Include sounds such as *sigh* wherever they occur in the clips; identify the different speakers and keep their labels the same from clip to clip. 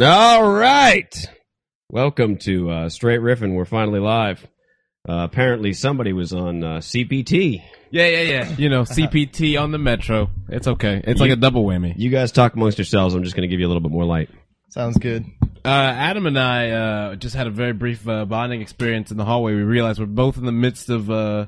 Speaker 1: All right. Welcome to uh, Straight Riffin. We're finally live. Uh, apparently, somebody was on uh, CPT.
Speaker 2: Yeah, yeah, yeah. You *laughs* know, CPT on the metro. It's okay. It's like a double whammy.
Speaker 1: You guys talk amongst yourselves. I'm just going to give you a little bit more light.
Speaker 3: Sounds good.
Speaker 2: Uh, Adam and I uh, just had a very brief uh, bonding experience in the hallway. We realized we're both in the midst of uh,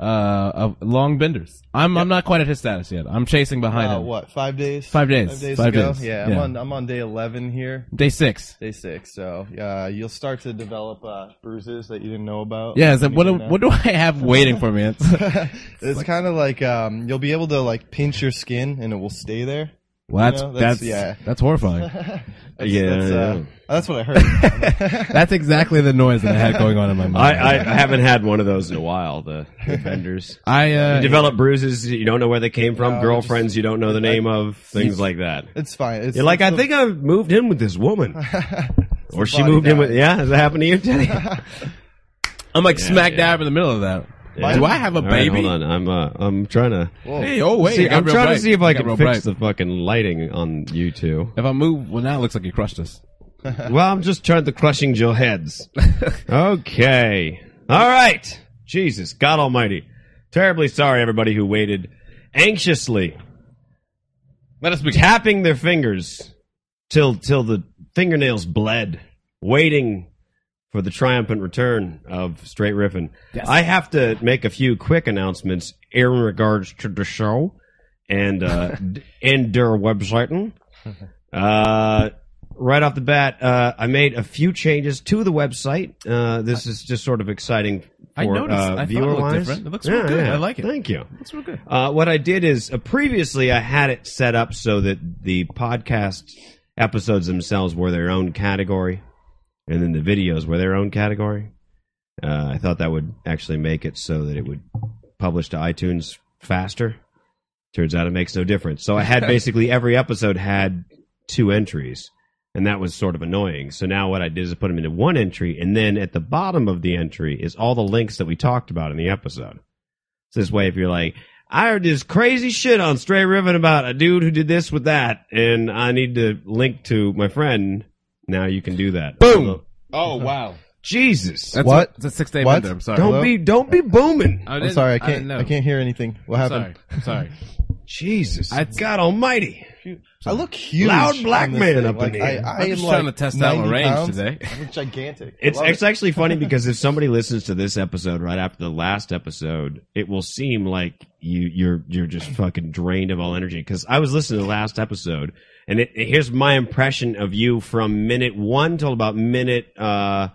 Speaker 2: uh, of long benders. I'm I'm not quite at his status yet. I'm chasing behind
Speaker 3: Uh,
Speaker 2: him.
Speaker 3: what? Five days?
Speaker 2: Five days.
Speaker 3: Five days
Speaker 2: Five
Speaker 3: ago.
Speaker 2: days.
Speaker 3: Yeah,
Speaker 2: Yeah.
Speaker 3: I'm on. I'm on day eleven here.
Speaker 2: Day six.
Speaker 3: Day six. So uh, you'll start to develop uh, bruises that you didn't know about.
Speaker 2: Yeah. Is that, what
Speaker 3: You
Speaker 2: do-
Speaker 1: *laughs*
Speaker 3: know?
Speaker 2: what do I have waiting for me? It's-
Speaker 3: *laughs* it's kind of like um, you'll be able to like pinch your skin and it will stay there. *laughs*
Speaker 2: well, that's
Speaker 3: You know,
Speaker 2: that's
Speaker 3: that's-
Speaker 2: yeah.
Speaker 3: yeah.
Speaker 2: That's horrifying.
Speaker 3: That's-
Speaker 1: Yeah,
Speaker 3: that's,
Speaker 1: yeah.
Speaker 3: uh, that's what I heard.
Speaker 1: *laughs*
Speaker 3: *laughs*
Speaker 2: that's exactly the noise that I had going on in my
Speaker 1: I,
Speaker 2: mind.
Speaker 1: I, I haven't had one of those in a while. The
Speaker 2: *laughs*
Speaker 1: offenders.
Speaker 2: I, uh,
Speaker 1: You develop bruises you don't know where they came from,
Speaker 3: No,
Speaker 1: girlfriends you don't know the name of, things like that.
Speaker 3: it's fine. It's
Speaker 1: You're like,
Speaker 3: it's
Speaker 1: I think I moved in with this
Speaker 2: *laughs*
Speaker 1: woman, *laughs*
Speaker 3: the- *laughs*
Speaker 1: or
Speaker 3: it's the
Speaker 1: she
Speaker 3: body
Speaker 1: moved in
Speaker 3: guy.
Speaker 1: with. Yeah, has that happened to you, Teddy?
Speaker 2: I'm like smack
Speaker 1: yeah.
Speaker 2: dab in the middle of that.
Speaker 1: Yeah.
Speaker 2: Do I have a
Speaker 1: All right,
Speaker 2: baby?
Speaker 1: hold on, I'm uh, I'm trying to.
Speaker 3: Whoa.
Speaker 2: Hey, oh wait,
Speaker 1: See,
Speaker 2: it got
Speaker 1: I'm
Speaker 2: real
Speaker 1: trying
Speaker 2: bright.
Speaker 1: to see if I
Speaker 2: It got
Speaker 1: can
Speaker 2: real
Speaker 1: fix
Speaker 2: bright.
Speaker 1: the fucking lighting on you two.
Speaker 2: If I move, well, now it looks like you crushed us.
Speaker 1: *laughs* well, I'm just trying to crushing your heads. okay, all right. Jesus, God Almighty, terribly sorry everybody who waited anxiously
Speaker 2: Let us begin.
Speaker 1: tapping their fingers till till the fingernails bled, waiting for the triumphant return of Straight Riffin. I have to make a few quick announcements in regards to the show and uh, *laughs* d- and their
Speaker 2: *laughs*
Speaker 1: website. Uh, right off the bat, uh, I made a few changes to the website. Uh, this is just sort of exciting. For,
Speaker 2: I noticed. I
Speaker 1: Uh,
Speaker 2: thought it looked
Speaker 1: viewer
Speaker 2: different. It looks real good. I like it.
Speaker 1: Thank you.
Speaker 2: That's real good.
Speaker 1: Uh, what I did is uh, previously I had it set up so that the podcast episodes themselves were their own category, and then the videos were their own category. Uh, I thought that would actually make it so that it would publish to iTunes faster. Turns out it makes no difference. So I had basically every episode had two entries, and that was sort of annoying. So now what I did is I put them into one entry, and then at the bottom of the entry is all the links that we talked about in the episode. So this way, if you're like, I heard this crazy shit on Stray Riven about a dude who did this with that, and I need to link to my friend. Now you can do that.
Speaker 2: Boom. Oh wow.
Speaker 1: Jesus!
Speaker 2: That's
Speaker 3: What?
Speaker 2: what? It's a six day
Speaker 3: What?
Speaker 2: bender. I'm sorry.
Speaker 1: don't
Speaker 3: Hello?
Speaker 1: be don't be booming.
Speaker 2: I
Speaker 3: I'm
Speaker 2: didn't-
Speaker 3: sorry. I
Speaker 2: didn't
Speaker 3: can't.
Speaker 2: know.
Speaker 3: I, can't hear anything. What happened?
Speaker 2: Sorry. I'm *laughs* Sorry.
Speaker 1: Jesus!
Speaker 2: I-
Speaker 1: God Almighty!
Speaker 3: I look huge.
Speaker 1: Loud black
Speaker 3: on this
Speaker 1: man
Speaker 3: thing.
Speaker 1: up in
Speaker 3: like,
Speaker 1: here.
Speaker 3: I, I
Speaker 2: I'm
Speaker 3: am
Speaker 2: just
Speaker 3: like
Speaker 2: trying to test out my
Speaker 3: 90
Speaker 2: range
Speaker 3: pounds.
Speaker 2: today.
Speaker 3: I look gigantic. I
Speaker 1: *laughs* It's
Speaker 3: love
Speaker 1: it's
Speaker 3: it.
Speaker 1: actually funny because if somebody listens to this episode right after the last episode, it will seem like you you're you're just fucking drained of all energy. Because I was listening to the last episode, and it, it- here's my impression of you from minute one till about minute uh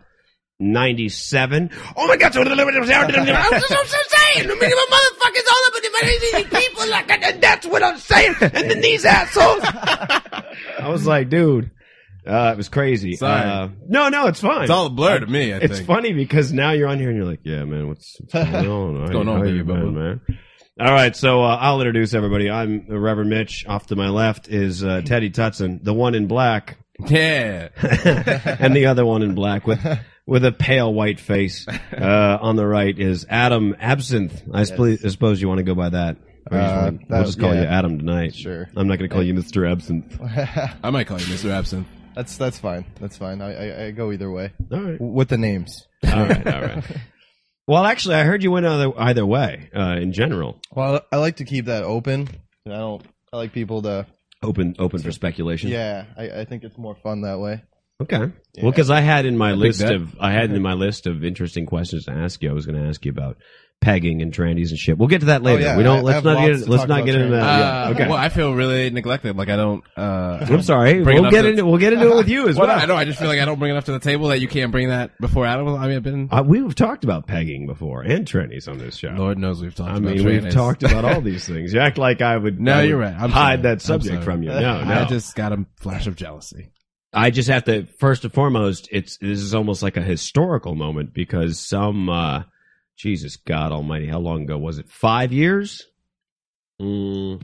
Speaker 1: ninety seven. Oh my god! So *laughs* I was so saying. I mean, my motherfuckers all up in my people like and that's what I'm saying. And then these assholes. I was like, dude. Uh, it was crazy.
Speaker 2: Sorry.
Speaker 1: Uh, no, no, it's fine.
Speaker 2: *laughs* It's all a blur to me. I
Speaker 1: It's
Speaker 2: think.
Speaker 1: funny because now you're on here and you're like, yeah, man, what's, what's going on? what's
Speaker 2: going on, baby
Speaker 1: you
Speaker 2: bubba?
Speaker 1: been, man? All right, so uh, I'll introduce everybody. I'm Reverend Mitch. Off to my left is uh, Teddy Tutson, the one in black,
Speaker 2: *laughs* Yeah.
Speaker 1: and the other one in black with with a pale white face. Uh, on the right is Adam Absinthe. I, sp- I suppose you want to go by that. Or you just
Speaker 3: Uh,
Speaker 1: wanna- we'll
Speaker 3: that-
Speaker 1: just call
Speaker 3: yeah.
Speaker 1: you Adam tonight. *laughs*
Speaker 3: Sure.
Speaker 1: I'm not going to call you Mr. Absinthe.
Speaker 2: I might call you Mr. Absinthe.
Speaker 3: that's that's fine. That's fine. I, I, I go either way
Speaker 1: All right.
Speaker 3: with the names.
Speaker 1: All right. All right. Well, actually, I heard you went either, either way uh, in general.
Speaker 3: Well, I like to keep that open. I don't. I like people to.
Speaker 1: open open for speculation.
Speaker 3: Yeah, I, I think it's more fun that way.
Speaker 1: Okay. Well, 'cause Well, because I had in my list
Speaker 2: bet.
Speaker 1: of I had in my list of interesting questions to ask you. I was going to ask you about pegging and trannies and shit. We'll get to that later.
Speaker 3: Oh, yeah,
Speaker 1: we don't.
Speaker 3: I- I
Speaker 1: let's
Speaker 3: have
Speaker 1: not
Speaker 3: lots
Speaker 1: get
Speaker 3: to
Speaker 1: let's
Speaker 3: talk
Speaker 1: not
Speaker 3: about
Speaker 1: get into that.
Speaker 2: Uh,
Speaker 1: yet. Okay.
Speaker 2: Well, I feel really neglected. Like I don't. Uh,
Speaker 1: I'm sorry.
Speaker 2: bring it
Speaker 1: We'll
Speaker 2: up
Speaker 1: get
Speaker 2: to-
Speaker 1: into we'll get into it with you as
Speaker 2: well,
Speaker 1: well.
Speaker 2: no, I know. I just feel like I don't bring enough to the table that you can't bring that before Adam. I mean, I've been.
Speaker 1: Uh, we've talked about pegging before and trannies on this show.
Speaker 2: Uh, Lord knows we've talked.
Speaker 1: I
Speaker 2: about
Speaker 1: mean, we've
Speaker 2: trainers.
Speaker 1: talked about all these things. You act like I would.
Speaker 2: *laughs* No,
Speaker 1: I would
Speaker 2: you're right. I'm
Speaker 1: hide
Speaker 2: sorry.
Speaker 1: that
Speaker 2: I'm
Speaker 1: subject
Speaker 2: sorry. *laughs* Uh,
Speaker 1: from you. No, no.
Speaker 2: I just got a flash of jealousy.
Speaker 1: I just have to first and foremost, it's this is almost like a historical moment because some uh Jesus God Almighty, how long ago was it? Five years? Mm,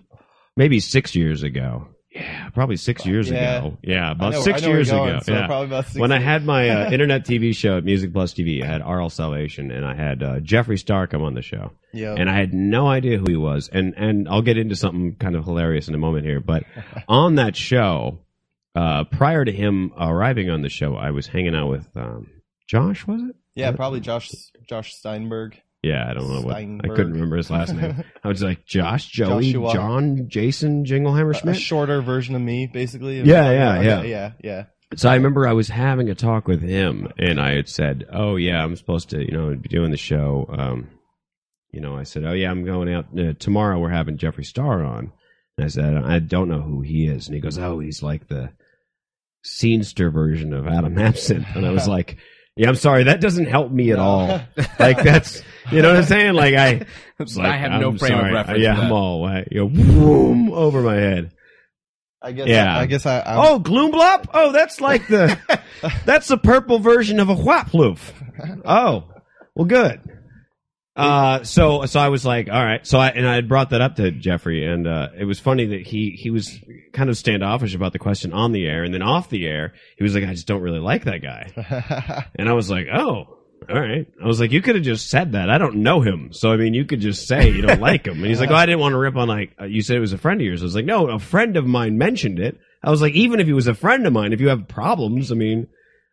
Speaker 1: maybe six years ago. Yeah, probably six years
Speaker 3: Yeah.
Speaker 1: ago. Yeah,
Speaker 3: I
Speaker 1: about
Speaker 3: know-
Speaker 1: six
Speaker 3: I know where
Speaker 1: years
Speaker 3: you're going,
Speaker 1: ago.
Speaker 3: so
Speaker 1: yeah.
Speaker 3: probably about six.
Speaker 1: When I
Speaker 3: years.
Speaker 1: had my
Speaker 3: *laughs*
Speaker 1: uh, internet TV show at Music Plus TV, I had RL Salvation and I had uh, Jeffree Star come on the show
Speaker 3: yeah,
Speaker 1: and I had no idea who he
Speaker 3: *laughs*
Speaker 1: was. And and I'll get into something kind of hilarious in a moment here, but on that show, uh, prior to him arriving on the show, I was hanging out with um, Josh. Was it?
Speaker 3: Yeah, probably Josh Josh Steinberg.
Speaker 1: Yeah, I don't know what. I
Speaker 3: Steinberg.
Speaker 1: couldn't remember his last
Speaker 3: *laughs*
Speaker 1: name. I was like Josh, Joey,
Speaker 3: Joshua. Uh,
Speaker 1: John, Jason, Jingleheimer
Speaker 3: a
Speaker 1: Schmidt.
Speaker 3: shorter version of me, basically.
Speaker 1: Yeah, yeah, yeah.
Speaker 3: yeah, yeah.
Speaker 1: So I remember I was having a talk with him, and I had said, "Oh yeah, I'm supposed to, you know, be doing the show." Um, you know, I said, "Oh yeah, I'm going out uh, tomorrow. We're having Jeffree Star on." And I said, "I don't know who he is," and he goes, "Oh, he's like the scenester version of Adam *laughs* Absent." And
Speaker 2: *laughs*
Speaker 1: I was like, "Yeah, I'm sorry, that doesn't help me at all. Like that's, you know what I'm saying? Like I, it's like,
Speaker 2: *laughs* I have no
Speaker 1: I'm
Speaker 2: frame of
Speaker 1: sorry.
Speaker 2: reference.
Speaker 1: Yeah,
Speaker 2: for
Speaker 1: I'm
Speaker 2: that.
Speaker 1: all uh, you know, vroom, over my head."
Speaker 3: *laughs* I guess.
Speaker 1: Yeah.
Speaker 3: I, guess I. I'm,
Speaker 1: Oh, Gloomblop? Oh, that's like the that's the purple version of a Whaploof. Oh, well, good. Uh, so so I was like, all right. So I and I had brought that up to Jeffrey, and uh, it was funny that he he was kind of standoffish about the question on the air, and then off the air, he was like, I just don't really like that guy,
Speaker 3: *laughs*
Speaker 1: and I was like, oh. All right. I was like, you could have just said that. I don't know him. So, I mean, you could just say you don't like him. And he's like, oh, I didn't want to rip on, like, uh, you said it was a friend of yours. I was like, no, a friend of mine mentioned it. I was like, even if he was a friend of mine, if you have problems, I mean,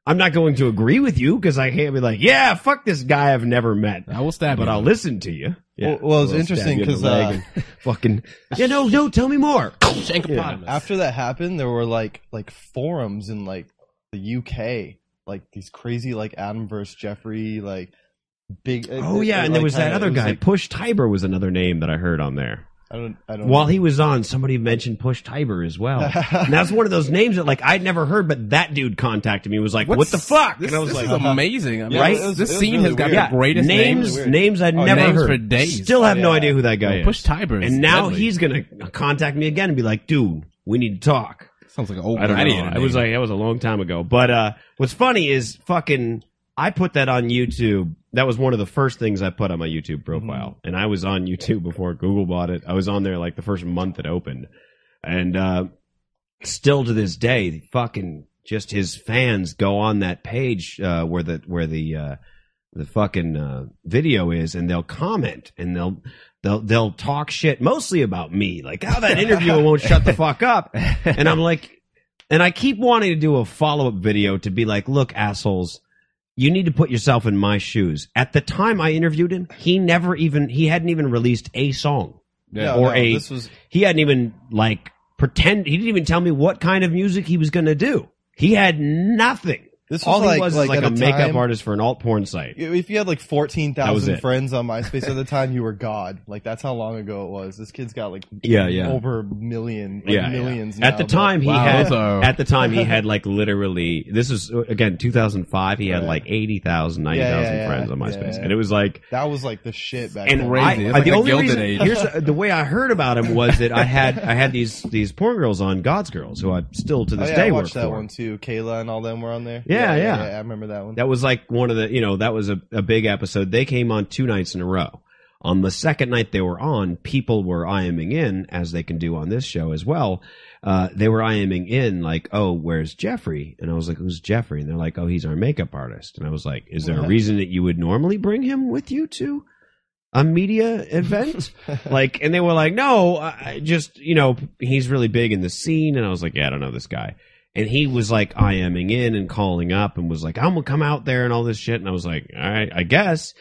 Speaker 1: I'm not going to agree with you because I can't be like, yeah, fuck this guy I've never met,
Speaker 2: I will stab
Speaker 1: but
Speaker 2: you.
Speaker 1: I'll listen to you. Yeah.
Speaker 3: Well- well, it's
Speaker 1: I'll stab
Speaker 3: interesting
Speaker 1: you in the
Speaker 3: 'cause,
Speaker 1: leg
Speaker 3: uh,
Speaker 1: and *laughs* fucking, yeah, no, no, tell me more.
Speaker 2: Shankopotamus.
Speaker 3: after that happened, there were like like forums in like the UK, like these crazy like Adam versus Jeffrey, like big. uh,
Speaker 1: Oh, yeah. And there was that other guy. Push Tiber was another name that I heard on there.
Speaker 3: I don't. I don't. *laughs*
Speaker 1: While he was on, somebody mentioned Push Tiber as well. and that's one of those names that like I'd never heard, but that dude contacted me and was like,
Speaker 2: What's-
Speaker 1: "What the fuck?"
Speaker 2: This,
Speaker 1: and I was
Speaker 2: this
Speaker 1: like,
Speaker 2: is amazing. I mean,
Speaker 1: Right?
Speaker 2: This,
Speaker 3: It was-
Speaker 2: this
Speaker 3: it was
Speaker 2: scene
Speaker 3: really
Speaker 2: has got
Speaker 3: weird.
Speaker 2: the greatest
Speaker 1: names,
Speaker 2: names.
Speaker 3: Really weird.
Speaker 1: names I'd
Speaker 3: Oh,
Speaker 1: never
Speaker 2: names
Speaker 1: heard
Speaker 2: for days.
Speaker 1: Still have no
Speaker 3: Yeah.
Speaker 1: idea who that guy
Speaker 2: Well,
Speaker 1: is.
Speaker 2: Push Tiber. is
Speaker 1: and now
Speaker 2: deadly.
Speaker 1: he's gonna contact me again and be like, "Dude, we need to talk."
Speaker 2: sounds like an old
Speaker 1: I don't
Speaker 2: gladiator
Speaker 1: know. Oh, It
Speaker 2: name.
Speaker 1: was like that was a long time ago. But uh, what's funny is fucking. I put that on YouTube. That was one of the first things I put on my YouTube profile, and I was on YouTube before Google bought it. I was on there like the first month it opened, and uh, still to this day, fucking just his fans go on that page uh, where the where the uh, the fucking uh, video is, and they'll comment and they'll they'll they'll talk shit mostly about me, like how that
Speaker 3: *laughs*
Speaker 1: interviewer won't shut the fuck up, and I'm like, and I keep wanting to do a follow up video to be like, look, assholes. You need to put yourself in my shoes. At the time I interviewed him, he never even he hadn't even released a song.
Speaker 3: No,
Speaker 1: or
Speaker 3: no,
Speaker 1: a-
Speaker 3: This was
Speaker 1: He hadn't even like pretend. He didn't even tell me what kind of music he was going to do. He had nothing.
Speaker 3: this was
Speaker 1: All
Speaker 3: like,
Speaker 1: he was
Speaker 3: like,
Speaker 1: is like
Speaker 3: at
Speaker 1: a makeup
Speaker 3: time-
Speaker 1: artist for an alt porn site.
Speaker 3: If you had like fourteen
Speaker 1: That was
Speaker 3: thousand
Speaker 1: it. *laughs*
Speaker 3: friends on MySpace at the time, you were god. Like that's how long ago it was. This kid's got like
Speaker 1: Yeah, yeah.
Speaker 3: over a million, like
Speaker 1: Yeah, yeah.
Speaker 3: millions.
Speaker 1: At the
Speaker 3: now, but-
Speaker 1: time, he
Speaker 2: wow,
Speaker 1: had
Speaker 2: that's a-
Speaker 1: at the time he had like literally this is uh, again 2005. He had
Speaker 3: Right.
Speaker 1: like 80,000,
Speaker 3: yeah,
Speaker 1: 90,000
Speaker 3: yeah.
Speaker 1: friends on
Speaker 3: Yeah,
Speaker 1: MySpace,
Speaker 3: yeah.
Speaker 1: and it was like
Speaker 3: that was like the shit back
Speaker 1: and
Speaker 3: then.
Speaker 2: Crazy.
Speaker 1: I,
Speaker 2: It's
Speaker 1: uh,
Speaker 2: like
Speaker 1: the
Speaker 2: a
Speaker 1: only
Speaker 2: Gilded
Speaker 1: reason
Speaker 2: Age.
Speaker 1: here's uh, the way I heard about him was that I had I had these these porn girls on God's Girls who I still to
Speaker 3: Oh,
Speaker 1: this
Speaker 3: yeah,
Speaker 1: day
Speaker 3: I
Speaker 1: work
Speaker 3: watched that
Speaker 1: for.
Speaker 3: one too. Kayla and all them were on there.
Speaker 1: Yeah, yeah.
Speaker 3: I remember that one.
Speaker 1: That was like one of the, you know, that was a, a big episode. They came on two nights in a row. On the second night they were on, people were IMing in, as they can do on this show as well. Uh, they were IMing in, like, oh, where's Jeffrey? And I was like, who's Jeffrey? And they're like, oh, he's our makeup artist. And I was like, is there a
Speaker 3: What?
Speaker 1: reason that you would normally bring him with you to a media event? like, and they were like, no, I I just, you know, he's really big in the scene. And I was like, yeah, I don't know this guy. And he was like IMing in and calling up and was like, I'm gonna come out there and all this shit. And I was like, all right, I guess.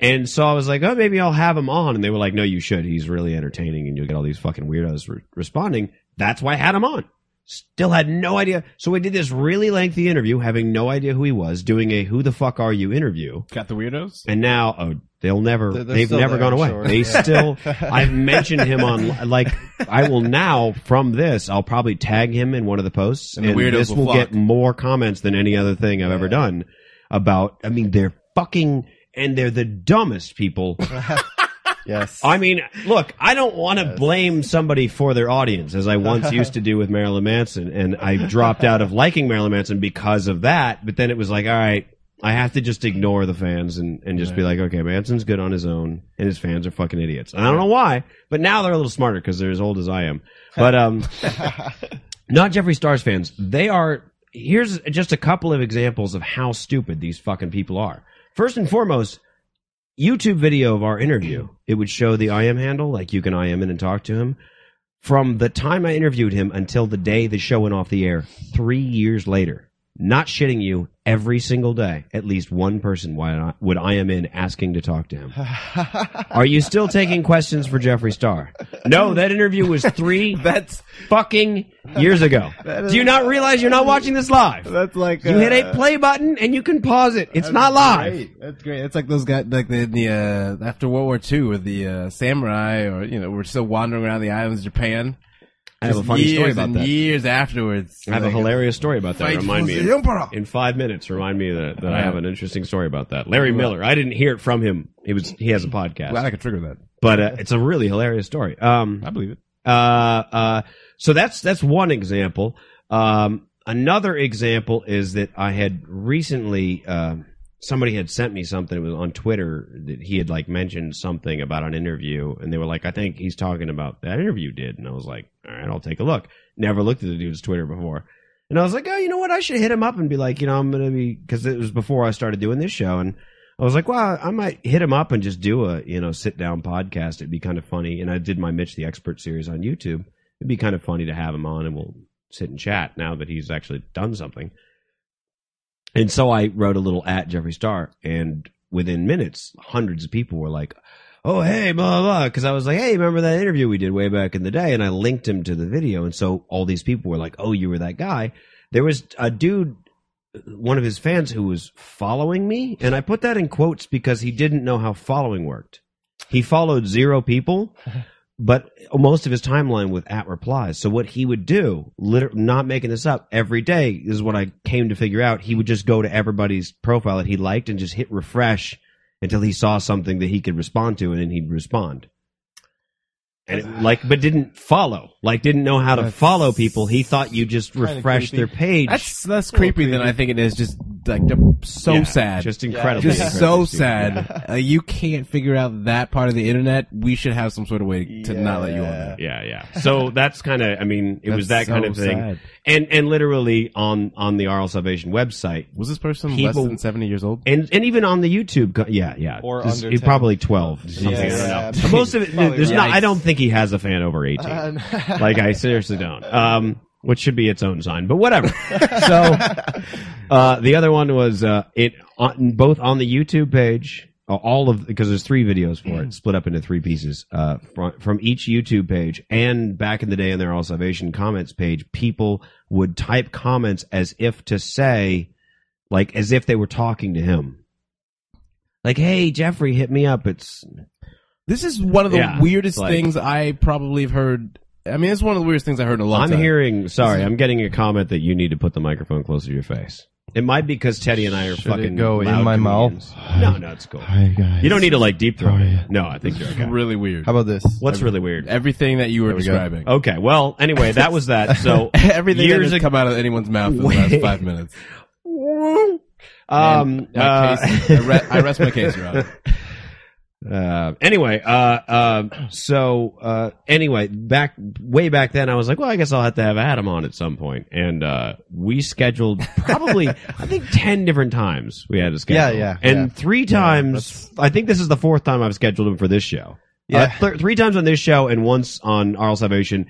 Speaker 1: And so I was like, oh, maybe I'll have him on. And they were like, no, you should. He's really entertaining and you'll get all these fucking weirdos re- responding. That's why I had him on. Still had no idea. So we did this really lengthy interview, having no idea who he was, doing a who the fuck are you interview.
Speaker 2: got the weirdos.
Speaker 1: And now, oh, they'll never,
Speaker 3: They're- they're
Speaker 1: they've
Speaker 3: still
Speaker 1: never
Speaker 3: there,
Speaker 1: gone away.
Speaker 3: I'm sure.
Speaker 1: They
Speaker 3: Yeah. *laughs*
Speaker 1: still, I've mentioned him on, like, I will now, from this, I'll probably tag him in one of the posts.
Speaker 2: And the weirdos
Speaker 1: this
Speaker 2: will
Speaker 1: will get
Speaker 2: flock.
Speaker 1: more comments than any other thing I've ever
Speaker 3: Yeah.
Speaker 1: done about, I mean, they're fucking, and they're the dumbest people
Speaker 3: yes.
Speaker 1: I mean, look, I don't want to
Speaker 3: Yes.
Speaker 1: blame somebody for their audience, as I once used to do with Marilyn Manson, and I dropped out of liking Marilyn Manson because of that. But then it was like, all right, I have to just ignore the fans and, and just be like, okay, Manson's good on his own, and his fans are fucking idiots. And I don't know why, but now they're a little smarter because they're as old as I am. But um, not Jeffree Star's fans. They are. Here's just a couple of examples of how stupid these fucking people are. First and foremost, YouTube video of our interview. It would show the IM handle, like you can IM in and talk to him. from the time I interviewed him until the day the show went off the air, three years later. Not shitting you, every single day, at least one person would I- would I am in asking to talk to him. Are you still taking questions for Jeffree Star? No, that interview was three
Speaker 2: *laughs* That's
Speaker 1: fucking years ago. Do you not realize you're not watching this live?
Speaker 2: that's like
Speaker 1: You hit *laughs* a play button and you can pause it. It's not live.
Speaker 2: Great. That's great. That's like those guys, like the, the uh, after World War II, with the uh, samurai, or you know, we're still wandering around the islands of Japan.
Speaker 1: I have a
Speaker 2: Just
Speaker 1: funny story
Speaker 2: years
Speaker 1: about
Speaker 2: and
Speaker 1: that.
Speaker 2: Years afterwards,
Speaker 1: I have a
Speaker 2: Like,
Speaker 1: hilarious story about that.
Speaker 2: fight
Speaker 1: Remind
Speaker 2: for
Speaker 1: me
Speaker 2: the emperor.
Speaker 1: in five minutes. Remind me that, that I have an interesting story about that. Larry Miller. I didn't hear it from him. He was he has a
Speaker 2: Glad
Speaker 1: podcast,
Speaker 2: I could trigger that.
Speaker 1: but uh, it's a really hilarious story. Um,
Speaker 2: I believe it.
Speaker 1: uh, uh, so that's that's one example. Um, another example is that I had recently uh, somebody had sent me something. It was on Twitter that he had like mentioned something about an interview, and they were like, "I think he's talking about that interview." Did and I was like, "All right, I'll take a look." Never looked at the dude's Twitter before. And I was like, oh, you know what? I should hit him up and be like, you know, I'm gonna be because it was before I started doing this show, and I was like, well, I might hit him up and just do a you know sit down podcast. It'd be kind of funny. And I did my Mitch the Expert series on YouTube. It'd be kind of funny to have him on, and we'll sit and chat now that he's actually done something. And so I wrote a little at Jeffree Star, and within minutes, hundreds of people were like, "Oh, hey, blah blah," because I was like, "Hey, remember that interview we did way back in the day?" And I linked him to the video, and so all these people were like, "Oh, you were that guy." There was a dude, one of his fans, who was following me, and I put that in quotes because he didn't know how following worked. He followed zero
Speaker 3: *laughs*
Speaker 1: people. But most of his timeline with at replies. So what he would do, liter- not making this up, every day is what I came to figure out. He would just go to everybody's profile that he liked and just hit refresh until he saw something that he could respond to, and then he'd respond. And it, like, but didn't follow, like, didn't know how to
Speaker 3: That's
Speaker 1: follow people. He thought you just
Speaker 3: kinda
Speaker 1: refresh
Speaker 3: creepy.
Speaker 1: their page.
Speaker 2: That's less creepy than I think it is. Just like the- so
Speaker 1: Yeah,
Speaker 2: sad.
Speaker 1: just
Speaker 3: Yeah.
Speaker 1: incredibly,
Speaker 2: Just
Speaker 1: incredibly
Speaker 2: so
Speaker 1: stupid.
Speaker 2: sad. *laughs* Uh, you can't figure out that part of the internet. We should have some sort of way to not let you on
Speaker 3: Yeah.
Speaker 2: that.
Speaker 1: Yeah, yeah. So that's kind of, I mean, it was that
Speaker 2: That's
Speaker 1: kind
Speaker 2: so
Speaker 1: of thing,
Speaker 2: sad.
Speaker 1: and and literally on on the RL Salvation website,
Speaker 2: Was this person less
Speaker 1: People-
Speaker 2: than seventy years old?
Speaker 1: and and even on the YouTube, co- yeah, yeah,
Speaker 3: Or
Speaker 1: Just-
Speaker 3: under
Speaker 1: he's
Speaker 3: 10.
Speaker 1: probably twelve. Something, I
Speaker 3: Yeah.
Speaker 1: don't know. Most of it,
Speaker 3: Probably
Speaker 1: there's
Speaker 3: right. Uh,
Speaker 1: not. I don't think he has a fan over eighteen. *laughs* like I seriously don't. Um, which should be its own sign, but whatever. *laughs* so uh, the other one was uh, it on, both on the YouTube page. uh, All of because there's three videos for it, split up into three pieces uh, from, from each YouTube page. And back in the day, in their All Salvation comments page, people would type comments as if to say, like as if they were talking to him, like, "Hey, Jeffrey, hit me up." It's
Speaker 2: This is one of the
Speaker 1: Yeah,
Speaker 2: weirdest
Speaker 1: like-
Speaker 2: things I probably have heard. I mean, it's one of the weirdest things I heard in a long
Speaker 1: I'm
Speaker 2: time.
Speaker 1: hearing. Sorry, I'm getting a comment that you need to put the microphone closer to your face. It might be because Teddy and I are
Speaker 3: Should
Speaker 1: fucking
Speaker 3: it go in
Speaker 1: loud
Speaker 3: my
Speaker 1: comedians. No, no, it's cool.
Speaker 3: Hi guys.
Speaker 1: You don't need to like deep throat.
Speaker 3: Sorry.
Speaker 1: it. No, I think you're okay.
Speaker 2: Really weird.
Speaker 3: How about this?
Speaker 1: What's really weird?
Speaker 2: Everything that you were
Speaker 3: go.
Speaker 2: describing.
Speaker 1: Okay, well, anyway, that was that.
Speaker 3: *laughs*
Speaker 1: So
Speaker 2: *laughs* Everything that
Speaker 1: Oh, years
Speaker 2: has
Speaker 1: ago.
Speaker 2: come out of anyone's mouth in the last
Speaker 1: Wait.
Speaker 2: five minutes.
Speaker 1: *laughs* Um,
Speaker 2: My
Speaker 1: uh,
Speaker 2: case- I, re- I rest my case, Your
Speaker 1: *laughs*
Speaker 2: Honor.
Speaker 1: Uh, anyway, uh, uh, so uh, anyway, back way back then, I was like, well, I guess I'll have to have Adam on at some point, and uh, we scheduled
Speaker 3: *laughs*
Speaker 1: probably, I think, ten different times we had to schedule.
Speaker 3: Yeah, yeah,
Speaker 1: and
Speaker 3: yeah.
Speaker 1: three times. I think this is the fourth time I've scheduled him for this show.
Speaker 3: Yeah.
Speaker 1: Uh, th- three times on this show, and once on Arl Salvation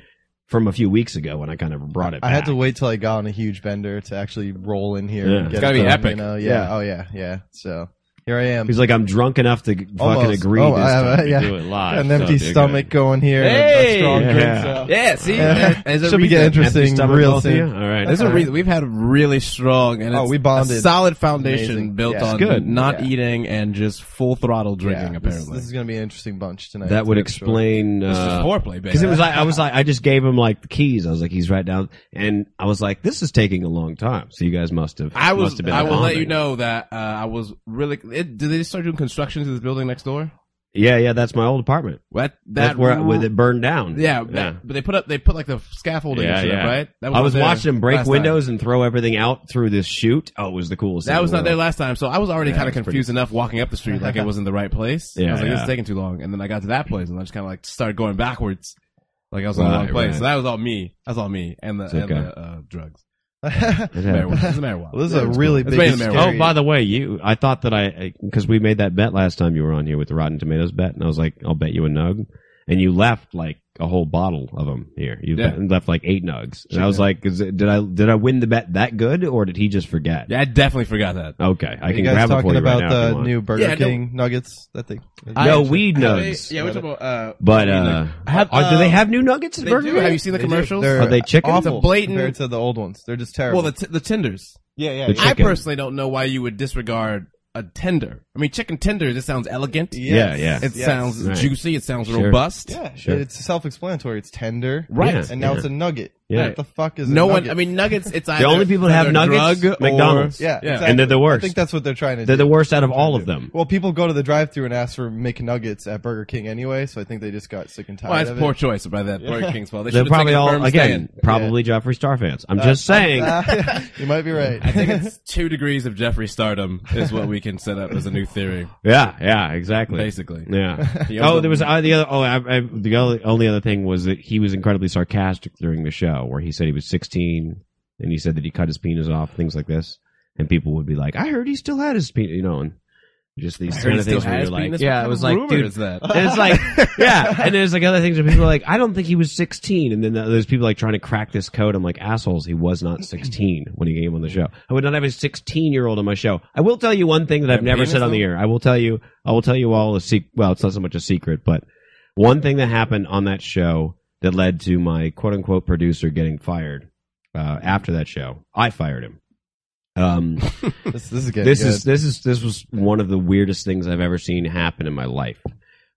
Speaker 1: from a few weeks ago when I kind of brought it.
Speaker 3: I had to
Speaker 1: back.
Speaker 3: wait till I got on a huge bender to actually roll in here.
Speaker 1: Yeah.
Speaker 3: and
Speaker 1: It's
Speaker 3: get
Speaker 2: gotta
Speaker 3: it
Speaker 2: be
Speaker 3: done,
Speaker 2: epic.
Speaker 3: You know? yeah.
Speaker 1: Yeah.
Speaker 3: Oh yeah. Yeah. So here I am.
Speaker 1: He's like, I'm drunk enough to g- fucking
Speaker 3: Almost.
Speaker 1: agree
Speaker 3: Oh,
Speaker 1: this
Speaker 3: I have a-
Speaker 1: time to
Speaker 3: yeah.
Speaker 1: do it live.
Speaker 3: Got an
Speaker 1: Ah, so
Speaker 3: empty
Speaker 1: it'd be good.
Speaker 3: stomach going here. and a- a
Speaker 2: Hey!
Speaker 3: strong drink,
Speaker 1: Yeah.
Speaker 3: so-
Speaker 2: Yeah, see,
Speaker 3: Yeah.
Speaker 2: as a
Speaker 3: Should be
Speaker 2: reason-
Speaker 3: getting
Speaker 1: *laughs*
Speaker 3: interesting
Speaker 1: Empty stomach,
Speaker 3: real
Speaker 1: both of
Speaker 3: soon.
Speaker 1: you? All right.
Speaker 2: There's a reason we've had a really strong and
Speaker 3: Oh,
Speaker 2: it's
Speaker 3: we bonded.
Speaker 2: a solid foundation
Speaker 3: Amazing.
Speaker 2: built
Speaker 3: Yeah. It's
Speaker 2: on
Speaker 1: good.
Speaker 2: not
Speaker 3: Yeah.
Speaker 2: eating and just full throttle
Speaker 3: Yeah,
Speaker 2: drinking.
Speaker 3: this-
Speaker 2: apparently,
Speaker 3: this, is going to be an interesting bunch tonight.
Speaker 1: that would
Speaker 3: I'm sure.
Speaker 1: explain
Speaker 2: This is
Speaker 1: uh,
Speaker 2: foreplay, baby.
Speaker 1: Because it was like I was like I just gave him like the keys. I was like he's right down, and I was like this is taking a long time. So you guys must have.
Speaker 2: I was.
Speaker 1: Must have been
Speaker 2: I will let
Speaker 1: bonding.
Speaker 2: you know that uh, I was really. It, did they just start doing construction to this building next door?
Speaker 1: Yeah, yeah. That's my old apartment.
Speaker 2: What
Speaker 1: That's where where it burned down.
Speaker 2: Yeah,
Speaker 1: yeah.
Speaker 2: that- but they put up. They put like the scaffolding.
Speaker 1: Yeah,
Speaker 2: and shit up,
Speaker 1: yeah.
Speaker 2: right. That
Speaker 1: I was
Speaker 2: not there
Speaker 1: watching them break
Speaker 2: last time.
Speaker 1: windows and throw everything out through this chute. Oh, it was the coolest. thing
Speaker 2: That
Speaker 1: in
Speaker 2: was
Speaker 1: the
Speaker 2: not there
Speaker 1: world.
Speaker 2: last time, so I was already
Speaker 1: Yeah,
Speaker 2: kind of
Speaker 1: it's pretty-
Speaker 2: confused enough walking up the street, like it was in the right place. I
Speaker 1: Yeah,
Speaker 2: was like, this
Speaker 1: yeah.
Speaker 2: is taking too long, and then I got to that place, and I just kind of like started going backwards, like I was in the
Speaker 1: Right,
Speaker 2: wrong place.
Speaker 1: right.
Speaker 2: So that was all me. That was all me, and the,
Speaker 1: It's
Speaker 2: and
Speaker 1: okay.
Speaker 2: the uh, drugs,
Speaker 1: It
Speaker 2: marijuana.
Speaker 1: happened. *laughs*
Speaker 2: It's marijuana.
Speaker 3: *laughs* Well, this
Speaker 2: Yeah,
Speaker 3: is a
Speaker 2: it's
Speaker 3: really
Speaker 2: cool.
Speaker 3: big.
Speaker 2: It's made in America.
Speaker 3: scary-
Speaker 1: Oh, by the way, you. I thought that I because we made that bet last time you were on here with the Rotten Tomatoes bet, and I was like, I'll bet you a nug. and you left like a whole bottle of them here. You
Speaker 2: Yeah.
Speaker 1: le- left like eight nugs, and I was like, is it, "Did I did I win the bet that good, or did he just forget?"
Speaker 2: Yeah, I definitely forgot that.
Speaker 1: Okay, I
Speaker 3: you
Speaker 1: can
Speaker 3: guys
Speaker 1: grab it
Speaker 3: talking
Speaker 1: for you
Speaker 3: about
Speaker 1: right now. if you
Speaker 3: the
Speaker 1: want.
Speaker 3: new Burger
Speaker 2: Yeah, I don't-
Speaker 3: King nuggets that they.
Speaker 2: I-
Speaker 1: no weed nugs,
Speaker 2: Yeah, we're talking about. Uh,
Speaker 1: but
Speaker 2: weed
Speaker 1: uh,
Speaker 2: nugs. Have,
Speaker 1: are, do
Speaker 2: uh,
Speaker 1: they have new nuggets at
Speaker 2: They
Speaker 1: Burger
Speaker 2: do. Have
Speaker 1: King?
Speaker 2: you seen the
Speaker 3: They do.
Speaker 2: commercials?
Speaker 3: They're
Speaker 1: Are they chicken?
Speaker 3: Awful
Speaker 2: It's a blatant-
Speaker 3: compared to the old ones. They're just terrible.
Speaker 2: Well, the t- the tenders.
Speaker 3: yeah, yeah,
Speaker 1: The
Speaker 3: yeah.
Speaker 1: chick- Chicken.
Speaker 2: I personally don't know why you would disregard a tender. I mean, chicken tender. This sounds elegant.
Speaker 1: Yeah, yeah.
Speaker 2: It
Speaker 3: yes.
Speaker 2: sounds
Speaker 1: Right.
Speaker 2: juicy. It sounds
Speaker 1: Sure.
Speaker 2: robust.
Speaker 3: Yeah,
Speaker 1: Sure.
Speaker 3: it's self-explanatory. It's tender,
Speaker 2: Right.
Speaker 1: Yeah,
Speaker 3: And now
Speaker 1: yeah.
Speaker 3: it's a nugget.
Speaker 1: Yeah.
Speaker 3: What the fuck is
Speaker 2: No
Speaker 3: a
Speaker 2: one.
Speaker 3: nugget?
Speaker 2: I mean, nuggets. It's
Speaker 1: the
Speaker 2: either
Speaker 1: only people that have
Speaker 2: either
Speaker 1: nuggets,
Speaker 2: drug or-
Speaker 1: McDonald's.
Speaker 3: yeah,
Speaker 2: yeah.
Speaker 3: exactly.
Speaker 1: And they're the
Speaker 3: I
Speaker 1: worst.
Speaker 3: think that's what they're trying to
Speaker 1: They're
Speaker 3: do.
Speaker 1: the worst out of all of them.
Speaker 3: Well, people go to the drive-through and ask for McNuggets at Burger King anyway, so I think they just got sick and tired
Speaker 2: Well,
Speaker 3: of
Speaker 2: that's
Speaker 3: it.
Speaker 2: poor
Speaker 3: *laughs*
Speaker 2: choice by that Burger
Speaker 3: Yeah.
Speaker 2: King's fault. They
Speaker 1: They're
Speaker 2: should have
Speaker 1: probably
Speaker 2: taken a
Speaker 1: all
Speaker 2: firm
Speaker 1: again,
Speaker 2: stand. Uh,
Speaker 1: probably Jeffree Star fans. I'm just saying.
Speaker 3: you might be right.
Speaker 2: *laughs* I think it's two degrees of Jeffrey Stardom is what we can set up as a
Speaker 1: *laughs*
Speaker 2: new theory,
Speaker 1: yeah, yeah, exactly. *laughs*
Speaker 2: basically.
Speaker 1: Yeah.
Speaker 2: The
Speaker 1: oh,
Speaker 2: other-
Speaker 1: there
Speaker 2: *laughs*
Speaker 1: was uh, the other. Oh, I, I, the only, only other thing was that he was incredibly sarcastic during the show, where he said he was 16 and he said that he cut his penis off, things like this, and people would be like, "I heard he still had his penis," you know, and just these
Speaker 2: I heard
Speaker 1: kind
Speaker 2: he
Speaker 1: of
Speaker 2: still
Speaker 1: things where
Speaker 2: has
Speaker 1: you're like,
Speaker 2: penis. What
Speaker 1: "Yeah,"
Speaker 2: kind
Speaker 1: it
Speaker 2: of
Speaker 1: was like,
Speaker 2: rumor
Speaker 1: dude.
Speaker 2: is
Speaker 1: *laughs*
Speaker 2: that?
Speaker 1: And it's
Speaker 2: *laughs*
Speaker 1: like, yeah, and there's like other things where people are like, I don't think he was 16, and then there's people like trying to crack this code. I'm like, assholes, he was not 16 when he came on the show. I would not have a 16 year old on my show. I will tell you one thing that I've
Speaker 2: Yeah,
Speaker 1: never
Speaker 2: penis,
Speaker 1: said on the
Speaker 2: though?
Speaker 1: air. I will tell you, I will tell you all a secret. Well, it's not so much a secret, but one thing that happened on that show that led to my quote unquote producer getting fired uh, after that show. I fired him. Um,
Speaker 3: this, this is getting
Speaker 1: this
Speaker 3: good.
Speaker 1: is this is this was one of the weirdest things I've ever seen happen in my life.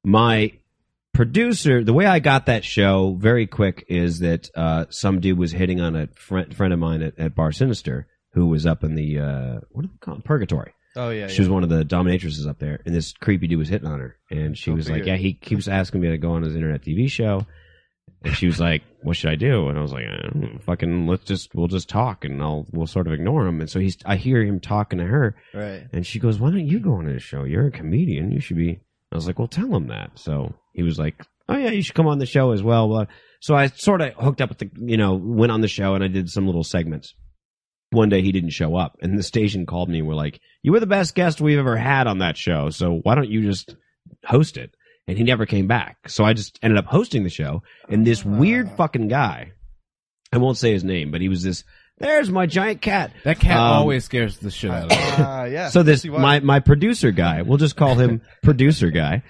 Speaker 1: My producer, the way I got that show very quick is that uh, some dude was hitting on a friend friend of mine at, at Bar Sinister who was up in the uh, what do they call it? Purgatory.
Speaker 3: oh yeah,
Speaker 1: She was one of the dominatrices up there, and this creepy dude was hitting on her, and she
Speaker 3: Go
Speaker 1: was like,
Speaker 3: figure.
Speaker 1: "Yeah, he keeps asking me to go on his internet TV show." And she was like, "What should I do?" And I was like, I don't know, "Fucking, let's just we'll just talk, and I'll we'll sort of ignore him." And so he's, I hear him talking to her,
Speaker 3: yeah. right.
Speaker 1: and she goes, "Why don't you go on his show? You're a comedian. You should be." I was like, "Well, tell him that." So he was like, "Oh yeah, you should come on the show as well." Well, so I sort of hooked up with the, you know, went on the show and I did some little segments. One day he didn't show up, and the station called me. and We're like, "You were the best guest we've ever had on that show, so why don't you just host it?" And he never came back, so I just ended up hosting the show. And this weird fucking guy, I won't say his name, but he was this. There's my giant cat.
Speaker 2: That cat
Speaker 1: Um,
Speaker 2: always scares the shit
Speaker 1: *laughs*
Speaker 2: out of me.
Speaker 3: Ah, yeah.
Speaker 1: So this
Speaker 3: See why-
Speaker 1: my my producer guy, we'll just call
Speaker 3: *laughs*
Speaker 1: him producer guy.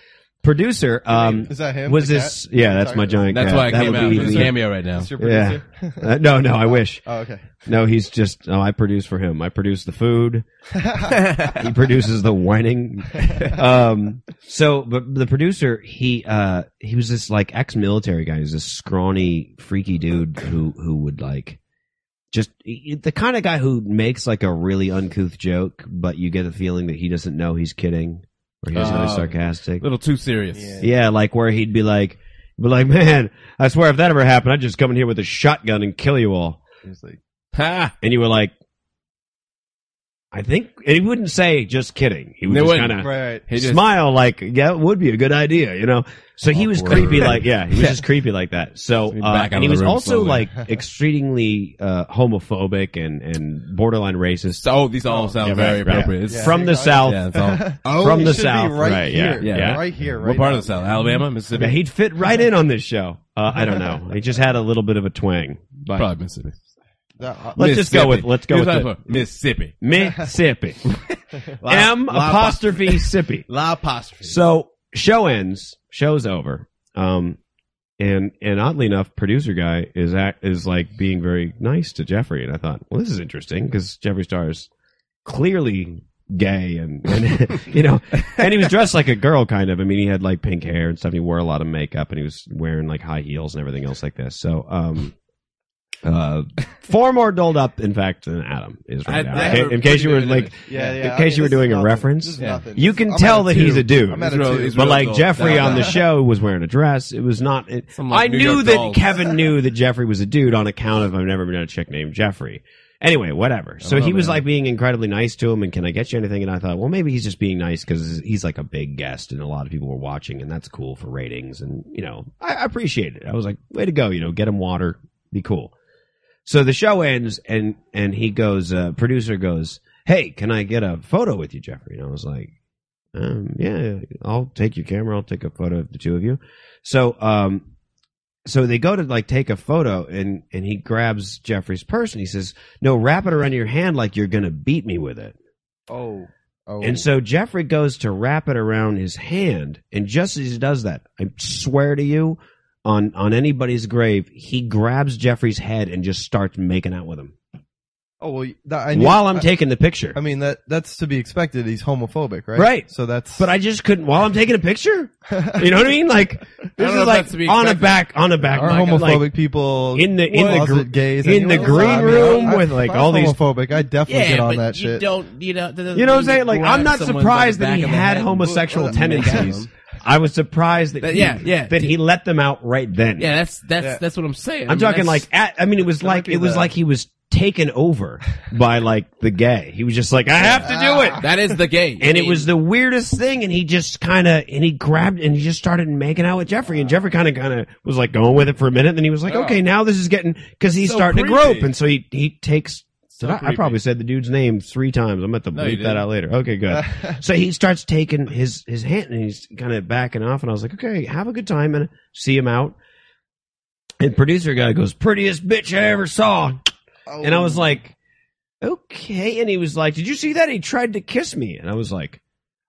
Speaker 1: Producer um
Speaker 3: is that him?
Speaker 1: was
Speaker 3: The
Speaker 1: this yeah, that's my giant
Speaker 2: That's
Speaker 1: cat.
Speaker 2: why I
Speaker 1: That
Speaker 2: came
Speaker 1: would
Speaker 2: out
Speaker 1: be
Speaker 2: with a
Speaker 1: the-
Speaker 2: cameo right now.
Speaker 3: Cat? Is your
Speaker 1: Yeah.
Speaker 3: producer? *laughs*
Speaker 1: Uh, no, no, I wish.
Speaker 3: oh okay.
Speaker 1: No, he's just no, I produce for him. I produce the food. *laughs* he produces the whining. Um, so, but the producer, he uh, he was this like ex-military guy. He was this scrawny, freaky dude who who would like just the kind of guy who makes like a really uncouth joke, but you get the feeling that he doesn't know he's kidding or he doesn't know he's
Speaker 2: Oh.
Speaker 1: sarcastic.
Speaker 2: A little too serious.
Speaker 3: Yeah.
Speaker 1: Yeah, like where he'd be like, be like, man, I swear if that ever happened, I'd just come in here with a shotgun and kill you all
Speaker 3: He's like,
Speaker 2: Ha!
Speaker 1: and you were like, I think and he wouldn't say just kidding. He would
Speaker 2: They
Speaker 1: just
Speaker 2: wouldn't,
Speaker 1: kind of
Speaker 3: right, right.
Speaker 2: He just-
Speaker 1: smile like, yeah, it would be a good idea, you know. So he was
Speaker 2: Awkward.
Speaker 1: creepy like, yeah, he was
Speaker 2: *laughs*
Speaker 1: just creepy like that. So
Speaker 2: He'd
Speaker 1: uh,
Speaker 2: back out
Speaker 1: and
Speaker 2: of
Speaker 1: he
Speaker 2: the
Speaker 1: was
Speaker 2: room
Speaker 1: also
Speaker 2: slowly. *laughs*
Speaker 1: like extremely uh, homophobic and and borderline racist
Speaker 2: So, oh, these all sound
Speaker 1: Yeah,
Speaker 2: very
Speaker 1: right, right.
Speaker 2: appropriate. It's-
Speaker 3: Yeah.
Speaker 1: from the
Speaker 3: Yeah. *laughs*
Speaker 1: south.
Speaker 2: yeah,
Speaker 1: *laughs*
Speaker 2: it's all-
Speaker 3: Oh,
Speaker 1: From
Speaker 3: he
Speaker 1: the
Speaker 3: should be
Speaker 1: south.
Speaker 3: right,
Speaker 1: Right, yeah,
Speaker 3: here,
Speaker 2: yeah.
Speaker 3: right here, right
Speaker 2: what part
Speaker 3: now.
Speaker 2: of the South? Alabama, Mississippi?
Speaker 1: Yeah, he'd fit right in on this show. Uh, I don't
Speaker 2: *laughs*
Speaker 1: know. He just had a little bit of a twang. But
Speaker 2: Probably Mississippi.
Speaker 3: That- uh,
Speaker 1: let's just go with let's go
Speaker 2: Here's
Speaker 1: with the,
Speaker 2: what I put. Mississippi. *laughs*
Speaker 1: Mississippi. M
Speaker 2: La- *laughs*
Speaker 1: apostrophe sippy.
Speaker 2: La apostrophe.
Speaker 1: So show ends, show's over. Um, and and oddly enough, producer guy is act, is like being very nice to Jeffrey, and I thought, well, this is interesting because Jeffrey Star is clearly gay, and, and *laughs* you know, and he was dressed like a girl, kind of. I mean, he had like pink hair and stuff. He wore a lot of makeup, and he was wearing like high heels and everything else like this. So, um. Uh, far more dolled up, in fact, than Adam is right
Speaker 2: I-
Speaker 1: now. In
Speaker 2: I have
Speaker 1: ca-
Speaker 2: a
Speaker 1: in case you were
Speaker 2: pretty good
Speaker 1: like,
Speaker 3: yeah, yeah.
Speaker 1: in
Speaker 3: I
Speaker 1: case
Speaker 3: mean,
Speaker 1: you were
Speaker 3: this is
Speaker 1: doing a
Speaker 3: nothing.
Speaker 1: reference,
Speaker 3: This is
Speaker 2: Yeah.
Speaker 3: nothing.
Speaker 1: you
Speaker 3: This-
Speaker 1: can
Speaker 3: I'm
Speaker 1: tell
Speaker 3: at
Speaker 1: that he's a dude.
Speaker 3: I'm at
Speaker 2: He's
Speaker 3: a
Speaker 2: real-
Speaker 3: two.
Speaker 2: he's
Speaker 1: But
Speaker 2: real
Speaker 1: like
Speaker 2: adult.
Speaker 1: Jeffrey
Speaker 2: Yeah.
Speaker 1: on the show was wearing a dress. It was not. It,
Speaker 2: Some, like,
Speaker 1: I
Speaker 2: New
Speaker 1: knew
Speaker 2: York
Speaker 1: that
Speaker 2: dolls.
Speaker 1: Kevin knew that Jeffrey was a dude on account of I've never met a chick named Jeffrey. Anyway, whatever. So
Speaker 2: don't
Speaker 1: he
Speaker 2: know,
Speaker 1: was
Speaker 2: man.
Speaker 1: like being incredibly nice to him, and can I get you anything? And I thought, well, maybe he's just being nice because he's like a big guest, and a lot of people were watching, and that's cool for ratings. And you know, I, I appreciate it. I was like, way to go, you know, get him water, be cool. So the show ends, and and he goes, uh, producer goes, hey, can I get a photo with you, Jeffrey? And I was like, um, yeah, I'll take your camera. I'll take a photo of the two of you. So, um, so they go to like take a photo, and and he grabs Jeffrey's purse, and he says, "No, wrap it around your hand like you're gonna beat me with it."
Speaker 3: Oh, oh,
Speaker 1: And so Jeffrey goes to wrap it around his hand, and just as he does that, I swear to you, on on anybody's grave, he grabs Jeffrey's head and just starts making out with him
Speaker 3: oh well. That, I knew,
Speaker 1: while I'm
Speaker 3: I-
Speaker 1: taking the picture.
Speaker 3: I mean that that's to be expected. He's homophobic, right?
Speaker 1: Right.
Speaker 3: So that's.
Speaker 1: but I just couldn't while I'm taking a
Speaker 2: *laughs*
Speaker 1: picture. You know what I mean? Like this
Speaker 2: know
Speaker 1: is
Speaker 2: if
Speaker 1: like
Speaker 2: that's to be
Speaker 1: on a
Speaker 2: expected.
Speaker 1: back on a back
Speaker 3: are
Speaker 1: like-
Speaker 3: homophobic
Speaker 1: like,
Speaker 3: people
Speaker 1: in the in the
Speaker 3: closet
Speaker 1: gr-
Speaker 3: gays
Speaker 1: in the
Speaker 3: anyways?
Speaker 1: green
Speaker 3: I mean,
Speaker 1: room
Speaker 3: I-
Speaker 1: with, like,
Speaker 3: if I'm
Speaker 1: all these-
Speaker 3: homophobic. I definitely get on that shit.
Speaker 2: don't. You know.
Speaker 1: You know what I'm saying? Like, I'm not surprised that he had homosexual tendencies. I was surprised that
Speaker 2: That-
Speaker 1: he-
Speaker 2: yeah, yeah.
Speaker 1: that he let them out right then.
Speaker 2: Yeah, that's that's
Speaker 3: Yeah.
Speaker 2: that's what I'm saying.
Speaker 1: I'm talking like at, I mean it was
Speaker 3: That might
Speaker 1: like
Speaker 3: be
Speaker 1: it was
Speaker 3: the-
Speaker 1: like he was taken over by like the gay. He was just like I have to do it.
Speaker 2: that is the gay,
Speaker 1: And it was the weirdest thing, and he just kind of and he grabbed and he just started making out with Jeffrey, and Jeffrey kind of kind of was like going with it for a minute, and then he was like,
Speaker 2: Oh.
Speaker 1: okay, now this is getting because he's
Speaker 2: So
Speaker 1: starting
Speaker 2: creepy.
Speaker 1: to grope, and so he he takes.
Speaker 2: So
Speaker 1: Did I, I
Speaker 2: creepy.
Speaker 1: probably said the dude's name three times. I'm going to
Speaker 2: No,
Speaker 1: bleep
Speaker 2: you
Speaker 1: that
Speaker 2: didn't.
Speaker 1: out later. Okay,
Speaker 2: *laughs*
Speaker 1: good. so he starts taking his his hand and he's kind of backing off, and I was like, okay, have a good time and see him out. And producer guy goes, prettiest bitch I ever saw.
Speaker 3: Oh,
Speaker 1: And I was
Speaker 2: Oh.
Speaker 1: like, okay. And he was like, did you see that? He tried to kiss me. And I was like,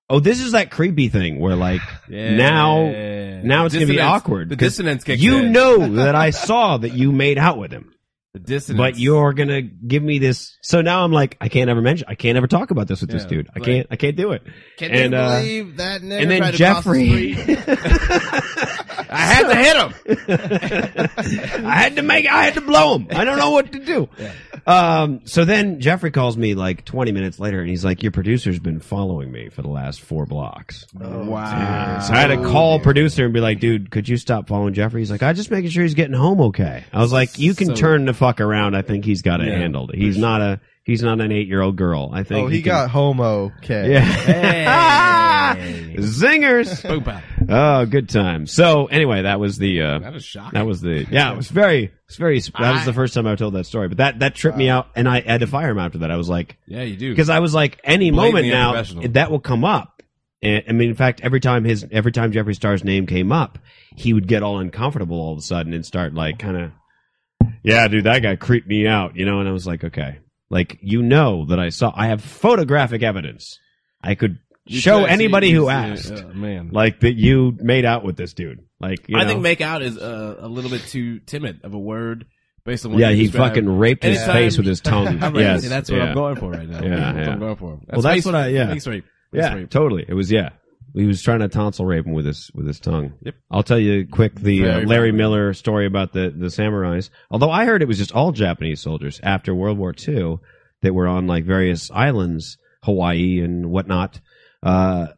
Speaker 1: oh, this is that creepy thing where
Speaker 2: *laughs*
Speaker 1: like, now- now it's gonna be awkward,
Speaker 2: The
Speaker 1: 'cause
Speaker 2: dissonance kicks
Speaker 1: you
Speaker 2: in.
Speaker 1: know that I saw that you made out with him,
Speaker 2: the dissonance,
Speaker 1: but you're going to give me this. So now I'm like, I can't ever mention, I can't ever talk about this with this
Speaker 2: Yeah,
Speaker 1: dude. I
Speaker 2: like-
Speaker 1: can't, I can't do it.
Speaker 2: Can
Speaker 1: and,
Speaker 2: you
Speaker 1: uh,
Speaker 2: believe that nigga
Speaker 1: And then
Speaker 2: tried to cross
Speaker 1: Jeffrey,
Speaker 2: the street?
Speaker 1: *laughs*
Speaker 2: *laughs* I had to hit him.
Speaker 1: I had to make, I had to blow him. I don't know what to do. Um, so then Jeffrey calls me like 20 minutes later and he's like, your producer's been following me for the last four blocks.
Speaker 3: oh,
Speaker 2: Wow.
Speaker 1: So I had to call producer and be like, dude, could you stop following Jeffrey? He's like, I just making sure he's getting home okay. I was like, you can
Speaker 2: So-
Speaker 1: turn the fuck around. I think he's got it
Speaker 2: Yeah,
Speaker 1: handled. He's not a, he's not an eight year old girl. I think.
Speaker 3: oh, he
Speaker 1: can-
Speaker 3: got homo.
Speaker 1: *laughs*
Speaker 3: Okay.
Speaker 1: yeah.
Speaker 2: Hey.
Speaker 1: *laughs* Zingers.
Speaker 2: Boom, pow.
Speaker 1: Oh, good time. So anyway, that was the, uh,
Speaker 2: That is shocking.
Speaker 1: that was the yeah. It was very, it's very. That was the first time I told that story, but that that tripped me out, and I had to fire him after that. I was like,
Speaker 2: yeah, you do.
Speaker 1: because I was like, any moment
Speaker 2: Blatantly
Speaker 1: now,
Speaker 2: unprofessional.
Speaker 1: that will come up. And, I mean, in fact, every time his every time Jeffree Star's name came up, he would get all uncomfortable all of a sudden and start like kind of, yeah, dude, that guy creeped me out, you know. And I was like, okay, like you know that I saw, I have photographic evidence. I could
Speaker 2: You
Speaker 1: show
Speaker 2: could see-
Speaker 1: anybody
Speaker 2: you
Speaker 1: who
Speaker 2: see-
Speaker 1: asked,
Speaker 2: uh, man.
Speaker 1: like that you made out with this dude. Like, you
Speaker 2: I
Speaker 1: know?
Speaker 2: think make out is uh, a little bit too timid of a word based on what
Speaker 1: yeah,
Speaker 2: you
Speaker 1: he
Speaker 2: described. *laughs*
Speaker 1: fucking raped his
Speaker 2: Anytime-
Speaker 1: face with his tongue.
Speaker 2: *laughs* I'm right.
Speaker 1: yes,
Speaker 2: Yeah, that's what
Speaker 1: yeah.
Speaker 2: I'm going for right now.
Speaker 1: Yeah,
Speaker 2: that's what
Speaker 1: yeah.
Speaker 2: I'm going for.
Speaker 1: Well, that's
Speaker 2: face-
Speaker 1: what I- yeah.
Speaker 2: Face rape. Face
Speaker 1: Yeah,
Speaker 2: rape.
Speaker 1: totally. It was yeah. He was trying to tonsil rape him with his with his tongue.
Speaker 2: Yep.
Speaker 1: I'll tell you quick the uh,
Speaker 2: Very
Speaker 1: Larry
Speaker 2: violent.
Speaker 1: Miller story about the the samurais. Although I heard it was just all Japanese soldiers after World War II that were on like various islands, Hawaii and whatnot, uh,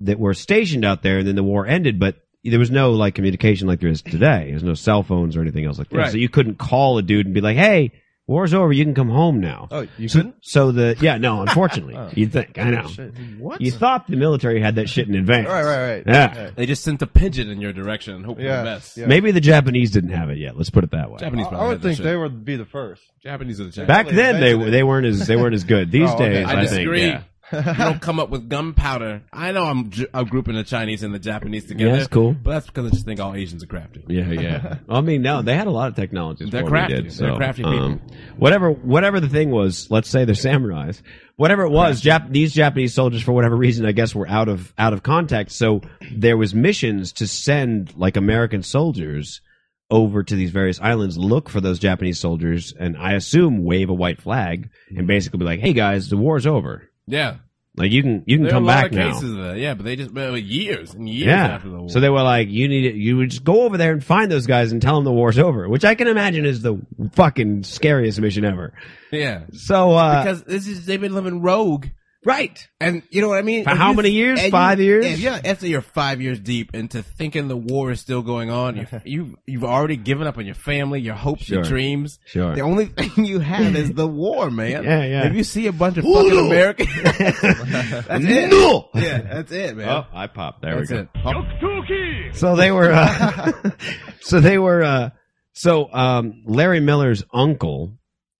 Speaker 1: that were stationed out there, and then the war ended, but. There was no like communication like there is today. There's no cell phones or anything else like that.
Speaker 2: Right.
Speaker 1: So you couldn't call a dude and be like, "Hey, war's over. You can come home now."
Speaker 3: Oh, you
Speaker 1: so,
Speaker 3: couldn't.
Speaker 1: so the yeah, no, unfortunately,
Speaker 3: *laughs* Oh.
Speaker 1: you'd think I know.
Speaker 3: Shit. What?
Speaker 1: You thought the military had that shit in advance.
Speaker 3: Right, right, right.
Speaker 1: Yeah.
Speaker 3: Right.
Speaker 2: They just sent a pigeon in your direction and hope for
Speaker 3: Yeah,
Speaker 2: the best.
Speaker 3: yeah.
Speaker 1: Maybe the Japanese didn't have it yet. Let's put it that way.
Speaker 2: Japanese
Speaker 3: I-
Speaker 2: probably had
Speaker 3: I would
Speaker 2: that
Speaker 3: think
Speaker 2: shit.
Speaker 3: they would be
Speaker 2: *laughs*
Speaker 3: the first.
Speaker 2: Japanese are the Japanese.
Speaker 1: Back then they they weren't as they weren't as good. These
Speaker 3: Oh, okay.
Speaker 1: days, I,
Speaker 2: I disagree.
Speaker 1: think. Yeah.
Speaker 2: you don't come up with gunpowder. I know I'm ju- I'm grouping the Chinese and the Japanese together.
Speaker 1: Yeah, that's cool.
Speaker 2: But that's because I just think all Asians are crafty.
Speaker 1: Yeah,
Speaker 2: *laughs*
Speaker 1: yeah. I mean, no, they had a lot of technologies.
Speaker 2: They're
Speaker 1: before we
Speaker 2: crafty.
Speaker 1: Did, so,
Speaker 2: They're crafty people.
Speaker 1: um, whatever, whatever the thing was, let's say they're samurais. Whatever it was, Jap- these Japanese soldiers, for whatever reason, I guess, were out of out of contact. So there was missions to send like American soldiers over to these various islands, look for those Japanese soldiers, and I assume wave a white flag
Speaker 2: Mm-hmm.
Speaker 1: and basically be like, "Hey guys, the war's over.
Speaker 2: Yeah,
Speaker 1: Like you can you can
Speaker 2: there are
Speaker 1: come
Speaker 2: a lot
Speaker 1: back
Speaker 2: of
Speaker 1: now."
Speaker 2: cases of that. Yeah, but they just well, years and years
Speaker 1: Yeah.
Speaker 2: after the war.
Speaker 1: So they were like, you need to You would just go over there and find those guys and tell them the war's over, which I can imagine is the fucking scariest mission ever.
Speaker 2: yeah,
Speaker 1: So, uh,
Speaker 2: because this is they've been living rogue,
Speaker 1: right.
Speaker 2: and you know what I mean.
Speaker 1: For
Speaker 2: And
Speaker 1: how
Speaker 2: you-
Speaker 1: many years?
Speaker 2: and you-
Speaker 1: Five years?
Speaker 2: and Yeah, after you're five years deep into thinking the war is still going
Speaker 1: *laughs*
Speaker 2: on, you you you've already given up on your family, your hopes, your
Speaker 1: Sure.
Speaker 2: dreams.
Speaker 1: Sure.
Speaker 2: The only thing you have is
Speaker 1: *laughs*
Speaker 2: the war, man.
Speaker 1: Yeah, yeah.
Speaker 2: If you see a bunch of fucking
Speaker 1: no. *laughs*
Speaker 2: Americans, that's it.
Speaker 1: No!
Speaker 2: Yeah, that's it, man. *laughs*
Speaker 1: Oh, I popped. There
Speaker 2: That's
Speaker 1: we go.
Speaker 2: it. Oh,
Speaker 1: So they were, uh, *laughs* so they were, uh, so, um, Larry Miller's uncle,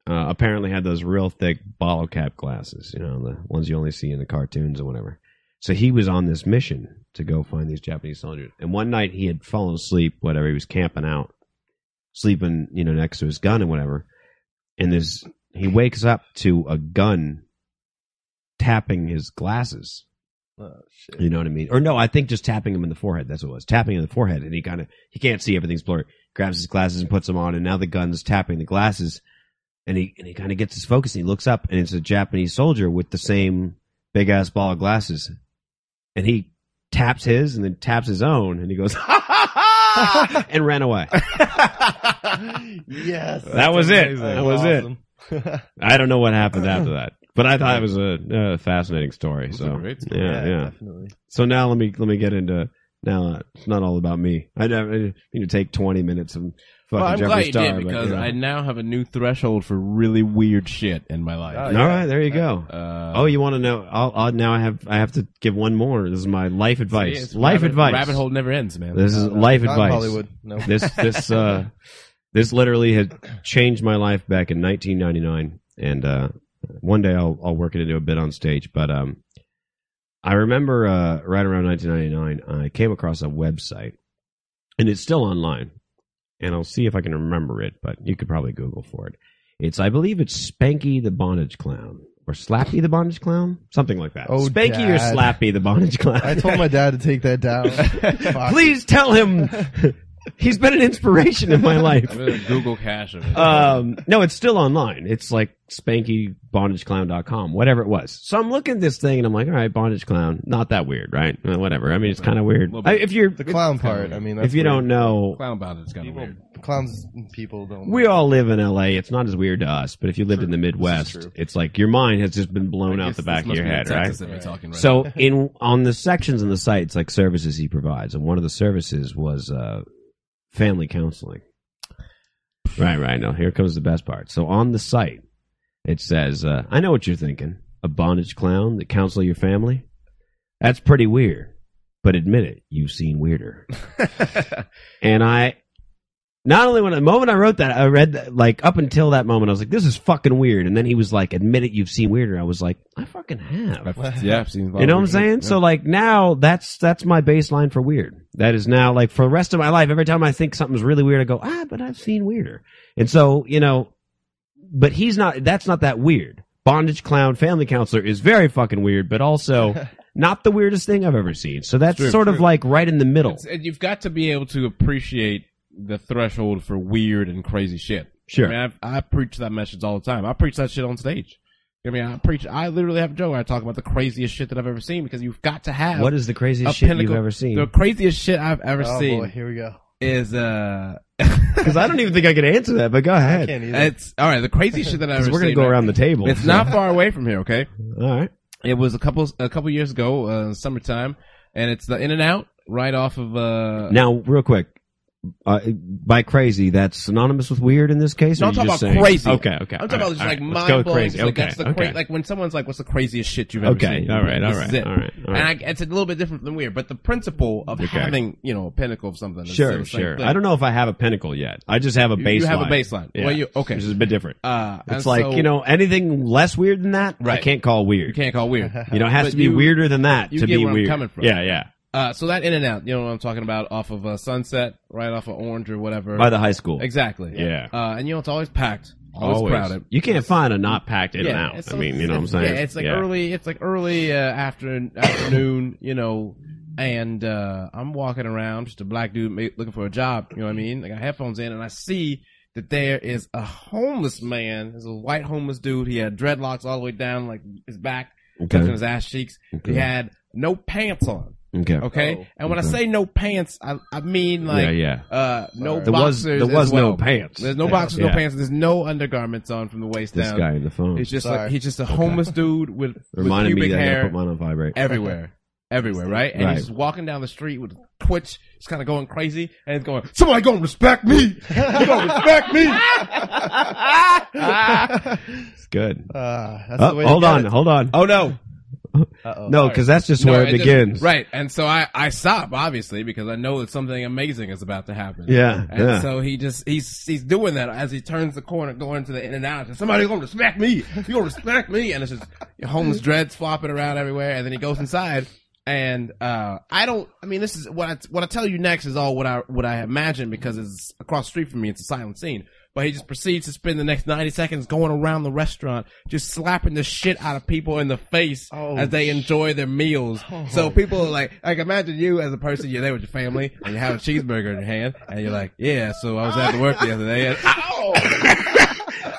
Speaker 1: uh, apparently had those real thick bottle cap glasses, you know, the ones you only see in the cartoons or whatever. So he was on this mission to go find these Japanese soldiers. And one night he had fallen asleep, whatever, he was camping out, sleeping, you know, next to his gun and whatever. And this he wakes up to a gun tapping his glasses.
Speaker 3: Oh, shit.
Speaker 1: You know what I mean? Or no, I think just tapping him in the forehead. That's what it was. Tapping him in the forehead, and he kind of he can't see. Everything's blurry. Grabs his glasses and puts them on, and now the gun's tapping the glasses, and he and he kind of gets his focus. And he looks up, and it's a Japanese soldier with the same big ass ball of glasses, and he taps his, and then taps his own, and he goes *laughs*
Speaker 2: ah!
Speaker 1: and ran away.
Speaker 3: yes.
Speaker 1: That was it. That was it.
Speaker 3: *laughs* it.
Speaker 1: I don't know what happened after that, but I thought it was a, uh fascinating story.
Speaker 2: It's a
Speaker 1: So
Speaker 2: great story.
Speaker 1: yeah, yeah.
Speaker 3: Definitely.
Speaker 1: So now let me let me get into now. Uh, it's not all about me. I never I need to take twenty minutes of fucking
Speaker 2: Well, I'm
Speaker 1: Jeffree
Speaker 2: glad you
Speaker 1: Star.
Speaker 2: did
Speaker 1: but,
Speaker 2: because
Speaker 1: yeah.
Speaker 2: I now have a new threshold for really weird shit in my
Speaker 3: Oh,
Speaker 1: all
Speaker 2: life.
Speaker 3: yeah.
Speaker 1: right, there you go.
Speaker 2: Uh,
Speaker 1: oh, you want to know? I'll, I'll now I have I have to give one more. This is my life
Speaker 2: see,
Speaker 1: advice.
Speaker 2: it's
Speaker 1: life
Speaker 2: rabbit,
Speaker 1: advice.
Speaker 2: Rabbit hole never ends, man.
Speaker 1: This is
Speaker 3: No, no,
Speaker 1: life
Speaker 3: not
Speaker 1: advice.
Speaker 3: Hollywood.
Speaker 1: *laughs*
Speaker 3: No.
Speaker 1: This this uh this literally had changed my life back in 1999, and uh, one day I'll I'll work it into a bit on stage. But um, I remember uh, right around 1999, I came across a website, and it's still online, and I'll see if I can remember it. But you could probably Google for it. It's I believe it's Spanky the Bondage Clown or Slappy the Bondage Clown, something like that.
Speaker 3: Oh,
Speaker 1: Spanky or
Speaker 3: Dad.
Speaker 1: Slappy the Bondage Clown.
Speaker 3: I told my dad to take
Speaker 1: *laughs*
Speaker 3: that down. Fuck.
Speaker 1: Please tell
Speaker 3: *laughs*
Speaker 1: him he's been an inspiration in my life.
Speaker 2: I'm gonna Google cash of it.
Speaker 1: Um, no, it's still online. It's like spankybondageclown.com, whatever it was. So I'm looking at this thing and I'm like, all right, bondage clown, not that weird, right? Uh, whatever. I mean, it's kind of weird.
Speaker 2: Little bit.
Speaker 1: I, if you're
Speaker 3: The clown part. I mean, that's
Speaker 1: if you
Speaker 3: weird.
Speaker 1: don't know,
Speaker 2: Clown about it's kind of
Speaker 3: People-
Speaker 2: weird.
Speaker 3: clowns, people don't.
Speaker 1: we all live in LA. It's not as weird to us, but if you lived
Speaker 3: True.
Speaker 1: in the
Speaker 3: This is
Speaker 1: Midwest,
Speaker 3: true.
Speaker 1: it's like your mind has just been blown
Speaker 2: I
Speaker 1: out
Speaker 2: guess
Speaker 1: the back
Speaker 2: this
Speaker 1: of
Speaker 2: must
Speaker 1: your
Speaker 2: be the
Speaker 1: head, right?
Speaker 2: Texas that we're talking right
Speaker 1: So in on the sections in the site, it's like services he provides, and one of the services was uh, family counseling. Right, right. Now here comes the best part. So on the site, it says, uh, "I know what you're thinking: a bondage clown that counsel your family. That's pretty weird, but admit it, you've seen *laughs* weirder." and I, not only when the moment I wrote that, I read that, like up until that moment, I was like, "This is fucking weird." And then he was like, "Admit it, you've seen weirder." I was like, "I fucking have."
Speaker 2: now. I've- yeah, I've seen. a lot
Speaker 1: You know what I'm
Speaker 2: of weird shit,
Speaker 1: saying?
Speaker 2: yeah.
Speaker 1: So like now that's that's my baseline for weird. That is now like for the rest of my life, every time I think something's really weird, I go, ah, but I've seen weirder. And so, you know, but he's not that's not that weird. Bondage clown family counselor is very fucking weird, but
Speaker 2: *laughs*
Speaker 1: also not the weirdest thing I've ever seen. So that's
Speaker 2: True,
Speaker 1: sort of
Speaker 2: true.
Speaker 1: like right in the middle.
Speaker 2: It's- and you've got to be able to appreciate the threshold for weird and crazy shit.
Speaker 1: sure.
Speaker 2: I mean, I've, I preach that message all the time. I preach that shit on stage. I mean, I preach. I literally have a joke where I talk about the craziest shit that I've ever seen because you've got to have
Speaker 1: what is the
Speaker 2: a
Speaker 1: craziest shit
Speaker 2: pinnacle-
Speaker 1: you've ever seen? *laughs*
Speaker 2: the craziest shit I've ever
Speaker 3: Oh
Speaker 2: seen
Speaker 3: boy, here we go.
Speaker 2: is uh,
Speaker 1: Because I don't even think I can answer that, but go
Speaker 3: I
Speaker 1: ahead.
Speaker 3: can't either.
Speaker 2: it's all right. The craziest shit
Speaker 1: *laughs*
Speaker 2: that I've ever
Speaker 1: Because we're gonna
Speaker 2: seen.
Speaker 1: go
Speaker 2: right?
Speaker 1: around the table. *laughs*
Speaker 2: It's not far away from here. Okay,
Speaker 1: all right.
Speaker 2: it was a couple a couple years ago, uh, summertime, and it's the In and Out right off of uh.
Speaker 1: Now, real quick, uh, by crazy, that's synonymous with weird in this case.
Speaker 2: No,
Speaker 1: or
Speaker 2: I'm
Speaker 1: you
Speaker 2: talking
Speaker 1: just
Speaker 2: about
Speaker 1: saying-
Speaker 2: crazy.
Speaker 1: Okay, okay.
Speaker 2: I'm talking about just like
Speaker 1: my
Speaker 2: mind blowing.
Speaker 1: crazy.
Speaker 2: Like,
Speaker 1: okay,
Speaker 2: that's the
Speaker 1: okay.
Speaker 2: cra- like when someone's like, "What's the craziest shit you've ever
Speaker 1: okay.
Speaker 2: seen?"
Speaker 1: All right. All
Speaker 2: This is
Speaker 1: right.
Speaker 2: it.
Speaker 1: All right. All right.
Speaker 2: And I, it's a little bit different than weird, but the principle of
Speaker 1: Okay.
Speaker 2: having you know a pinnacle of something. is
Speaker 1: Sure,
Speaker 2: the same
Speaker 1: sure.
Speaker 2: thing.
Speaker 1: I don't know if I have a pinnacle yet. I just have a
Speaker 2: You-
Speaker 1: baseline.
Speaker 2: You have a baseline.
Speaker 1: Yeah.
Speaker 2: Well, you okay?
Speaker 1: Which is a bit different.
Speaker 2: Uh, and
Speaker 1: It's like
Speaker 2: so
Speaker 1: you know anything less weird than that, I
Speaker 2: Right.
Speaker 1: can't call
Speaker 2: you
Speaker 1: weird.
Speaker 2: can't call weird.
Speaker 1: *laughs* You know, it has
Speaker 2: But
Speaker 1: to be
Speaker 2: you-
Speaker 1: weirder than that
Speaker 2: you
Speaker 1: to
Speaker 2: get
Speaker 1: be
Speaker 2: where I'm
Speaker 1: weird.
Speaker 2: coming from.
Speaker 1: Yeah, yeah.
Speaker 2: Uh, so that in and out, you know what I'm talking about, off of uh, Sunset, right off of Orange or whatever.
Speaker 1: By the high school,
Speaker 2: exactly.
Speaker 1: Yeah.
Speaker 2: Uh, and you know it's always packed, always, crowded.
Speaker 1: You can't find a not packed in
Speaker 2: yeah,
Speaker 1: and out.
Speaker 2: it's-
Speaker 1: I mean, you know what I'm
Speaker 2: it's-
Speaker 1: saying?
Speaker 2: *laughs* Yeah, it's like early. It's like early uh, after afternoon, you know. And uh, I'm walking around, just a black dude ma- looking for a job. You know what I mean? I got headphones in, and I see that there is a homeless man. There's a white homeless dude. He had dreadlocks all the way down, like his back, touching
Speaker 1: Okay.
Speaker 2: his ass cheeks.
Speaker 1: Okay.
Speaker 2: He had no pants on.
Speaker 1: Okay.
Speaker 2: Okay,
Speaker 3: Oh,
Speaker 2: and when
Speaker 1: okay.
Speaker 2: I say no pants, I I mean like
Speaker 1: yeah, yeah.
Speaker 2: uh no
Speaker 3: Sorry.
Speaker 1: There was
Speaker 2: boxers.
Speaker 1: there was
Speaker 2: as well.
Speaker 1: no pants.
Speaker 2: There's no boxers, no
Speaker 1: Yeah.
Speaker 2: pants. There's no undergarments on from the waist
Speaker 1: This
Speaker 2: down.
Speaker 1: guy in the phone.
Speaker 2: It's just
Speaker 3: Sorry.
Speaker 2: like he's just a homeless dude
Speaker 1: *laughs*
Speaker 2: with, with
Speaker 1: Reminded
Speaker 2: pubic
Speaker 1: me that I
Speaker 2: hair
Speaker 1: gotta put mine on vibrate.
Speaker 2: everywhere, everywhere, right? And
Speaker 1: Right.
Speaker 2: he's just walking down the street with a twitch. He's kind of going crazy, and he's going, "Somebody gonna respect me? You gonna respect me?"
Speaker 1: It's good.
Speaker 3: Ah, that's the
Speaker 1: Oh,
Speaker 3: way to
Speaker 1: hold
Speaker 3: get
Speaker 1: on,
Speaker 3: it.
Speaker 1: hold on.
Speaker 2: oh no,
Speaker 3: Uh-oh.
Speaker 1: no, because that's just where it
Speaker 2: just-
Speaker 1: begins.
Speaker 2: right? And so I I stop obviously because I know that something amazing is about to happen.
Speaker 1: Yeah,
Speaker 2: And
Speaker 1: yeah.
Speaker 2: so he just he's he's doing that as he turns the corner, going to the in and out. And Somebody gonna respect me. You gonna respect me? And it's just homeless dreads flopping around everywhere. And then he goes inside, And uh, I don't. I mean, this is what I what I tell you next is all what I what I imagine because it's across the street from me. It's a silent scene. But he just proceeds to spend the next ninety seconds going around the restaurant, just slapping the shit out of people in the face
Speaker 3: Oh,
Speaker 2: as they enjoy their meals. So people are like, like imagine you as a person, you're there with your family and you have a cheeseburger in your hand, and you're like, yeah. So I was at the work the other day. And, *laughs*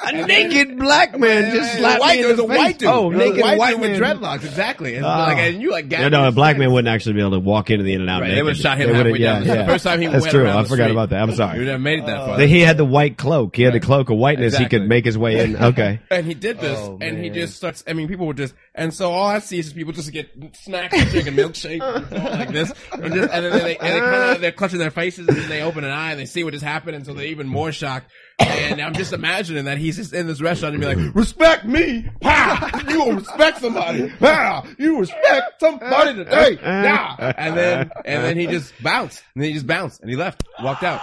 Speaker 1: A naked black man just slapped me
Speaker 2: white,
Speaker 1: in
Speaker 2: it was
Speaker 1: the
Speaker 2: a
Speaker 1: face.
Speaker 2: white dude.
Speaker 3: Oh,
Speaker 2: It was a
Speaker 3: naked
Speaker 2: white,
Speaker 3: white
Speaker 2: dude with
Speaker 3: man.
Speaker 2: dreadlocks, exactly. And,
Speaker 1: Ah.
Speaker 2: like, and you like,
Speaker 1: No, no, a black man wouldn't actually be able to walk into the In and Out.
Speaker 2: Right, they would've shot him halfway down the street. The first time he
Speaker 1: That's
Speaker 2: went
Speaker 1: true.
Speaker 2: around
Speaker 1: I
Speaker 2: the
Speaker 1: forgot
Speaker 2: street.
Speaker 1: about that. I'm
Speaker 2: You would
Speaker 1: sorry.
Speaker 2: have made it that far.
Speaker 1: He had the white cloak. He had the cloak of whiteness. He
Speaker 2: Exactly.
Speaker 1: could make his way in.
Speaker 2: *laughs*
Speaker 1: Okay.
Speaker 2: and he did this,
Speaker 3: Oh,
Speaker 2: and he
Speaker 3: man.
Speaker 2: just starts. I mean, people were just, and so all I see is just people just get snacks, and drinking milkshake like
Speaker 3: *laughs*
Speaker 2: this, and, just, and then they, and they come out, they're clutching their faces, and then they open an eye and they see what just happened, and so they're even more shocked. And I'm just imagining that he's just in this restaurant and be like, "Respect me, pa! You will respect somebody, pa! You respect somebody today,
Speaker 1: *laughs* Uh,
Speaker 2: yeah!" And then, and then he just bounced, and then he just bounced, and he left, walked out.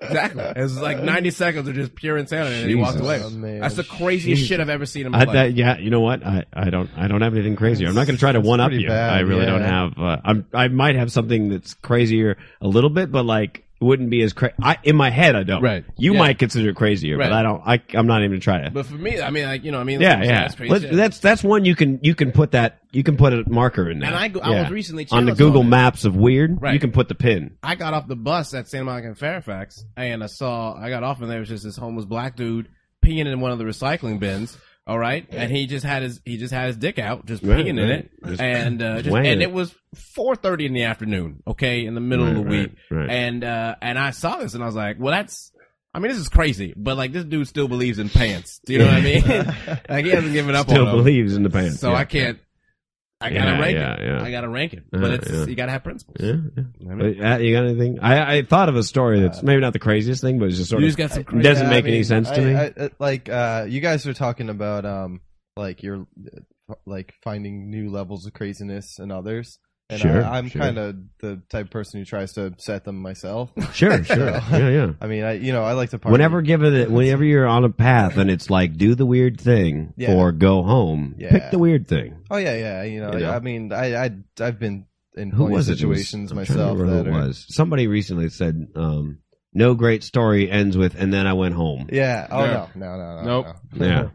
Speaker 2: Exactly. It was like 90 seconds of just pure insanity, and he walked
Speaker 1: Jesus.
Speaker 2: away.
Speaker 3: Oh, man.
Speaker 2: That's the craziest shit I've ever seen in my
Speaker 1: I,
Speaker 2: life.
Speaker 1: that, yeah, you know what? I, I don't I don't have anything crazier. I'm not going to try to one up
Speaker 3: pretty
Speaker 1: you.
Speaker 3: bad,
Speaker 1: I really
Speaker 3: yeah.
Speaker 1: don't have. Uh, I'm I might have something that's crazier a little bit, but like wouldn't be as crazy. I in my head I don't.
Speaker 2: Right.
Speaker 1: You
Speaker 2: Yeah.
Speaker 1: might consider it crazier,
Speaker 2: Right.
Speaker 1: but I don't. I I'm not even gonna try to.
Speaker 2: but for me, I mean, like you know, I mean,
Speaker 1: yeah,
Speaker 2: like,
Speaker 1: yeah.
Speaker 2: That's, crazy
Speaker 1: Let-
Speaker 2: shit.
Speaker 1: that's that's one you can you can put that you can put a marker in there.
Speaker 2: and I, go, I
Speaker 1: Yeah.
Speaker 2: was recently
Speaker 1: on the
Speaker 2: challenged
Speaker 1: Google
Speaker 2: it.
Speaker 1: Maps of weird.
Speaker 2: Right.
Speaker 1: You can put the pin.
Speaker 2: I got off the bus at Santa Monica and Fairfax, and I saw I got off, and there was just this homeless black dude peeing in one of the recycling bins. All right, and he just had his he just had his dick out, just
Speaker 1: Right,
Speaker 2: peeing in
Speaker 1: right.
Speaker 2: it,
Speaker 1: Just
Speaker 2: and uh, just,
Speaker 1: wanging
Speaker 2: and
Speaker 1: it.
Speaker 2: it was four thirty in the afternoon. Okay, in the middle of the
Speaker 1: Right,
Speaker 2: week,
Speaker 1: right, right.
Speaker 2: and uh, and I saw this, and I was like, well, that's. I mean, this is crazy, but like this dude still believes in pants. Do you know what I mean? *laughs* like he hasn't given up
Speaker 1: Still
Speaker 2: on 'em.
Speaker 1: believes in the pants.
Speaker 2: So
Speaker 1: yeah.
Speaker 2: I can't. I gotta
Speaker 1: Yeah,
Speaker 2: rank
Speaker 1: yeah,
Speaker 2: it.
Speaker 1: yeah.
Speaker 2: I gotta rank it.
Speaker 1: Yeah,
Speaker 2: But it's
Speaker 1: yeah.
Speaker 2: you gotta have principles.
Speaker 1: Yeah, yeah.
Speaker 2: You know what I mean?
Speaker 1: But, uh, you got anything? I, I thought of a story that's maybe not the craziest thing, but it's just sort of
Speaker 2: You just got some
Speaker 1: it
Speaker 2: crazy.
Speaker 1: doesn't
Speaker 3: Yeah, I
Speaker 1: make any
Speaker 3: mean,
Speaker 1: sense to
Speaker 3: I-
Speaker 1: me.
Speaker 3: I- I- like uh, you guys are talking about um, like you're uh, like finding new levels of craziness in others, and
Speaker 1: Sure,
Speaker 3: I, I'm
Speaker 1: sure.
Speaker 3: kind of the type of person who tries to set them myself.
Speaker 1: *laughs* sure, *laughs* sure, yeah, yeah.
Speaker 3: I mean, I you know I like to party.
Speaker 1: Whenever
Speaker 3: *laughs*
Speaker 1: given it, whenever you're on a path and it's like do the weird thing
Speaker 3: Yeah.
Speaker 1: or go home,
Speaker 3: Yeah.
Speaker 1: pick the weird thing.
Speaker 3: oh yeah, yeah, you know,
Speaker 1: You know?
Speaker 3: I mean, I I I've been in
Speaker 1: Who
Speaker 3: plenty of
Speaker 1: was it?
Speaker 3: situations
Speaker 1: it was, I'm trying
Speaker 3: myself
Speaker 1: to
Speaker 3: that
Speaker 1: remember who it
Speaker 3: are-
Speaker 1: was. Somebody recently said, um, "No great story ends with," and then I went home.
Speaker 3: Yeah. Oh
Speaker 2: Yeah.
Speaker 3: no, no, no, no.
Speaker 2: Nope.
Speaker 3: No.
Speaker 1: Yeah.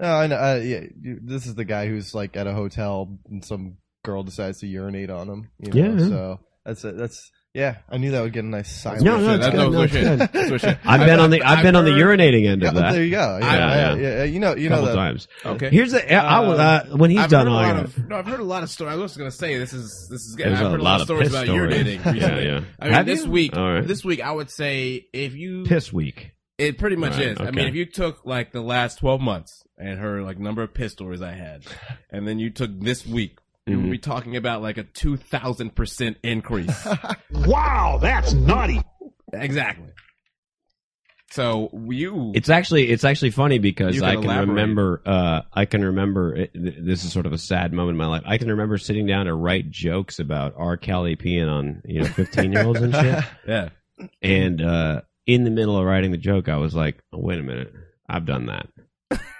Speaker 3: No, I know. Uh, yeah, you- this is the guy who's like at a hotel and some girl decides to urinate on him. You know?
Speaker 1: Yeah.
Speaker 3: So that's it. That's yeah. I knew that would get a nice silence.
Speaker 1: No, no, it's
Speaker 2: That's
Speaker 1: good.
Speaker 2: no
Speaker 1: No, it's *laughs*
Speaker 2: bullshit.
Speaker 1: good.
Speaker 2: *laughs* That's what she-
Speaker 1: I've been on the I've been on the
Speaker 2: heard-
Speaker 1: urinating end
Speaker 3: Yeah,
Speaker 1: of that
Speaker 3: there
Speaker 1: a
Speaker 3: you go. Yeah,
Speaker 1: Yeah, yeah.
Speaker 3: I- yeah, You know, you know
Speaker 1: couple
Speaker 3: that.
Speaker 1: times.
Speaker 2: Okay.
Speaker 1: Here's the I, I will, uh, when he's
Speaker 2: I've
Speaker 1: done.
Speaker 2: heard a
Speaker 1: I
Speaker 2: lot
Speaker 1: gotta-
Speaker 2: of, no, I've heard a lot of stories. I was going to say this is this is. good.
Speaker 1: There's
Speaker 2: I've
Speaker 1: a
Speaker 2: heard a
Speaker 1: lot
Speaker 2: lot
Speaker 1: of
Speaker 2: of stories
Speaker 1: piss
Speaker 2: about
Speaker 1: stories.
Speaker 2: urinating.
Speaker 1: Yeah,
Speaker 2: recently.
Speaker 1: yeah.
Speaker 2: I mean,
Speaker 1: Have
Speaker 2: this
Speaker 1: you?
Speaker 2: week,
Speaker 1: All right.
Speaker 2: this week, I would say if you,
Speaker 1: piss week.
Speaker 2: it pretty much
Speaker 1: Right,
Speaker 2: is. I
Speaker 1: okay.
Speaker 2: mean, if you took like the last twelve months and her like number of piss stories I had,
Speaker 1: *laughs*
Speaker 2: and then you took this week, you
Speaker 1: Mm-hmm.
Speaker 2: would be talking about like a two thousand percent
Speaker 1: *laughs*
Speaker 2: increase.
Speaker 4: Wow, that's naughty.
Speaker 2: exactly. So you,
Speaker 1: It's actually it's actually funny because
Speaker 2: You
Speaker 1: I
Speaker 2: can
Speaker 1: can
Speaker 2: elaborate.
Speaker 1: remember uh, I can remember it, th- this is sort of a sad moment in my life. I can remember sitting down to write jokes about R. Kelly peeing on you know fifteen year olds and
Speaker 2: *laughs*
Speaker 1: shit. *laughs*
Speaker 2: yeah,
Speaker 1: And uh, in the middle of writing the joke, I was like, oh, "Wait a minute, I've done that."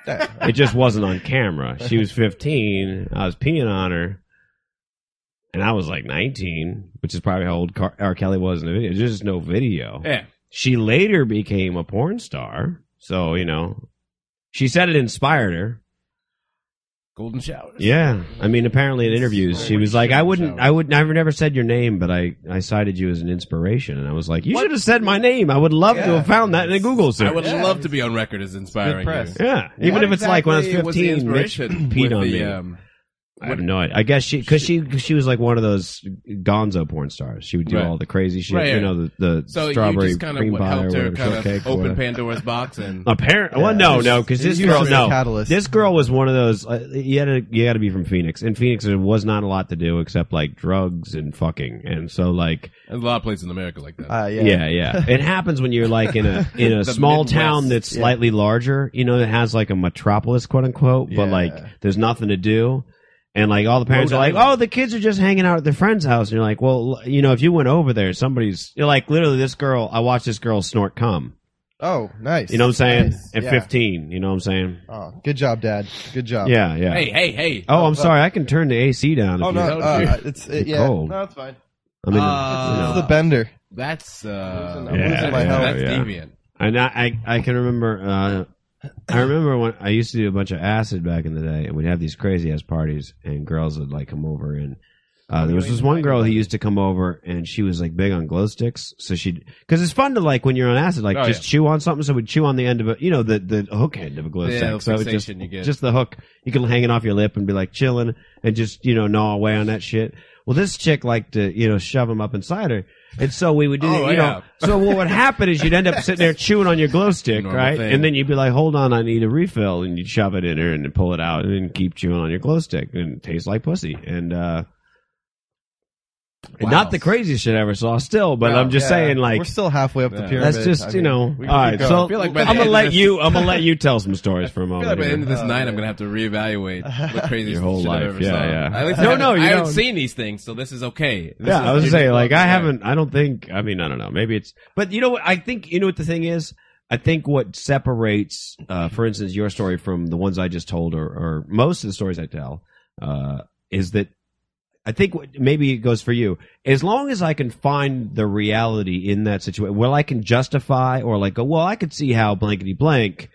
Speaker 1: It just wasn't on camera. She was fifteen. I was peeing on her, and I was like nineteen, which is probably how old Car- R. Kelly was in the video. There's just no video.
Speaker 2: yeah.
Speaker 1: She later became a porn star. So, you know, she said it inspired her.
Speaker 2: Golden showers.
Speaker 1: Yeah. I mean, apparently in interviews, she was like, I wouldn't, I would never, never said your name, but I, I cited you as an inspiration. And I was like, you should have said my name. I would love to
Speaker 3: Yeah.
Speaker 1: have found that in a Google search.
Speaker 2: I would
Speaker 3: Yeah.
Speaker 2: love to be on record as inspiring.
Speaker 3: Good press.
Speaker 2: you.
Speaker 1: yeah. Even
Speaker 2: What
Speaker 1: if it's like when I was
Speaker 2: exactly the
Speaker 1: 15, Mitch
Speaker 2: inspiration
Speaker 1: peed
Speaker 2: with
Speaker 1: on
Speaker 2: the,
Speaker 1: me.
Speaker 2: um,
Speaker 1: I have no idea. I guess she, cause she, she was like one of those gonzo porn stars. She would do
Speaker 2: Right.
Speaker 1: all the crazy shit,
Speaker 2: Right,
Speaker 1: you
Speaker 2: right.
Speaker 1: know, the, the
Speaker 2: so
Speaker 1: strawberry
Speaker 2: you just kind
Speaker 1: cream
Speaker 2: of
Speaker 1: pie or
Speaker 2: helped her
Speaker 1: whatever,
Speaker 2: kind of
Speaker 1: shortcake or
Speaker 2: open
Speaker 1: whatever.
Speaker 2: Pandora's
Speaker 1: *laughs*
Speaker 2: box and
Speaker 1: Apparently,
Speaker 3: Yeah,
Speaker 1: well, no,
Speaker 3: it's-
Speaker 1: no, because
Speaker 3: it's
Speaker 1: this girl,
Speaker 3: usually a
Speaker 1: no,
Speaker 3: catalyst.
Speaker 1: this girl was one of those. Uh, you had to, you got to be from Phoenix, and Phoenix there was not a lot to do except like drugs and fucking, and so like,
Speaker 2: there's a lot of places in America like that.
Speaker 3: Uh, yeah.
Speaker 1: yeah, yeah,
Speaker 3: *laughs*
Speaker 1: it happens when you're like in a in a
Speaker 2: The
Speaker 1: small
Speaker 2: Midwest,
Speaker 1: town that's
Speaker 3: yeah.
Speaker 1: slightly larger, you know, that has like a metropolis, quote unquote, but
Speaker 3: Yeah.
Speaker 1: like there's nothing to do. And like all the parents
Speaker 2: Rhode
Speaker 1: are like,
Speaker 2: Island.
Speaker 1: oh, the kids are just hanging out at their friend's house. And you're like, well, l- you know, if you went over there, somebody's, you're like, literally, this girl, I watched this girl snort cum.
Speaker 3: Oh, nice.
Speaker 1: You know what I'm saying?
Speaker 3: Nice.
Speaker 1: At
Speaker 3: Yeah.
Speaker 1: 15, you know what I'm saying?
Speaker 3: Oh, good job, Dad. Good job.
Speaker 1: Yeah, yeah.
Speaker 2: Hey, hey, hey.
Speaker 1: oh, I'm sorry. I can turn the AC down. If
Speaker 3: Oh no,
Speaker 1: you,
Speaker 3: uh, it's it,
Speaker 1: You're
Speaker 3: yeah.
Speaker 1: cold.
Speaker 3: No, it's fine.
Speaker 1: I mean,
Speaker 2: Uh,
Speaker 1: you
Speaker 3: It's
Speaker 1: know.
Speaker 3: the bender.
Speaker 2: That's uh,
Speaker 3: I'm losing- I'm
Speaker 1: losing my health.
Speaker 2: That's
Speaker 1: Yeah.
Speaker 2: deviant.
Speaker 1: And I, I, I can remember. Uh, I remember when I used to do a bunch of acid back in the day, and we'd have these crazy ass parties, and girls would like come over, and uh, there was this one girl who used to come over, and she was like big on glow sticks, so she because it's fun to like when you're on acid, like
Speaker 2: Oh,
Speaker 1: just chew on something. So we'd chew on the end of a, you know, the the hook end of a glow
Speaker 2: Yeah,
Speaker 1: stick.
Speaker 2: the
Speaker 1: So it would just
Speaker 2: fixation you get.
Speaker 1: just the hook, you can hang it off your lip and be like chilling, and just you know gnaw away on that shit. Well, this chick liked to you know shove them up inside her, and so we would do
Speaker 2: Oh,
Speaker 1: you
Speaker 2: yeah.
Speaker 1: know. So what would happen is you'd end up sitting there chewing on your glow stick,
Speaker 2: Normal
Speaker 1: right?
Speaker 2: thing.
Speaker 1: And then you'd be like, "Hold on, I need a refill," and you'd shove it in her and then pull it out and then keep chewing on your glow stick, and it tastes like pussy. And uh,
Speaker 2: Wow.
Speaker 1: not the craziest shit I ever saw, still, but
Speaker 2: Wow,
Speaker 1: I'm just
Speaker 3: Yeah.
Speaker 1: saying, like,
Speaker 3: we're still halfway up the
Speaker 2: Yeah.
Speaker 3: pyramid.
Speaker 1: that's just
Speaker 3: I
Speaker 1: you
Speaker 3: mean,
Speaker 1: know.
Speaker 3: we can
Speaker 1: All
Speaker 3: keep
Speaker 1: right,
Speaker 3: going.
Speaker 1: so *laughs*
Speaker 2: I feel like by the
Speaker 1: I'm
Speaker 2: end
Speaker 1: gonna
Speaker 2: of
Speaker 1: let
Speaker 2: this-
Speaker 1: you. I'm gonna let you tell some stories for a
Speaker 2: I
Speaker 1: moment.
Speaker 2: feel like by the
Speaker 1: here.
Speaker 2: end of this
Speaker 3: Uh,
Speaker 2: night, I'm gonna have to reevaluate the
Speaker 1: *laughs*
Speaker 2: craziest
Speaker 1: Your whole
Speaker 2: shit
Speaker 1: life,
Speaker 2: I've ever
Speaker 1: yeah,
Speaker 2: saw.
Speaker 1: yeah.
Speaker 2: At least
Speaker 1: No,
Speaker 2: I haven't-
Speaker 1: no, you
Speaker 2: I haven't
Speaker 1: don't.
Speaker 2: seen these things, so this is okay. This
Speaker 1: yeah,
Speaker 2: is
Speaker 1: I was
Speaker 2: your
Speaker 1: saying
Speaker 2: new
Speaker 1: like
Speaker 2: life.
Speaker 1: I haven't. I don't think. I mean, I don't know. Maybe it's. But you know what? I think you know what the thing is. I think what separates, uh, for instance, your story from the ones I just told, or, or most of the stories I tell, uh, is that I think what, maybe it goes for you. As long as I can find the reality in that situation, well, I can justify or like go, well, I could see how blankety blank.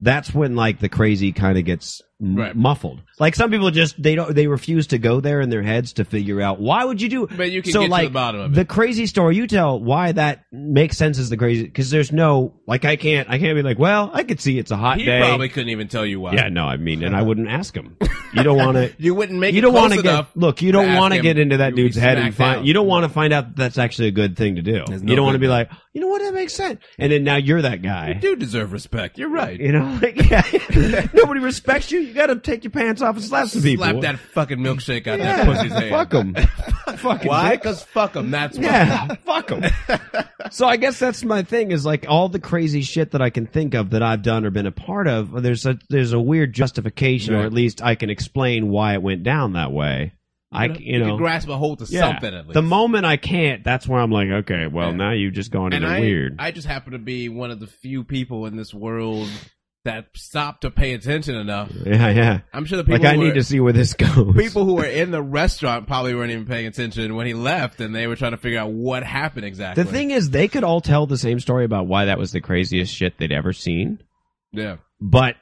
Speaker 1: That's when like the crazy kind of gets m-
Speaker 2: Right.
Speaker 1: muffled. Like some people just they don't they refuse to go there in their heads to figure out why would you do
Speaker 2: But you can
Speaker 1: so
Speaker 2: get
Speaker 1: like
Speaker 2: to the bottom of it.
Speaker 1: the crazy story you tell why that makes sense is the crazy because there's no like I can't I can't be like well I could see it's a hot
Speaker 2: he
Speaker 1: day
Speaker 2: probably couldn't even tell you why.
Speaker 1: yeah no I mean and I wouldn't ask him you don't want to
Speaker 2: *laughs* You wouldn't make
Speaker 1: you
Speaker 2: it
Speaker 1: don't
Speaker 2: close
Speaker 1: want to
Speaker 2: enough.
Speaker 1: get look you
Speaker 2: to
Speaker 1: don't
Speaker 2: ask
Speaker 1: want to
Speaker 2: him,
Speaker 1: get into that
Speaker 2: you'd be
Speaker 1: dude's head and
Speaker 2: smacked
Speaker 1: find
Speaker 2: out.
Speaker 1: you don't want to find out that that's actually a good thing to do
Speaker 2: There's
Speaker 1: you
Speaker 2: no
Speaker 1: don't want to
Speaker 2: good
Speaker 1: be like you know what that makes sense and then now you're that guy
Speaker 2: You do deserve respect. You're right.
Speaker 1: you know like yeah. *laughs* nobody respects you you got to take your pants off and slap some people
Speaker 2: Slap that fucking milkshake out
Speaker 1: yeah.
Speaker 2: *laughs* that pussy's hand.
Speaker 1: fuck them fucking
Speaker 2: Why?
Speaker 1: dick.
Speaker 2: Because *laughs* fuck them. That's why. *laughs*
Speaker 1: Yeah, fuck them. so I guess that's my thing is like all the crazy shit that I can think of that I've done or been a part of. There's a there's a weird justification, or
Speaker 2: Right.
Speaker 1: at least I can explain why it went down that way. I c- you know
Speaker 2: can grasp a hold to
Speaker 1: yeah.
Speaker 2: uh, something at least.
Speaker 1: The moment I can't, that's where I'm like, okay, well
Speaker 2: Yeah.
Speaker 1: now you've just gone
Speaker 2: and
Speaker 1: into
Speaker 2: I,
Speaker 1: weird.
Speaker 2: I just happen to be one of the few people in this world that stopped to pay attention enough.
Speaker 1: *laughs* yeah, yeah.
Speaker 2: I'm sure the people
Speaker 1: Like I
Speaker 2: who
Speaker 1: need
Speaker 2: were,
Speaker 1: to see where this goes.
Speaker 2: *laughs* people who were in the restaurant probably weren't even paying attention when he left, and they were trying to figure out what happened exactly.
Speaker 1: the thing is, they could all tell the same story about why that was the craziest shit they'd ever seen,
Speaker 2: yeah,
Speaker 1: but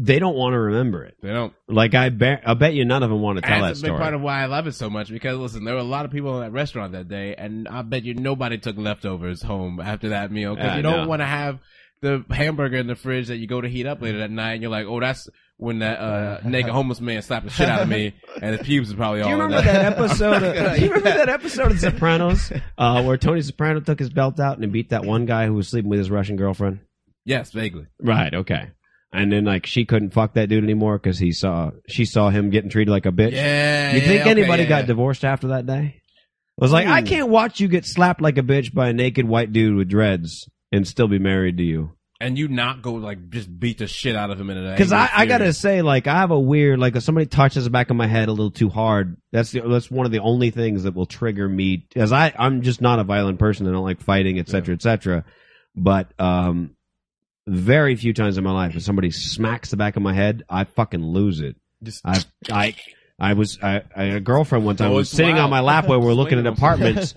Speaker 1: they don't want to remember it.
Speaker 2: they don't.
Speaker 1: Like I bet, I bet you none of them want to tell that
Speaker 2: That's a big
Speaker 1: story.
Speaker 2: part of why I love it so much because listen, there were a lot of people in that restaurant that day, and I bet you nobody took leftovers home after that meal because
Speaker 1: Yeah,
Speaker 2: you don't
Speaker 1: no.
Speaker 2: want to have the hamburger in the fridge that you go to heat up later that night, and you're like, oh, that's when
Speaker 1: *laughs*
Speaker 2: that uh, naked homeless man slapped the shit out of me, and his pubes is probably
Speaker 1: Do
Speaker 2: all.
Speaker 1: you
Speaker 2: in *laughs*
Speaker 1: remember
Speaker 2: there.
Speaker 1: that episode? Of, do you remember that episode of
Speaker 2: *laughs*
Speaker 1: Sopranos uh, where Tony Soprano took his belt out and beat that one guy who was sleeping with his Russian girlfriend?
Speaker 2: Yes, vaguely.
Speaker 1: Right. Okay. And then like she couldn't fuck that dude anymore because he saw she saw him getting treated like a bitch.
Speaker 2: Yeah.
Speaker 1: you
Speaker 2: yeah,
Speaker 1: think
Speaker 2: okay,
Speaker 1: anybody
Speaker 2: yeah,
Speaker 1: got
Speaker 2: yeah. Hmm.
Speaker 1: divorced after that day? I was like, I can't watch you get slapped like a bitch by a naked white dude with dreads and still be married to you.
Speaker 2: and you not go like just beat the shit out of him in an
Speaker 1: Because
Speaker 2: angry
Speaker 1: I, I
Speaker 2: fury.
Speaker 1: gotta say, like, I have a weird, like, if somebody touches the back of my head a little too hard, that's the, that's one of the only things that will trigger me. Because I I'm just not a violent person. I don't like fighting, etc., cetera, etc. But um, very few times in my life, if somebody smacks the back of my head, I fucking lose it.
Speaker 3: Just-
Speaker 1: I I I was I, I had a girlfriend one time
Speaker 2: Oh,
Speaker 1: was
Speaker 2: it's
Speaker 1: sitting on
Speaker 2: wild.
Speaker 1: my lap while we were
Speaker 2: *laughs*
Speaker 1: looking at
Speaker 2: Swinging on something.
Speaker 1: apartments.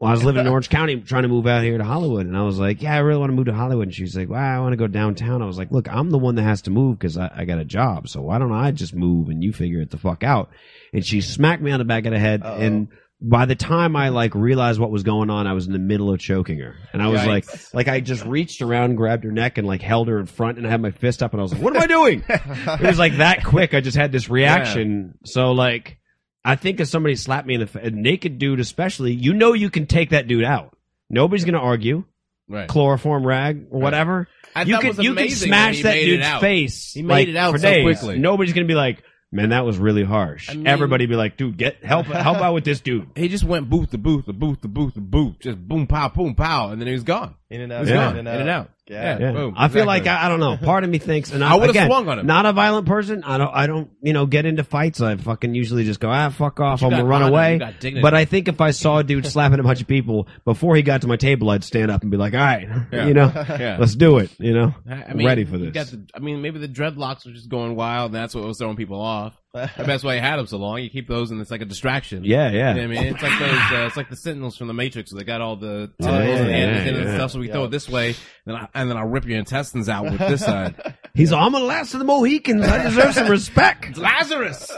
Speaker 1: Well, I was living in Orange County, trying to move out here to Hollywood, and I was like, "Yeah, I really want to move to Hollywood." And she's like, "Well, I want to go downtown." I was like, "Look, I'm the one that has to move because I, I got a job, so why don't I just move and you figure it the fuck out?" And she smacked me on the back of the head,
Speaker 3: Uh-oh.
Speaker 1: and by the time I like realized what was going on, I was in the middle of choking her, and I was
Speaker 2: Yikes.
Speaker 1: like, like I just reached around, grabbed her neck, and like held her in front, and I had my fist up, and I was like, "What am I doing?" it
Speaker 3: *laughs*
Speaker 1: was like that quick. I just had
Speaker 2: *laughs*
Speaker 1: this reaction. So like, I think if somebody slapped me in the fa- a naked dude, especially, you know, you can take that dude out. Nobody's gonna argue.
Speaker 2: right.
Speaker 1: Chloroform rag or whatever.
Speaker 2: I
Speaker 1: You
Speaker 2: thought it
Speaker 1: can
Speaker 2: was
Speaker 1: you can
Speaker 2: amazing when
Speaker 1: smash
Speaker 2: he
Speaker 1: that
Speaker 2: made it
Speaker 1: dude's
Speaker 2: out.
Speaker 1: face.
Speaker 2: He made
Speaker 1: like,
Speaker 2: it out
Speaker 1: for
Speaker 2: so
Speaker 1: days.
Speaker 2: quickly.
Speaker 1: Nobody's gonna be like, man, that was really harsh.
Speaker 2: I mean-
Speaker 1: Everybody be like, dude, get help help out with this
Speaker 2: *laughs*
Speaker 1: dude.
Speaker 2: He just went booth to booth to booth to booth to booth, just boom pow boom pow, and then he was gone.
Speaker 3: in and
Speaker 2: He
Speaker 3: out,
Speaker 2: was
Speaker 1: Yeah.
Speaker 2: gone in and out.
Speaker 3: Yeah.
Speaker 1: Yeah.
Speaker 2: Boom.
Speaker 1: I feel
Speaker 2: Exactly.
Speaker 1: like I, I don't know. Part of me thinks, and I,
Speaker 2: I would've
Speaker 1: again,
Speaker 2: swung on him.
Speaker 1: Not a violent person. I don't. I don't. You know, get into fights. I fucking usually just go ah fuck off.
Speaker 2: You
Speaker 1: I'm gonna
Speaker 2: got
Speaker 1: run
Speaker 2: honor,
Speaker 1: away.
Speaker 2: you got dignity.
Speaker 1: But I think if I saw a
Speaker 2: *laughs*
Speaker 1: dude slapping a bunch of people before he got to my table, I'd stand up and be like, all right,
Speaker 2: Yeah.
Speaker 1: you know,
Speaker 2: *laughs* Yeah.
Speaker 1: let's do it. You know,
Speaker 2: I I mean,
Speaker 1: ready for
Speaker 2: you
Speaker 1: this.
Speaker 2: got the- I mean, maybe the dreadlocks were just going wild, and that's what was throwing
Speaker 1: *laughs*
Speaker 2: people off. Maybe that's why you had them so long. You keep those, and it's like a distraction.
Speaker 1: yeah, yeah.
Speaker 2: You know what I mean, it's like those. Uh, it's like the Sentinels from the Matrix. Where they got all the tentacles
Speaker 3: yeah,
Speaker 2: and the
Speaker 3: yeah,
Speaker 2: antennas and
Speaker 1: yeah.
Speaker 2: stuff. So we
Speaker 3: Yeah.
Speaker 2: throw it this way, then I, and then I'll rip your intestines out with
Speaker 1: *laughs*
Speaker 2: this side.
Speaker 1: He's all, I'm the last of the Mohicans. I deserve some
Speaker 2: *laughs*
Speaker 1: respect.
Speaker 2: Lazarus.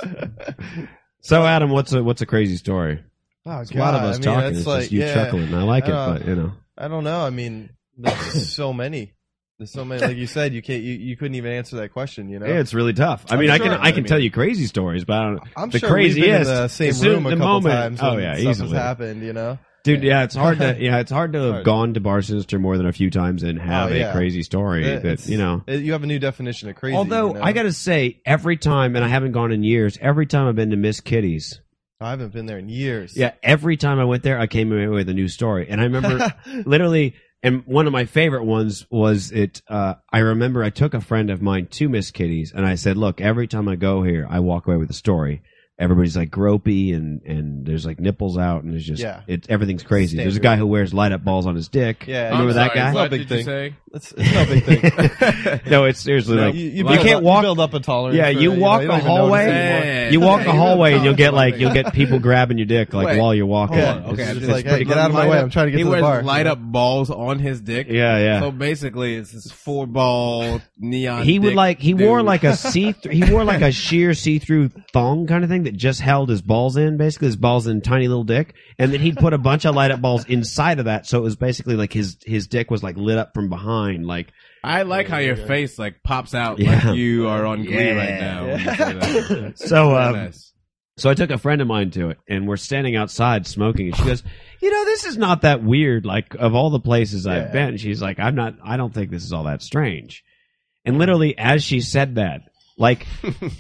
Speaker 1: So, Adam, what's a what's a crazy story?
Speaker 3: Oh,
Speaker 1: It's a lot of
Speaker 3: God,
Speaker 1: us
Speaker 3: I mean,
Speaker 1: talking.
Speaker 3: that's
Speaker 1: It's
Speaker 3: like-
Speaker 1: just you
Speaker 3: yeah.
Speaker 1: chuckling. I like it,
Speaker 3: Uh,
Speaker 1: but you know,
Speaker 3: I don't know. I mean, there's so many. There's so many. Like you said, you can't. You, you couldn't even answer that question. You know.
Speaker 1: Yeah, it's really tough. I
Speaker 3: I'm
Speaker 1: mean, I
Speaker 3: sure,
Speaker 1: can I
Speaker 3: I
Speaker 1: can
Speaker 3: mean-
Speaker 1: tell you crazy stories, but I don't.
Speaker 3: I'm
Speaker 1: the
Speaker 3: sure we've been in
Speaker 1: craziest
Speaker 3: the same
Speaker 1: is
Speaker 3: room
Speaker 1: the
Speaker 3: a couple
Speaker 1: moment-
Speaker 3: times.
Speaker 1: oh,
Speaker 3: when
Speaker 1: yeah,
Speaker 3: stuff
Speaker 1: easily.
Speaker 3: has happened. You know.
Speaker 1: Dude, yeah, it's hard
Speaker 3: *laughs*
Speaker 1: to yeah, it's hard to have
Speaker 3: Hard.
Speaker 1: gone to Bar Sinister more than a few times and have
Speaker 3: Oh,
Speaker 1: a
Speaker 3: yeah.
Speaker 1: crazy story
Speaker 3: It-
Speaker 1: that
Speaker 3: it's-
Speaker 1: you know.
Speaker 3: it- you have a new definition of crazy.
Speaker 1: Although
Speaker 3: you know?
Speaker 1: I gotta say, every time, and I haven't gone in years. Every time I've been to Miss Kitty's,
Speaker 3: I haven't been there in years.
Speaker 1: yeah, every time I went there, I came away with a new story. And I remember
Speaker 3: *laughs*
Speaker 1: literally, and one of my favorite ones was it. Uh, I remember I took a friend of mine to Miss Kitty's, and I said, "Look, every time I go here, I walk away with a story." Everybody's like gropey, and and there's like nipples out, and there's just
Speaker 3: Yeah.
Speaker 1: it's everything crazy. There's a
Speaker 3: Standard.
Speaker 1: guy who wears light up balls on his dick.
Speaker 3: Yeah,
Speaker 1: remember
Speaker 2: I'm
Speaker 1: that
Speaker 2: sorry,
Speaker 1: guy?
Speaker 2: What
Speaker 3: Not a big
Speaker 2: did you
Speaker 3: thing.
Speaker 2: say?
Speaker 3: it's, it's no big thing.
Speaker 1: *laughs*
Speaker 3: *laughs*
Speaker 1: no, it's seriously like
Speaker 3: you,
Speaker 1: you
Speaker 3: build
Speaker 1: can't
Speaker 3: up,
Speaker 1: walk-
Speaker 3: You build up a tolerance.
Speaker 1: Yeah,
Speaker 3: for
Speaker 1: you
Speaker 3: it,
Speaker 1: walk
Speaker 3: you
Speaker 1: a
Speaker 3: don't even notice
Speaker 1: hallway.
Speaker 3: it anymore.
Speaker 2: Yeah.
Speaker 1: you walk
Speaker 3: Yeah,
Speaker 1: the
Speaker 3: you
Speaker 1: hallway and you'll
Speaker 3: really
Speaker 1: get
Speaker 3: don't
Speaker 1: like
Speaker 3: like
Speaker 1: you'll get people grabbing your dick like
Speaker 2: Wait.
Speaker 1: while you're walking.
Speaker 2: Hold on,
Speaker 1: It's
Speaker 2: okay,
Speaker 1: just-
Speaker 2: I'm
Speaker 3: It's
Speaker 1: it's
Speaker 3: like,
Speaker 1: pretty-
Speaker 3: hey, get out of my
Speaker 2: light
Speaker 3: way.
Speaker 2: up-
Speaker 3: I'm trying to get
Speaker 2: he
Speaker 3: to the
Speaker 2: wears
Speaker 3: bar.
Speaker 2: light up balls on his dick.
Speaker 1: yeah, yeah.
Speaker 2: So basically, it's this four ball neon.
Speaker 1: he would
Speaker 2: dick
Speaker 1: like he
Speaker 2: dude.
Speaker 1: wore like
Speaker 2: *laughs*
Speaker 1: a see through he wore like a sheer see through thong kind of thing that just held his balls in basically his balls in tiny little dick and then he'd put a bunch of light up balls inside of that so it was basically like his his dick was like lit up from behind like
Speaker 2: I like how your face like pops out
Speaker 1: Yeah.
Speaker 2: like you are on Glee
Speaker 1: Yeah.
Speaker 2: right now. when you say
Speaker 3: *laughs*
Speaker 2: that.
Speaker 1: so
Speaker 2: Very
Speaker 1: um,
Speaker 2: nice.
Speaker 1: so I took a friend of mine to it and we're standing outside smoking and she goes you know this is not that weird like of all the places I've
Speaker 3: Yeah.
Speaker 1: been she's like I'm not I don't think this is all that strange and literally as she said that like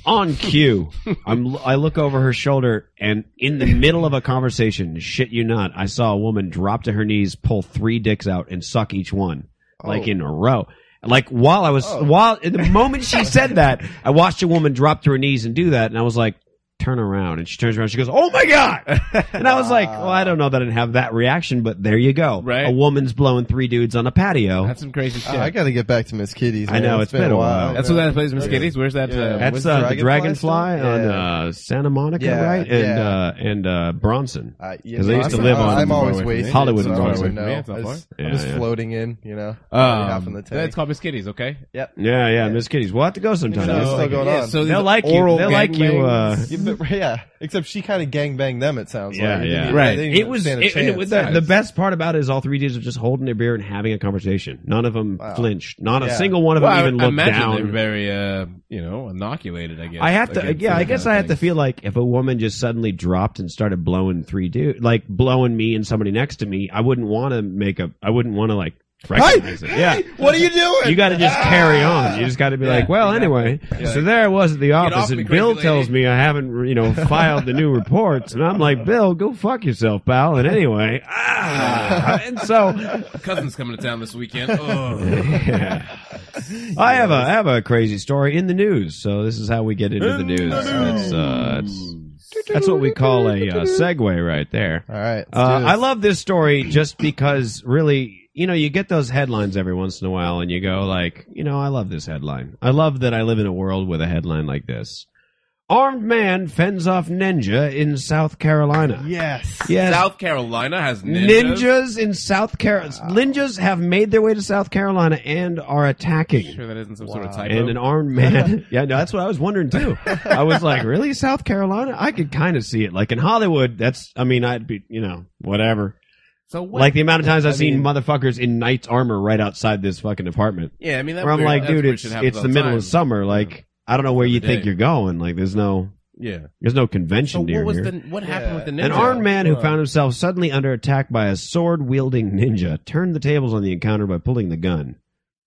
Speaker 1: on cue. I'm, I look over her shoulder, and in the middle of a conversation, shit you not, I saw a woman drop to her knees, pull three dicks out, and suck each one, like
Speaker 3: Oh.
Speaker 1: in a row. Like while I was,
Speaker 3: Oh.
Speaker 1: while in the moment she
Speaker 3: *laughs*
Speaker 1: said that, I watched a woman drop to her knees and do that, and I was like, turn around. And she turns around, she goes, oh my God. And I was
Speaker 3: *laughs*
Speaker 1: like, well, I don't know that I didn't have that reaction, but there you go.
Speaker 2: Right.
Speaker 1: A woman's blowing three dudes on a patio.
Speaker 2: That's some crazy shit.
Speaker 3: Oh, I gotta get back to Miss Kitty's.
Speaker 1: I
Speaker 3: man.
Speaker 1: know, it's been a while.
Speaker 2: That's what
Speaker 3: man.
Speaker 2: that place, Miss
Speaker 3: Yeah.
Speaker 2: Kitty's. Where's that? Uh,
Speaker 3: Yeah.
Speaker 2: where's
Speaker 1: That's
Speaker 3: With
Speaker 1: uh, the Dragonfly
Speaker 3: Dragonfly
Speaker 1: on
Speaker 3: stuff?
Speaker 1: uh, Santa Monica,
Speaker 3: Yeah,
Speaker 1: right? And
Speaker 3: yeah.
Speaker 1: uh, and uh, Bronson.
Speaker 3: I, you
Speaker 1: 'Cause they
Speaker 3: know,
Speaker 1: used to
Speaker 3: I'm-
Speaker 1: live
Speaker 3: I'm
Speaker 1: on
Speaker 3: I'm always
Speaker 2: Broadway.
Speaker 3: wasted.
Speaker 1: Hollywood
Speaker 3: so I
Speaker 1: is
Speaker 3: don't
Speaker 1: far
Speaker 3: even
Speaker 2: away.
Speaker 3: know.
Speaker 2: Yeah, it's not
Speaker 3: I'm
Speaker 2: far.
Speaker 3: just-
Speaker 1: Yeah,
Speaker 3: I'm just
Speaker 1: yeah.
Speaker 3: floating in, you know.
Speaker 2: um,
Speaker 3: half in the tank.
Speaker 2: It's called Miss Kitty's. Okay.
Speaker 1: Yeah, yeah, Miss Kitties. We'll have to go sometime.
Speaker 3: No,
Speaker 1: It's
Speaker 3: still
Speaker 1: like-
Speaker 3: going
Speaker 2: yeah,
Speaker 3: on.
Speaker 2: So
Speaker 1: they'll
Speaker 2: these
Speaker 1: like you.
Speaker 2: oral
Speaker 1: They'll like you. Uh,
Speaker 2: gangbangs.
Speaker 3: Yeah, but- yeah, except she kind of gang banged them. It sounds
Speaker 1: Yeah,
Speaker 3: like They
Speaker 1: yeah.
Speaker 3: didn't-
Speaker 2: Right.
Speaker 3: they didn't
Speaker 1: it
Speaker 3: even
Speaker 1: was,
Speaker 3: stand a
Speaker 1: it, and it
Speaker 3: chance.
Speaker 1: was the, the best part about it is all three dudes were just holding their beer and having a conversation. None of them
Speaker 3: Wow.
Speaker 1: flinched. Not a
Speaker 3: Yeah.
Speaker 1: single one of
Speaker 2: Well,
Speaker 1: them
Speaker 2: I,
Speaker 1: even
Speaker 2: I
Speaker 1: looked
Speaker 2: imagine they're
Speaker 1: down.
Speaker 2: very, uh, you know, inoculated. I guess.
Speaker 1: I have to,
Speaker 2: against
Speaker 1: yeah.
Speaker 2: that
Speaker 1: I guess
Speaker 2: kind of
Speaker 1: I have to
Speaker 2: thing.
Speaker 1: feel like if a woman just suddenly dropped and started blowing three dudes, like blowing me and somebody next to me, I wouldn't want to make a. I wouldn't want to like recognize it. Yeah,
Speaker 3: What are you doing?
Speaker 1: You got to just carry on. You just got to be like, well, anyway. So there I was at the office,
Speaker 2: off me,
Speaker 1: and Bill
Speaker 2: crazy
Speaker 1: tells me I haven't, you know, filed the
Speaker 2: *laughs*
Speaker 1: new reports, and I'm like, Bill, go fuck yourself, pal. And anyway,
Speaker 2: *laughs*
Speaker 1: ah, and so
Speaker 2: Cousin's coming to town this weekend. Oh.
Speaker 1: *laughs* I have a I have a crazy story in the news. So this is how we get into the news. That's uh, that's, that's what we call a uh, segue right there.
Speaker 3: All right. let's
Speaker 1: Uh,
Speaker 3: do this.
Speaker 1: I love this story just because, really, you know, you get those headlines every once in a while, and you go like, you know, I love this headline. I love that I live in a world with a headline like this: "Armed man fends off ninja in South Carolina."
Speaker 3: Yes.
Speaker 1: Yes,
Speaker 2: South Carolina has ninjas.
Speaker 1: ninjas? in South Carolina. Ninjas have made their way to South Carolina and are attacking.
Speaker 2: Sure, that isn't some sort of
Speaker 3: Wow.
Speaker 2: typo.
Speaker 1: And an armed man. *laughs* yeah, no, that's what I was wondering
Speaker 2: *laughs*
Speaker 1: too. I was like, really, South Carolina? I could kind of see it. Like in Hollywood, that's. I mean, I'd be, you know, whatever.
Speaker 2: so what?
Speaker 1: Like the amount of times I've
Speaker 3: I
Speaker 1: seen
Speaker 3: mean-
Speaker 1: motherfuckers in knight's armor right outside this fucking apartment.
Speaker 2: yeah, I mean, that
Speaker 1: Where I'm
Speaker 2: weird-
Speaker 1: like,
Speaker 2: that's
Speaker 1: dude,
Speaker 2: weird
Speaker 1: it's
Speaker 2: shit happens
Speaker 1: it's
Speaker 2: all
Speaker 1: the middle
Speaker 2: time.
Speaker 1: of summer. Like, I don't know where you
Speaker 2: Every
Speaker 1: think
Speaker 2: day.
Speaker 1: you're going. Like, there's no
Speaker 2: Yeah.
Speaker 1: there's no convention
Speaker 2: So
Speaker 1: near
Speaker 2: what was
Speaker 1: here.
Speaker 2: the what happened
Speaker 3: Yeah.
Speaker 2: with the ninja?
Speaker 1: An
Speaker 3: ninja?
Speaker 1: armed man who
Speaker 3: Huh.
Speaker 1: found himself suddenly under attack by a sword wielding ninja turned the tables on the encounter by pulling the gun.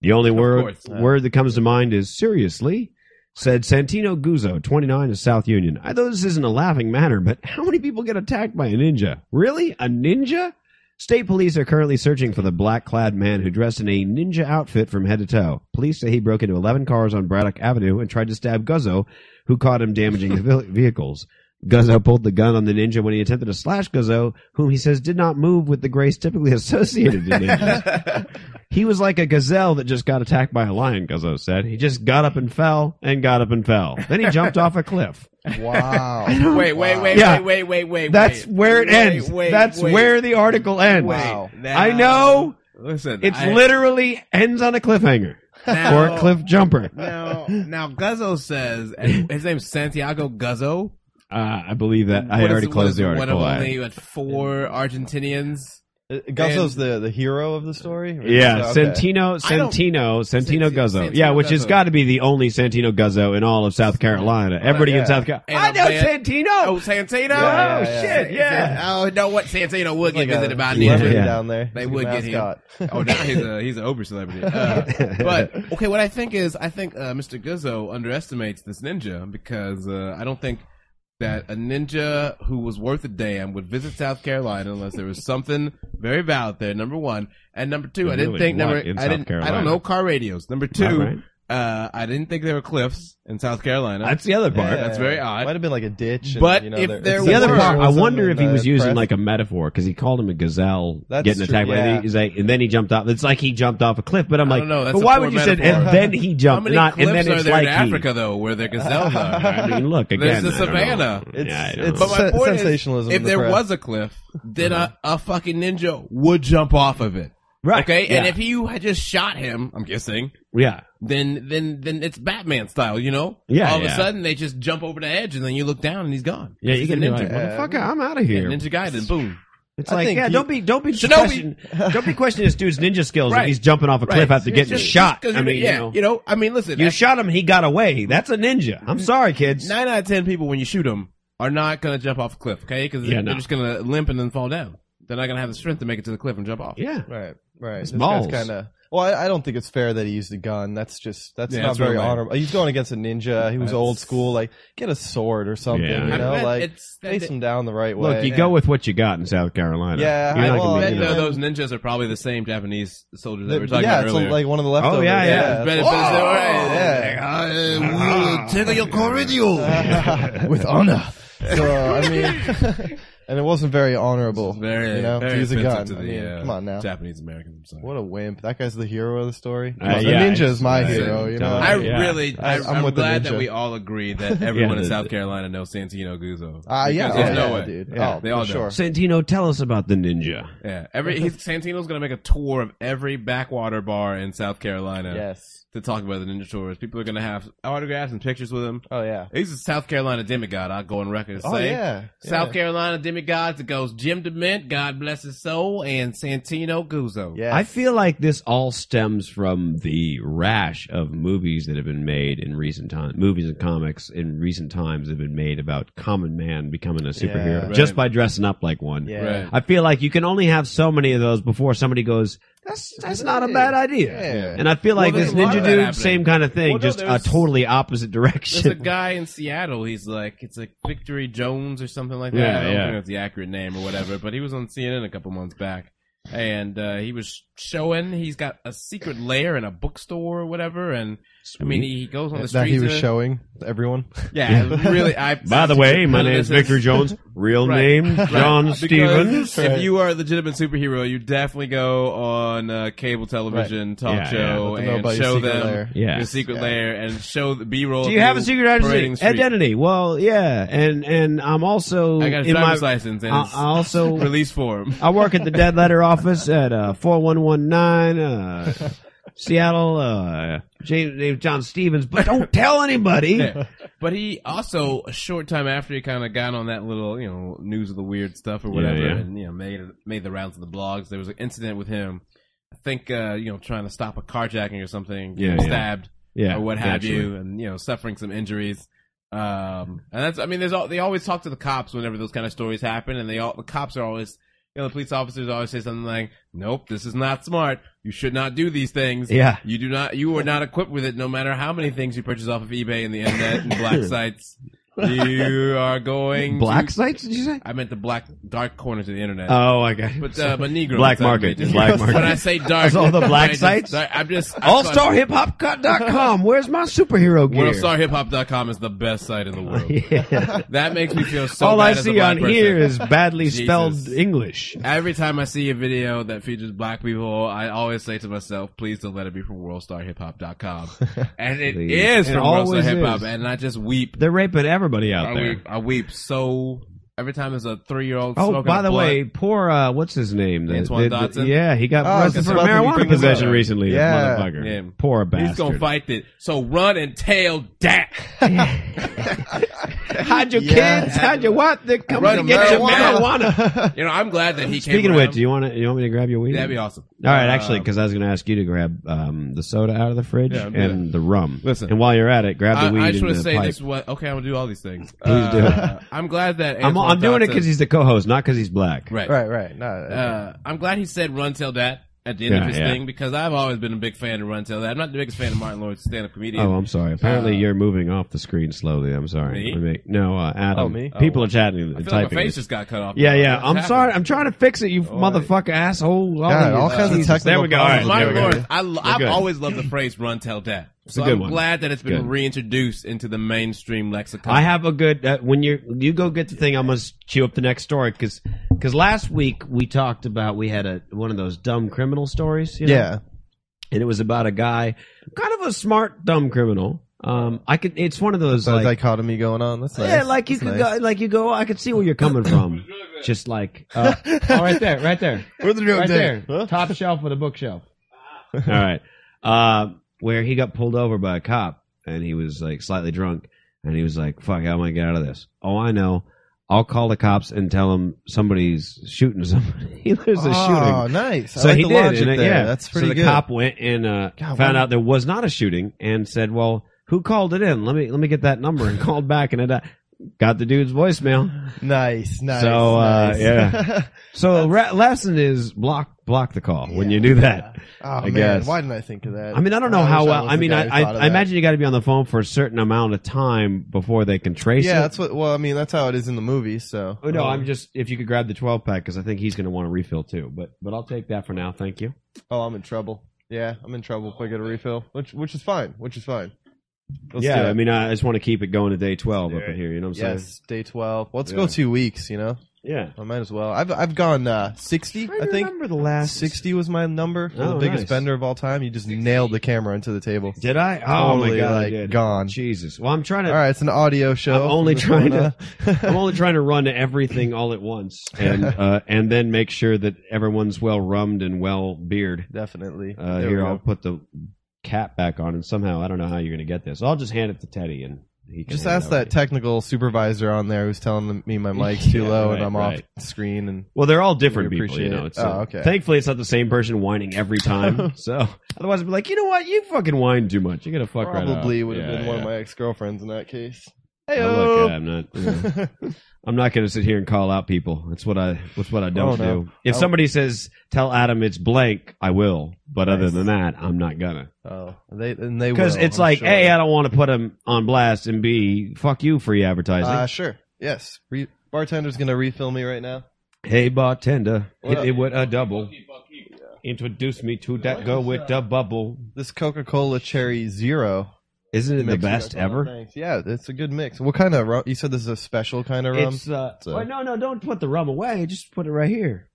Speaker 1: The only word
Speaker 2: course.
Speaker 1: word that comes to mind is seriously. Said Santino Guzzo, 29 of South Union. I know this isn't a laughing matter, but how many people get attacked by a ninja? Really? A ninja? State police are currently searching for the black clad man who dressed in a ninja outfit from head to toe. Police say he broke into 11 cars on Braddock Avenue and tried to stab Guzzo, who caught him damaging the vil- vehicles. Guzzo pulled the gun on the ninja when he attempted to slash Guzzo, whom he says did not move with the grace typically associated to ninjas. he was like a gazelle that just got attacked by a lion, Guzzo said. He just got up and fell and got up and fell. Then he jumped off a cliff.
Speaker 3: Wow.
Speaker 2: Wait, wait, wait,
Speaker 1: Yeah.
Speaker 2: wait, wait, wait, wait.
Speaker 1: That's
Speaker 2: wait.
Speaker 1: where it
Speaker 2: Wait,
Speaker 1: ends.
Speaker 2: wait,
Speaker 1: That's
Speaker 2: wait.
Speaker 1: where the article ends.
Speaker 3: Wow.
Speaker 1: I know.
Speaker 2: Listen,
Speaker 1: It's
Speaker 2: I- Oh.
Speaker 1: literally ends on a cliffhanger
Speaker 2: now,
Speaker 1: or a cliff jumper.
Speaker 2: Now, now, Guzzo says and his name's Santiago Guzzo.
Speaker 1: Uh, I believe that I
Speaker 2: What is-
Speaker 1: already
Speaker 2: what
Speaker 1: closed
Speaker 2: is
Speaker 1: the
Speaker 2: One of
Speaker 1: article. I-
Speaker 2: only what, four Argentinians.
Speaker 3: Guzzo's the, the hero of the story?
Speaker 1: yeah,
Speaker 3: Okay.
Speaker 1: Santino,
Speaker 2: I don't-
Speaker 1: Santino, Santino
Speaker 2: San-
Speaker 1: Guzzo.
Speaker 2: Santino
Speaker 1: Yeah, which has
Speaker 2: Guzzo.
Speaker 1: got to be the only Santino Guzzo in all of South Carolina. Everybody
Speaker 3: yeah.
Speaker 1: in South Carolina.
Speaker 2: And
Speaker 1: I know
Speaker 2: a band- Oh,
Speaker 1: Santino.
Speaker 2: Santino!
Speaker 3: Yeah, yeah,
Speaker 2: oh,
Speaker 1: *laughs*
Speaker 3: yeah.
Speaker 2: shit, yeah. Oh, you know what? Santino would get
Speaker 3: Like
Speaker 2: visited
Speaker 3: a
Speaker 2: by
Speaker 1: yeah.
Speaker 2: ninjas.
Speaker 3: celebrity
Speaker 1: Yeah.
Speaker 3: down there.
Speaker 2: They
Speaker 3: He's a
Speaker 2: would get him.
Speaker 3: *laughs* mascot.
Speaker 2: *laughs* Oh, now he's a, he's an Ober celebrity. Uh,
Speaker 1: *laughs*
Speaker 2: but, okay, what I think is, I think uh, Mr. Guzzo underestimates this ninja because uh, I don't think that a ninja who was worth a damn would visit South Carolina unless there was something very valid there, number one. And number two, I didn't
Speaker 1: Really,
Speaker 2: think,
Speaker 1: what
Speaker 2: number,
Speaker 1: in
Speaker 2: I,
Speaker 1: South
Speaker 2: didn't, I
Speaker 1: Carolina?
Speaker 2: don't know car radios. Number
Speaker 1: All
Speaker 2: two,
Speaker 1: right.
Speaker 2: uh, I didn't think there were cliffs in South Carolina.
Speaker 1: That's the other part.
Speaker 2: that's very odd.
Speaker 3: Might have been like a ditch. and,
Speaker 2: But
Speaker 3: you know,
Speaker 2: if
Speaker 3: there-
Speaker 2: there
Speaker 3: it's
Speaker 1: the
Speaker 2: was-
Speaker 1: other part, I
Speaker 3: journalism
Speaker 1: wonder if
Speaker 3: and,
Speaker 1: he
Speaker 3: uh,
Speaker 1: was using
Speaker 3: press.
Speaker 1: like a metaphor because he called him a gazelle
Speaker 3: That's
Speaker 1: getting
Speaker 3: true,
Speaker 1: attacked. by
Speaker 3: yeah.
Speaker 1: the- He's like, and then he jumped off. It's like he jumped off a cliff. But I'm
Speaker 2: I
Speaker 1: like,
Speaker 2: don't know, that's
Speaker 1: but
Speaker 2: a
Speaker 1: why
Speaker 2: poor
Speaker 1: would you say?
Speaker 2: metaphor.
Speaker 1: And then he
Speaker 2: *laughs* How
Speaker 1: jumped,
Speaker 2: many
Speaker 1: not and
Speaker 2: cliffs
Speaker 1: then
Speaker 2: are
Speaker 1: it's
Speaker 2: there
Speaker 1: like
Speaker 2: in
Speaker 1: he-
Speaker 2: Africa though, where the gazelles are?
Speaker 1: *laughs* I mean, look again.
Speaker 2: There's the
Speaker 1: I don't know.
Speaker 2: savannah.
Speaker 3: It's-
Speaker 1: Yeah, I don't
Speaker 3: it's
Speaker 1: know.
Speaker 2: But my point
Speaker 3: sensationalism
Speaker 2: is,
Speaker 3: of
Speaker 2: if
Speaker 3: the
Speaker 2: there
Speaker 3: press.
Speaker 2: was a cliff, then a, a fucking ninja would jump off of it.
Speaker 1: Uh-huh. right?
Speaker 2: Okay,
Speaker 1: Yeah.
Speaker 2: and if you had just shot him, I'm guessing,
Speaker 1: yeah,
Speaker 2: then then then it's Batman style, you know?
Speaker 1: Yeah,
Speaker 2: All of
Speaker 1: yeah.
Speaker 2: a sudden, they just jump over the edge, and then you look down, and he's gone.
Speaker 1: yeah, you
Speaker 2: He's a
Speaker 1: can be like,
Speaker 2: ninja.
Speaker 1: motherfucker, I'm out of here.
Speaker 2: ninja guy. Then boom.
Speaker 1: It's
Speaker 3: I
Speaker 1: like,
Speaker 3: think
Speaker 1: yeah,
Speaker 3: he-
Speaker 1: don't be, don't be,
Speaker 2: Shinobi.
Speaker 1: questioning, don't be questioning this dude's ninja skills if
Speaker 2: Right.
Speaker 1: he's jumping off a cliff after getting
Speaker 2: Just-
Speaker 1: shot.
Speaker 2: just 'cause
Speaker 1: I
Speaker 2: you-
Speaker 1: mean,
Speaker 2: yeah,
Speaker 1: you know,
Speaker 2: I mean, listen,
Speaker 1: you shot him, he got away. That's a ninja. I'm sorry, kids.
Speaker 2: nine out of ten people when you shoot them are not gonna jump off a cliff, okay? Because
Speaker 1: Yeah,
Speaker 2: they're
Speaker 1: no.
Speaker 2: just gonna limp and then fall down. They're not gonna have the strength to make it to the cliff and jump off.
Speaker 1: Yeah,
Speaker 3: Right, right.
Speaker 1: It's
Speaker 3: this
Speaker 1: balls.
Speaker 3: guy's kind of. Well, I, I don't think it's fair that he used a gun. That's just that's
Speaker 2: Yeah,
Speaker 3: not
Speaker 2: that's
Speaker 3: very
Speaker 2: real lame.
Speaker 3: honorable. He's going against a ninja. He was
Speaker 2: That's-
Speaker 3: old school. Like get a sword or something.
Speaker 1: Yeah.
Speaker 2: I
Speaker 3: You know,
Speaker 2: bet
Speaker 3: like
Speaker 2: it's that
Speaker 3: face
Speaker 2: they-
Speaker 3: him down the right way.
Speaker 1: Look, you go with what you got in South Carolina.
Speaker 3: Yeah,
Speaker 1: You're
Speaker 3: I-
Speaker 1: not gonna be-
Speaker 2: uh,
Speaker 3: well,
Speaker 2: I bet
Speaker 3: you
Speaker 2: though
Speaker 3: know.
Speaker 2: those ninjas are probably the same Japanese soldiers that we were
Speaker 3: The-
Speaker 2: talking
Speaker 3: yeah,
Speaker 2: about
Speaker 3: it's
Speaker 2: earlier.
Speaker 3: like one of the leftovers.
Speaker 1: Oh, yeah, yeah.
Speaker 2: It's better- Oh,
Speaker 3: that's-
Speaker 2: better-
Speaker 3: yeah.
Speaker 2: Like, I
Speaker 4: Uh-huh.
Speaker 1: Uh,
Speaker 2: will tickle your cordial.
Speaker 3: *laughs* with honor. So I mean, *laughs* and it wasn't very honorable.
Speaker 2: Very,
Speaker 3: you know,
Speaker 2: very
Speaker 3: to use a gun.
Speaker 2: offensive
Speaker 3: I
Speaker 2: To the,
Speaker 3: mean,
Speaker 2: uh,
Speaker 3: come on now.
Speaker 2: Japanese Americans. I'm sorry.
Speaker 3: What a wimp! That guy's the hero of the story.
Speaker 1: Uh,
Speaker 3: the
Speaker 1: yeah,
Speaker 3: ninja is my
Speaker 1: it's-
Speaker 3: hero. You know,
Speaker 2: I
Speaker 1: Yeah.
Speaker 2: really, I,
Speaker 3: I'm
Speaker 2: am
Speaker 3: with the
Speaker 2: glad that
Speaker 3: ninja.
Speaker 2: we all agree
Speaker 3: *laughs*
Speaker 2: that everyone in
Speaker 1: the-
Speaker 2: South Carolina knows Santino Guzzo.
Speaker 3: Ah, yeah,
Speaker 2: Because
Speaker 3: oh,
Speaker 2: there's
Speaker 3: yeah,
Speaker 2: no way.
Speaker 3: dude.
Speaker 1: Yeah,
Speaker 3: oh,
Speaker 2: they all
Speaker 3: for
Speaker 2: know.
Speaker 3: sure.
Speaker 1: Santino, tell us about the ninja.
Speaker 2: Yeah,
Speaker 3: *laughs*
Speaker 2: every he's, Santino's gonna make a tour of every backwater bar in South Carolina
Speaker 3: Yes.
Speaker 2: to talk about the Ninja Tours. People are gonna have autographs and pictures with him.
Speaker 3: Oh yeah.
Speaker 2: He's a South Carolina demigod. I go on record and say,
Speaker 3: Oh yeah.
Speaker 2: South
Speaker 3: yeah.
Speaker 2: Carolina demigod that goes Jim DeMint, God bless his soul, and Santino Guzzo.
Speaker 3: Yeah.
Speaker 1: I feel like this all stems from the rash of movies that have been made in recent times. Movies and comics in recent times have been made about common man becoming a superhero
Speaker 3: Yeah. Right.
Speaker 1: just by dressing up like one.
Speaker 3: Yeah.
Speaker 2: Right.
Speaker 1: I feel like you can only have so many of those before somebody goes, "That's that's not a bad idea."
Speaker 3: Yeah.
Speaker 1: And I feel like
Speaker 2: Well,
Speaker 1: this
Speaker 2: there's a lot
Speaker 1: ninja
Speaker 2: of that
Speaker 1: dude,
Speaker 2: happening.
Speaker 1: same kind of thing,
Speaker 2: Well, no,
Speaker 1: just a
Speaker 2: there's-
Speaker 1: totally opposite
Speaker 2: There's a
Speaker 1: direction. *laughs*
Speaker 2: guy in Seattle. He's like, it's like Victory Jones or something like that.
Speaker 1: Yeah,
Speaker 2: I don't
Speaker 1: yeah.
Speaker 2: think that's the accurate name or whatever. But he was on CNN a couple months back, and uh, he was showing he's got a secret lair in a bookstore or whatever. And I mean, he goes on the
Speaker 3: that
Speaker 2: streets. Oh,
Speaker 3: he was
Speaker 2: and-
Speaker 3: showing everyone.
Speaker 2: Yeah, really. I.
Speaker 1: By
Speaker 2: *laughs*
Speaker 1: the way, my
Speaker 2: none of
Speaker 1: name's
Speaker 2: this is-
Speaker 1: Victor Jones. Real
Speaker 2: *laughs* Right.
Speaker 1: name John
Speaker 2: Because
Speaker 1: Stevens.
Speaker 2: If you are a legitimate superhero, you definitely go on uh, cable television talk
Speaker 1: Yeah, yeah.
Speaker 2: show
Speaker 3: Let them know about
Speaker 2: and
Speaker 3: your
Speaker 2: show
Speaker 3: secret
Speaker 2: them
Speaker 3: lair.
Speaker 1: Yeah.
Speaker 2: your secret lair and show the B roll.
Speaker 1: Do you have a secret identity? identity? Well, yeah, and and I'm also
Speaker 2: I got a
Speaker 1: in my.
Speaker 2: driver's license and
Speaker 1: I,
Speaker 2: it's
Speaker 1: I
Speaker 2: *laughs*
Speaker 1: also *laughs*
Speaker 2: release form.
Speaker 1: I work at the dead letter office at uh, 4119
Speaker 2: *laughs*
Speaker 1: uh, Seattle. Uh, James named John Stevens, but don't tell anybody.
Speaker 2: Yeah. But he also a short time after he kind of got on that little you know news of the weird stuff or whatever,
Speaker 1: yeah.
Speaker 2: and you know made made the rounds of the blogs. There was an incident with him. I think uh, you know trying to stop a carjacking or something,
Speaker 1: Yeah,
Speaker 2: getting
Speaker 1: yeah.
Speaker 2: stabbed
Speaker 1: *laughs* Yeah,
Speaker 2: or what have
Speaker 1: naturally.
Speaker 2: you, and you know suffering some injuries. Um, and that's I mean there's all they always talk to the cops whenever those kind of stories happen, and they all the cops are always. You know, the police officers always say something like, "Nope, this is not smart. You should not do these things.
Speaker 1: Yeah. *laughs*
Speaker 2: You do not. You are not equipped with it, no matter how many things you purchase off of eBay and the internet and black sites. you are going
Speaker 1: Black
Speaker 2: To,
Speaker 1: sites? Did you say?
Speaker 2: I meant the black dark corners of the internet.
Speaker 1: Oh, I got.
Speaker 2: but uh, but Negro
Speaker 1: Black market, black market.
Speaker 2: *laughs* When I say dark,
Speaker 1: That's all the black
Speaker 2: *laughs* I just-
Speaker 1: sites?
Speaker 2: I'm just *laughs*
Speaker 1: AllStarHipHopCut.com. Where's my superhero gear?
Speaker 2: WorldStarHipHop.com is the best site in the world.
Speaker 1: *laughs* Yeah.
Speaker 2: That makes me feel so.
Speaker 1: All
Speaker 2: bad
Speaker 1: I
Speaker 2: as a
Speaker 1: see on
Speaker 2: black person.
Speaker 1: here is
Speaker 2: *laughs*
Speaker 1: badly
Speaker 2: Jesus.
Speaker 1: spelled English.
Speaker 2: Every time I see a video that features black people, I always say to myself, please don't let it be from
Speaker 1: *laughs*
Speaker 2: WorldStarHipHop.com. And it
Speaker 1: Please.
Speaker 2: is
Speaker 1: It
Speaker 2: from
Speaker 1: always
Speaker 2: WorldStar Hip Hop,
Speaker 1: is.
Speaker 2: and I just weep.
Speaker 1: They're raping everybody out
Speaker 2: I
Speaker 1: there.
Speaker 2: weep, I weep so every time there's a three year old.
Speaker 1: Oh, by the way, poor uh, what's his name? The- the-
Speaker 2: Antoine
Speaker 1: the-
Speaker 2: Dotson?
Speaker 1: Yeah, he got
Speaker 3: Oh, I was
Speaker 1: arrested
Speaker 3: just
Speaker 1: for
Speaker 3: about to
Speaker 1: marijuana
Speaker 3: bring him up.
Speaker 1: possession recently. this
Speaker 3: Yeah.
Speaker 1: motherfucker.
Speaker 2: Yeah.
Speaker 1: Poor bastard.
Speaker 2: he's gonna fight it. So run and tail *laughs* that.
Speaker 1: Hide your
Speaker 3: Yeah.
Speaker 1: kids. Hide your what? They're coming
Speaker 2: Run
Speaker 1: to get your
Speaker 2: marijuana.
Speaker 1: marijuana.
Speaker 2: You know, I'm glad that he
Speaker 1: *laughs*
Speaker 2: came.
Speaker 1: Speaking of
Speaker 2: around.
Speaker 1: which, do you want to? You want me to grab your weed?
Speaker 2: that'd be awesome.
Speaker 1: All right, actually,
Speaker 2: Um,
Speaker 1: because I was going to ask you to grab um, the soda out of the fridge
Speaker 2: Yeah, do
Speaker 1: and the rum.
Speaker 2: Listen.
Speaker 1: and while you're at it, grab the
Speaker 2: I,
Speaker 1: weed
Speaker 2: I just
Speaker 1: and
Speaker 2: want
Speaker 1: the
Speaker 2: to say
Speaker 1: pipe.
Speaker 2: this: what? Okay, I'm gonna do all these things. Uh,
Speaker 1: Please do it.
Speaker 2: I'm glad that
Speaker 1: I'm,
Speaker 2: Antoine
Speaker 1: I'm doing it
Speaker 2: Dotson-
Speaker 1: because he's the co-host, not because he's black.
Speaker 2: right.
Speaker 3: Right, right. No,
Speaker 2: Uh, I'm glad he said "Run Till That" at the end
Speaker 1: Yeah,
Speaker 2: of his
Speaker 1: yeah.
Speaker 2: thing because I've always been a big fan of "Run Till That." I'm not the biggest fan of Martin Lawrence, stand-up comedian.
Speaker 1: Oh, I'm sorry. Apparently,
Speaker 2: Uh,
Speaker 1: you're moving off the screen slowly. I'm sorry.
Speaker 2: Me?
Speaker 1: I mean, no, uh, Adam.
Speaker 3: Oh, me?
Speaker 1: People are chatting
Speaker 2: I
Speaker 1: and
Speaker 2: feel like
Speaker 1: typing.
Speaker 2: my face just got cut off.
Speaker 1: yeah,
Speaker 2: What
Speaker 1: yeah. I'm
Speaker 2: happened?
Speaker 1: sorry. I'm trying to fix it, you
Speaker 3: All right.
Speaker 1: motherfucker asshole. All,
Speaker 3: God,
Speaker 1: of you.
Speaker 3: all kinds of
Speaker 1: Jesus. There we go.
Speaker 3: technical
Speaker 1: All right,
Speaker 3: problems.
Speaker 1: there we
Speaker 2: Oh, Martin
Speaker 1: go.
Speaker 2: Lawrence, I, I've
Speaker 1: good.
Speaker 2: always loved the phrase "Run Till That," so
Speaker 1: a good
Speaker 2: I'm
Speaker 1: one.
Speaker 2: glad that it's been
Speaker 1: Good.
Speaker 2: reintroduced into the mainstream lexicon.
Speaker 1: I have a good uh, when you you go get the thing. I'm gonna chew up the next story because last week we talked about we had a one of those dumb criminal stories. You know?
Speaker 3: yeah.
Speaker 1: and it was about a guy, kind of a smart dumb criminal. Um, I could. It's one of those
Speaker 3: So
Speaker 1: like,
Speaker 3: dichotomy going on. That's nice.
Speaker 1: yeah, like you
Speaker 3: That's
Speaker 1: could
Speaker 3: nice.
Speaker 1: go, like you go. I could see where you're *laughs* coming from. Just like, *laughs* uh, oh, right there, right there,
Speaker 3: Where's
Speaker 1: *laughs*
Speaker 3: the
Speaker 1: right there,
Speaker 3: Huh?
Speaker 1: top shelf with a bookshelf. *laughs* All right, uh, where he got pulled over by a cop and he was like slightly drunk and he was like, "Fuck, how am I gonna get out of this?" Oh, I know. I'll call the cops and tell them somebody's shooting *laughs* somebody. There's a shooting.
Speaker 3: Oh, nice. I
Speaker 1: So
Speaker 3: like
Speaker 1: he
Speaker 3: the
Speaker 1: did.
Speaker 3: logic
Speaker 1: and it-
Speaker 3: there.
Speaker 1: Yeah,
Speaker 3: That's pretty
Speaker 1: So the
Speaker 3: good.
Speaker 1: cop went and uh,
Speaker 3: God,
Speaker 1: found
Speaker 3: why-
Speaker 1: out there was not a shooting, and said, "Well, who called it in? Let me let me get that number." And *laughs* called back, and it uh, got the dude's voicemail.
Speaker 3: *laughs* nice, nice.
Speaker 1: So, uh,
Speaker 3: nice. *laughs*
Speaker 1: yeah. So re- lesson is block block the call when you do that.
Speaker 3: oh
Speaker 1: I
Speaker 3: man,
Speaker 1: guess.
Speaker 3: why didn't I think of that?
Speaker 1: I mean, I don't know
Speaker 3: wish
Speaker 1: how
Speaker 3: was
Speaker 1: well. I
Speaker 3: the
Speaker 1: mean,
Speaker 3: guy
Speaker 1: I
Speaker 3: who
Speaker 1: I,
Speaker 3: thought of
Speaker 1: I
Speaker 3: that.
Speaker 1: imagine you got to be on the phone for a certain amount of time before they can trace
Speaker 3: Yeah,
Speaker 1: it.
Speaker 3: that's what. Well, I mean, that's how it is in the movie. So. um,
Speaker 1: Oh, no, I'm just if you could grab the 12 pack because I think he's going to want to refill too. But but I'll take that for now. Thank you.
Speaker 3: Oh, I'm in trouble. Yeah, I'm in trouble if I get a refill, which which is fine. Which is fine. Let's do
Speaker 1: yeah,
Speaker 3: it.
Speaker 1: I mean, I just want to keep it going to day 12 up in here. You know what I'm saying?
Speaker 3: yes, day twelve. Let's
Speaker 1: Yeah.
Speaker 3: go two weeks. You know,
Speaker 1: Yeah.
Speaker 3: I might as well. I've I've gone uh, sixty. I think
Speaker 1: remember the last
Speaker 3: sixty was my number. for
Speaker 1: Oh,
Speaker 3: the biggest
Speaker 1: nice.
Speaker 3: bender of all time. You just nailed the camera into the table.
Speaker 1: Did I? Oh
Speaker 3: Totally,
Speaker 1: my god, I
Speaker 3: like,
Speaker 1: did.
Speaker 3: gone.
Speaker 1: Jesus. Well, I'm trying to.
Speaker 3: All right, it's an audio show.
Speaker 1: I'm only
Speaker 3: What's
Speaker 1: trying
Speaker 3: going *laughs*
Speaker 1: I'm
Speaker 3: on?
Speaker 1: only trying to run everything all at once,
Speaker 3: *laughs*
Speaker 1: and uh, and then make sure that everyone's well rummed and well beard.
Speaker 3: Definitely.
Speaker 1: Uh,
Speaker 3: There
Speaker 1: here,
Speaker 3: we go.
Speaker 1: I'll put the cap back on, and somehow I don't know how you're going to get this. I'll just hand it to Teddy, and he can
Speaker 3: Just
Speaker 1: hand it
Speaker 3: ask
Speaker 1: over.
Speaker 3: that technical supervisor on there who's telling me my mic's too
Speaker 1: *laughs* Yeah,
Speaker 3: low
Speaker 1: right,
Speaker 3: and I'm
Speaker 1: right.
Speaker 3: off screen and
Speaker 1: Well, they're all different
Speaker 3: We
Speaker 1: people, you
Speaker 3: appreciate
Speaker 1: know.
Speaker 3: it.
Speaker 1: It's, uh,
Speaker 3: Oh, okay.
Speaker 1: Thankfully, it's not the same person whining
Speaker 3: *laughs*
Speaker 1: every time. so otherwise, I'd be like, you know what? You fucking whine too much. You're gonna fuck right off.
Speaker 3: probably would have
Speaker 1: Yeah,
Speaker 3: been one of
Speaker 1: yeah.
Speaker 3: my ex girlfriends in that case.
Speaker 1: Oh, look, yeah,
Speaker 3: Hey,
Speaker 1: I'm not. you
Speaker 3: *laughs*
Speaker 1: know. I'm not going to sit here and call out people. That's what I. That's what I don't
Speaker 3: Oh, no.
Speaker 1: do. If
Speaker 3: Oh.
Speaker 1: somebody says, "Tell Adam it's blank," I will. But other
Speaker 3: Nice.
Speaker 1: than that, I'm not gonna.
Speaker 3: oh, they and they
Speaker 1: Because
Speaker 3: will,
Speaker 1: it's
Speaker 3: I'm
Speaker 1: like,
Speaker 3: sure.
Speaker 1: a, I don't want to put him on blast, and b, fuck you, free advertising.
Speaker 3: uh, sure, yes. Re- bartender's gonna refill me right now.
Speaker 1: hey, bartender, hit
Speaker 3: What
Speaker 1: it with a double. Introduce me to that girl with the bubble.
Speaker 3: This Coca Cola Cherry Zero,
Speaker 1: Isn't it the
Speaker 3: mixed with
Speaker 1: best
Speaker 3: Coca-Cola.
Speaker 1: ever?
Speaker 3: Thanks. Yeah, it's a good mix. What kind of rum? You said this is a special kind of rum.
Speaker 1: It's uh.
Speaker 3: So-
Speaker 1: well, no, no, don't put the rum away. Just put it right here.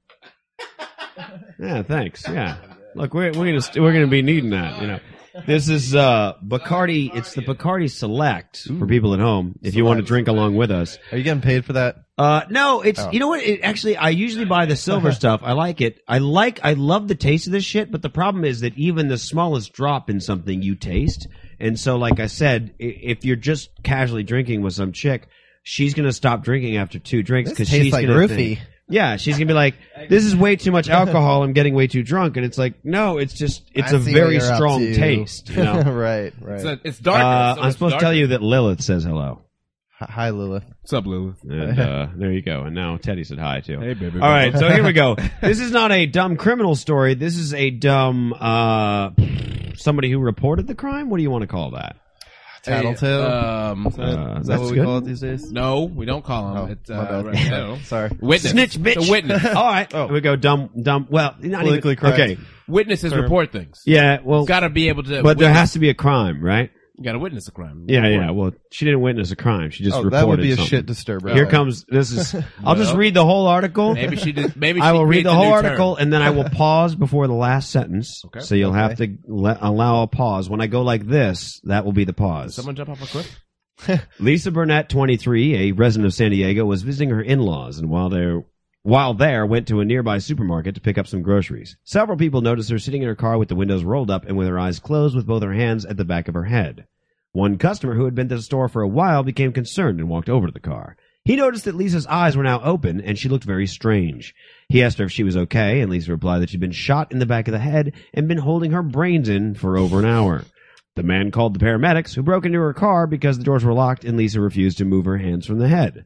Speaker 1: yeah, thanks. Yeah, look, we're we're gonna we're gonna be needing that. You know, this is uh Bacardi. It's the Bacardi Select for people at home. If you want to drink along with us.
Speaker 3: Are you getting paid for that?
Speaker 1: Uh, no, it's
Speaker 3: Oh.
Speaker 1: you know what? It, actually, I usually buy the
Speaker 3: *laughs*
Speaker 1: silver stuff. I like it. I like I love the taste of this shit. But the problem is that even the smallest drop in something you taste, and so like I said, i- if you're just casually drinking with some chick, she's gonna stop drinking after two drinks
Speaker 3: This
Speaker 1: because
Speaker 3: tastes
Speaker 1: she's
Speaker 3: like
Speaker 1: gonna
Speaker 3: roofie.
Speaker 1: think- yeah, she's gonna be
Speaker 3: *laughs*
Speaker 1: like, "This is way too much alcohol. I'm getting way too drunk." And it's like, no, it's just it's
Speaker 3: I
Speaker 1: a
Speaker 3: see what
Speaker 1: very
Speaker 3: you're up
Speaker 1: strong
Speaker 3: to.
Speaker 1: taste. You know,
Speaker 3: *laughs* right, right.
Speaker 2: it's, it's
Speaker 1: uh,
Speaker 2: darker. so
Speaker 1: I'm
Speaker 2: it's
Speaker 1: supposed to
Speaker 2: darker.
Speaker 1: tell you that Lilith says hello.
Speaker 3: Hi, Lilith.
Speaker 2: What's up, Lulu?
Speaker 1: And uh, there you go. And now Teddy said hi too.
Speaker 2: Hey, baby.
Speaker 1: All right, so here we go. This is not a dumb criminal story. This is a dumb uh, somebody who reported the crime. What do you want to call that?
Speaker 3: Tattletale.
Speaker 2: Um,
Speaker 3: Is that,
Speaker 1: Uh,
Speaker 3: is that what
Speaker 1: that's
Speaker 3: we
Speaker 1: good.
Speaker 3: call it these days?
Speaker 2: no, we don't call him.
Speaker 3: Oh,
Speaker 2: it's,
Speaker 3: my
Speaker 2: uh,
Speaker 3: bad.
Speaker 2: right, no.
Speaker 3: *laughs* Sorry.
Speaker 2: Witness.
Speaker 1: Snitch, bitch.
Speaker 2: The witness.
Speaker 1: *laughs* All right,
Speaker 3: Oh.
Speaker 1: we go dumb, dumb. Well, not even,
Speaker 3: Politically correct.
Speaker 1: Okay,
Speaker 2: Witnesses
Speaker 3: Term.
Speaker 2: report things.
Speaker 1: yeah. Well,
Speaker 2: You gotta be able to.
Speaker 1: but there
Speaker 2: witness-
Speaker 1: has to be a crime, right?
Speaker 2: You gotta witness a crime.
Speaker 1: Yeah, yeah. Well, she didn't witness a crime. She just
Speaker 3: Oh,
Speaker 1: reported
Speaker 3: that would be a
Speaker 1: something.
Speaker 3: shit disturber.
Speaker 1: Here
Speaker 3: Like,
Speaker 1: comes this is. I'll just
Speaker 2: Well,
Speaker 1: read the whole article.
Speaker 2: Maybe she did. Maybe she
Speaker 1: I will read
Speaker 2: creates
Speaker 1: the
Speaker 2: a
Speaker 1: whole
Speaker 2: new
Speaker 1: article
Speaker 2: term.
Speaker 1: and then I
Speaker 2: *laughs*
Speaker 1: will pause before the last sentence.
Speaker 2: Okay.
Speaker 1: So you'll have to le- allow a pause. When I go like this, that will be the pause.
Speaker 2: Someone jump off a cliff.
Speaker 1: Lisa Burnett, 23, a resident of San Diego, was visiting her in-laws and while there while there went to a nearby supermarket to pick up some groceries. Several people noticed her sitting in her car with the windows rolled up and with her eyes closed with both her hands at the back of her head. One customer who had been to the store for a while became concerned and walked over to the car. He noticed that Lisa's eyes were now open and she looked very strange. He asked her if she was okay, and Lisa replied that she'd been shot in the back of the head and been holding her brains in for over an hour. The man called the paramedics, who broke into her car because the doors were locked and Lisa refused to move her hands from the head.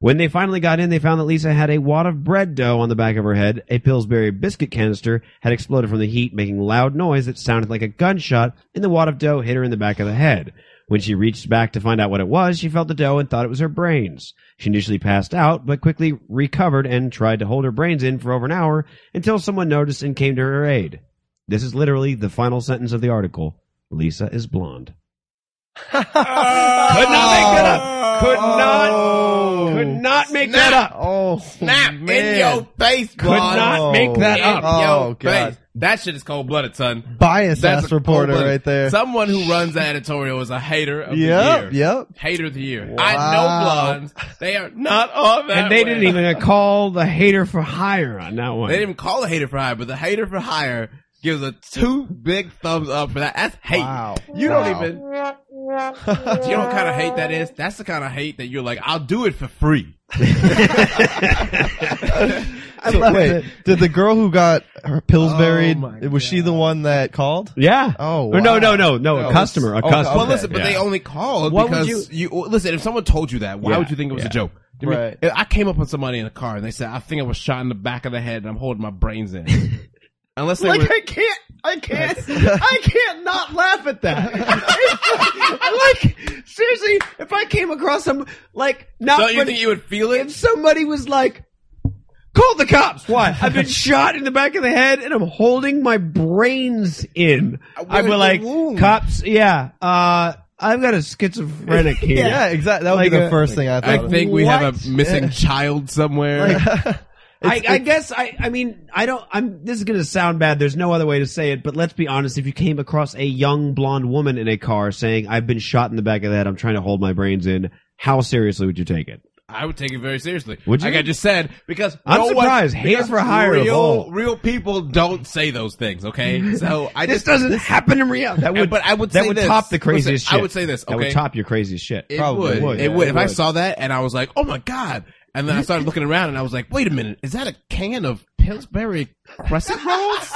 Speaker 1: When they finally got in, they found that Lisa had a wad of bread dough on the back of her head. A Pillsbury biscuit canister had exploded from the heat, making loud noise that sounded like a gunshot, and the wad of dough hit her in the back of the head. When she reached back to find out what it was, she felt the dough and thought it was her brains. She initially passed out, but quickly recovered and tried to hold her brains in for over an hour until someone noticed and came to her aid. This is literally the final sentence of the article. Lisa is blonde. *laughs* Could not make that up. Could
Speaker 2: Oh.
Speaker 1: not. Could not make that up.
Speaker 3: Oh,
Speaker 2: Snap
Speaker 3: man.
Speaker 2: in your face,
Speaker 1: Could not make that
Speaker 2: in
Speaker 1: up.
Speaker 2: Your
Speaker 3: Oh, God.
Speaker 2: face. That shit is cold blooded, son.
Speaker 3: Biased
Speaker 2: That's
Speaker 3: ass
Speaker 2: a
Speaker 3: reporter
Speaker 2: cold-blooded-
Speaker 3: right there.
Speaker 2: Someone who runs that editorial is a hater of
Speaker 3: Yep,
Speaker 2: the year.
Speaker 3: yep.
Speaker 2: Hater of the year.
Speaker 3: Wow.
Speaker 2: I know blondes. They are not on that.
Speaker 1: And they
Speaker 2: way.
Speaker 1: didn't even uh, call the hater for hire on that one.
Speaker 2: They didn't even call a hater for hire, but the hater for hire gives a two big thumbs up for that. That's hate.
Speaker 3: Wow.
Speaker 2: You
Speaker 3: Wow.
Speaker 2: don't even. Do you know what kind of hate that is? That's the kind of hate that you're like, I'll do it for free.
Speaker 3: I love Wait,
Speaker 1: it.
Speaker 3: did the girl who got her pills
Speaker 2: Oh
Speaker 3: buried,
Speaker 2: my
Speaker 3: was she the one that called?
Speaker 1: Yeah.
Speaker 3: Oh,
Speaker 1: Or No,
Speaker 3: wow.
Speaker 1: no, no, no. A
Speaker 3: No,
Speaker 1: customer. A
Speaker 3: it's- oh,
Speaker 1: customer.
Speaker 2: Well, listen, but
Speaker 1: Yeah.
Speaker 2: they only called
Speaker 1: Why would
Speaker 2: because you, well, listen. If someone told you that, why
Speaker 1: Yeah,
Speaker 2: would you think it was
Speaker 1: yeah.
Speaker 2: a joke? I mean,
Speaker 3: Right.
Speaker 2: I came up on somebody in the car and they said, "I think I was shot in the back of the head and I'm holding my brains in."
Speaker 1: *laughs*
Speaker 2: Unless they were,
Speaker 1: I can't, I
Speaker 2: *laughs*
Speaker 1: can't, I can't not laugh at that. I like, seriously, if I came across some, like, not
Speaker 2: don't you think you would feel
Speaker 1: if
Speaker 2: it?
Speaker 1: somebody was like, call the cops. Why? I've *laughs* been shot in the back of the head and I'm holding my brains in. I'd be
Speaker 2: the
Speaker 1: like,
Speaker 2: wound?
Speaker 1: cops, yeah, uh, I've got a schizophrenic *laughs* here.
Speaker 3: Yeah, exactly. That would
Speaker 1: Like
Speaker 3: be the
Speaker 1: a-
Speaker 3: first thing I thought.
Speaker 2: I
Speaker 3: of.
Speaker 2: think we have
Speaker 1: What?
Speaker 2: a
Speaker 1: *laughs*
Speaker 2: missing child somewhere.
Speaker 1: I, I guess I, I mean, I don't, I'm, this is going to sound bad. There's no other way to say it, but let's be honest. If you came across a young blonde woman in a car saying, I've been shot in the back of the head, I'm trying to hold my brains in, how seriously would you take it?
Speaker 2: I would take it very seriously.
Speaker 1: Would you?
Speaker 2: Like I just said, because
Speaker 1: I'm
Speaker 2: no one-
Speaker 1: surprised. Hater
Speaker 2: because
Speaker 1: for hire of
Speaker 2: Real,
Speaker 1: all.
Speaker 2: real people don't say those things. Okay, so I
Speaker 1: This
Speaker 2: just.
Speaker 1: doesn't happen in reality. That would,
Speaker 2: but I would
Speaker 1: that
Speaker 2: say
Speaker 1: would
Speaker 2: this.
Speaker 1: top the craziest
Speaker 2: Listen,
Speaker 1: shit.
Speaker 2: I would say this. Okay,
Speaker 1: That would top your craziest shit.
Speaker 2: It
Speaker 3: Probably
Speaker 2: would.
Speaker 3: would,
Speaker 2: It
Speaker 3: yeah,
Speaker 2: would.
Speaker 3: it
Speaker 2: if I
Speaker 3: would.
Speaker 2: saw that and I was like, oh my God. And then I started looking around and I was like, wait a minute, is that a can of Pillsbury Crescent Rolls?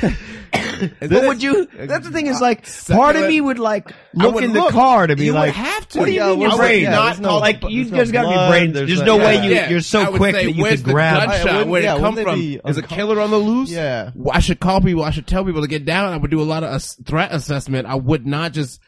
Speaker 1: But would you? That's the thing is like, part of
Speaker 2: succulent-
Speaker 1: me would like
Speaker 2: I
Speaker 1: look
Speaker 2: would
Speaker 1: in the
Speaker 2: look.
Speaker 1: car to be
Speaker 2: You would
Speaker 1: like,
Speaker 2: have to.
Speaker 1: What do you
Speaker 2: Yeah,
Speaker 1: mean your
Speaker 2: I would
Speaker 1: brain?
Speaker 2: not
Speaker 1: There's no-
Speaker 2: call-
Speaker 1: like you
Speaker 3: there's no
Speaker 1: just got to
Speaker 3: blood,
Speaker 1: be brain. There's,
Speaker 3: there's
Speaker 1: no
Speaker 3: no-
Speaker 1: way
Speaker 3: yeah.
Speaker 1: you, you're
Speaker 2: I
Speaker 1: so
Speaker 2: would
Speaker 1: quick
Speaker 2: say,
Speaker 1: that you
Speaker 2: where's
Speaker 1: could
Speaker 2: the
Speaker 1: grab.
Speaker 2: gunshot?
Speaker 3: I wouldn't-
Speaker 2: Where'd
Speaker 3: yeah,
Speaker 2: it come
Speaker 3: wouldn't
Speaker 2: from?
Speaker 3: they be
Speaker 2: Is a
Speaker 3: uncom-
Speaker 2: killer on the loose?
Speaker 3: Yeah.
Speaker 2: Well, I should call people. I should tell people to get down. I would do a lot of ass- threat assessment. I would not just.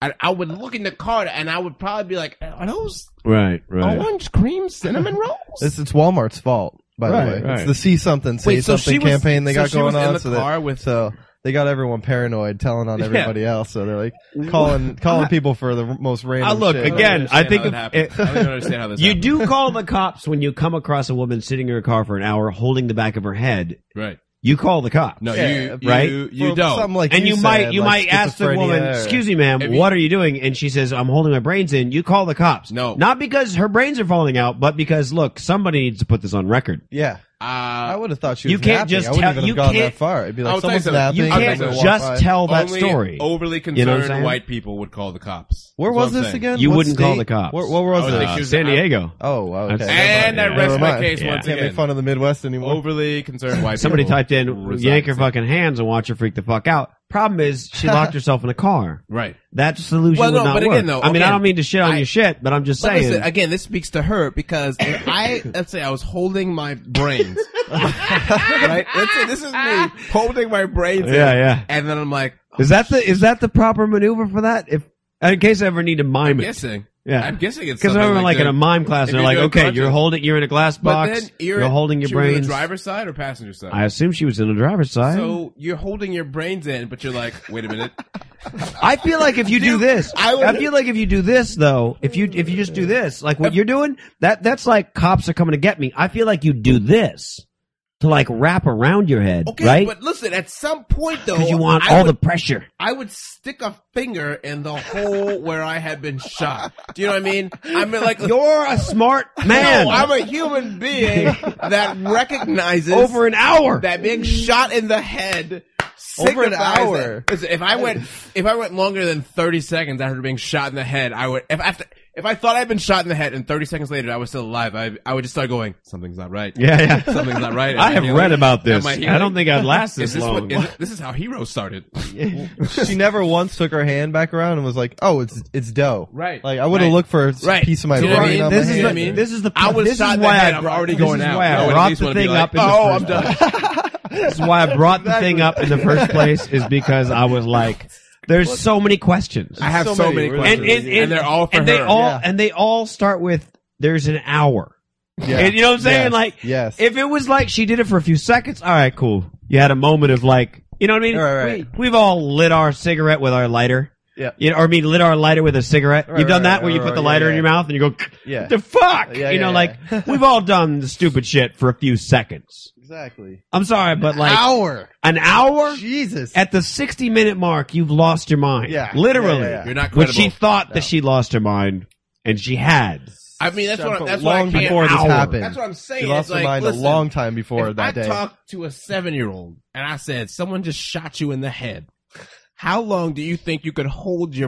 Speaker 2: I, I would look in the cart and I would probably be like, are those
Speaker 1: *laughs* Right, right.
Speaker 2: Oh, orange cream *laughs* cinnamon rolls?
Speaker 3: It's, it's Walmart's fault, by
Speaker 1: Right,
Speaker 3: the way.
Speaker 1: right.
Speaker 3: It's the see something, say
Speaker 2: Wait, so
Speaker 3: something
Speaker 2: she was-
Speaker 3: campaign they
Speaker 2: so
Speaker 3: got
Speaker 2: she
Speaker 3: going
Speaker 2: was in
Speaker 3: on.
Speaker 2: the
Speaker 3: so
Speaker 2: car
Speaker 3: that,
Speaker 2: with-
Speaker 3: so they got everyone paranoid,
Speaker 1: *laughs*
Speaker 3: telling on everybody else. So they're like calling calling people for the most random.
Speaker 1: I Uh, look,
Speaker 3: shit.
Speaker 1: again, I think
Speaker 2: it
Speaker 1: if-
Speaker 2: happens. I don't understand *laughs* how this.
Speaker 1: You
Speaker 2: happens.
Speaker 1: do call the cops when you come across a woman sitting in her car for an hour, holding the back of her head.
Speaker 2: right?
Speaker 1: You call the cops.
Speaker 2: No,
Speaker 3: Yeah,
Speaker 2: you
Speaker 1: right?
Speaker 2: You, you
Speaker 3: For
Speaker 2: don't.
Speaker 3: something like
Speaker 1: and you,
Speaker 3: said,
Speaker 1: might you
Speaker 3: like
Speaker 1: might ask the
Speaker 3: schizophrenia
Speaker 1: woman,
Speaker 3: or-
Speaker 1: "Excuse me, ma'am,
Speaker 2: If you-
Speaker 1: what are you doing?" And she says, "I'm holding my brains in." You call the cops.
Speaker 2: No.
Speaker 1: not because her brains are falling out, but because look, somebody needs to put this on record.
Speaker 3: Yeah,
Speaker 2: uh,
Speaker 3: I would have thought she was
Speaker 1: you can't
Speaker 3: napping.
Speaker 1: just
Speaker 3: I wouldn't
Speaker 1: tell-
Speaker 3: even
Speaker 1: you
Speaker 3: have gone
Speaker 1: can't-
Speaker 3: that far. It'd be
Speaker 2: I
Speaker 3: like
Speaker 2: would say
Speaker 3: someone's
Speaker 2: so. You
Speaker 3: napping.
Speaker 1: You
Speaker 2: I'm
Speaker 1: can't
Speaker 2: gonna
Speaker 3: and
Speaker 2: walk
Speaker 1: just
Speaker 3: by.
Speaker 1: tell that
Speaker 2: only
Speaker 1: story.
Speaker 2: Overly concerned
Speaker 1: You know what I'm saying?
Speaker 2: white people would call the cops.
Speaker 3: Where
Speaker 2: That's what
Speaker 3: was
Speaker 2: I'm
Speaker 3: this
Speaker 2: saying.
Speaker 3: again?
Speaker 1: You
Speaker 3: What
Speaker 1: wouldn't call
Speaker 3: state?
Speaker 1: the cops.
Speaker 3: Where, where was
Speaker 2: I would think
Speaker 1: Uh,
Speaker 2: she
Speaker 3: it?
Speaker 2: was-
Speaker 1: San Diego.
Speaker 3: Oh, wow, okay.
Speaker 1: That's-
Speaker 2: And I
Speaker 1: Yeah.
Speaker 2: rest
Speaker 3: Never
Speaker 2: my
Speaker 3: mind.
Speaker 2: case
Speaker 1: Yeah.
Speaker 2: once
Speaker 1: Can't
Speaker 3: Can't make
Speaker 2: again.
Speaker 3: fun of the Midwest anymore.
Speaker 2: Overly concerned white
Speaker 1: Somebody
Speaker 2: people.
Speaker 1: typed in
Speaker 2: resides
Speaker 1: yank her
Speaker 2: in-
Speaker 1: fucking hands and watch her freak the fuck out. Problem is,
Speaker 2: *laughs*
Speaker 1: she locked herself in a car.
Speaker 2: Right.
Speaker 1: That solution
Speaker 2: Well,
Speaker 1: would
Speaker 2: no,
Speaker 1: not
Speaker 2: but
Speaker 1: work.
Speaker 2: again, though,
Speaker 1: I mean, I
Speaker 2: again,
Speaker 1: don't mean to shit on
Speaker 2: I-
Speaker 1: your shit, but I'm just
Speaker 2: But
Speaker 1: saying.
Speaker 2: listen, again, this speaks to her because *laughs* if I let's say I was holding my *laughs* brains, right? Let's say this is *laughs* me holding my brains, in,
Speaker 1: yeah, yeah.
Speaker 2: and then I'm like,
Speaker 1: Is that the is that the proper maneuver for that? If in case I ever need to mime
Speaker 2: I'm
Speaker 1: it.
Speaker 2: guessing.
Speaker 1: Yeah.
Speaker 2: I'm guessing it's
Speaker 1: Because I
Speaker 2: something
Speaker 1: remember like,
Speaker 2: that.
Speaker 1: in a mime class, and
Speaker 2: if
Speaker 1: they're
Speaker 2: you're
Speaker 1: like,
Speaker 2: doing
Speaker 1: okay,
Speaker 2: crunches.
Speaker 1: you're holding, you're in a glass
Speaker 2: but
Speaker 1: box,
Speaker 2: then
Speaker 1: you're,
Speaker 2: you're,
Speaker 1: holding your
Speaker 2: should we do
Speaker 1: brains.
Speaker 2: The driver's side or passenger side?
Speaker 1: I assume she was in the driver's side.
Speaker 2: so you're holding your brains in, but you're like, wait
Speaker 1: *laughs*
Speaker 2: a minute.
Speaker 1: I feel like if you do this, I,
Speaker 3: I would-
Speaker 1: feel like if you do this though, if you if you just do this, like what you're doing, that that's like cops are coming to get me. I feel like you do this to like wrap around your head,
Speaker 2: Okay,
Speaker 1: right?
Speaker 2: but listen, at some point though,
Speaker 1: Because you want
Speaker 2: I
Speaker 1: all
Speaker 2: would,
Speaker 1: the pressure.
Speaker 2: I would stick a finger in the hole where I had been shot. Do you know what I mean? I mean, like,
Speaker 1: You're a smart man.
Speaker 2: *laughs* No, I'm a
Speaker 1: *laughs*
Speaker 2: human being that recognizes
Speaker 1: over an hour.
Speaker 2: that being shot in the head.
Speaker 3: Over an
Speaker 2: signifies
Speaker 3: hour.
Speaker 2: that- Listen, if I went, if I went longer than thirty seconds after being shot in the head, I would. If after, if I thought I'd been shot in the head and thirty seconds later I was still alive, I, I would just start going, something's not right.
Speaker 1: *laughs* yeah, yeah.
Speaker 2: something's not right.
Speaker 1: *laughs* I have
Speaker 2: Am
Speaker 1: read
Speaker 2: healing?
Speaker 1: about this.
Speaker 2: Am I
Speaker 1: I
Speaker 2: healing?
Speaker 1: don't think I'd last this
Speaker 2: Is this
Speaker 1: long. *laughs*
Speaker 2: what? Is, this is how heroes started.
Speaker 3: she never once took her hand back around and was like, "Oh, it's it's dough."
Speaker 2: Right.
Speaker 3: Like I would have
Speaker 2: Right.
Speaker 3: looked for a
Speaker 2: *laughs* Right.
Speaker 3: piece of my
Speaker 2: Do you know what I
Speaker 3: brain
Speaker 2: mean?
Speaker 3: on
Speaker 1: this
Speaker 3: my
Speaker 1: is
Speaker 2: You
Speaker 3: hand.
Speaker 2: know what
Speaker 1: the,
Speaker 2: I mean?
Speaker 1: this is the
Speaker 2: I was
Speaker 1: this is
Speaker 2: shot in the
Speaker 1: why
Speaker 2: head,
Speaker 1: I,
Speaker 2: I'm already
Speaker 1: this
Speaker 2: going
Speaker 1: is
Speaker 2: out.
Speaker 1: Why
Speaker 2: I
Speaker 1: I
Speaker 2: would at
Speaker 1: brought
Speaker 2: least
Speaker 1: the
Speaker 2: wanna be
Speaker 1: thing
Speaker 2: like,
Speaker 1: up. in the
Speaker 2: "Oh, I'm
Speaker 1: first
Speaker 2: done."
Speaker 1: place. This is why I brought the thing up in the first place is because I was like, there's so many questions.
Speaker 2: I have so,
Speaker 3: So
Speaker 2: many,
Speaker 3: many, really.
Speaker 2: questions, and, they're all for
Speaker 1: and
Speaker 2: her.
Speaker 1: they all
Speaker 3: Yeah.
Speaker 1: and they all start with there's an hour.
Speaker 3: Yeah.
Speaker 1: And you know what I'm saying?
Speaker 3: Yes.
Speaker 1: Like
Speaker 3: yes.
Speaker 1: if it was like she did it for a few seconds, all right, cool. You had a moment of like, you know what I mean?
Speaker 3: Right, right.
Speaker 1: We, have all lit our cigarette with our lighter.
Speaker 3: Yeah.
Speaker 1: You know, or I mean, lit our lighter with a cigarette.
Speaker 3: Right,
Speaker 1: You've done
Speaker 3: right,
Speaker 1: that
Speaker 3: right,
Speaker 1: where you
Speaker 3: right,
Speaker 1: put the
Speaker 3: right,
Speaker 1: lighter
Speaker 3: yeah,
Speaker 1: in your
Speaker 3: yeah.
Speaker 1: mouth and you go,
Speaker 3: yeah.
Speaker 1: the fuck?
Speaker 3: Yeah,
Speaker 1: you know,
Speaker 3: yeah,
Speaker 1: like,
Speaker 2: *laughs*
Speaker 1: we've all done the stupid shit for a few seconds.
Speaker 3: exactly.
Speaker 1: I'm sorry, but like,
Speaker 3: hour.
Speaker 1: an hour?
Speaker 3: Jesus.
Speaker 1: At the 60 minute mark, you've lost your mind.
Speaker 3: Yeah.
Speaker 1: Literally.
Speaker 3: Yeah, yeah,
Speaker 2: You're not
Speaker 1: When
Speaker 2: credible.
Speaker 1: she thought that she lost her mind, and she had.
Speaker 2: I mean, that's what. I'm- That's what I
Speaker 3: long
Speaker 2: can't.
Speaker 3: before this
Speaker 1: hour.
Speaker 3: happened.
Speaker 2: That's what I'm saying.
Speaker 3: She
Speaker 2: it's
Speaker 3: lost her
Speaker 2: like,
Speaker 3: mind
Speaker 2: listen,
Speaker 3: a long time before
Speaker 2: if
Speaker 3: that
Speaker 2: I
Speaker 3: day.
Speaker 2: talked to a seven year old and I said, someone just shot you in the head. How long do you think you could hold your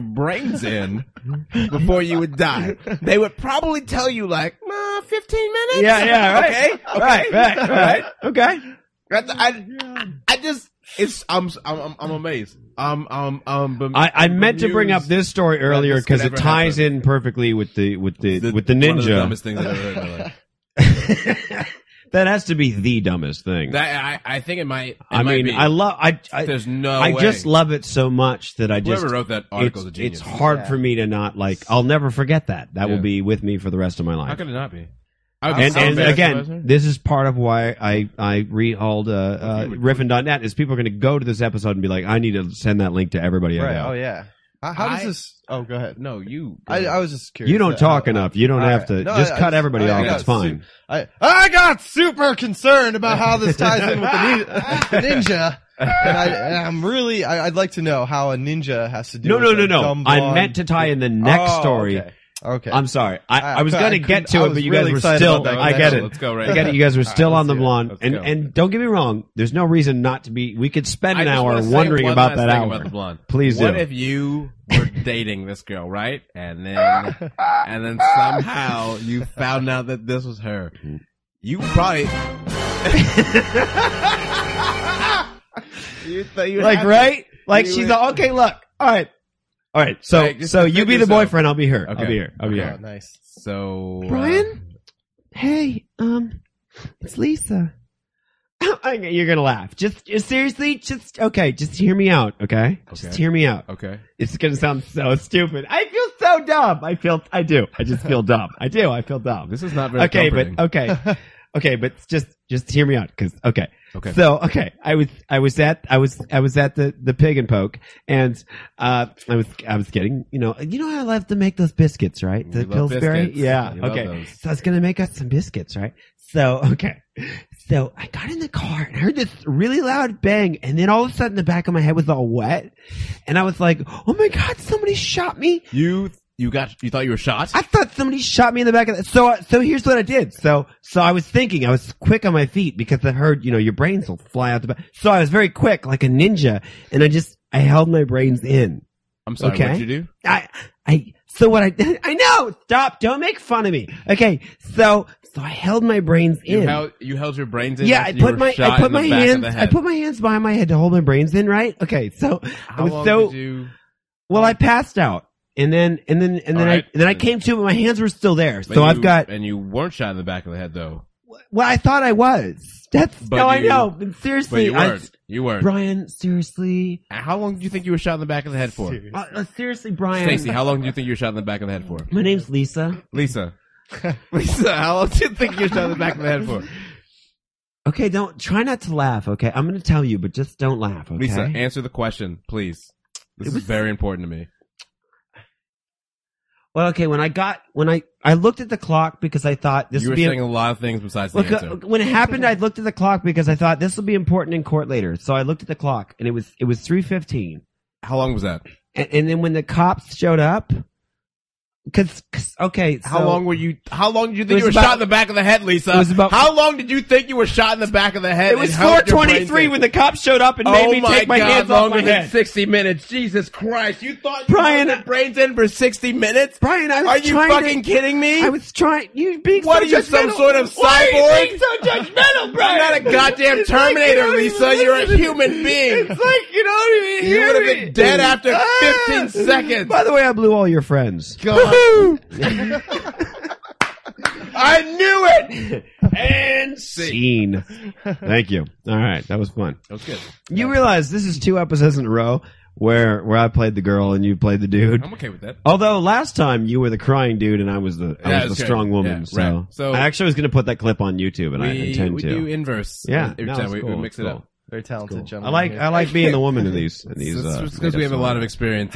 Speaker 1: *laughs*
Speaker 2: brains in before you would die? They would probably tell you like, uh, 15 minutes?
Speaker 1: Yeah, yeah, right.
Speaker 2: Okay, okay.
Speaker 1: Right, right, right. Okay.
Speaker 2: That's- I, I just, it's, I'm, I'm, I'm- I'm amazed. Um, I'm, I'm, I'm, bem-
Speaker 1: I, I meant to bring up
Speaker 2: bemused.
Speaker 1: this story earlier
Speaker 2: this could
Speaker 1: because it
Speaker 2: ever
Speaker 1: ties
Speaker 2: happen.
Speaker 1: in perfectly with the with the,
Speaker 2: The-
Speaker 1: with the
Speaker 2: One of the
Speaker 1: ninja.
Speaker 2: dumbest things I've ever heard in
Speaker 1: *laughs*
Speaker 2: my life.
Speaker 1: that has to be the dumbest thing.
Speaker 2: That, I, I think it might, it
Speaker 1: I
Speaker 2: might
Speaker 1: mean,
Speaker 2: be.
Speaker 1: I love I I,
Speaker 2: There's no
Speaker 1: I
Speaker 2: way.
Speaker 1: just love it so much that I
Speaker 2: Whoever
Speaker 1: just
Speaker 2: wrote that
Speaker 1: it's,
Speaker 2: article is a
Speaker 1: it's
Speaker 2: genius.
Speaker 1: hard
Speaker 3: Yeah.
Speaker 1: for me to not like. I'll never forget that. That will
Speaker 2: Yeah.
Speaker 1: be with me for the rest of my life.
Speaker 2: How could it not be? I would be
Speaker 1: and
Speaker 2: so
Speaker 1: and
Speaker 2: embarrassed if I
Speaker 1: again,
Speaker 2: was her.
Speaker 1: this is part of why I I rehauled uh, uh,
Speaker 2: If you would-
Speaker 1: riffin.net is people are going to go to this episode and be like, I need to send that link to everybody. I
Speaker 3: right.
Speaker 1: know.
Speaker 3: Oh yeah. How, how
Speaker 2: I-
Speaker 3: does this? Oh, go ahead.
Speaker 2: no, you.
Speaker 3: I, I was just curious.
Speaker 1: You don't
Speaker 3: Uh,
Speaker 1: talk
Speaker 3: I-
Speaker 1: enough. You don't
Speaker 3: all
Speaker 1: have to
Speaker 3: right. No,
Speaker 1: just
Speaker 3: I-
Speaker 1: cut
Speaker 3: I-
Speaker 1: everybody
Speaker 3: I
Speaker 1: off.
Speaker 3: got
Speaker 1: It's fine.
Speaker 3: I I got super concerned about how this ties in with the nin- ninja, and, I, and I'm really I, I'd like to know how a ninja has to do.
Speaker 1: No,
Speaker 3: with
Speaker 1: no,
Speaker 3: a
Speaker 1: no, no.
Speaker 3: dumb
Speaker 1: I
Speaker 3: blonde-
Speaker 1: meant to tie in the next
Speaker 3: Oh,
Speaker 1: story.
Speaker 3: Okay. Okay.
Speaker 1: I'm sorry. I,
Speaker 3: I-
Speaker 1: I was
Speaker 3: I
Speaker 1: going to
Speaker 3: couldn't-
Speaker 1: get to
Speaker 3: I
Speaker 1: it,
Speaker 3: was
Speaker 1: but you
Speaker 3: really
Speaker 1: guys were
Speaker 3: excited
Speaker 1: still.
Speaker 3: about that
Speaker 1: I get it.
Speaker 2: Let's go right.
Speaker 1: I get it. You
Speaker 3: *laughs*
Speaker 1: guys were still
Speaker 3: let's
Speaker 1: on the
Speaker 3: do it.
Speaker 1: blonde,
Speaker 2: Let's
Speaker 1: and
Speaker 2: go.
Speaker 1: and don't get me wrong. There's no reason not to be. We could *laughs* spend
Speaker 2: I
Speaker 1: an
Speaker 2: just
Speaker 1: hour
Speaker 2: wanna say
Speaker 1: wondering
Speaker 2: one
Speaker 1: about
Speaker 2: last
Speaker 1: that
Speaker 2: thing
Speaker 1: hour.
Speaker 2: About the blonde.
Speaker 1: Please
Speaker 2: what
Speaker 1: do.
Speaker 2: if you were *laughs* dating this girl, right? And then, and then somehow you found out that this was her. You probably. you thought you
Speaker 1: like
Speaker 2: have to-
Speaker 1: right? Like
Speaker 2: you
Speaker 1: she's
Speaker 2: would-
Speaker 1: like, okay, look, all right, all right. So
Speaker 2: Like, just
Speaker 1: so you
Speaker 2: defend
Speaker 1: be the
Speaker 2: yourself.
Speaker 1: boyfriend. I'll be her. I'll
Speaker 2: Okay.
Speaker 1: be her. I'll be
Speaker 2: Okay.
Speaker 1: her. *laughs*
Speaker 3: Oh, *laughs* nice.
Speaker 2: So uh,
Speaker 1: hey, um, it's Lisa. *laughs* Okay, You're gonna laugh. Just, just seriously, just okay. Just hear me out, okay? Just
Speaker 2: Okay.
Speaker 1: hear me out.
Speaker 2: okay.
Speaker 1: It's gonna sound so stupid. I feel so dumb. I feel, I do. I just feel dumb. I do. I feel dumb.
Speaker 2: This is not very
Speaker 1: Okay,
Speaker 2: comforting.
Speaker 1: but okay, okay, but just, just hear me out, because okay.
Speaker 2: okay.
Speaker 1: So okay, I was I was at I was I was at the the pig and poke, and uh, I was I was getting you know you know how I love to make those biscuits right the
Speaker 2: We love
Speaker 1: Pillsbury
Speaker 2: biscuits.
Speaker 1: yeah
Speaker 2: We love
Speaker 1: okay
Speaker 2: those.
Speaker 1: so I was gonna make us some biscuits right so okay so I got in the car and I heard this really loud bang and then all of a sudden the back of my head was all wet and I was like oh my god somebody shot me
Speaker 2: you you got you thought you were shot.
Speaker 1: I thought somebody shot me in the back of the. So, I- so here's what I did. So, so I was thinking, I was quick on my feet because I heard, you know, your brains will fly out the back. So I was very quick, like a ninja, and I just, I held my brains in.
Speaker 2: I'm sorry.
Speaker 1: okay.
Speaker 2: What did you do?
Speaker 1: I, I, so what I, *laughs* did- I know, stop, don't make fun of me. Okay, so, so I held my brains
Speaker 2: You
Speaker 1: in.
Speaker 2: held you held your brains in.
Speaker 1: yeah,
Speaker 2: after
Speaker 1: I
Speaker 2: you
Speaker 1: put
Speaker 2: were
Speaker 1: my,
Speaker 2: shot
Speaker 1: I put
Speaker 2: in the
Speaker 1: my
Speaker 2: back of
Speaker 1: hands,
Speaker 2: the
Speaker 1: I
Speaker 2: head.
Speaker 1: put my hands behind my head to hold my brains in, right? Okay, so I
Speaker 2: How
Speaker 1: was
Speaker 2: long
Speaker 1: so,
Speaker 2: did you?
Speaker 1: well, I passed out. And then, and then, and then
Speaker 2: All right.
Speaker 1: I, and then I came to, but my hands were still there. So
Speaker 2: but
Speaker 1: I've
Speaker 2: you-
Speaker 1: got,
Speaker 2: and you weren't shot in the back of the head though.
Speaker 5: well, I thought I was. That's
Speaker 2: But
Speaker 5: no, I
Speaker 2: you-
Speaker 5: know. But
Speaker 2: But
Speaker 5: seriously,
Speaker 2: you
Speaker 5: I-
Speaker 2: weren't. You weren't.
Speaker 5: Brian. Seriously,
Speaker 2: How long do you think you were shot in the back of the head for?
Speaker 3: Seriously.
Speaker 5: Uh, uh, seriously, Brian.
Speaker 2: Stacy, how long do you think you were shot in the back of the head
Speaker 5: *laughs*
Speaker 2: for?
Speaker 5: My name's Lisa.
Speaker 2: Lisa. *laughs* Lisa, how long do you think you were shot in the back of
Speaker 5: *laughs*
Speaker 2: the head for?
Speaker 5: Okay, don't try not to laugh. Okay, I'm gonna tell you, but just don't laugh. Okay.
Speaker 2: Lisa, answer the question, please. This is very important to me.
Speaker 5: well, okay. When I got when I I looked at the clock because I thought this
Speaker 2: you were
Speaker 5: would be
Speaker 2: saying a lot of things besides the
Speaker 5: Look,
Speaker 2: answer.
Speaker 5: uh, when it happened, I looked at the clock because I thought this will be important in court later. So I looked at the clock, and it was it was three fifteen.
Speaker 2: How long was that?
Speaker 5: And, and then when the cops showed up, because okay,
Speaker 2: How
Speaker 5: so-
Speaker 2: long were you? How long did you think
Speaker 5: was
Speaker 2: you were
Speaker 5: about-
Speaker 2: shot in the back of the head, Lisa?
Speaker 5: It was about-
Speaker 2: how long did you think you were shot in the back of the head?
Speaker 5: It was
Speaker 2: and how
Speaker 5: four
Speaker 2: did your brain
Speaker 5: twenty three
Speaker 2: think?
Speaker 5: when the cops showed up and
Speaker 2: Oh
Speaker 5: made me take my
Speaker 2: God,
Speaker 5: hands off
Speaker 2: longer
Speaker 5: my
Speaker 2: than
Speaker 5: head.
Speaker 2: sixty minutes. Jesus Christ! You thought you
Speaker 5: Brian-
Speaker 2: had your brains in for sixty minutes?
Speaker 5: Brian, I was
Speaker 2: Are you
Speaker 5: trying to-
Speaker 2: fucking kidding me?
Speaker 5: I was trying. You being
Speaker 2: what
Speaker 5: so
Speaker 2: are you, some
Speaker 5: judgmental.
Speaker 2: sort of cyborg?
Speaker 5: Why are you being so-
Speaker 2: *laughs* judgmental, Brian? You're not a goddamn
Speaker 5: It's like you
Speaker 2: Terminator,
Speaker 5: don't even
Speaker 2: Lisa. You're a
Speaker 5: listen to
Speaker 2: human being.
Speaker 1: It's like you don't even
Speaker 2: You
Speaker 1: hear
Speaker 2: would have
Speaker 1: me.
Speaker 2: been dead after
Speaker 1: Ah!
Speaker 2: fifteen seconds.
Speaker 1: By the way, I blew all your friends.
Speaker 2: I knew it.
Speaker 1: And scene. Thank you. All right, that was fun.
Speaker 2: That was good.
Speaker 1: You realize this is two episodes in a row where where I played the girl and you played the dude.
Speaker 2: I'm okay with that.
Speaker 1: Although last time you were the crying dude and I was the I
Speaker 2: Yeah,
Speaker 1: was
Speaker 2: that's
Speaker 1: the
Speaker 2: right.
Speaker 1: strong woman.
Speaker 2: Yeah,
Speaker 1: so.
Speaker 2: right. So-
Speaker 1: I actually was going to put that clip on YouTube, and I
Speaker 2: we,
Speaker 1: intend
Speaker 2: we
Speaker 1: to.
Speaker 2: do inverse.
Speaker 1: Yeah,
Speaker 2: every
Speaker 1: no,
Speaker 2: time
Speaker 1: it's
Speaker 2: we, we
Speaker 1: cool,
Speaker 2: mix
Speaker 1: it's
Speaker 2: it up.
Speaker 1: cool.
Speaker 3: Very talented
Speaker 1: I
Speaker 3: gentleman.
Speaker 1: like
Speaker 3: here.
Speaker 1: I like being the
Speaker 2: *laughs*
Speaker 1: woman in these in these.
Speaker 2: It's-
Speaker 1: uh,
Speaker 2: it's because we have a
Speaker 1: made-up
Speaker 2: lot of
Speaker 1: songs.
Speaker 2: experience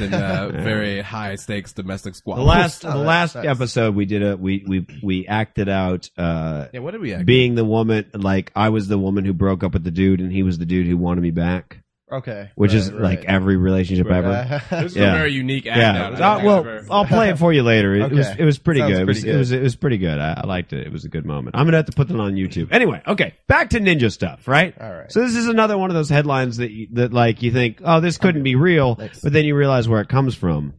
Speaker 1: *laughs*
Speaker 2: in uh, very high stakes domestic squad.
Speaker 1: The last
Speaker 3: Oh,
Speaker 1: the
Speaker 3: that
Speaker 1: last
Speaker 3: sucks.
Speaker 1: episode we did a we we we acted out uh
Speaker 2: *laughs* yeah, what did we act?
Speaker 1: being the woman like I was the woman who broke up with the dude and he was the dude who wanted me back,
Speaker 3: okay,
Speaker 1: which is
Speaker 3: right,
Speaker 1: like
Speaker 3: right.
Speaker 1: every relationship ever.
Speaker 2: This is
Speaker 1: Yeah.
Speaker 2: a very unique act.
Speaker 1: Yeah,
Speaker 2: out. I
Speaker 1: Uh,
Speaker 2: don't think I've
Speaker 1: well,
Speaker 2: *laughs* ever-
Speaker 1: I'll play it for you later. It, it was
Speaker 3: Okay.
Speaker 1: it was pretty
Speaker 3: Sounds
Speaker 1: good. It was,
Speaker 3: pretty
Speaker 1: it was it was pretty good. I, I liked it. It was a good moment. I'm gonna have to put that on YouTube. Anyway, okay, back to ninja stuff, right?
Speaker 3: *laughs* all right.
Speaker 1: So this is another one of those headlines that you, that like you think, oh, this couldn't be real,
Speaker 3: Thanks.
Speaker 1: but then you realize where it comes from.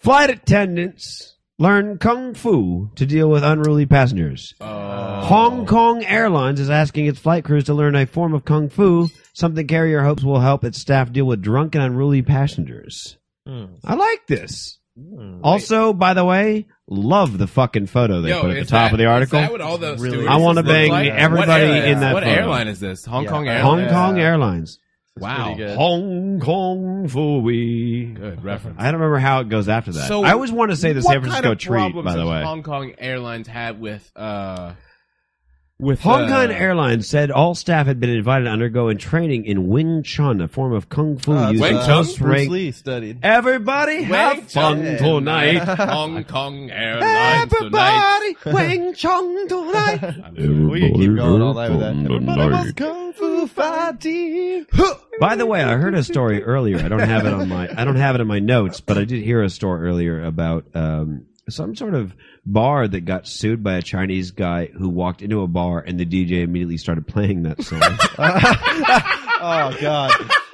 Speaker 1: Flight attendants learn kung fu to deal with unruly passengers.
Speaker 2: Oh.
Speaker 1: Hong Kong Airlines is asking its flight crews to learn a form of kung fu, something carrier hopes will help its staff deal with drunk and unruly passengers.
Speaker 3: Mm,
Speaker 1: I like this.
Speaker 3: mm.
Speaker 1: Also, by the put love the fucking photo they
Speaker 2: Yo,
Speaker 1: put at the
Speaker 2: is
Speaker 1: top
Speaker 2: that-
Speaker 1: of the
Speaker 2: is
Speaker 1: article.
Speaker 2: that what all those
Speaker 3: Really-
Speaker 2: stewardesses
Speaker 1: I wanna
Speaker 2: look
Speaker 1: bang
Speaker 2: like?
Speaker 1: everybody
Speaker 2: What air-
Speaker 1: in that
Speaker 2: What
Speaker 1: photo.
Speaker 2: airline is this? Hong
Speaker 3: Yeah.
Speaker 2: Kong Airlines.
Speaker 1: Hong
Speaker 3: Yeah.
Speaker 1: Kong Airlines.
Speaker 3: It's
Speaker 2: Wow.
Speaker 3: pretty good.
Speaker 1: Hong Kong Fooey.
Speaker 2: Good reference.
Speaker 1: I don't remember how it goes after that.
Speaker 2: So,
Speaker 1: I always want to say the
Speaker 2: what
Speaker 1: San Francisco
Speaker 2: kind of
Speaker 1: treat,
Speaker 2: problems
Speaker 1: by the
Speaker 2: does
Speaker 1: way.
Speaker 2: Hong Kong Airlines had with uh with
Speaker 1: Hong
Speaker 2: uh,
Speaker 1: Kong Airlines said all staff had been invited to undergo in training in Wing Chun, a form of kung fu
Speaker 3: Uh,
Speaker 1: using
Speaker 2: Wing
Speaker 3: that's,
Speaker 2: Chun?
Speaker 3: uh,
Speaker 1: close
Speaker 3: Bruce
Speaker 1: rank.
Speaker 3: Lee studied.
Speaker 1: Everybody have
Speaker 2: Wing
Speaker 1: fun
Speaker 3: Chun.
Speaker 1: tonight. *laughs*
Speaker 2: Hong Kong Airlines tonight.
Speaker 1: Everybody Wing Chun
Speaker 2: *laughs*
Speaker 1: tonight.
Speaker 3: We could keep going all night with that. Everybody wants kung fu fighting.
Speaker 1: By the way, I heard a story earlier. I don't have it on my I don't have it in my notes, but I did hear a story earlier about um, some sort of bar that got sued by a Chinese guy who walked into a bar and the DJ immediately started playing that song. *laughs*
Speaker 3: oh God,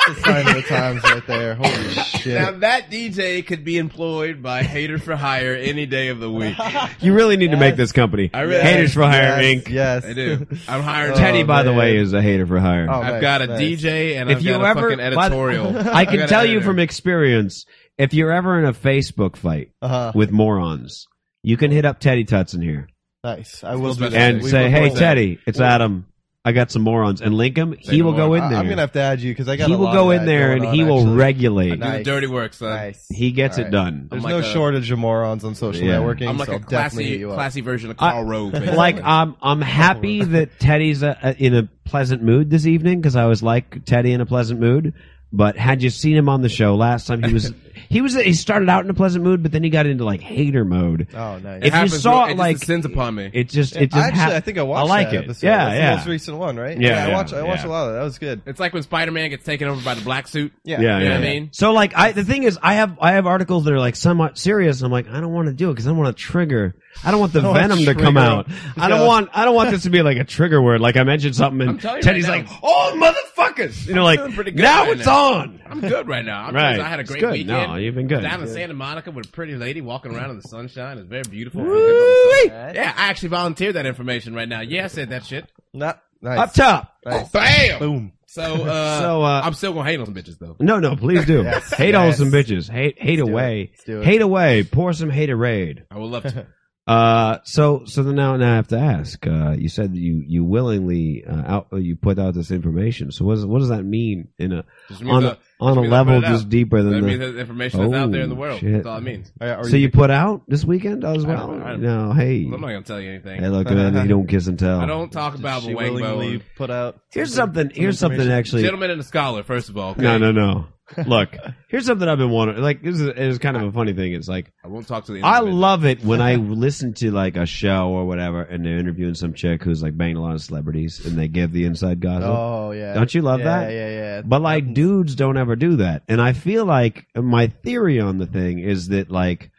Speaker 3: the sign of the times right there. Holy
Speaker 2: Now
Speaker 3: shit!
Speaker 2: that DJ could be employed by Hater for Hire any day of the week. I
Speaker 1: you really need to make this company.
Speaker 2: really
Speaker 1: Haters for Hire
Speaker 3: yes,
Speaker 1: Inc.
Speaker 3: Yes,
Speaker 2: I do. I'm hiring.
Speaker 1: Teddy, by the
Speaker 3: man.
Speaker 1: way, is a hater for hire.
Speaker 3: Oh,
Speaker 2: I've
Speaker 3: nice,
Speaker 2: got a
Speaker 3: nice.
Speaker 2: DJ and
Speaker 1: If
Speaker 2: I've
Speaker 1: you
Speaker 2: got a
Speaker 1: ever-
Speaker 2: fucking
Speaker 1: by the- *laughs*
Speaker 2: editorial.
Speaker 1: I can
Speaker 2: got
Speaker 1: tell
Speaker 2: an
Speaker 1: you
Speaker 2: editor.
Speaker 1: from experience, if you're ever in a Facebook fight
Speaker 3: *laughs* Uh-huh.
Speaker 1: with morons, you can hit up Teddy Tutson here.
Speaker 3: Nice. I will
Speaker 2: Still special.
Speaker 3: do that.
Speaker 1: and
Speaker 3: We
Speaker 1: say,
Speaker 3: will
Speaker 1: "Hey
Speaker 3: do that.
Speaker 1: Teddy, it's Adam. I got some morons," and link him.
Speaker 2: Say
Speaker 1: he
Speaker 2: no
Speaker 1: will go
Speaker 2: more.
Speaker 1: in
Speaker 3: I-
Speaker 1: there.
Speaker 3: I'm gonna have to add you because I got.
Speaker 1: he
Speaker 3: a
Speaker 1: will
Speaker 3: lot
Speaker 1: go
Speaker 3: of
Speaker 1: in
Speaker 3: that
Speaker 1: there and
Speaker 3: going
Speaker 1: he
Speaker 3: on,
Speaker 1: will
Speaker 3: actually.
Speaker 1: regulate.
Speaker 2: Do the
Speaker 3: Nice.
Speaker 2: dirty work, son.
Speaker 3: Nice.
Speaker 1: He gets it
Speaker 3: Alright.
Speaker 1: done.
Speaker 3: There's
Speaker 2: I'm
Speaker 3: no
Speaker 2: like a-
Speaker 3: shortage of morons on social
Speaker 1: Yeah.
Speaker 3: networking.
Speaker 2: I'm like
Speaker 3: so
Speaker 2: a
Speaker 3: I'll definitely hit
Speaker 2: classy,
Speaker 3: you up.
Speaker 2: classy version of Carl Rove. basically.
Speaker 1: Like uh, I'm, I'm happy
Speaker 3: *laughs*
Speaker 1: that Teddy's uh uh in a pleasant mood this evening because I was like Teddy in a pleasant mood. But had you seen him on the show last time, he
Speaker 3: *laughs*
Speaker 1: was, he was, he started out in a pleasant mood, but then he got into like hater mode.
Speaker 3: Oh, nice.
Speaker 1: If you
Speaker 2: happens
Speaker 1: saw
Speaker 2: more-
Speaker 1: it,
Speaker 2: it just
Speaker 1: like-
Speaker 2: descends upon me.
Speaker 1: It just, it just
Speaker 3: Actually,
Speaker 1: hap-
Speaker 3: I think I watched.
Speaker 1: I like
Speaker 3: that
Speaker 1: it.
Speaker 3: Episode.
Speaker 1: Yeah,
Speaker 3: That's
Speaker 1: yeah.
Speaker 3: The most recent one, right?
Speaker 1: Yeah,
Speaker 3: I
Speaker 1: yeah,
Speaker 3: watched. I watched
Speaker 1: yeah.
Speaker 3: a lot of that. That was good.
Speaker 2: it's like when Spider-Man gets taken over by the black suit.
Speaker 1: yeah,
Speaker 3: Yeah.
Speaker 2: You know
Speaker 1: yeah.
Speaker 2: what I mean?
Speaker 1: So like I the thing is I have I have articles that are like somewhat serious. I'm like I don't want to do it because I don't want to trigger. I don't want
Speaker 2: *laughs*
Speaker 1: the
Speaker 2: Oh,
Speaker 3: I don't want
Speaker 1: venom to
Speaker 3: trigger.
Speaker 1: come out. I don't
Speaker 3: Yeah.
Speaker 1: want I don't want this to be like a trigger word. Like I mentioned something
Speaker 2: I'm
Speaker 1: and
Speaker 2: telling you
Speaker 1: Teddy's
Speaker 2: right now.
Speaker 1: like, oh motherfuckers, you know, like
Speaker 2: doing pretty good
Speaker 1: now
Speaker 2: right
Speaker 1: it's
Speaker 2: now."
Speaker 1: on.
Speaker 2: I'm good right now. I'm
Speaker 1: Right.
Speaker 2: I had a
Speaker 1: It's
Speaker 2: great
Speaker 1: good.
Speaker 2: weekend.
Speaker 1: No, you've been good.
Speaker 2: Down in
Speaker 1: Good.
Speaker 2: Santa Monica with a pretty lady walking around in the sunshine. It's very beautiful.
Speaker 1: Woo-wee.
Speaker 2: Yeah, I actually volunteered that information right now. Yeah, I said that shit.
Speaker 3: Not nice.
Speaker 1: Up top.
Speaker 3: Nice.
Speaker 2: Bam.
Speaker 3: Boom.
Speaker 2: So, uh,
Speaker 1: So, uh,
Speaker 2: I'm still gonna hate on some bitches though.
Speaker 1: No, no, please do. hate all
Speaker 3: yes.
Speaker 1: some bitches. Hate hate
Speaker 3: do it.
Speaker 1: away.
Speaker 3: Let's do it.
Speaker 1: Hate away. Pour some hate raid. *laughs*
Speaker 2: I would love to.
Speaker 1: Uh, so so then now, now I have to ask. Uh, you said that you you willingly uh, out you put out this information. So what does what does that mean in a
Speaker 2: Just means
Speaker 1: on
Speaker 2: that-
Speaker 1: a, on
Speaker 2: just
Speaker 1: a
Speaker 2: means I
Speaker 1: level
Speaker 2: put it out.
Speaker 1: just deeper
Speaker 2: that
Speaker 1: than
Speaker 2: means
Speaker 1: the?
Speaker 2: that information is out there in the
Speaker 1: Oh,
Speaker 2: world.
Speaker 1: shit.
Speaker 2: That's all it means.
Speaker 3: Are- are
Speaker 1: So you put out this weekend as
Speaker 2: I
Speaker 1: well?
Speaker 2: don't- I don't-
Speaker 1: No, hey,
Speaker 2: I'm not gonna tell you anything.
Speaker 1: hey, look, um, man, you don't kiss and tell.
Speaker 2: I don't talk about
Speaker 3: Does she
Speaker 2: Wangbo.
Speaker 3: willingly put out.
Speaker 1: Here's something. Here's
Speaker 3: information?
Speaker 1: something actually.
Speaker 2: Gentleman and a scholar, first of all. okay?
Speaker 1: No, no, no.
Speaker 2: *laughs*
Speaker 1: Look, here's something I've been wondering. Like this is, it's kind of a funny thing. It's like
Speaker 2: I won't talk to the.
Speaker 1: I
Speaker 2: individual.
Speaker 1: love it when
Speaker 2: *laughs*
Speaker 1: I listen to like a show or whatever, and they're interviewing some chick who's like banging a lot of celebrities, and they give the inside gossip.
Speaker 3: Oh yeah.
Speaker 1: Don't you love
Speaker 3: yeah,
Speaker 1: that?
Speaker 3: Yeah, yeah.
Speaker 1: But like dudes don't ever do that. And I feel like my theory on the thing is that like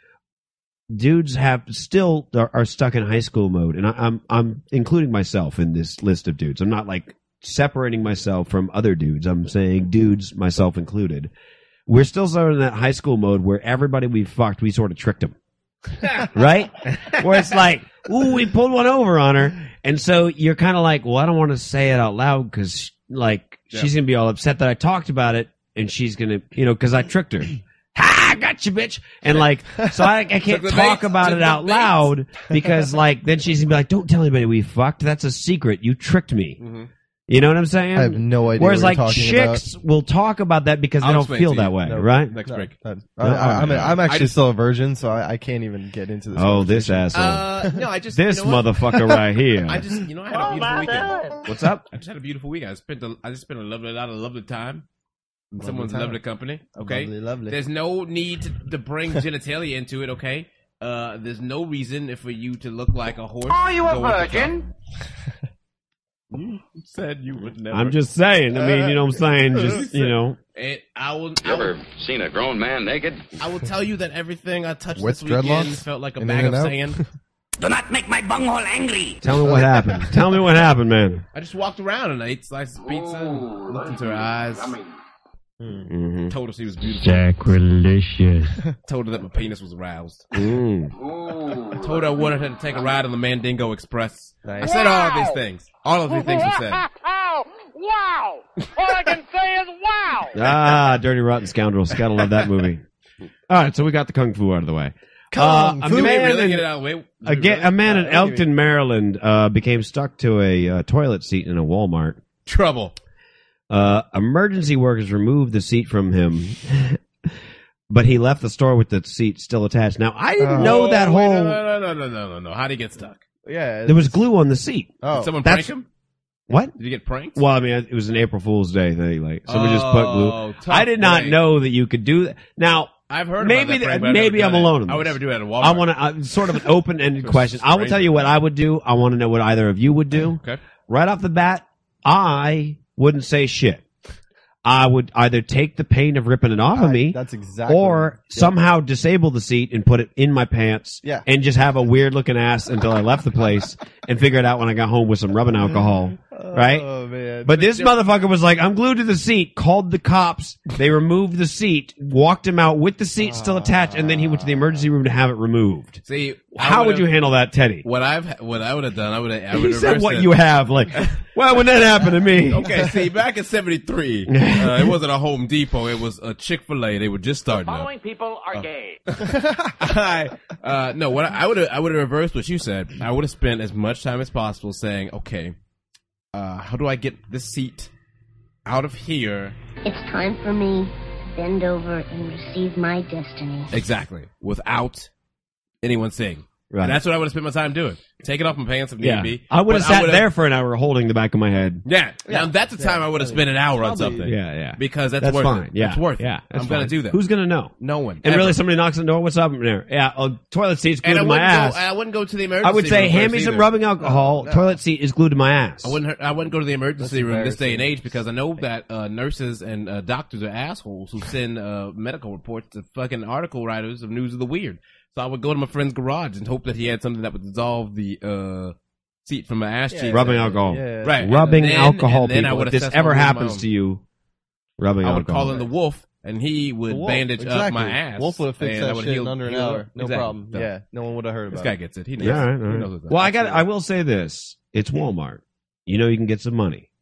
Speaker 1: dudes have still are, are stuck in high school mode and I, I'm I'm including myself in this list of dudes. I'm not like separating myself from other dudes. I'm saying dudes myself included. We're still sort of in that high school mode where everybody we fucked, we sort of tricked
Speaker 3: *laughs*
Speaker 1: them. right? Where it's like, ooh, we pulled one over on her. And so you're kind of like, well, I don't want to say it out loud because, like,
Speaker 2: Yeah.
Speaker 1: she's going to be all upset that I talked about it and she's going to, you know, because I tricked her. ha, I got you, bitch. And, like, so I, I
Speaker 2: Took
Speaker 1: can't
Speaker 2: the
Speaker 1: talk
Speaker 2: bait.
Speaker 1: about
Speaker 2: Took
Speaker 1: it
Speaker 2: the
Speaker 1: out
Speaker 2: bait.
Speaker 1: loud because, like, then she's going to be like, don't tell anybody we fucked. That's a secret. You tricked me.
Speaker 2: Mhm.
Speaker 1: You know what I'm saying?
Speaker 3: I have no idea.
Speaker 1: Whereas, like,
Speaker 3: what you're talking
Speaker 1: chicks will talk about that because
Speaker 2: I'll
Speaker 1: they don't
Speaker 2: explain
Speaker 1: feel
Speaker 2: to you.
Speaker 1: that way,
Speaker 3: No.
Speaker 1: right?
Speaker 2: Next
Speaker 3: No.
Speaker 2: break.
Speaker 3: about. I, I, I'm, I'm
Speaker 2: I
Speaker 3: actually
Speaker 2: just-
Speaker 3: still a virgin, so I, I can't even get into this.
Speaker 1: Oh, this asshole.
Speaker 2: Uh, no, I
Speaker 1: *laughs*
Speaker 2: just
Speaker 1: this
Speaker 2: you know what?
Speaker 1: motherfucker
Speaker 2: *laughs*
Speaker 1: right here.
Speaker 2: I just you know I had a beautiful weekend.
Speaker 1: What's up?
Speaker 2: I just had a beautiful weekend. I spent a, I just spent a lovely lot of lovely time. in
Speaker 3: Lovely
Speaker 2: Someone's
Speaker 3: time.
Speaker 2: lovely company. Okay.
Speaker 3: Lovely, lovely.
Speaker 2: There's no need to, to bring genitalia into it, okay? Uh, there's no reason for you to look like a horse. Are you a virgin? *laughs* you said you would never.
Speaker 1: I'm just saying. I mean, you know what
Speaker 2: *laughs*
Speaker 1: I'm saying? Just, you know.
Speaker 2: And I will.
Speaker 6: You
Speaker 2: I will,
Speaker 6: ever seen a grown man naked?
Speaker 2: I will tell you that everything I touched
Speaker 3: With
Speaker 2: this weekend
Speaker 3: dreadlocks?
Speaker 2: felt like a
Speaker 3: In
Speaker 2: bag of
Speaker 3: and out? *laughs*
Speaker 2: sand.
Speaker 6: Do not make my bunghole angry.
Speaker 1: Tell me what happened. *laughs* Tell me what happened, man.
Speaker 2: I just walked around and I ate slices of pizza, and looked into her eyes,
Speaker 1: Mm-hmm.
Speaker 2: told her she was beautiful,
Speaker 5: Sacrilicious.
Speaker 2: told her that my penis was aroused,
Speaker 1: Mm.
Speaker 2: told her I wanted her to take a ride on the Mandingo Express. I
Speaker 3: Nice.
Speaker 2: said all of these things. All of these things were
Speaker 3: *laughs*
Speaker 2: said.
Speaker 7: wow! All I can say is wow!
Speaker 1: Ah, dirty rotten scoundrels. Gotta love that movie. All right, so we got the kung fu out of the way.
Speaker 3: Kung
Speaker 1: Uh, a
Speaker 2: Do we
Speaker 1: man
Speaker 2: really Uh,
Speaker 1: in-
Speaker 2: get it out of the way? Do we
Speaker 1: A, ga-
Speaker 2: really?
Speaker 1: a man in
Speaker 3: Yeah, what do you
Speaker 1: Elkton, Maryland, uh, became stuck to a uh, toilet seat in a Walmart.
Speaker 2: trouble.
Speaker 1: Uh, emergency workers removed the seat from him, *laughs* but he left the store with the seat still attached. Now I didn't
Speaker 3: Uh,
Speaker 1: know that
Speaker 2: Oh,
Speaker 1: whole
Speaker 2: wait, No, no, no, no, no, no, no. How did he get stuck?
Speaker 3: yeah.
Speaker 1: there was glue on the seat.
Speaker 3: oh,
Speaker 2: Did someone
Speaker 1: that's-
Speaker 2: prank him?
Speaker 1: What?
Speaker 2: Did he get pranked?
Speaker 1: Well, I mean, it was an April Fool's Day thing. Like someone just put glue.
Speaker 2: Oh, tough
Speaker 1: I did not
Speaker 2: break.
Speaker 1: know that you could do that. Now
Speaker 2: I've heard
Speaker 1: Maybe
Speaker 2: about that
Speaker 1: th-
Speaker 2: prank, but I've
Speaker 1: maybe
Speaker 2: never
Speaker 1: I'm
Speaker 2: done it.
Speaker 1: alone in
Speaker 2: I would
Speaker 1: this.
Speaker 2: never do that at a Walmart.
Speaker 1: I want to uh, sort of an open-ended
Speaker 2: Just
Speaker 1: question. I will tell you what I would do. I want to know what either of you would do.
Speaker 2: Okay.
Speaker 1: Right off the bat, I wouldn't say shit. I would either take the pain of ripping it off of
Speaker 3: I-
Speaker 1: me,
Speaker 3: That's exactly.
Speaker 1: or
Speaker 3: yeah.
Speaker 1: somehow disable the seat and put it in my pants,
Speaker 3: Yeah.
Speaker 1: and just have a weird-looking ass until I left the place and figure it out when I got home with some rubbing
Speaker 3: *laughs*
Speaker 1: alcohol. right?
Speaker 3: Oh man.
Speaker 1: But this motherfucker was like, I'm glued to the seat, called the cops, they removed the seat, walked him out with the seat
Speaker 2: Ah.
Speaker 1: still attached, and then he went to the emergency room to have it removed.
Speaker 2: See, I
Speaker 1: How would
Speaker 2: would've-
Speaker 1: you handle that, Teddy?
Speaker 2: What I've what I would have done, I would have. I
Speaker 1: He
Speaker 2: would
Speaker 1: said what *laughs* you have,
Speaker 2: *laughs*
Speaker 1: like, well, when that happened to me. *laughs*
Speaker 2: Okay, see, back in '73, uh, it wasn't a Home Depot; it was a Chick Fil A. They were just starting up.
Speaker 7: Following people are gay.
Speaker 2: I, uh, no, what I would I would have reversed what you said. I would have spent as much time as possible saying, okay, uh, how do I get this seat out of here?
Speaker 8: It's time for me to bend over and receive my destiny.
Speaker 2: Exactly. Without anyone seeing.
Speaker 1: Right.
Speaker 2: And that's what I would have spent my time doing. Taking off my pants if need
Speaker 1: yeah.
Speaker 2: be.
Speaker 1: I would have
Speaker 2: But
Speaker 1: sat
Speaker 2: would've-
Speaker 1: there for an hour holding the back of my head.
Speaker 2: Yeah. Now that's the time I would have spent an hour on something.
Speaker 1: Yeah, yeah.
Speaker 2: Because that's,
Speaker 1: That's
Speaker 2: worth
Speaker 1: fine.
Speaker 2: it.
Speaker 1: Yeah.
Speaker 2: It's worth
Speaker 1: yeah,
Speaker 2: it.
Speaker 1: that's
Speaker 2: I'm going
Speaker 1: fine.
Speaker 2: to do that.
Speaker 1: Who's going to know?
Speaker 2: no one.
Speaker 1: And
Speaker 2: ever.
Speaker 1: really, somebody knocks on the door, what's up in there? Yeah, a toilet seat's glued
Speaker 2: and I
Speaker 1: to my
Speaker 2: wouldn't,
Speaker 1: ass.
Speaker 2: Go, I wouldn't go to the emergency
Speaker 1: I would say,
Speaker 2: room
Speaker 1: hand
Speaker 2: first
Speaker 1: me some
Speaker 2: either.
Speaker 1: rubbing alcohol, toilet seat is glued to my ass.
Speaker 2: Oh, I wouldn't. I wouldn't go to the emergency
Speaker 3: That's
Speaker 2: room this day and
Speaker 3: embarrassing.
Speaker 2: age because I know that uh, nurses and uh, doctors are assholes who send uh, medical reports to fucking article writers of news of the weird. So I would go to my friend's garage and hope that he had something that would dissolve the uh, seat from my ass cheek.
Speaker 1: rubbing alcohol.
Speaker 3: Yeah.
Speaker 2: Right.
Speaker 1: rubbing
Speaker 2: And then-
Speaker 1: alcohol,
Speaker 2: and then I
Speaker 1: people.
Speaker 2: would
Speaker 1: If this
Speaker 2: assess
Speaker 1: ever
Speaker 2: my own
Speaker 1: happens
Speaker 2: mom.
Speaker 1: to you, rubbing
Speaker 2: I would
Speaker 1: alcohol.
Speaker 2: call in the wolf, and he would
Speaker 3: The wolf,
Speaker 2: bandage
Speaker 3: exactly.
Speaker 2: up my ass.
Speaker 3: Wolf would have fixed
Speaker 2: and I
Speaker 3: that
Speaker 2: would
Speaker 3: shit
Speaker 2: heal-
Speaker 3: in under an
Speaker 2: heal
Speaker 3: hour.
Speaker 2: up.
Speaker 3: No
Speaker 2: Exactly.
Speaker 3: problem.
Speaker 2: Done.
Speaker 3: Yeah, no one would have heard
Speaker 2: This
Speaker 3: about.
Speaker 2: guy
Speaker 3: it.
Speaker 2: gets it. He knows.
Speaker 1: yeah, all right,
Speaker 2: He
Speaker 1: all right.
Speaker 2: knows what's up.
Speaker 1: Well, I got. I will say this: it's Walmart. You know, you can get some money.
Speaker 2: *laughs*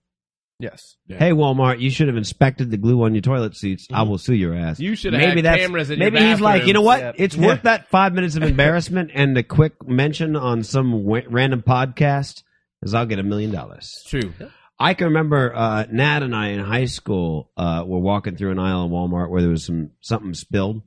Speaker 3: Yes.
Speaker 2: Yeah. Mm-hmm.
Speaker 1: Hey, Walmart, you should have inspected the glue on your toilet seats. I will sue your ass.
Speaker 2: You should have
Speaker 1: maybe
Speaker 2: had
Speaker 1: that's
Speaker 2: cameras in
Speaker 1: maybe
Speaker 2: your
Speaker 1: he's like, you know what?
Speaker 3: bathrooms.
Speaker 1: It's worth that five minutes
Speaker 2: *laughs*
Speaker 1: of embarrassment and the quick mention on some w- random podcast, because I'll get a million dollars.
Speaker 2: True.
Speaker 1: I can remember uh, Nat and I in high school uh, were walking through an aisle in Walmart where there was some something spilled,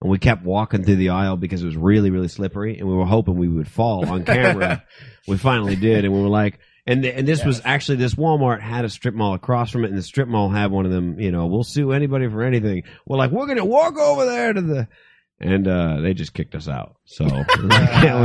Speaker 1: and we kept walking through the aisle because it was really really slippery, and we were hoping we would fall on camera. we finally did, and we were like, and th- and this was actually this Walmart had a strip mall across from it, and the strip mall had one of them. You know, we'll sue anybody for anything. We're like, we're gonna walk over there to the. And uh, they just kicked us out. So *laughs* that
Speaker 3: *laughs*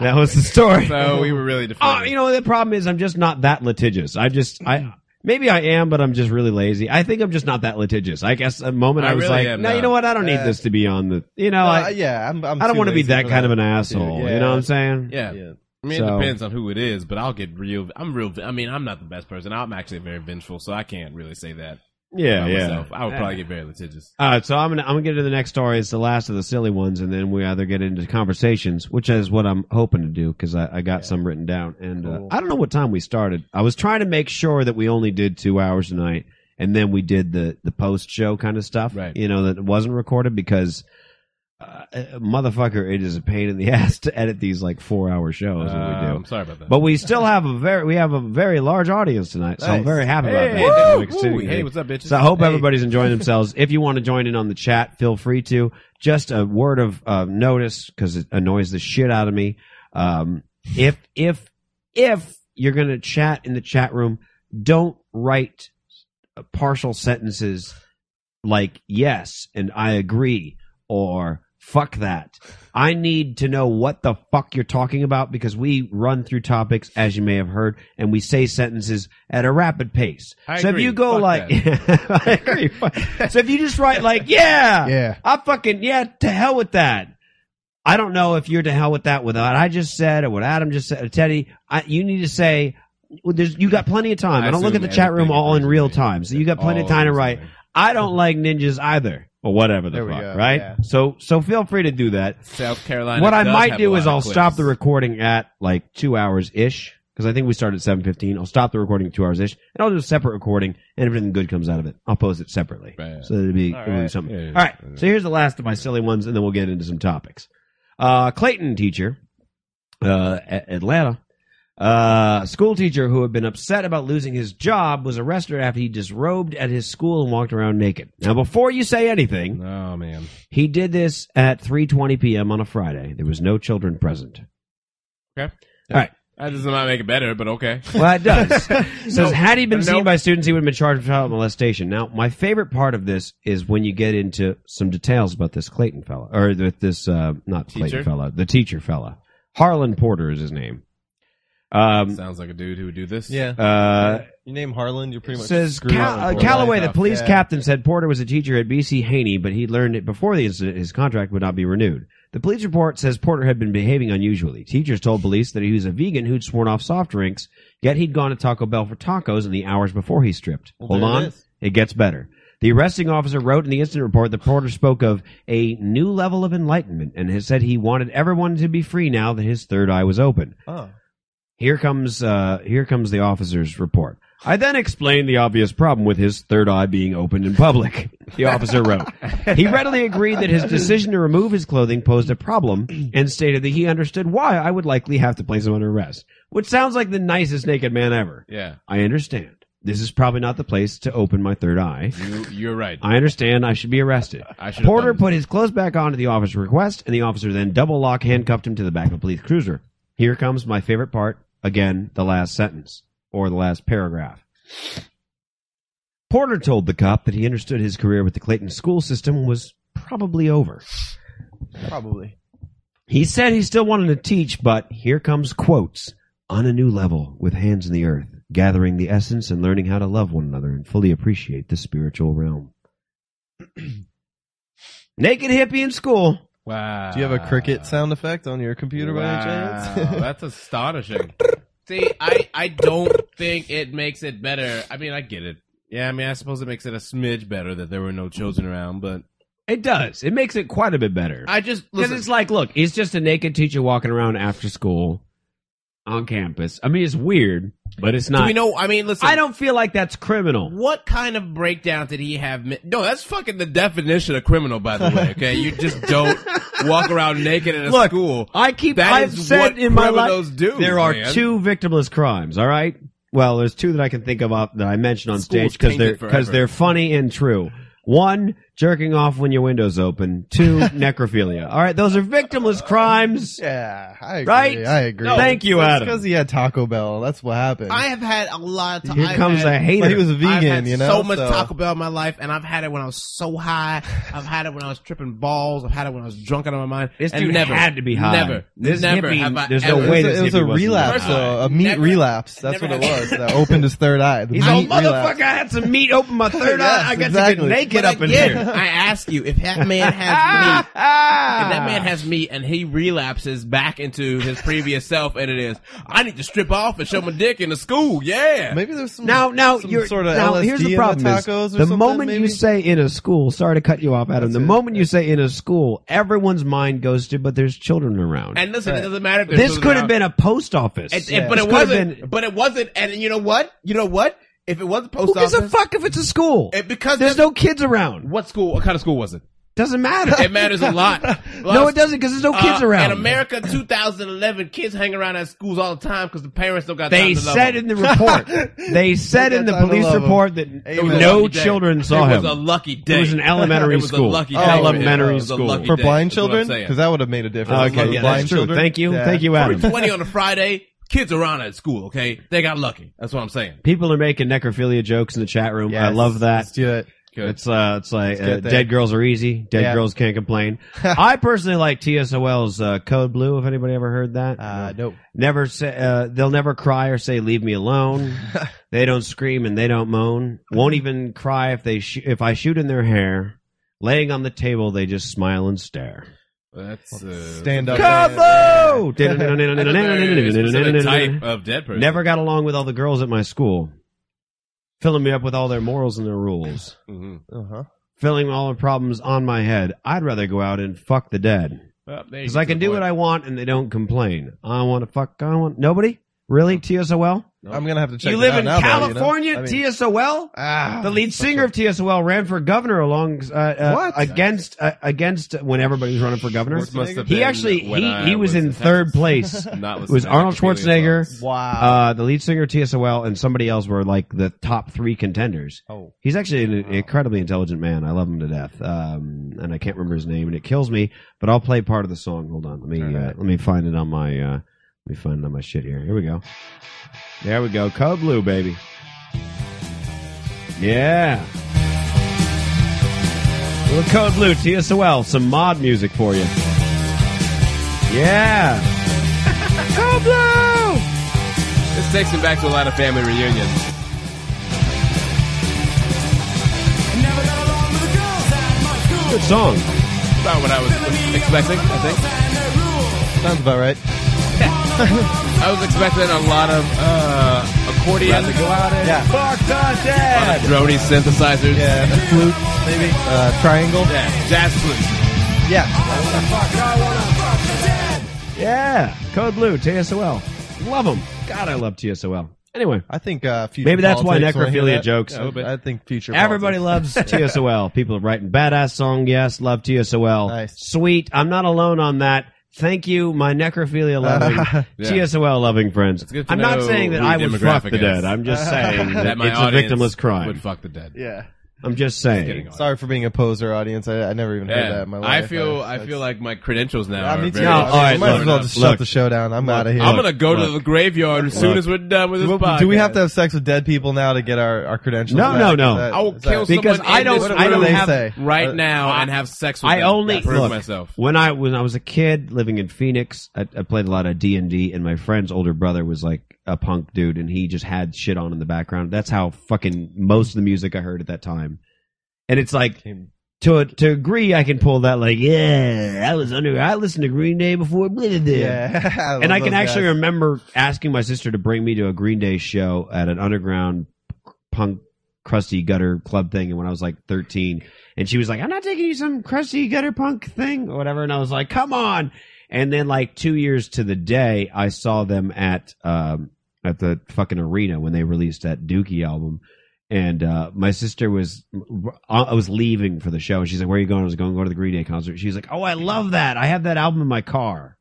Speaker 1: was that was the story.
Speaker 2: So we
Speaker 1: *laughs*
Speaker 2: were really
Speaker 1: Uh,
Speaker 2: defeated.
Speaker 1: you know, the problem is I'm just not that litigious. I just, I, maybe I am, but I'm just really lazy. I think I'm just not that litigious. I guess a moment
Speaker 2: I
Speaker 1: I, was
Speaker 2: really
Speaker 1: like,
Speaker 2: am
Speaker 1: no, you
Speaker 2: not.
Speaker 1: know what? I don't need
Speaker 3: Uh,
Speaker 1: this to be on the, you know,
Speaker 3: No, I-
Speaker 1: I,
Speaker 3: Uh, yeah, I'm. I'm
Speaker 1: I don't
Speaker 3: too
Speaker 1: want to be
Speaker 3: lazy
Speaker 1: that
Speaker 3: for
Speaker 1: kind of an asshole.
Speaker 3: Yeah.
Speaker 1: You know what I'm saying?
Speaker 2: yeah.
Speaker 3: Yeah.
Speaker 2: I mean,
Speaker 1: So-
Speaker 2: it depends on who it is, but I'll get real. I'm real. I mean, I'm not the best person. I'm actually very vengeful, so I can't really say that.
Speaker 1: Yeah.
Speaker 2: about
Speaker 1: Yeah.
Speaker 2: myself. I would probably get very litigious.
Speaker 1: All right, so I'm gonna I'm gonna get into the next story. It's the last of the silly ones, and then we either get into conversations, which is what I'm hoping to do because I, I got some written down, and
Speaker 3: Cool.
Speaker 1: uh, I don't know what time we started. I was trying to make sure that we only did two hours tonight, and then we did the the post show kind of stuff,
Speaker 2: Right.
Speaker 1: You know that wasn't recorded because. Uh, uh, motherfucker, it is a pain in the *laughs* ass to edit these like four hour shows. that we do.
Speaker 2: I'm Um, sorry about that.
Speaker 1: But we still have a very we have a very large audience tonight, so I'm
Speaker 3: Nice.
Speaker 1: very happy about
Speaker 2: Hey,
Speaker 1: that.
Speaker 2: woo,
Speaker 1: I'm excited.
Speaker 2: woo. Hey, what's up, bitches?
Speaker 1: So I hope
Speaker 2: Hey.
Speaker 1: everybody's enjoying
Speaker 2: *laughs*
Speaker 1: themselves. if you want to join in on the chat, feel free to. Just a word of uh, notice because it annoys the shit out of me. Um, if if if you're gonna chat in the chat room, don't write uh, partial sentences like yes and I agree or fuck that. I need to know what the fuck you're talking about because we run through topics as you may have heard and we say sentences at a rapid pace.
Speaker 2: I
Speaker 1: so
Speaker 2: agree.
Speaker 1: if you go
Speaker 2: Fuck
Speaker 1: like *laughs* I agree. Fuck- so if you just write like yeah,
Speaker 3: Yeah.
Speaker 1: I fucking yeah, to hell with that. I don't know if you're to hell with that with what I just said or what Adam just said. Teddy, I, you need to say well, there's, you got plenty of time. I, don't look at
Speaker 2: assume
Speaker 1: the chat room
Speaker 2: everything
Speaker 1: all in
Speaker 2: agrees
Speaker 1: real
Speaker 2: with me.
Speaker 1: time, so you got plenty of
Speaker 2: All
Speaker 1: time to
Speaker 2: agrees
Speaker 1: write.
Speaker 2: with me.
Speaker 1: I don't like ninjas either, or whatever the
Speaker 3: There we
Speaker 1: fuck,
Speaker 3: go,
Speaker 1: right?
Speaker 3: yeah.
Speaker 1: So so feel free to do that.
Speaker 2: South Carolina.
Speaker 1: what I
Speaker 2: does
Speaker 1: might
Speaker 2: have
Speaker 1: do
Speaker 2: a
Speaker 1: is
Speaker 2: lot of
Speaker 1: I'll stop
Speaker 2: clips.
Speaker 1: the recording at like two hours ish because I think we started at seven fifteen. I'll stop the recording at two hours ish, and I'll do a separate recording, and if anything good comes out of it, I'll post it separately.
Speaker 2: Right.
Speaker 1: So it'll be,
Speaker 3: All
Speaker 1: it'll be
Speaker 3: right.
Speaker 1: something.
Speaker 2: Yeah, yeah,
Speaker 1: All right.
Speaker 2: yeah.
Speaker 1: So here's the last of my silly ones, and then we'll get into some topics. Uh, Clayton teacher, uh, at Atlanta. Uh, school teacher who had been upset about losing his job was arrested after he disrobed at his school and walked around naked. Now, before you say anything,
Speaker 2: Oh man.
Speaker 1: he did this at 3:20 p.m. on a Friday. There was no children present.
Speaker 2: That does not make it better,
Speaker 1: *laughs*
Speaker 2: but okay.
Speaker 1: Well, it does. Says had he been seen
Speaker 2: Nope.
Speaker 1: by students, he would have been charged with child molestation. Now, my favorite part of this is when you get into some details about this Clayton fella, or with this uh, not
Speaker 2: Teacher?
Speaker 1: Clayton fella, the teacher fella. Harlan Porter is his name. Um,
Speaker 2: Sounds like a dude who would do this.
Speaker 3: Yeah.
Speaker 1: uh,
Speaker 3: you name Harlan, you're pretty much
Speaker 1: says
Speaker 3: screwed
Speaker 1: Cal-
Speaker 3: on
Speaker 1: uh,
Speaker 3: for
Speaker 1: Calloway,
Speaker 3: life
Speaker 1: the
Speaker 3: off.
Speaker 1: police
Speaker 3: Yeah.
Speaker 1: captain, said Porter was a teacher at BC Haney, but he learned it before the incident his contract would not be renewed. The police report says Porter had been behaving unusually. Teachers told police that he was a vegan who'd sworn off soft drinks, yet he'd gone to Taco Bell for tacos in the hours before he stripped.
Speaker 3: Well,
Speaker 1: Hold
Speaker 3: there it
Speaker 1: on,
Speaker 3: is.
Speaker 1: it gets better. The arresting officer wrote in the incident report that Porter spoke of a new level of enlightenment and has said he wanted everyone to be free now that his third eye was open.
Speaker 3: Oh.
Speaker 1: Here comes uh, here comes the officer's report. I then explained the obvious problem with his third eye being opened in public. The officer wrote. He readily agreed that his decision to remove his clothing posed a problem and stated that he understood why I would likely have to place him under arrest, which sounds like the nicest naked man ever.
Speaker 2: Yeah.
Speaker 1: I understand. This is probably not the place to open my third eye.
Speaker 2: You, you're right.
Speaker 1: I understand I should be arrested.
Speaker 2: I should have
Speaker 1: Uh, Porter
Speaker 2: done this.
Speaker 1: put his clothes back on at the officer's request, and the officer then double lock handcuffed him to the back of a police cruiser. Here comes my favorite part again, the last sentence or the last paragraph. Porter told the cop that he understood his career with the Clayton school system was probably over.
Speaker 3: Probably.
Speaker 1: He said he still wanted to teach, but here comes quotes on a new level with hands in the earth, gathering the essence and learning how to love one another and fully appreciate the spiritual realm. *clears throat* Naked hippie in school.
Speaker 2: Wow.
Speaker 3: Do you have a cricket sound effect on your computer by any
Speaker 2: Wow,
Speaker 3: *laughs* chance?
Speaker 2: that's astonishing. *laughs* See, I I don't think it makes it better. I mean, I get it. Yeah, I mean, I suppose it makes it a smidge better that there were no children around, but
Speaker 1: It does. It makes it quite a bit better.
Speaker 2: I just
Speaker 1: Because
Speaker 2: listen.
Speaker 1: it's like, look, he's just a naked teacher walking around after school. on campus. I mean, it's weird, but it's
Speaker 2: Do
Speaker 1: not.
Speaker 2: we know? I mean, listen.
Speaker 1: I don't feel like that's criminal.
Speaker 2: What kind of breakdown did he have? mi- No, that's fucking the definition of criminal, by the way. Okay, you just
Speaker 1: *laughs*
Speaker 2: don't walk around naked in a
Speaker 1: Look,
Speaker 2: school.
Speaker 1: I keep.
Speaker 2: That
Speaker 1: I've
Speaker 2: is
Speaker 1: said
Speaker 2: what
Speaker 1: in my
Speaker 2: criminals
Speaker 1: life
Speaker 2: do,
Speaker 1: there are
Speaker 2: man.
Speaker 1: two victimless crimes. All right. Well, there's two that I can think of off, that I mentioned on stage
Speaker 2: Schools
Speaker 1: because
Speaker 2: change it
Speaker 1: they're because
Speaker 2: forever.
Speaker 1: they're funny and true. One, jerking off when your window's open.
Speaker 2: *laughs*
Speaker 1: Two, necrophilia. All right, those are victimless crimes.
Speaker 3: Yeah, I agree.
Speaker 1: Right?
Speaker 3: I agree.
Speaker 1: No, thank you, Adam.
Speaker 3: Because he had Taco Bell. That's what happened.
Speaker 2: I have had a lot of time.
Speaker 1: Here comes a
Speaker 3: But
Speaker 1: hater.
Speaker 3: he was a
Speaker 2: I've
Speaker 3: vegan,
Speaker 2: had
Speaker 3: you know.
Speaker 2: so much Taco Bell in my life, and I've had it when I was so high. I've had it when I was tripping balls. I've had it when I was drunk out of my mind.
Speaker 1: This
Speaker 2: and
Speaker 1: dude
Speaker 2: never,
Speaker 1: had to be high.
Speaker 2: Never,
Speaker 1: This
Speaker 2: never
Speaker 1: hippie-
Speaker 2: have I
Speaker 1: there's no
Speaker 2: ever.
Speaker 3: It was,
Speaker 1: way
Speaker 3: a-
Speaker 1: this
Speaker 3: it was a
Speaker 1: hippie wasn't
Speaker 3: relapse,
Speaker 2: high.
Speaker 3: though. A meat
Speaker 2: Never-
Speaker 3: relapse. That's what
Speaker 2: never
Speaker 3: it
Speaker 2: had-
Speaker 3: was. That opened his third eye. The
Speaker 1: He's
Speaker 3: meat
Speaker 1: all
Speaker 2: Oh,
Speaker 3: relapse.
Speaker 1: motherfucker. I had some meat open my
Speaker 2: *laughs*
Speaker 1: third
Speaker 3: Yes,
Speaker 1: eye. I guess
Speaker 3: exactly.
Speaker 1: I get naked
Speaker 2: But
Speaker 1: up in
Speaker 2: again, *laughs*
Speaker 1: here. Ah,
Speaker 2: I ask you, if that *laughs* man has meat, if that man has meat and he relapses back into his previous self, and it is, I need to strip off and show my dick in the school. Yeah,
Speaker 3: Maybe there's some
Speaker 1: Now, now
Speaker 3: some
Speaker 1: you're
Speaker 3: sort of
Speaker 1: now.
Speaker 3: LSD
Speaker 1: here's the
Speaker 3: in
Speaker 1: problem:
Speaker 3: the,
Speaker 1: is
Speaker 3: tacos or
Speaker 1: the
Speaker 3: something,
Speaker 1: moment
Speaker 3: maybe?
Speaker 1: you say in a school. Sorry to cut you off, Adam. the
Speaker 3: it.
Speaker 1: moment you say in a school, everyone's mind goes to, but there's children around.
Speaker 2: and listen, it doesn't matter. If there's
Speaker 1: this
Speaker 2: children
Speaker 1: could
Speaker 2: around.
Speaker 1: have been a post office.
Speaker 2: It, it- but
Speaker 1: This
Speaker 2: it
Speaker 1: could have
Speaker 2: wasn't.
Speaker 1: been-
Speaker 2: But it wasn't. And you know what? You know what? If it was the post
Speaker 1: who gives a
Speaker 2: office,
Speaker 1: fuck if it's a school?
Speaker 2: it, because
Speaker 1: There's
Speaker 2: that-
Speaker 1: no kids around.
Speaker 2: what school? What kind of school was it?
Speaker 1: Doesn't matter. *laughs*
Speaker 2: It matters a lot.
Speaker 1: no, it doesn't because there's no kids
Speaker 2: Uh,
Speaker 1: around.
Speaker 2: In America, 2011, kids hang around at schools all the time because the parents don't got time
Speaker 1: They
Speaker 2: to love
Speaker 1: said
Speaker 2: them.
Speaker 1: in the report.
Speaker 2: *laughs*
Speaker 1: They said in the
Speaker 3: time to
Speaker 1: police
Speaker 3: love 'em.
Speaker 1: report that
Speaker 3: It was a
Speaker 1: no
Speaker 2: lucky day.
Speaker 1: children
Speaker 2: it
Speaker 1: saw him.
Speaker 2: was a lucky day.
Speaker 1: It was an elementary
Speaker 2: *laughs* It was a
Speaker 1: school.
Speaker 2: lucky
Speaker 1: Oh,
Speaker 2: day.
Speaker 1: elementary
Speaker 2: It was a
Speaker 1: school.
Speaker 2: lucky
Speaker 3: for
Speaker 2: day.
Speaker 3: blind
Speaker 2: That's what I'm
Speaker 3: children
Speaker 2: saying.
Speaker 3: because that would have made a difference.
Speaker 1: Okay,
Speaker 3: For
Speaker 1: yeah,
Speaker 3: blind
Speaker 1: that's true.
Speaker 3: children.
Speaker 1: Thank you,
Speaker 3: Yeah.
Speaker 1: thank you, Adam.
Speaker 2: 20 on a Friday, kids are on at school, okay? They got lucky. That's what I'm saying.
Speaker 1: People are making necrophilia jokes in the chat room. I
Speaker 3: Yes.
Speaker 1: love that.
Speaker 3: Let's do it.
Speaker 1: It's uh, it's like uh,
Speaker 3: get that.
Speaker 1: dead girls are easy. Dead
Speaker 3: Yeah.
Speaker 1: girls can't complain. I personally like TSOL's uh, Code Blue. If anybody ever heard that,
Speaker 3: Uh, nope.
Speaker 1: never say uh, they'll never cry or say leave me alone. they don't scream and they don't moan. Won't even cry if they sh- if I shoot in their hair. Laying on the table, they just smile and stare.
Speaker 2: That's uh,
Speaker 3: Stand up.
Speaker 1: Code
Speaker 2: a
Speaker 1: Blue.
Speaker 2: type of dead person.
Speaker 1: Never got along with all the girls at my school, filling me up with all their morals and their rules.
Speaker 2: Mhm.
Speaker 3: Uh-huh.
Speaker 1: filling all the problems on my head. I'd rather go out and fuck the dead
Speaker 2: Well, there you
Speaker 1: because I
Speaker 2: go.
Speaker 1: can do what I want and they don't complain. I want to fuck. I want nobody. Really, TSOL?
Speaker 3: I'm gonna have to check.
Speaker 1: you
Speaker 3: it
Speaker 1: live
Speaker 3: out
Speaker 1: in
Speaker 3: now, though, you know?
Speaker 1: California?
Speaker 3: I mean,
Speaker 1: TSOL?
Speaker 3: ah,
Speaker 1: the lead singer of TSOL ran for governor along uh, uh,
Speaker 3: What?
Speaker 1: against uh, against when everybody was running for governor.
Speaker 2: This must have
Speaker 1: He
Speaker 2: been
Speaker 1: actually
Speaker 2: when
Speaker 1: he,
Speaker 2: I
Speaker 1: he was, in
Speaker 2: Texas.
Speaker 1: third
Speaker 3: *laughs*
Speaker 1: place.
Speaker 2: Not
Speaker 1: It was
Speaker 2: listening to
Speaker 1: Arnold
Speaker 2: Chameleon
Speaker 1: Schwarzenegger,
Speaker 2: songs.
Speaker 3: Wow.
Speaker 1: uh, the lead singer of TSOL, and somebody else were like the top three contenders.
Speaker 3: oh.
Speaker 1: He's actually an incredibly intelligent man. I love him to death, um, and I can't remember his name, and it kills me. But I'll play part of the song. Hold on, let me uh, let me find it on my uh, let me find it on my shit here. Here we go. There we go. Code Blue, baby. Yeah. Little Code Blue, TSOL, some mod music for you. Yeah. *laughs* Code Blue.
Speaker 2: This takes me back to a lot of family reunions.
Speaker 1: Good song.
Speaker 2: About what I was expecting, I think.
Speaker 3: Sounds about right.
Speaker 2: I was expecting a lot of uh, accordion,
Speaker 3: Yeah.
Speaker 1: Fuck the dead.
Speaker 2: drony synthesizers,
Speaker 3: Yeah. A flute, maybe. Uh, triangle.
Speaker 2: Yeah, jazz flute.
Speaker 3: Yeah.
Speaker 1: Yeah, Code Blue, TSOL. Love them. God, I love TSOL. Anyway,
Speaker 3: I think uh, future.
Speaker 1: Maybe that's why
Speaker 3: politics, wanna hear
Speaker 1: necrophilia
Speaker 3: that?
Speaker 1: jokes.
Speaker 3: Yeah, I think future.
Speaker 1: everybody
Speaker 3: politics.
Speaker 1: loves *laughs* TSOL. People are writing badass song. Yes, love TSOL.
Speaker 3: Nice.
Speaker 1: Sweet. I'm not alone on that. Thank you, my necrophilia loving, *laughs*
Speaker 2: Yeah.
Speaker 1: TSOL loving friends.
Speaker 2: It's good to
Speaker 1: I'm not
Speaker 2: know
Speaker 1: saying that
Speaker 2: who
Speaker 1: I would fuck
Speaker 2: demographic
Speaker 1: the dead.
Speaker 2: is.
Speaker 1: I'm
Speaker 2: *laughs*
Speaker 1: just saying that,
Speaker 2: That my
Speaker 1: it's a
Speaker 2: audience
Speaker 1: victimless crime.
Speaker 2: Would fuck the dead.
Speaker 3: Yeah.
Speaker 1: I'm just saying.
Speaker 3: Sorry for being a poser, audience. I, I never even heard that in my life.
Speaker 2: I feel
Speaker 1: uh,
Speaker 2: I, feel like my credentials now.
Speaker 3: Yeah,
Speaker 2: are
Speaker 3: me too.
Speaker 2: very-
Speaker 1: No,
Speaker 3: I
Speaker 1: all right,
Speaker 3: might
Speaker 1: look,
Speaker 3: as well just
Speaker 1: look.
Speaker 3: shut the show down. I'm out of here.
Speaker 2: I'm gonna go to
Speaker 1: Look.
Speaker 2: the graveyard as soon
Speaker 1: Look.
Speaker 2: as we're done with this
Speaker 3: Well,
Speaker 2: podcast.
Speaker 3: do we have to have sex with dead people now to get our, our credentials?
Speaker 1: No,
Speaker 3: back?
Speaker 1: no, no.
Speaker 3: Is that-
Speaker 2: I will
Speaker 3: is
Speaker 2: kill
Speaker 3: that-
Speaker 1: Because
Speaker 2: someone
Speaker 1: I
Speaker 2: in
Speaker 1: don't-
Speaker 2: this
Speaker 1: I don't
Speaker 2: room
Speaker 1: have-
Speaker 2: right
Speaker 3: Uh,
Speaker 2: now and have sex with
Speaker 1: I
Speaker 2: them
Speaker 1: only
Speaker 2: to prove
Speaker 1: look,
Speaker 2: myself.
Speaker 1: when I when I was a kid living in Phoenix. I, I played a lot of D and D, and my friend's older brother was like a punk dude, and he just had shit on in the background. That's how fucking most of the music I heard at that time. And it's like to a, to agree, I can pull that like yeah, I was under. I listened to Green Day before. Blah, blah, blah.
Speaker 3: *laughs* Yeah. love
Speaker 1: and I can
Speaker 3: those
Speaker 1: actually
Speaker 3: guys.
Speaker 1: remember asking my sister to bring me to a Green Day show at an underground punk crusty gutter club thing and when I was like 13 and she was like I'm not taking you to some crusty gutter punk thing or whatever and I was like come on And then like two years to the day, I saw them at um, at the fucking arena when they released that Dookie album. And uh, my sister was, uh, I was leaving for the show. She's like, "Where are you going?" I was going to go to the Green Day concert. She's like, "Oh, I love that! I have that album in my car."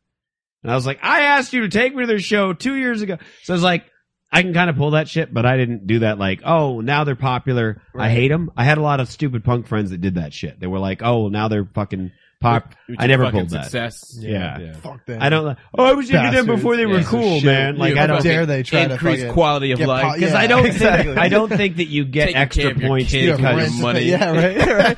Speaker 1: And I was like, "I asked you to take me to their show two years ago." So I was like, "I can kind of pull that shit," but I didn't do that. Like, "Oh, now they're popular. I hate them." I had a lot of stupid punk friends that did that shit. They were like, "Oh, now they're fucking pop."
Speaker 2: Huge
Speaker 1: I never
Speaker 2: fucking
Speaker 1: pulled that.
Speaker 2: Success.
Speaker 1: Yeah.
Speaker 3: Fuck that.
Speaker 1: I don't. li- Oh, I was into them
Speaker 3: Bastards.
Speaker 1: before they were
Speaker 2: Yeah.
Speaker 1: cool,
Speaker 3: Shit.
Speaker 1: man. Like
Speaker 2: Yeah,
Speaker 1: I don't.
Speaker 2: fucking
Speaker 3: dare they try to
Speaker 2: increase
Speaker 3: fucking
Speaker 2: quality of
Speaker 3: get
Speaker 2: life.
Speaker 3: po-
Speaker 1: Because
Speaker 3: yeah,
Speaker 1: I
Speaker 3: *laughs*
Speaker 1: don't
Speaker 3: exactly.
Speaker 1: think I don't think that you get
Speaker 2: Taking care
Speaker 1: extra
Speaker 2: of your
Speaker 1: points
Speaker 2: kids,
Speaker 3: Yeah,
Speaker 2: your
Speaker 1: because
Speaker 3: rent's-
Speaker 2: money.
Speaker 3: *laughs* Yeah, right.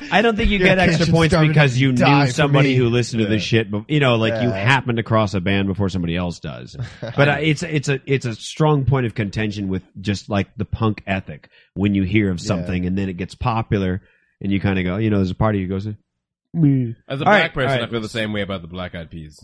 Speaker 1: *laughs*
Speaker 3: right.
Speaker 1: I don't think you
Speaker 3: Your
Speaker 1: get extra
Speaker 3: kitchen
Speaker 1: points
Speaker 3: started
Speaker 1: because
Speaker 3: to
Speaker 1: you
Speaker 3: die
Speaker 1: knew
Speaker 3: for
Speaker 1: somebody
Speaker 3: me.
Speaker 1: who listened to this shit, but you know, like you
Speaker 3: Yeah.
Speaker 1: happened to cross a band before somebody else does.
Speaker 3: *laughs*
Speaker 1: But uh, it's it's a it's a strong point of contention with just like the punk ethic when you hear of something and then it gets popular and you kind of go, you know, there's a party who goes, "Meh."
Speaker 2: As
Speaker 1: All
Speaker 2: a black
Speaker 1: right, all
Speaker 2: person,
Speaker 1: right.
Speaker 2: I feel the same way about the Black Eyed Peas.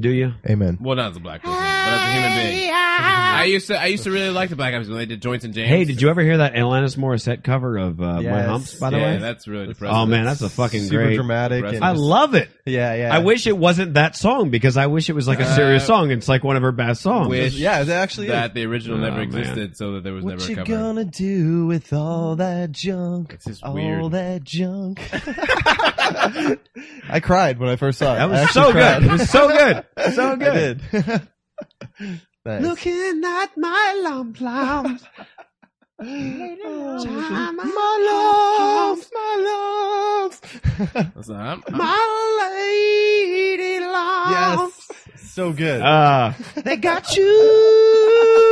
Speaker 1: do you?
Speaker 3: Amen.
Speaker 2: Well, not as a black person, but as a human being. I used to, I used to really like the Black Eyed Peas when they did Joints and James.
Speaker 1: Hey, did you ever hear that Alanis Morissette cover of uh, My
Speaker 3: Yes.
Speaker 1: Humps? By the
Speaker 2: Yeah,
Speaker 1: way,
Speaker 2: that's really depressing.
Speaker 1: oh man, that's a fucking
Speaker 3: Super
Speaker 1: great.
Speaker 3: dramatic. And
Speaker 1: I love it.
Speaker 3: Yeah, yeah.
Speaker 1: I wish it wasn't that song because I wish it was like a serious
Speaker 2: Uh,
Speaker 1: song. It's like one of her best songs.
Speaker 2: wish
Speaker 3: Yeah, it actually is.
Speaker 2: that the original
Speaker 1: Oh,
Speaker 2: never
Speaker 1: man.
Speaker 2: existed, so that there was never
Speaker 3: What
Speaker 2: a
Speaker 3: you
Speaker 2: cover.
Speaker 3: gonna do with all that junk?
Speaker 2: It's just
Speaker 3: all
Speaker 2: weird.
Speaker 3: Oh, that
Speaker 1: *laughs*
Speaker 3: junk. *laughs* I cried when I first saw it.
Speaker 1: That
Speaker 3: I
Speaker 1: was
Speaker 3: actually
Speaker 1: so
Speaker 3: cried.
Speaker 1: good. *laughs* It was so good. So
Speaker 3: I
Speaker 1: good.
Speaker 3: did. *laughs* Nice.
Speaker 1: Looking at my lump
Speaker 3: *laughs*
Speaker 1: lump.
Speaker 3: Oh,
Speaker 1: Time
Speaker 3: my loves, my loves.
Speaker 1: *laughs*
Speaker 2: That's not- I'm-
Speaker 3: *laughs*
Speaker 2: I'm-
Speaker 1: My lady love.
Speaker 3: yes, so good.
Speaker 1: Uh, *laughs*
Speaker 3: they got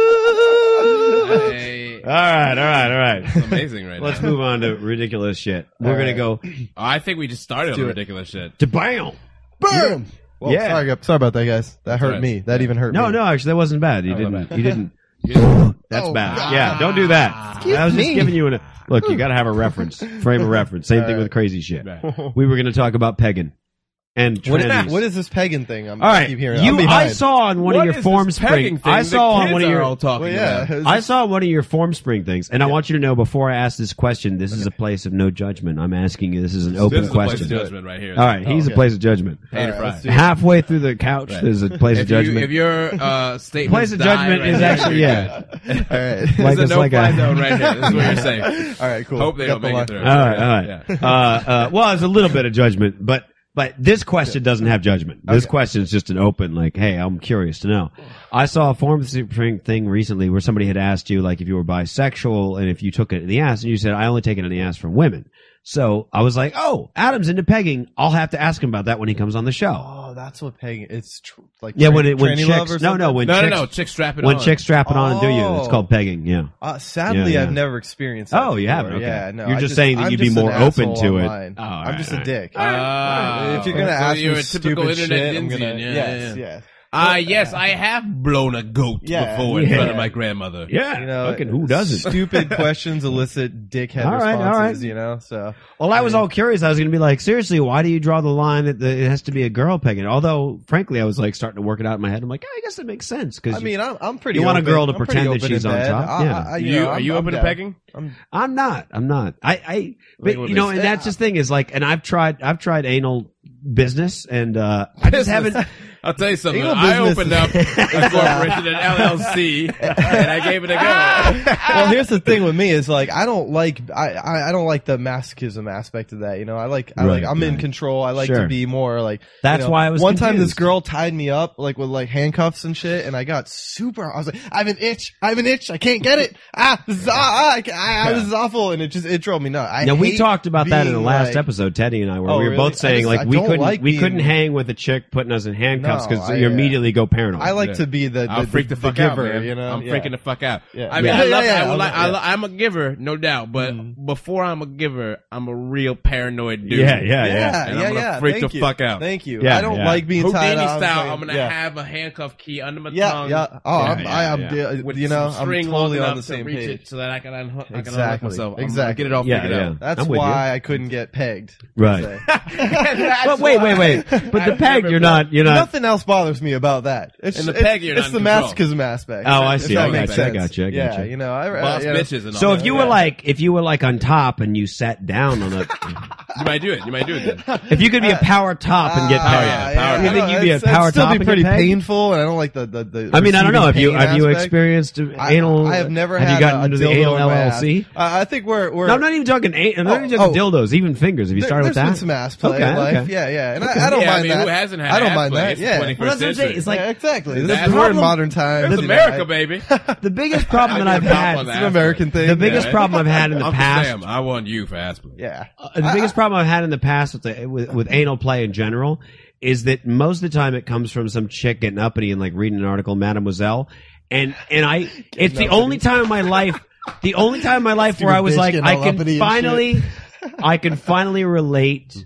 Speaker 3: you.
Speaker 2: I-
Speaker 1: all right, all right, all right.
Speaker 2: it's amazing right
Speaker 1: Let's
Speaker 2: now.
Speaker 1: move on to ridiculous shit. We're
Speaker 3: All
Speaker 1: gonna
Speaker 3: right.
Speaker 1: go
Speaker 2: Oh, I think we just started on
Speaker 3: do it.
Speaker 2: ridiculous shit.
Speaker 1: to bam.
Speaker 3: Boom. Well,
Speaker 1: Yeah.
Speaker 3: sorry, sorry about that, guys. That hurt
Speaker 2: right.
Speaker 3: me. That even hurt
Speaker 1: No,
Speaker 3: me.
Speaker 1: no, actually, that wasn't bad. You
Speaker 2: That wasn't
Speaker 1: didn't. You didn't. That's
Speaker 3: Oh,
Speaker 1: bad.
Speaker 3: God.
Speaker 1: Yeah, don't do that. I was just
Speaker 3: me.
Speaker 1: giving you an look. You got to have a reference, frame of reference. Same thing with crazy shit.
Speaker 2: Right.
Speaker 1: *laughs* We were going to talk about pegging and
Speaker 3: What
Speaker 1: trannies.
Speaker 3: is, what is this pagan thing? I'm,
Speaker 1: All right,
Speaker 3: I keep hearing.
Speaker 1: you.
Speaker 3: I'm
Speaker 1: I
Speaker 3: behind.
Speaker 1: saw on one
Speaker 2: What
Speaker 1: of your
Speaker 2: is
Speaker 1: form
Speaker 2: this
Speaker 1: spring.
Speaker 2: pegging thing
Speaker 1: I
Speaker 2: that
Speaker 1: saw on
Speaker 2: kids
Speaker 1: one of
Speaker 2: are
Speaker 1: your.
Speaker 2: all talking
Speaker 3: Well, yeah.
Speaker 2: about?
Speaker 3: *laughs* it's-
Speaker 1: I saw one of your form spring things, and I want you to know before I ask this question, this is a place of no judgment. I'm asking you. This is an open
Speaker 2: This is the place
Speaker 1: question.
Speaker 2: of judgment right here. Oh.
Speaker 1: All right, he's
Speaker 3: okay.
Speaker 1: a place of judgment.
Speaker 2: Hater
Speaker 3: All right, let's
Speaker 2: fry.
Speaker 1: Halfway through the couch,
Speaker 2: Right.
Speaker 1: there's a place of
Speaker 2: If, you, if
Speaker 1: judgment.
Speaker 2: your
Speaker 1: *laughs*
Speaker 2: uh, statement
Speaker 1: Place of judgment is actually
Speaker 2: *laughs*
Speaker 1: yeah.
Speaker 3: All right.
Speaker 1: Like
Speaker 2: Like a
Speaker 1: it's
Speaker 2: no
Speaker 1: like
Speaker 2: fly
Speaker 1: a-
Speaker 2: zone right here. This is what you're saying.
Speaker 3: *laughs* All right, cool.
Speaker 2: Hope they
Speaker 3: Got
Speaker 2: don't
Speaker 3: the
Speaker 2: make
Speaker 3: line.
Speaker 2: it through.
Speaker 1: All right, all right. Uh, uh, well, it's a little bit of judgment, but but this question doesn't have judgment. This question is just an open, like, hey, I'm curious to know. I saw a form thing thing recently where somebody had asked you, like, if you were bisexual and if you took it in the ass, and you said, I only take it in the ass from women. So I was like, oh, Adam's into pegging. I'll have to ask him about that when he comes on the show.
Speaker 3: Oh, that's what pegging. It's tr- like
Speaker 1: Yeah,
Speaker 3: tra-
Speaker 1: when it when
Speaker 3: tranny love or
Speaker 1: chicks, no, no,
Speaker 3: something?
Speaker 1: when
Speaker 2: No, no,
Speaker 1: chicks,
Speaker 2: no. Chick strap it
Speaker 1: when
Speaker 2: on.
Speaker 1: chicks strap it on and do you, it's
Speaker 3: Oh.
Speaker 1: called pegging. Yeah.
Speaker 3: Uh, sadly,
Speaker 1: Yeah, yeah.
Speaker 3: I've never experienced. That
Speaker 1: Oh, you
Speaker 3: before.
Speaker 1: haven't? Okay.
Speaker 3: Yeah, no.
Speaker 1: You're
Speaker 3: I
Speaker 1: just saying that
Speaker 3: I'm
Speaker 1: you'd be
Speaker 3: just an
Speaker 1: more open
Speaker 3: asshole
Speaker 1: to it.
Speaker 3: online.
Speaker 1: Oh, all
Speaker 3: I'm
Speaker 1: right,
Speaker 3: just
Speaker 1: all
Speaker 3: a
Speaker 1: right.
Speaker 3: dick.
Speaker 2: Ah.
Speaker 3: if you're gonna
Speaker 2: so
Speaker 3: ask
Speaker 2: you're
Speaker 3: me
Speaker 2: a typical
Speaker 3: stupid
Speaker 2: internet
Speaker 3: shit, I'm gonna-
Speaker 2: Indian. Yeah, yeah,
Speaker 3: yes, yes.
Speaker 2: Ah, yes, I have blown a goat
Speaker 3: Yeah.
Speaker 2: before in
Speaker 1: Yeah.
Speaker 2: front of my grandmother.
Speaker 1: Yeah.
Speaker 3: You know,
Speaker 1: fucking who
Speaker 3: *laughs*
Speaker 1: doesn't? *laughs*
Speaker 3: Stupid questions elicit dickhead
Speaker 1: All right, all
Speaker 3: responses.
Speaker 1: right.
Speaker 3: You know, so
Speaker 1: Well, I was all curious. I was going to be like, seriously, why do you draw the line that the, it has to be a girl pegging? Although, frankly, I was like starting to work it out in my head. I'm like, "Oh, I guess that makes sense because
Speaker 3: I mean, I'm, I'm pretty.
Speaker 1: you want a
Speaker 3: open.
Speaker 1: girl to
Speaker 3: I'm pretty
Speaker 1: pretend that
Speaker 3: open in
Speaker 1: she's on
Speaker 3: bed.
Speaker 1: top?
Speaker 3: I-
Speaker 1: Yeah.
Speaker 3: I- I-
Speaker 2: You,
Speaker 3: you know,
Speaker 2: are
Speaker 3: I'm-
Speaker 2: you
Speaker 3: I'm
Speaker 2: open to
Speaker 3: down.
Speaker 2: pegging?
Speaker 3: I'm
Speaker 1: I'm not. I'm not. I, I
Speaker 2: Like,
Speaker 1: but
Speaker 2: what
Speaker 1: you know,
Speaker 2: is-
Speaker 1: and that's just thing is like, and I've tried, I've tried anal business, and uh, I just haven't.
Speaker 2: *laughs* I'll tell you something.
Speaker 3: Eagle
Speaker 2: I
Speaker 3: business
Speaker 2: opened up
Speaker 3: is-
Speaker 1: *laughs*
Speaker 2: a corporation, an LLC, and I gave it a
Speaker 1: Ah.
Speaker 2: go.
Speaker 1: *laughs*
Speaker 3: well, here's the thing with me is like I don't like I, I, I don't like the masochism aspect of that. You know, I like I like
Speaker 1: Right,
Speaker 3: I'm in
Speaker 1: right.
Speaker 3: control. I like
Speaker 1: Sure.
Speaker 3: to be more like. you
Speaker 1: That's
Speaker 3: know,
Speaker 1: why I was
Speaker 3: One time, this
Speaker 1: confused.
Speaker 3: girl tied me up like with like handcuffs and shit, and I got super. I was like, I have an itch. I have an itch. I can't get it. *laughs* Ah, this is, ah, ah, I, ca- ah, ah, this is awful, and it just it drove me nuts. I
Speaker 1: Now we
Speaker 3: hate
Speaker 1: talked about that in the
Speaker 3: being,
Speaker 1: last
Speaker 3: like-
Speaker 1: episode, Teddy and I, where
Speaker 3: Oh,
Speaker 1: we were
Speaker 3: really?
Speaker 1: both
Speaker 3: I
Speaker 1: saying
Speaker 3: just-
Speaker 1: like
Speaker 3: I
Speaker 1: we
Speaker 3: don't
Speaker 1: couldn't
Speaker 3: like
Speaker 1: we
Speaker 3: being-
Speaker 1: couldn't hang with a chick putting us in handcuffs
Speaker 3: No,
Speaker 1: because
Speaker 3: I,
Speaker 1: you
Speaker 3: uh,
Speaker 1: immediately go paranoid.
Speaker 3: I like
Speaker 2: Yeah.
Speaker 3: to be the, the,
Speaker 2: I'll freak the, fuck
Speaker 3: giver,
Speaker 2: out, man.
Speaker 3: You know,
Speaker 2: I'm
Speaker 3: Yeah.
Speaker 2: freaking the fuck out.
Speaker 3: Yeah.
Speaker 2: I mean,
Speaker 3: Yeah.
Speaker 2: I love,
Speaker 3: Yeah, yeah,
Speaker 2: I will,
Speaker 3: I
Speaker 2: like,
Speaker 3: love-
Speaker 2: I lo- I'm a giver, no doubt. But before I'm a giver, I'm a real paranoid dude.
Speaker 1: yeah, yeah, yeah,
Speaker 3: Mm-hmm. Yeah,
Speaker 2: And
Speaker 3: yeah,
Speaker 2: I'm gonna
Speaker 3: yeah.
Speaker 2: freak
Speaker 3: Thank
Speaker 2: the
Speaker 3: you.
Speaker 2: fuck out.
Speaker 3: Thank you.
Speaker 1: Yeah,
Speaker 3: I don't
Speaker 1: yeah.
Speaker 3: like being tied
Speaker 2: Houdini
Speaker 3: up.
Speaker 2: style.
Speaker 3: like,
Speaker 2: I'm gonna
Speaker 3: yeah.
Speaker 2: have a handcuff key under my
Speaker 3: Yeah,
Speaker 2: tongue.
Speaker 3: yeah. Oh, I'm,
Speaker 1: Yeah,
Speaker 3: I
Speaker 1: yeah,
Speaker 3: am.
Speaker 1: yeah.
Speaker 3: de-
Speaker 2: um, With
Speaker 3: you know,
Speaker 2: some
Speaker 3: I'm
Speaker 2: string
Speaker 3: totally
Speaker 2: long enough
Speaker 3: on the
Speaker 2: to
Speaker 3: same
Speaker 2: reach
Speaker 3: page.
Speaker 2: it so that I can unhook, I can unhook
Speaker 3: Exactly.
Speaker 2: myself. I'm gonna
Speaker 3: Exactly.
Speaker 2: get it all
Speaker 1: Yeah,
Speaker 2: figured
Speaker 1: yeah.
Speaker 2: out.
Speaker 3: That's
Speaker 1: I'm with you.
Speaker 3: why I couldn't get pegged.
Speaker 1: right.
Speaker 3: Say. *laughs*
Speaker 1: But wait, wait, wait. But the
Speaker 2: I've
Speaker 1: peg,
Speaker 2: never
Speaker 1: you're
Speaker 2: been-
Speaker 1: not, you're not.
Speaker 3: Nothing else bothers me about that. It's,
Speaker 2: And the
Speaker 3: it's-
Speaker 2: peg you're not
Speaker 3: it's the
Speaker 2: in control.
Speaker 3: masochism aspect.
Speaker 1: Oh, I
Speaker 3: If
Speaker 1: see.
Speaker 3: that
Speaker 1: I
Speaker 3: makes
Speaker 1: gotcha, I
Speaker 3: sense.
Speaker 1: gotcha, I
Speaker 3: yeah,
Speaker 1: gotcha.
Speaker 3: you know, I, I,
Speaker 2: Boss
Speaker 3: you know,
Speaker 2: bitches and all
Speaker 1: So if
Speaker 2: that.
Speaker 1: you were like, if you were like on top and you sat down on a,
Speaker 2: You might do it. You might do it
Speaker 3: *laughs*
Speaker 2: then.
Speaker 5: If you could be a power top and get
Speaker 3: Ah,
Speaker 5: pegged,
Speaker 2: yeah, uh, power
Speaker 5: you
Speaker 2: top.
Speaker 5: think you'd be a
Speaker 3: It's- it'd
Speaker 5: power
Speaker 3: Uh, still
Speaker 5: top?
Speaker 3: be
Speaker 5: and
Speaker 3: pretty
Speaker 5: get pegged?
Speaker 3: painful, and I don't like the the. the
Speaker 5: I mean, I don't know. Have you
Speaker 3: receiving
Speaker 1: Have
Speaker 3: pain
Speaker 1: you
Speaker 3: aspect.
Speaker 1: experienced
Speaker 3: I-
Speaker 1: anal?
Speaker 3: I have never.
Speaker 1: Have
Speaker 3: had
Speaker 1: you gotten
Speaker 3: a,
Speaker 1: into
Speaker 3: a
Speaker 1: the
Speaker 3: dildo
Speaker 1: anal
Speaker 3: in my ass.
Speaker 1: LLC?
Speaker 3: I, I think we're we're.
Speaker 1: No, I'm not even talking. A- I'm not
Speaker 3: Oh,
Speaker 1: even talking
Speaker 3: oh.
Speaker 1: dildos, even fingers. If you
Speaker 3: there,
Speaker 1: start with
Speaker 3: there's
Speaker 1: that,
Speaker 3: been some ass play
Speaker 1: Okay,
Speaker 3: in life.
Speaker 1: okay.
Speaker 3: Yeah, yeah, and I, I don't
Speaker 2: Yeah,
Speaker 3: mind
Speaker 2: I mean,
Speaker 3: that.
Speaker 2: who hasn't had
Speaker 3: I don't
Speaker 2: ass
Speaker 3: mind
Speaker 2: play?
Speaker 3: that.
Speaker 2: It's
Speaker 3: Yeah.
Speaker 2: the 21st
Speaker 5: Well, that's what I'm saying.
Speaker 2: century.
Speaker 5: It's like
Speaker 3: yeah, exactly.
Speaker 2: That's
Speaker 3: This
Speaker 2: the
Speaker 3: is we're in
Speaker 2: problem.
Speaker 3: modern times.
Speaker 2: It's
Speaker 3: you know,
Speaker 2: America,
Speaker 3: like,
Speaker 2: baby.
Speaker 5: the biggest problem
Speaker 2: *laughs* I
Speaker 5: that I've
Speaker 2: did bump on
Speaker 5: had,
Speaker 2: that.
Speaker 3: It's an American thing.
Speaker 1: the biggest
Speaker 2: Yeah.
Speaker 1: problem I've had in the
Speaker 2: I'm
Speaker 1: past.
Speaker 2: Sam. I want you for ass play.
Speaker 3: Yeah.
Speaker 1: uh, the biggest problem I've had in the past with, the, with with anal play in general is that most of the time it comes from some chick getting uppity and like reading an article, Mademoiselle, and and I it's the
Speaker 3: uppity.
Speaker 1: only time in my life, the only time in my life where I
Speaker 3: Stupid
Speaker 1: was
Speaker 3: bitch
Speaker 1: like,
Speaker 3: getting
Speaker 1: I
Speaker 3: all uppity
Speaker 1: can
Speaker 3: and
Speaker 1: finally, I can finally relate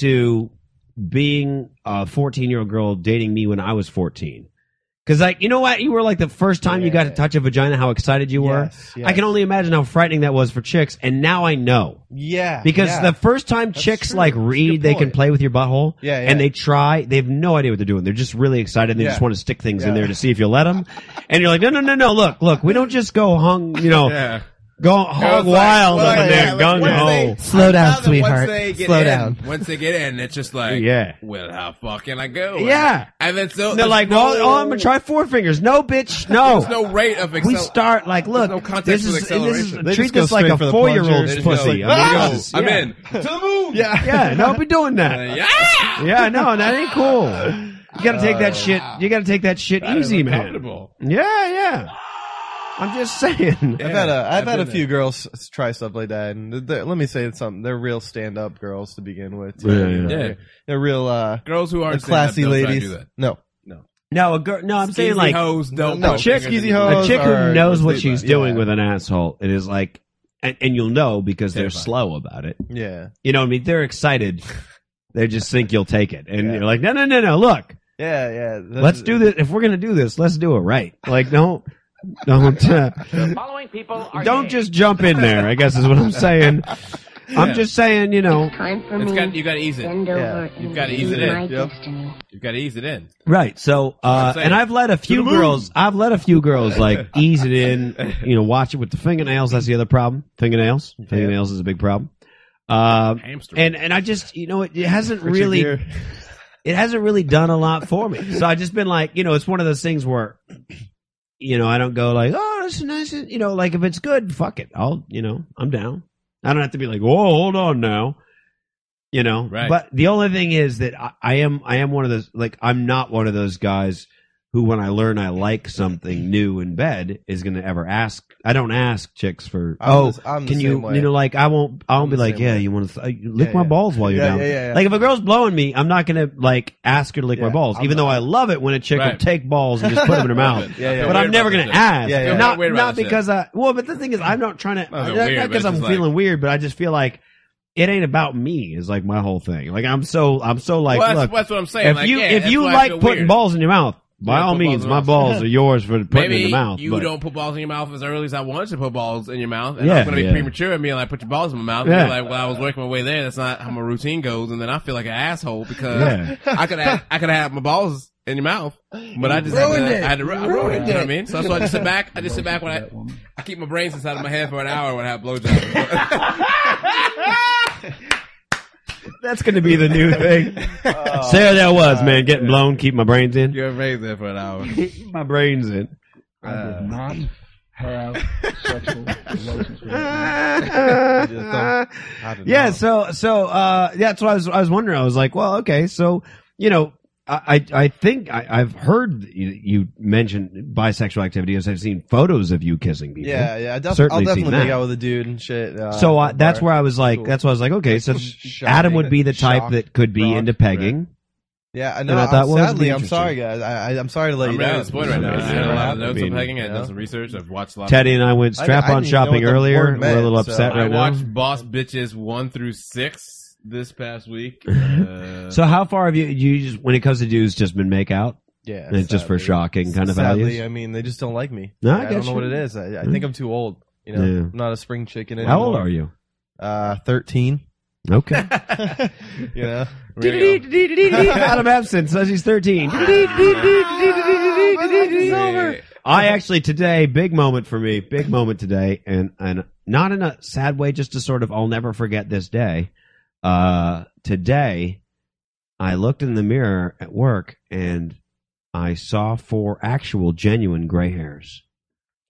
Speaker 1: to being a fourteen year old girl dating me when I was fourteen. Cause like you know what you were like the first time you got to touch a vagina how excited you were
Speaker 3: Yes, yes.
Speaker 1: I can only imagine how frightening that was for chicks and now I know
Speaker 3: Yeah.
Speaker 1: because
Speaker 3: yeah.
Speaker 1: the first time chicks
Speaker 3: true.
Speaker 1: like
Speaker 3: That's a
Speaker 1: read,
Speaker 3: good
Speaker 1: they can
Speaker 3: point.
Speaker 1: play with your butthole.
Speaker 3: Yeah, yeah.
Speaker 1: And they try. They have no idea what they're doing. They're just really excited. and They
Speaker 3: Yeah.
Speaker 1: just want to stick things in
Speaker 3: Yeah.
Speaker 1: there to see if you'll let them. And you're like, no, no, no, no. Look, look. We don't just go hung. You
Speaker 3: Oh,
Speaker 1: know,
Speaker 2: Yeah.
Speaker 1: go hog wild
Speaker 2: well,
Speaker 1: up in
Speaker 2: yeah,
Speaker 1: there,
Speaker 2: like,
Speaker 1: gung
Speaker 2: what if
Speaker 1: ho.
Speaker 2: they-
Speaker 3: Slow down,
Speaker 2: Now that
Speaker 3: sweetheart.
Speaker 2: Once they get
Speaker 3: Slow
Speaker 2: in,
Speaker 3: down.
Speaker 2: Once they get in, it's just like,
Speaker 1: Yeah.
Speaker 2: Well, how far can I go?
Speaker 1: Yeah.
Speaker 2: And then so
Speaker 1: And they're
Speaker 2: there's
Speaker 1: like,
Speaker 2: no,
Speaker 1: well, oh, I'm gonna try four fingers. No, bitch, no.
Speaker 2: *laughs* There's no rate of accel-
Speaker 1: we start like, look,
Speaker 2: no context
Speaker 1: this
Speaker 2: with
Speaker 1: is, and this is
Speaker 2: acceleration.
Speaker 3: They
Speaker 1: treat
Speaker 3: just go
Speaker 1: this like
Speaker 3: straight
Speaker 1: a
Speaker 3: for the
Speaker 1: four year old's
Speaker 3: plunger.
Speaker 2: There's no- *laughs*
Speaker 1: pussy.
Speaker 2: Ah!
Speaker 1: I mean, it is-
Speaker 2: I'm,
Speaker 1: yeah.
Speaker 2: in. To the moon.
Speaker 3: *laughs* Yeah.
Speaker 1: Yeah, no, be doing that.
Speaker 2: Yeah.
Speaker 1: Yeah, no, that ain't cool. You gotta take that shit. You gotta take that shit
Speaker 2: That is
Speaker 1: easy, man.
Speaker 2: uncomfortable.
Speaker 1: Yeah, yeah. I'm just saying.
Speaker 3: I've
Speaker 2: Yeah,
Speaker 3: had a I've had a
Speaker 2: been
Speaker 3: few girls s- try stuff like that, and th- th- let me say something. They're real stand up girls to begin with. too,
Speaker 1: Yeah,
Speaker 3: you know,
Speaker 2: yeah.
Speaker 3: They're, they're real uh,
Speaker 2: there. Girls who
Speaker 3: they're
Speaker 2: aren't
Speaker 3: classy ladies. No,
Speaker 1: No, a girl. No, I'm saying
Speaker 2: Skeezy
Speaker 1: like
Speaker 2: hoes don't
Speaker 3: No,
Speaker 2: put
Speaker 3: chick-
Speaker 2: fingers in
Speaker 3: skeezy
Speaker 2: your-
Speaker 3: hoes.
Speaker 1: a chick who
Speaker 3: are
Speaker 1: knows what
Speaker 3: complete
Speaker 1: she's
Speaker 3: left.
Speaker 1: doing
Speaker 3: Yeah.
Speaker 1: with an asshole. It is like, and, and you'll know because they're
Speaker 2: Terrifying.
Speaker 1: slow about it.
Speaker 3: yeah,
Speaker 1: You know, what I mean, they're
Speaker 2: *laughs*
Speaker 1: excited. They just think you'll take it, and you're like, no, no, no, no. Look,
Speaker 3: yeah, yeah. That's-
Speaker 1: let's do this. If we're gonna do this, let's do it right. Like,
Speaker 2: *laughs*
Speaker 1: don't, don't, uh,
Speaker 7: Following people are
Speaker 1: don't
Speaker 7: gay.
Speaker 1: just jump in there. I guess is what I'm
Speaker 2: *laughs*
Speaker 1: saying.
Speaker 2: Yeah.
Speaker 1: I'm just saying, you know,
Speaker 8: Time for
Speaker 2: It's
Speaker 8: me.
Speaker 2: got, you got to ease it.
Speaker 8: Bend over
Speaker 3: Yeah,
Speaker 8: and
Speaker 2: gotta ease
Speaker 8: receive
Speaker 2: it in.
Speaker 8: my
Speaker 3: Yep.
Speaker 8: destiny.
Speaker 2: You got to ease it in.
Speaker 1: Right. So, uh,
Speaker 2: That's what I'm saying.
Speaker 1: and I've let a few
Speaker 2: the moon.
Speaker 1: girls, I've let a few girls
Speaker 2: *laughs*
Speaker 1: like ease it in, you know, watch it with the fingernails. That's the other problem. Fingernails. Fingernails is a big problem. Uh,
Speaker 2: Hamster.
Speaker 1: and, and I just, you know, it, it hasn't really, it hasn't really done a lot for me. So I just been like, you know, it's one of those things where, *clears throat* you know, I don't go like, oh, that's nice. You know, like if it's good, fuck it. I'll, you know, I'm down. I don't have to be like, whoa, hold on now. You know,
Speaker 2: Right.
Speaker 1: but the only thing is that I, I am, I am one of those, like, I'm not one of those guys who, when I learn I like something new in bed, is going to ever ask. I don't ask chicks for,
Speaker 3: I'm
Speaker 1: oh,
Speaker 3: the s- I'm the
Speaker 1: can you,
Speaker 3: same way.
Speaker 1: you know, like I won't, I won't
Speaker 3: I'm
Speaker 1: be
Speaker 3: the
Speaker 1: like,
Speaker 3: same
Speaker 1: yeah,
Speaker 3: way.
Speaker 1: you want to th- lick
Speaker 3: Yeah,
Speaker 1: my
Speaker 3: yeah.
Speaker 1: balls while you're
Speaker 3: Yeah,
Speaker 1: down.
Speaker 3: yeah, yeah, yeah.
Speaker 1: Like if a girl's blowing me, I'm not gonna like ask her to lick my
Speaker 3: Yeah,
Speaker 1: balls,
Speaker 3: I'm
Speaker 1: even
Speaker 3: not-
Speaker 1: though I love it when a chick will
Speaker 2: Right.
Speaker 1: take balls and just put them in
Speaker 3: *laughs*
Speaker 1: her mouth.
Speaker 2: I
Speaker 3: Yeah, yeah.
Speaker 2: feel
Speaker 1: But
Speaker 2: weird
Speaker 1: I'm never
Speaker 2: about
Speaker 1: gonna
Speaker 2: this.
Speaker 1: ask.
Speaker 3: Yeah, yeah.
Speaker 1: Not
Speaker 2: Weird about
Speaker 1: not
Speaker 2: this, yeah.
Speaker 1: because I. Well, but the thing is, I'm not trying to.
Speaker 2: Not
Speaker 1: Not,
Speaker 2: that weird, but
Speaker 1: because
Speaker 2: it's
Speaker 1: I'm
Speaker 2: just
Speaker 1: feeling weird, but I just feel like it ain't about me. Is like my whole thing. Like I'm so I'm so like
Speaker 2: well, that's,
Speaker 1: look.
Speaker 2: that's what I'm saying.
Speaker 1: if
Speaker 2: like,
Speaker 1: you
Speaker 2: yeah,
Speaker 1: if
Speaker 2: that's
Speaker 1: you
Speaker 2: why I
Speaker 1: like
Speaker 2: feel
Speaker 1: putting
Speaker 2: weird.
Speaker 1: balls in your mouth, by
Speaker 2: Yeah,
Speaker 1: all
Speaker 2: put balls
Speaker 1: means,
Speaker 2: in
Speaker 1: my
Speaker 2: your mouth.
Speaker 1: balls are yours for putting
Speaker 2: Maybe
Speaker 1: in your mouth.
Speaker 2: you
Speaker 1: but-
Speaker 2: don't put balls in your mouth as early as I wanted to put balls in your mouth, and
Speaker 1: Yeah,
Speaker 2: I'm going to be
Speaker 1: yeah.
Speaker 2: premature and be like, "Put your balls in my mouth." And
Speaker 1: Yeah.
Speaker 2: you're like, "Well, I was working my way there. That's not how my routine goes." And then I feel like an asshole because
Speaker 1: Yeah.
Speaker 2: *laughs* I could have, I could have my balls in your mouth, but I just
Speaker 3: ruined
Speaker 2: had to,
Speaker 3: it.
Speaker 2: I had to ru- I ruined it. You know what I mean? So that's why I just sit back. I just sit back when I, I keep my brains inside of my head for an hour when I have blowjobs. *laughs*
Speaker 1: That's gonna be the new thing.
Speaker 2: *laughs*
Speaker 3: *laughs*
Speaker 2: Oh,
Speaker 3: Oh.
Speaker 1: Sarah, that was man getting blown. Keep my brains in.
Speaker 2: You're brains there for an hour.
Speaker 1: Keep my brains in.
Speaker 3: Uh,
Speaker 9: I did not have
Speaker 1: *laughs*
Speaker 9: sexual relations with him.
Speaker 1: yeah, so so uh that's what I was I was wondering. I was like, well, okay, so you know, I I, I think I, I've heard you, you mentioned bisexual activity as I've seen photos of you kissing people.
Speaker 3: Yeah, yeah. I def- I'll
Speaker 1: Certainly
Speaker 3: definitely
Speaker 1: seen
Speaker 3: make
Speaker 1: that.
Speaker 3: out with a dude and shit. Uh,
Speaker 1: So uh,
Speaker 3: at a
Speaker 1: that's
Speaker 3: bar.
Speaker 1: where I was like,
Speaker 3: Cool.
Speaker 1: that's why I was like, okay, so *laughs*
Speaker 3: Sh-
Speaker 1: Adam
Speaker 3: shocking.
Speaker 1: would be the type
Speaker 3: Shock,
Speaker 1: that could be
Speaker 3: rock,
Speaker 1: into pegging.
Speaker 3: Yeah, I know.
Speaker 1: and I
Speaker 3: I
Speaker 1: thought, well, this would be
Speaker 3: sadly, I'm
Speaker 1: interesting.
Speaker 3: sorry, guys. I, I, I'm sorry to let
Speaker 2: I'm
Speaker 3: you
Speaker 2: really
Speaker 3: down.
Speaker 2: disappointed right now. I
Speaker 1: It's
Speaker 2: had a
Speaker 1: never
Speaker 2: lot of notes
Speaker 1: happened.
Speaker 2: I'm pegging. I've
Speaker 3: Yeah.
Speaker 2: done some research. I've watched a lot.
Speaker 1: Teddy and I went
Speaker 3: I- I
Speaker 1: strap on
Speaker 3: didn't even know
Speaker 1: shopping
Speaker 3: what the
Speaker 1: earlier.
Speaker 3: word
Speaker 1: We're a little
Speaker 3: meant, so
Speaker 1: upset
Speaker 2: Of I
Speaker 1: right
Speaker 2: watched
Speaker 1: now.
Speaker 2: Boss Bitches one through six this past
Speaker 1: *laughs*
Speaker 2: week. Uh,
Speaker 1: So how far have you you just when it comes to dudes just been make out
Speaker 3: Yeah,
Speaker 1: and it's just for
Speaker 3: sadly.
Speaker 1: shocking kind of
Speaker 3: Sadly,
Speaker 1: values?
Speaker 3: I mean, they just don't like me.
Speaker 1: No, I
Speaker 3: I,
Speaker 1: get
Speaker 3: don't know
Speaker 1: you.
Speaker 3: what it is. I, I
Speaker 1: Mm.
Speaker 3: think I'm too old. You know,
Speaker 1: Yeah.
Speaker 3: I'm not a spring chicken anymore.
Speaker 1: How old are you?
Speaker 3: Uh, thirteen.
Speaker 1: *laughs*
Speaker 3: *laughs*
Speaker 1: Okay. *laughs*
Speaker 3: You know,
Speaker 2: really,
Speaker 1: out of absence says he's 13. I actually today, big moment for me, big moment today, and and not in a sad way, just to sort of I'll never forget this day. uh, today I looked in the mirror at work and I saw four actual genuine gray hairs.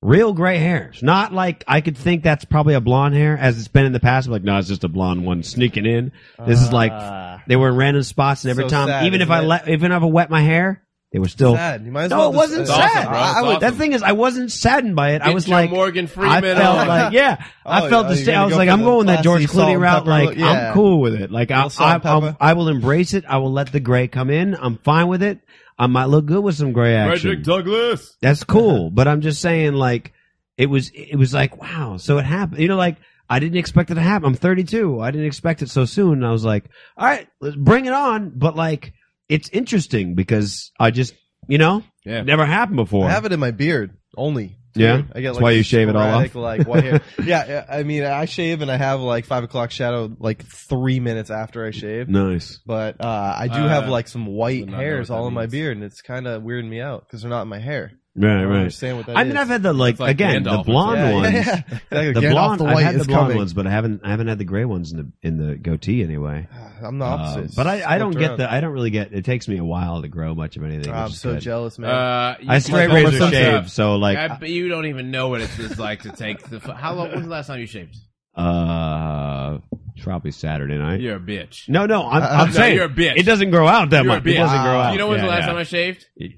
Speaker 1: Real gray hairs. Not like I could think that's probably a blonde hair as it's been in the past. I'm like, no, it's just a blonde one sneaking in. This is like
Speaker 3: Ah.
Speaker 1: They were in random spots and every
Speaker 3: So
Speaker 1: time
Speaker 3: sad,
Speaker 1: even if
Speaker 3: isn't
Speaker 1: I
Speaker 3: it?
Speaker 1: let even if I wet my hair, they were still
Speaker 3: sad. You might as
Speaker 1: No,
Speaker 3: well
Speaker 1: it
Speaker 3: just-
Speaker 1: wasn't
Speaker 3: it's
Speaker 1: sad.
Speaker 3: awesome, bro.
Speaker 1: I- I
Speaker 3: It's
Speaker 1: was- That
Speaker 3: awesome.
Speaker 1: thing is, I wasn't saddened by it. I
Speaker 2: Get
Speaker 1: was
Speaker 2: your
Speaker 1: like,
Speaker 2: Morgan
Speaker 1: I
Speaker 2: Freeman.
Speaker 1: felt
Speaker 2: on.
Speaker 3: *laughs*
Speaker 1: like, yeah, I
Speaker 3: Oh,
Speaker 1: felt
Speaker 3: oh,
Speaker 1: the
Speaker 3: you're
Speaker 1: same. I
Speaker 3: gonna
Speaker 1: was
Speaker 3: go
Speaker 1: like,
Speaker 3: for
Speaker 1: I'm
Speaker 3: the
Speaker 1: going that George
Speaker 3: classy salt
Speaker 1: Clooney
Speaker 3: and
Speaker 1: route.
Speaker 3: pepper
Speaker 1: Like,
Speaker 3: look. Yeah.
Speaker 1: I'm cool with it. Like, I,
Speaker 3: Little salt
Speaker 1: I,
Speaker 3: and
Speaker 1: I,
Speaker 3: pepper.
Speaker 1: I will embrace it. I will let the gray come in. I'm fine with it. I might look good with some gray action.
Speaker 2: Frederick Douglass.
Speaker 1: That's cool, but I'm just saying, like, it was, it was like, wow. So it happened, you know, like, I didn't expect it to happen. I'm 32. I didn't expect it so soon. And I was like, all right, let's bring it on. But like, it's interesting because I just, you know,
Speaker 2: Yeah.
Speaker 1: it never happened before.
Speaker 3: I have it in my beard only.
Speaker 1: Yeah?
Speaker 3: I get
Speaker 1: That's why you
Speaker 3: this
Speaker 1: shave it all
Speaker 3: sporadic,
Speaker 1: off?
Speaker 3: Like white hair. yeah, yeah, I mean, I shave and I have like five o'clock shadow like three minutes after I shave.
Speaker 1: Nice.
Speaker 3: But uh, I do
Speaker 2: Uh,
Speaker 3: have like some white
Speaker 2: would not know
Speaker 3: hairs
Speaker 2: what that
Speaker 3: all in my
Speaker 2: means.
Speaker 3: beard, and it's kind of weirding me out because they're not in my hair.
Speaker 1: Right,
Speaker 3: I don't
Speaker 1: right.
Speaker 3: understand what that
Speaker 1: I mean,
Speaker 3: is.
Speaker 1: I've had the like,
Speaker 2: It's like
Speaker 1: again
Speaker 2: Gandalf
Speaker 1: the
Speaker 2: or
Speaker 1: blonde
Speaker 3: yeah,
Speaker 1: ones,
Speaker 3: Yeah, *laughs* yeah. Like,
Speaker 1: the
Speaker 3: get off
Speaker 1: blonde.
Speaker 3: the
Speaker 1: I've
Speaker 3: white
Speaker 1: had the
Speaker 3: is
Speaker 1: blonde
Speaker 3: coming.
Speaker 1: ones, but I haven't I haven't had the gray ones in the in the goatee anyway.
Speaker 3: *sighs* I'm the
Speaker 1: Uh,
Speaker 3: opposite.
Speaker 1: but I, I don't
Speaker 3: Flipped
Speaker 1: get
Speaker 3: around.
Speaker 1: the I don't really get. It takes me a while to grow much of anything. *laughs*
Speaker 3: I'm
Speaker 1: which is
Speaker 3: so
Speaker 1: good.
Speaker 3: jealous, man.
Speaker 2: Uh, you
Speaker 1: I straight
Speaker 2: come
Speaker 1: razor
Speaker 2: up with
Speaker 1: shave,
Speaker 2: stuff.
Speaker 1: so like
Speaker 2: I, but you don't even know what it's just like to take the. fu- How long? When's the last time you shaved?
Speaker 1: uh, probably Saturday night.
Speaker 2: You're a bitch.
Speaker 1: No, no, I'm,
Speaker 3: Uh,
Speaker 1: I'm
Speaker 2: no,
Speaker 1: saying
Speaker 2: you're a bitch.
Speaker 1: It doesn't grow out that
Speaker 2: You're a
Speaker 1: much. It
Speaker 2: bitch.
Speaker 1: doesn't grow out.
Speaker 2: You know when's
Speaker 1: Yeah,
Speaker 2: the last
Speaker 1: yeah.
Speaker 2: time I shaved?
Speaker 1: It-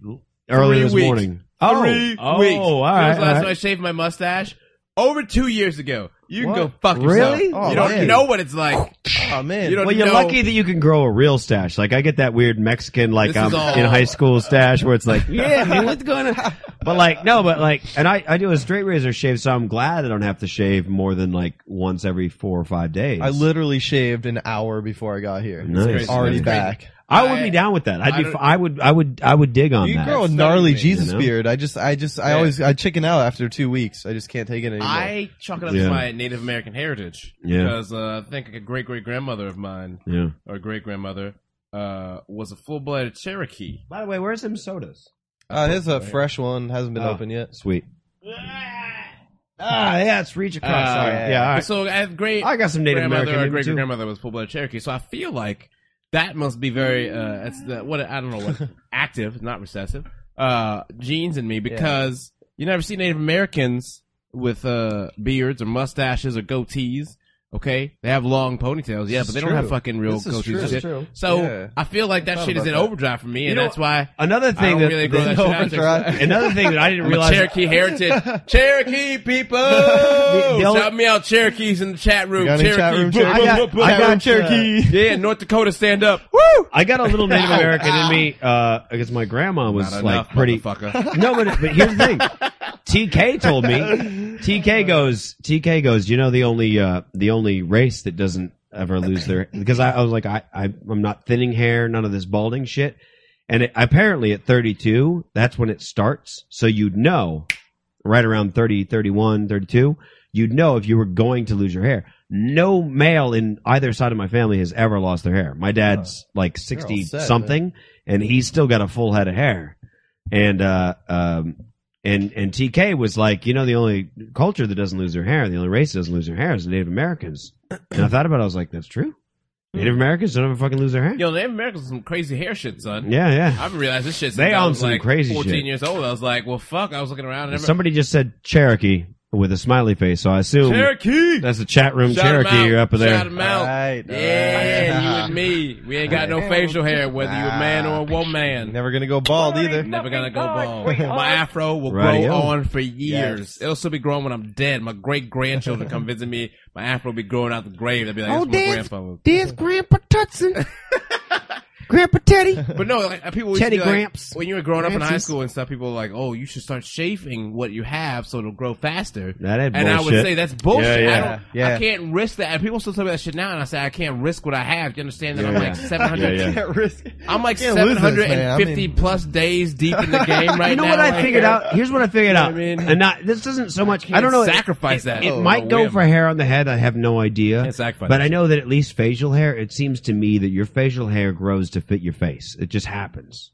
Speaker 1: Early
Speaker 2: Three
Speaker 1: this
Speaker 2: weeks.
Speaker 1: morning.
Speaker 2: Three
Speaker 1: oh,
Speaker 2: weeks.
Speaker 1: Oh, all
Speaker 2: You know
Speaker 1: right.
Speaker 2: when's the last
Speaker 1: all
Speaker 2: time I
Speaker 1: right.
Speaker 2: shaved my mustache? Over two years ago. You can
Speaker 3: What?
Speaker 2: go fuck yourself.
Speaker 1: Really?
Speaker 3: Oh,
Speaker 2: you don't
Speaker 3: man.
Speaker 2: know what it's like.
Speaker 3: oh man,
Speaker 2: you don't-
Speaker 1: Well, you're
Speaker 2: No.
Speaker 1: lucky that you can grow a real stash. Like I get that weird Mexican, like
Speaker 2: This
Speaker 1: I'm
Speaker 2: is all-
Speaker 1: in high school stash, where it's
Speaker 2: *laughs*
Speaker 1: like, yeah, man, what's going on? But like, no, but like, and I, I do a straight razor shave, so I'm glad I don't have to shave more than like once every four or five days.
Speaker 3: I literally shaved an hour before I got here.
Speaker 1: Nice.
Speaker 3: It's already
Speaker 1: That's crazy.
Speaker 3: back.
Speaker 1: I would
Speaker 2: I-
Speaker 1: be down with that. I'd
Speaker 2: I
Speaker 1: be,
Speaker 2: don't-
Speaker 1: f- I would, I would, I would dig on
Speaker 3: You
Speaker 1: that.
Speaker 3: grow a
Speaker 2: That's
Speaker 3: gnarly
Speaker 2: amazing,
Speaker 3: Jesus
Speaker 1: you know?
Speaker 3: beard. I just, I just, I
Speaker 2: Yeah.
Speaker 3: always, I chicken out after two weeks. I just can't take it anymore.
Speaker 2: I chalk it up
Speaker 1: Yeah.
Speaker 2: to my Native American heritage.
Speaker 1: Yeah.
Speaker 2: Because uh, I think a great great grandmother of mine,
Speaker 1: Yeah.
Speaker 2: or great grandmother, uh, was a full blooded Cherokee.
Speaker 1: By the way, where's them sodas?
Speaker 3: uh, here's a fresh one. Hasn't been
Speaker 1: Oh.
Speaker 3: open yet.
Speaker 1: Sweet. Ah, yeah, it's reach across.
Speaker 2: Uh,
Speaker 1: Sorry. Yeah, all right.
Speaker 2: So I have great
Speaker 1: I got some Native American
Speaker 2: grandmother or
Speaker 1: in me,
Speaker 2: great
Speaker 1: too.
Speaker 2: grandmother was full blood Cherokee. So I feel like that must be very uh that's the what I don't know
Speaker 1: *laughs*
Speaker 2: what active, not recessive, uh genes in me because you never see Native Americans with uh beards or mustaches or goatees. Okay, they have long ponytails, yeah, but
Speaker 3: This is
Speaker 2: they don't have
Speaker 3: true.
Speaker 2: fucking real
Speaker 3: This is
Speaker 2: goatees.
Speaker 3: true.
Speaker 2: and
Speaker 3: This
Speaker 2: shit.
Speaker 3: is true.
Speaker 2: So
Speaker 3: Yeah.
Speaker 2: I feel like that
Speaker 3: thought
Speaker 2: shit is in
Speaker 3: about that.
Speaker 2: overdrive for me, and
Speaker 1: know-
Speaker 2: that's why
Speaker 1: Another
Speaker 2: I
Speaker 1: thing
Speaker 2: don't
Speaker 1: that,
Speaker 2: really grow that
Speaker 1: that-
Speaker 2: shit out.
Speaker 3: overdrive.
Speaker 1: *laughs* another thing that I didn't
Speaker 2: I'm a
Speaker 1: realize. *laughs*
Speaker 2: Cherokee heritage. Cherokee people!
Speaker 1: the only-
Speaker 2: Shout me out, Cherokees in the chat room.
Speaker 3: You got any
Speaker 2: Cherokee.
Speaker 3: chat room,
Speaker 2: book,
Speaker 3: Cherokee?
Speaker 2: book, book,
Speaker 1: I
Speaker 2: book.
Speaker 1: got Cherokee.
Speaker 2: *laughs* Yeah, North Dakota, stand up.
Speaker 1: I got a little
Speaker 2: *laughs*
Speaker 1: Native American in me uh, because my grandma was
Speaker 2: Not
Speaker 1: like
Speaker 2: enough,
Speaker 1: pretty. *laughs*
Speaker 2: motherfucker.
Speaker 1: No, but but here's the thing. TK told me. TK goes. TK goes. You know the only uh, the only race that doesn't ever lose their because I, I was like I, I I'm not thinning hair, none of this balding shit. And it, apparently at 32, that's when it starts. So you'd know right around 30, 31, 32, you'd know if you were going to lose your hair. No male in either side of my family has ever lost their hair. My dad's like 60
Speaker 3: set,
Speaker 1: something and he's still got a full head of hair. And, uh, um, and, and TK was like, you know, the only culture that doesn't lose their hair, the only race that doesn't lose their hair is the Native Americans. And I thought about it, I was like, that's true. Native Americans don't ever fucking lose their hair.
Speaker 2: Hmm. Yo, Native Americans are some crazy hair shit, son.
Speaker 1: Yeah, yeah.
Speaker 2: I've realized this shit since
Speaker 1: They
Speaker 2: I
Speaker 1: own
Speaker 2: was
Speaker 1: some
Speaker 2: like
Speaker 1: crazy
Speaker 2: 14
Speaker 1: shit.
Speaker 2: years old. I was like, well, fuck. I was looking around and everybody.
Speaker 1: Somebody just said Cherokee with a smiley face, so I assume
Speaker 2: Cherokee!
Speaker 1: that's the chat room
Speaker 2: Shout 'em
Speaker 1: Cherokee
Speaker 2: out.
Speaker 1: you're up there.
Speaker 2: Shout 'em out.
Speaker 3: Right,
Speaker 2: Yeah,
Speaker 3: right.
Speaker 2: you
Speaker 3: *laughs*
Speaker 2: and me. We
Speaker 1: *laughs*
Speaker 2: ain't got no facial hair, whether you a man or a woman.
Speaker 3: Never gonna go bald either. *laughs*
Speaker 2: Never gonna go bald.
Speaker 3: sweetheart.
Speaker 2: My afro will
Speaker 1: Rightio.
Speaker 2: grow on for years. It'll still be growing when I'm dead. My great grandchildren come visit me. My afro will be growing out the grave. They'll be like, "That's my grandfather."
Speaker 5: Oh, There's Grandpa
Speaker 2: *laughs*
Speaker 5: Tutson. Grandpa Teddy.
Speaker 2: But no, like people used to
Speaker 5: Teddy
Speaker 2: be like-
Speaker 5: Gramps.
Speaker 2: when you were growing up in high
Speaker 5: Gramps.
Speaker 2: school and stuff, people were like, "Oh, you should start shaving what you have so it'll grow faster."
Speaker 1: That ain't
Speaker 2: and I would
Speaker 1: bullshit.
Speaker 2: say that's bullshit.
Speaker 1: Yeah, yeah.
Speaker 2: I don't.
Speaker 3: Yeah.
Speaker 2: I can't risk that. And people still tell me that shit now, and I say I can't risk what I have. You understand that I'm like 700.
Speaker 1: Yeah, yeah.
Speaker 3: At risk.
Speaker 2: I'm like
Speaker 3: Can't lose this, man. I
Speaker 2: 750
Speaker 3: mean- *laughs*
Speaker 2: plus days deep in the game
Speaker 1: *laughs*
Speaker 2: right
Speaker 1: you know
Speaker 2: now.
Speaker 1: what I
Speaker 2: Like, uh,
Speaker 1: figured out? Here's what I figured out.
Speaker 2: I mean?
Speaker 1: and not this doesn't so much. I,
Speaker 2: can't
Speaker 1: don't know.
Speaker 2: sacrifice
Speaker 1: it,
Speaker 2: that.
Speaker 1: It
Speaker 2: Oh,
Speaker 1: might
Speaker 2: no
Speaker 1: go
Speaker 2: whim.
Speaker 1: for hair on the head. I have no idea.
Speaker 2: Can't sacrifice
Speaker 1: But
Speaker 2: that
Speaker 1: I know that at least facial hair. It seems to me that your facial hair grows to fit your face. It just happens.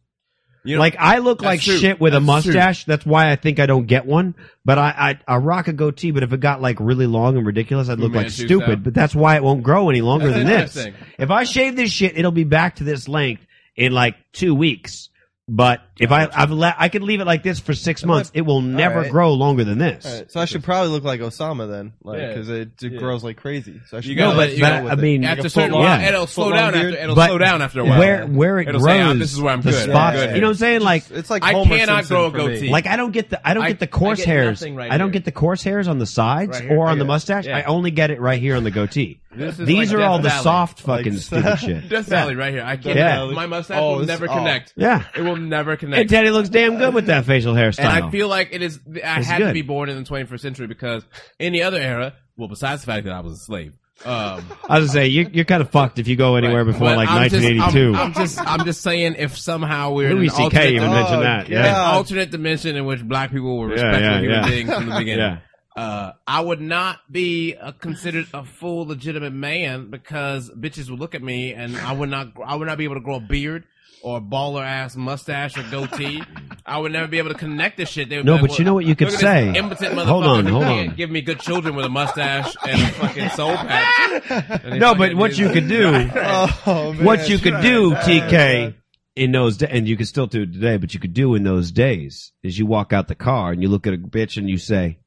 Speaker 2: You know-
Speaker 1: like I look
Speaker 2: That's
Speaker 1: like
Speaker 2: true.
Speaker 1: shit with a
Speaker 2: That's true.
Speaker 1: mustache. That's why I think I don't get one. But I, I I rock a goatee. But if it got like really long and ridiculous, I'd
Speaker 2: Fu
Speaker 1: look like
Speaker 2: Manchu's
Speaker 1: stupid.
Speaker 2: out.
Speaker 1: But that's why it won't grow any longer
Speaker 2: That's
Speaker 1: than this.
Speaker 2: interesting.
Speaker 1: If I shave this shit, it'll be back to this length in like two weeks. But if I I've le- I could leave it like this for six months, it will never
Speaker 3: right.
Speaker 1: grow longer than this.
Speaker 3: All right, so I should probably look like Osama then, like
Speaker 2: Yeah.
Speaker 3: because it, it
Speaker 2: Yeah.
Speaker 3: grows like crazy. So I should
Speaker 2: You
Speaker 1: No,
Speaker 2: gotta
Speaker 1: but,
Speaker 2: let it
Speaker 3: probably deal
Speaker 1: but, I
Speaker 3: with it.
Speaker 1: mean,
Speaker 2: after
Speaker 3: Like a
Speaker 2: a certain
Speaker 3: foot-long-
Speaker 2: while,
Speaker 1: yeah.
Speaker 2: it'll slow
Speaker 3: foot-long
Speaker 2: down after
Speaker 3: beard?
Speaker 2: it'll
Speaker 1: But
Speaker 2: slow down after a while.
Speaker 1: where where it
Speaker 2: it'll
Speaker 1: grows,
Speaker 2: say, "Ah, this is where I'm
Speaker 1: the
Speaker 2: good.
Speaker 1: spots.
Speaker 2: I'm good.
Speaker 1: You know what I'm saying? Like
Speaker 3: it's like
Speaker 2: I
Speaker 3: Homer
Speaker 2: cannot
Speaker 3: Simpson
Speaker 2: grow a
Speaker 3: for me.
Speaker 2: goatee.
Speaker 1: Like I don't get the I don't
Speaker 2: I-
Speaker 1: get the coarse
Speaker 2: I get
Speaker 1: hairs.
Speaker 2: nothing right
Speaker 1: I don't
Speaker 2: here.
Speaker 1: get the coarse hairs on the sides
Speaker 2: Right here.
Speaker 1: or on the
Speaker 2: Yeah.
Speaker 1: mustache.
Speaker 2: Yeah.
Speaker 1: I only get it right here on the goatee.
Speaker 2: *laughs* This is
Speaker 1: These
Speaker 2: like
Speaker 1: are all
Speaker 2: Death
Speaker 1: the
Speaker 2: Valley.
Speaker 1: soft
Speaker 2: *laughs*
Speaker 1: fucking
Speaker 3: Like-
Speaker 1: stupid shit.
Speaker 2: Death Valley right here. I can't.
Speaker 1: Yeah.
Speaker 2: My mustache
Speaker 3: Oh,
Speaker 2: will
Speaker 3: this-
Speaker 2: never
Speaker 3: oh.
Speaker 2: connect.
Speaker 1: Yeah.
Speaker 2: It will never
Speaker 1: And
Speaker 2: connect.
Speaker 1: Teddy looks damn good with that facial hairstyle.
Speaker 2: And I feel like it is. I
Speaker 1: It's
Speaker 2: had
Speaker 1: good.
Speaker 2: to be born in the 21st century because any other era, well, besides the fact that I was a slave, um,
Speaker 1: I was gonna say you're, you're kind of fucked if you go anywhere
Speaker 2: Right.
Speaker 1: before
Speaker 2: But
Speaker 1: like
Speaker 2: I'm just-
Speaker 1: 1982.
Speaker 2: I'm, I'm just, I'm just saying, if somehow we're
Speaker 1: Louis
Speaker 2: in an
Speaker 1: C.K.
Speaker 2: alternate,
Speaker 1: even
Speaker 3: Oh,
Speaker 1: mentioned that.
Speaker 2: an
Speaker 1: Yeah.
Speaker 3: God.
Speaker 2: alternate dimension in which black people were
Speaker 1: Yeah,
Speaker 2: respectful
Speaker 1: yeah,
Speaker 2: human
Speaker 1: yeah. *laughs*
Speaker 2: beings from the
Speaker 1: yeah,
Speaker 2: beginning, uh, I would not be uh, considered a full legitimate man because bitches would look at me and I would not, I would not be able to grow a beard. Or a baller ass mustache or goatee, I would never be able to connect this shit. They would be
Speaker 1: No,
Speaker 2: like,
Speaker 1: but
Speaker 2: well,
Speaker 1: you know what you could
Speaker 2: look at
Speaker 1: say.
Speaker 2: this Impotent motherfucker
Speaker 1: Hold on,
Speaker 2: who
Speaker 1: hold
Speaker 2: can't
Speaker 1: on.
Speaker 2: Give me good children with a mustache and a fucking
Speaker 1: *laughs*
Speaker 2: soul patch. And he
Speaker 1: No, but
Speaker 2: fucking-
Speaker 1: what you could
Speaker 2: *laughs*
Speaker 1: do,
Speaker 3: Oh, man,
Speaker 1: what you could
Speaker 3: right.
Speaker 1: do,
Speaker 3: Right,
Speaker 1: TK,
Speaker 3: right.
Speaker 1: in those da- and you could still do it today, but you could do in those days is you walk out the car and you look at a bitch and you say,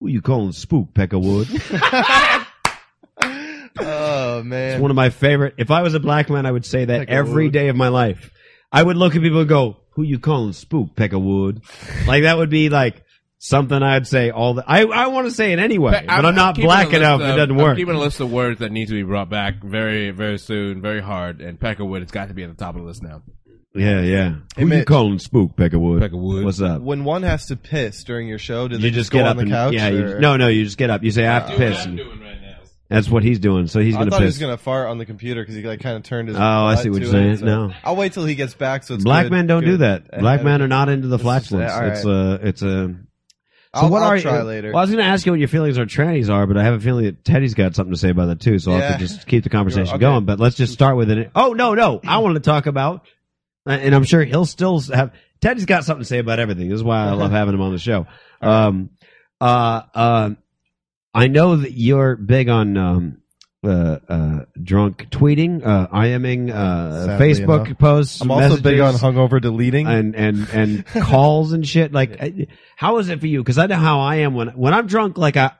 Speaker 1: "Who you calling spook, Peckerwood?"
Speaker 2: *laughs*
Speaker 3: Oh
Speaker 1: It's
Speaker 3: man.
Speaker 1: one of my favorite. If I was a black man, I would say that
Speaker 3: Peck of
Speaker 1: every
Speaker 3: wood.
Speaker 1: day of my life. I would look at people and go, "Who you calling spook,
Speaker 2: *laughs*
Speaker 1: Peckerwood?" like that would be like something I'd say all the. I I want to say it anyway, but I'm, not
Speaker 2: keeping a
Speaker 1: black
Speaker 2: list
Speaker 1: enough.
Speaker 2: of-
Speaker 1: it doesn't
Speaker 2: I'm
Speaker 1: work.
Speaker 2: keeping a list of words that need to be brought back very, very soon, very hard. And Peckerwood, it's got to be at the top of the list now.
Speaker 1: yeah, yeah.
Speaker 3: Hey,
Speaker 1: Who you
Speaker 3: Mitch.
Speaker 1: calling spook, Peckerwood?
Speaker 2: Peckerwood.
Speaker 1: What's up?
Speaker 3: When one has to piss during your show, do they
Speaker 1: you just
Speaker 3: just go
Speaker 1: get
Speaker 3: on
Speaker 1: up
Speaker 3: the
Speaker 1: and
Speaker 3: couch?
Speaker 1: yeah, you,
Speaker 3: or-
Speaker 1: no, no, you just get up. You say I
Speaker 2: Oh,
Speaker 1: have to piss. and- That's what he's doing. So he's
Speaker 3: I
Speaker 1: gonna
Speaker 3: thought he was
Speaker 1: piss.
Speaker 3: gonna fart on the computer because he like kind of turned his.
Speaker 1: Oh, I see
Speaker 3: butt
Speaker 1: what
Speaker 3: to
Speaker 1: you're saying.
Speaker 3: it, so-
Speaker 1: No.
Speaker 3: I'll wait till he gets back. So it's
Speaker 1: Black
Speaker 3: good-
Speaker 1: men don't do
Speaker 3: good
Speaker 1: that.
Speaker 3: and
Speaker 1: Black men
Speaker 3: edited.
Speaker 1: are not into the
Speaker 3: This is-
Speaker 1: flatulence.
Speaker 3: all right.
Speaker 1: It's a, it's a.
Speaker 3: I'll,
Speaker 1: what
Speaker 3: I'll
Speaker 1: are
Speaker 3: try
Speaker 1: you,
Speaker 3: later.
Speaker 1: Well, I was going to ask you what your feelings on trannies are, but I have a feeling that Teddy's got something to say about that too. So I'll have to
Speaker 3: Yeah.
Speaker 1: just keep the conversation
Speaker 3: You're- okay.
Speaker 1: going. But let's just start with it. Oh no, no, I want to talk about, uh, and I'm sure he'll still have. Teddy's got something to say about everything. This is why I
Speaker 3: *laughs*
Speaker 1: love having him on the show. Um, uh, uh, I know that you're big on um, uh, uh, drunk tweeting, uh, IMing, uh,
Speaker 3: Sadly
Speaker 1: Facebook
Speaker 3: enough.
Speaker 1: posts.
Speaker 3: I'm also big on
Speaker 1: messages
Speaker 3: hungover
Speaker 1: *laughs*
Speaker 3: deleting.
Speaker 1: and and and calls and shit. Like, I- how is it for you? Because I know how I am when when I'm drunk. Like, I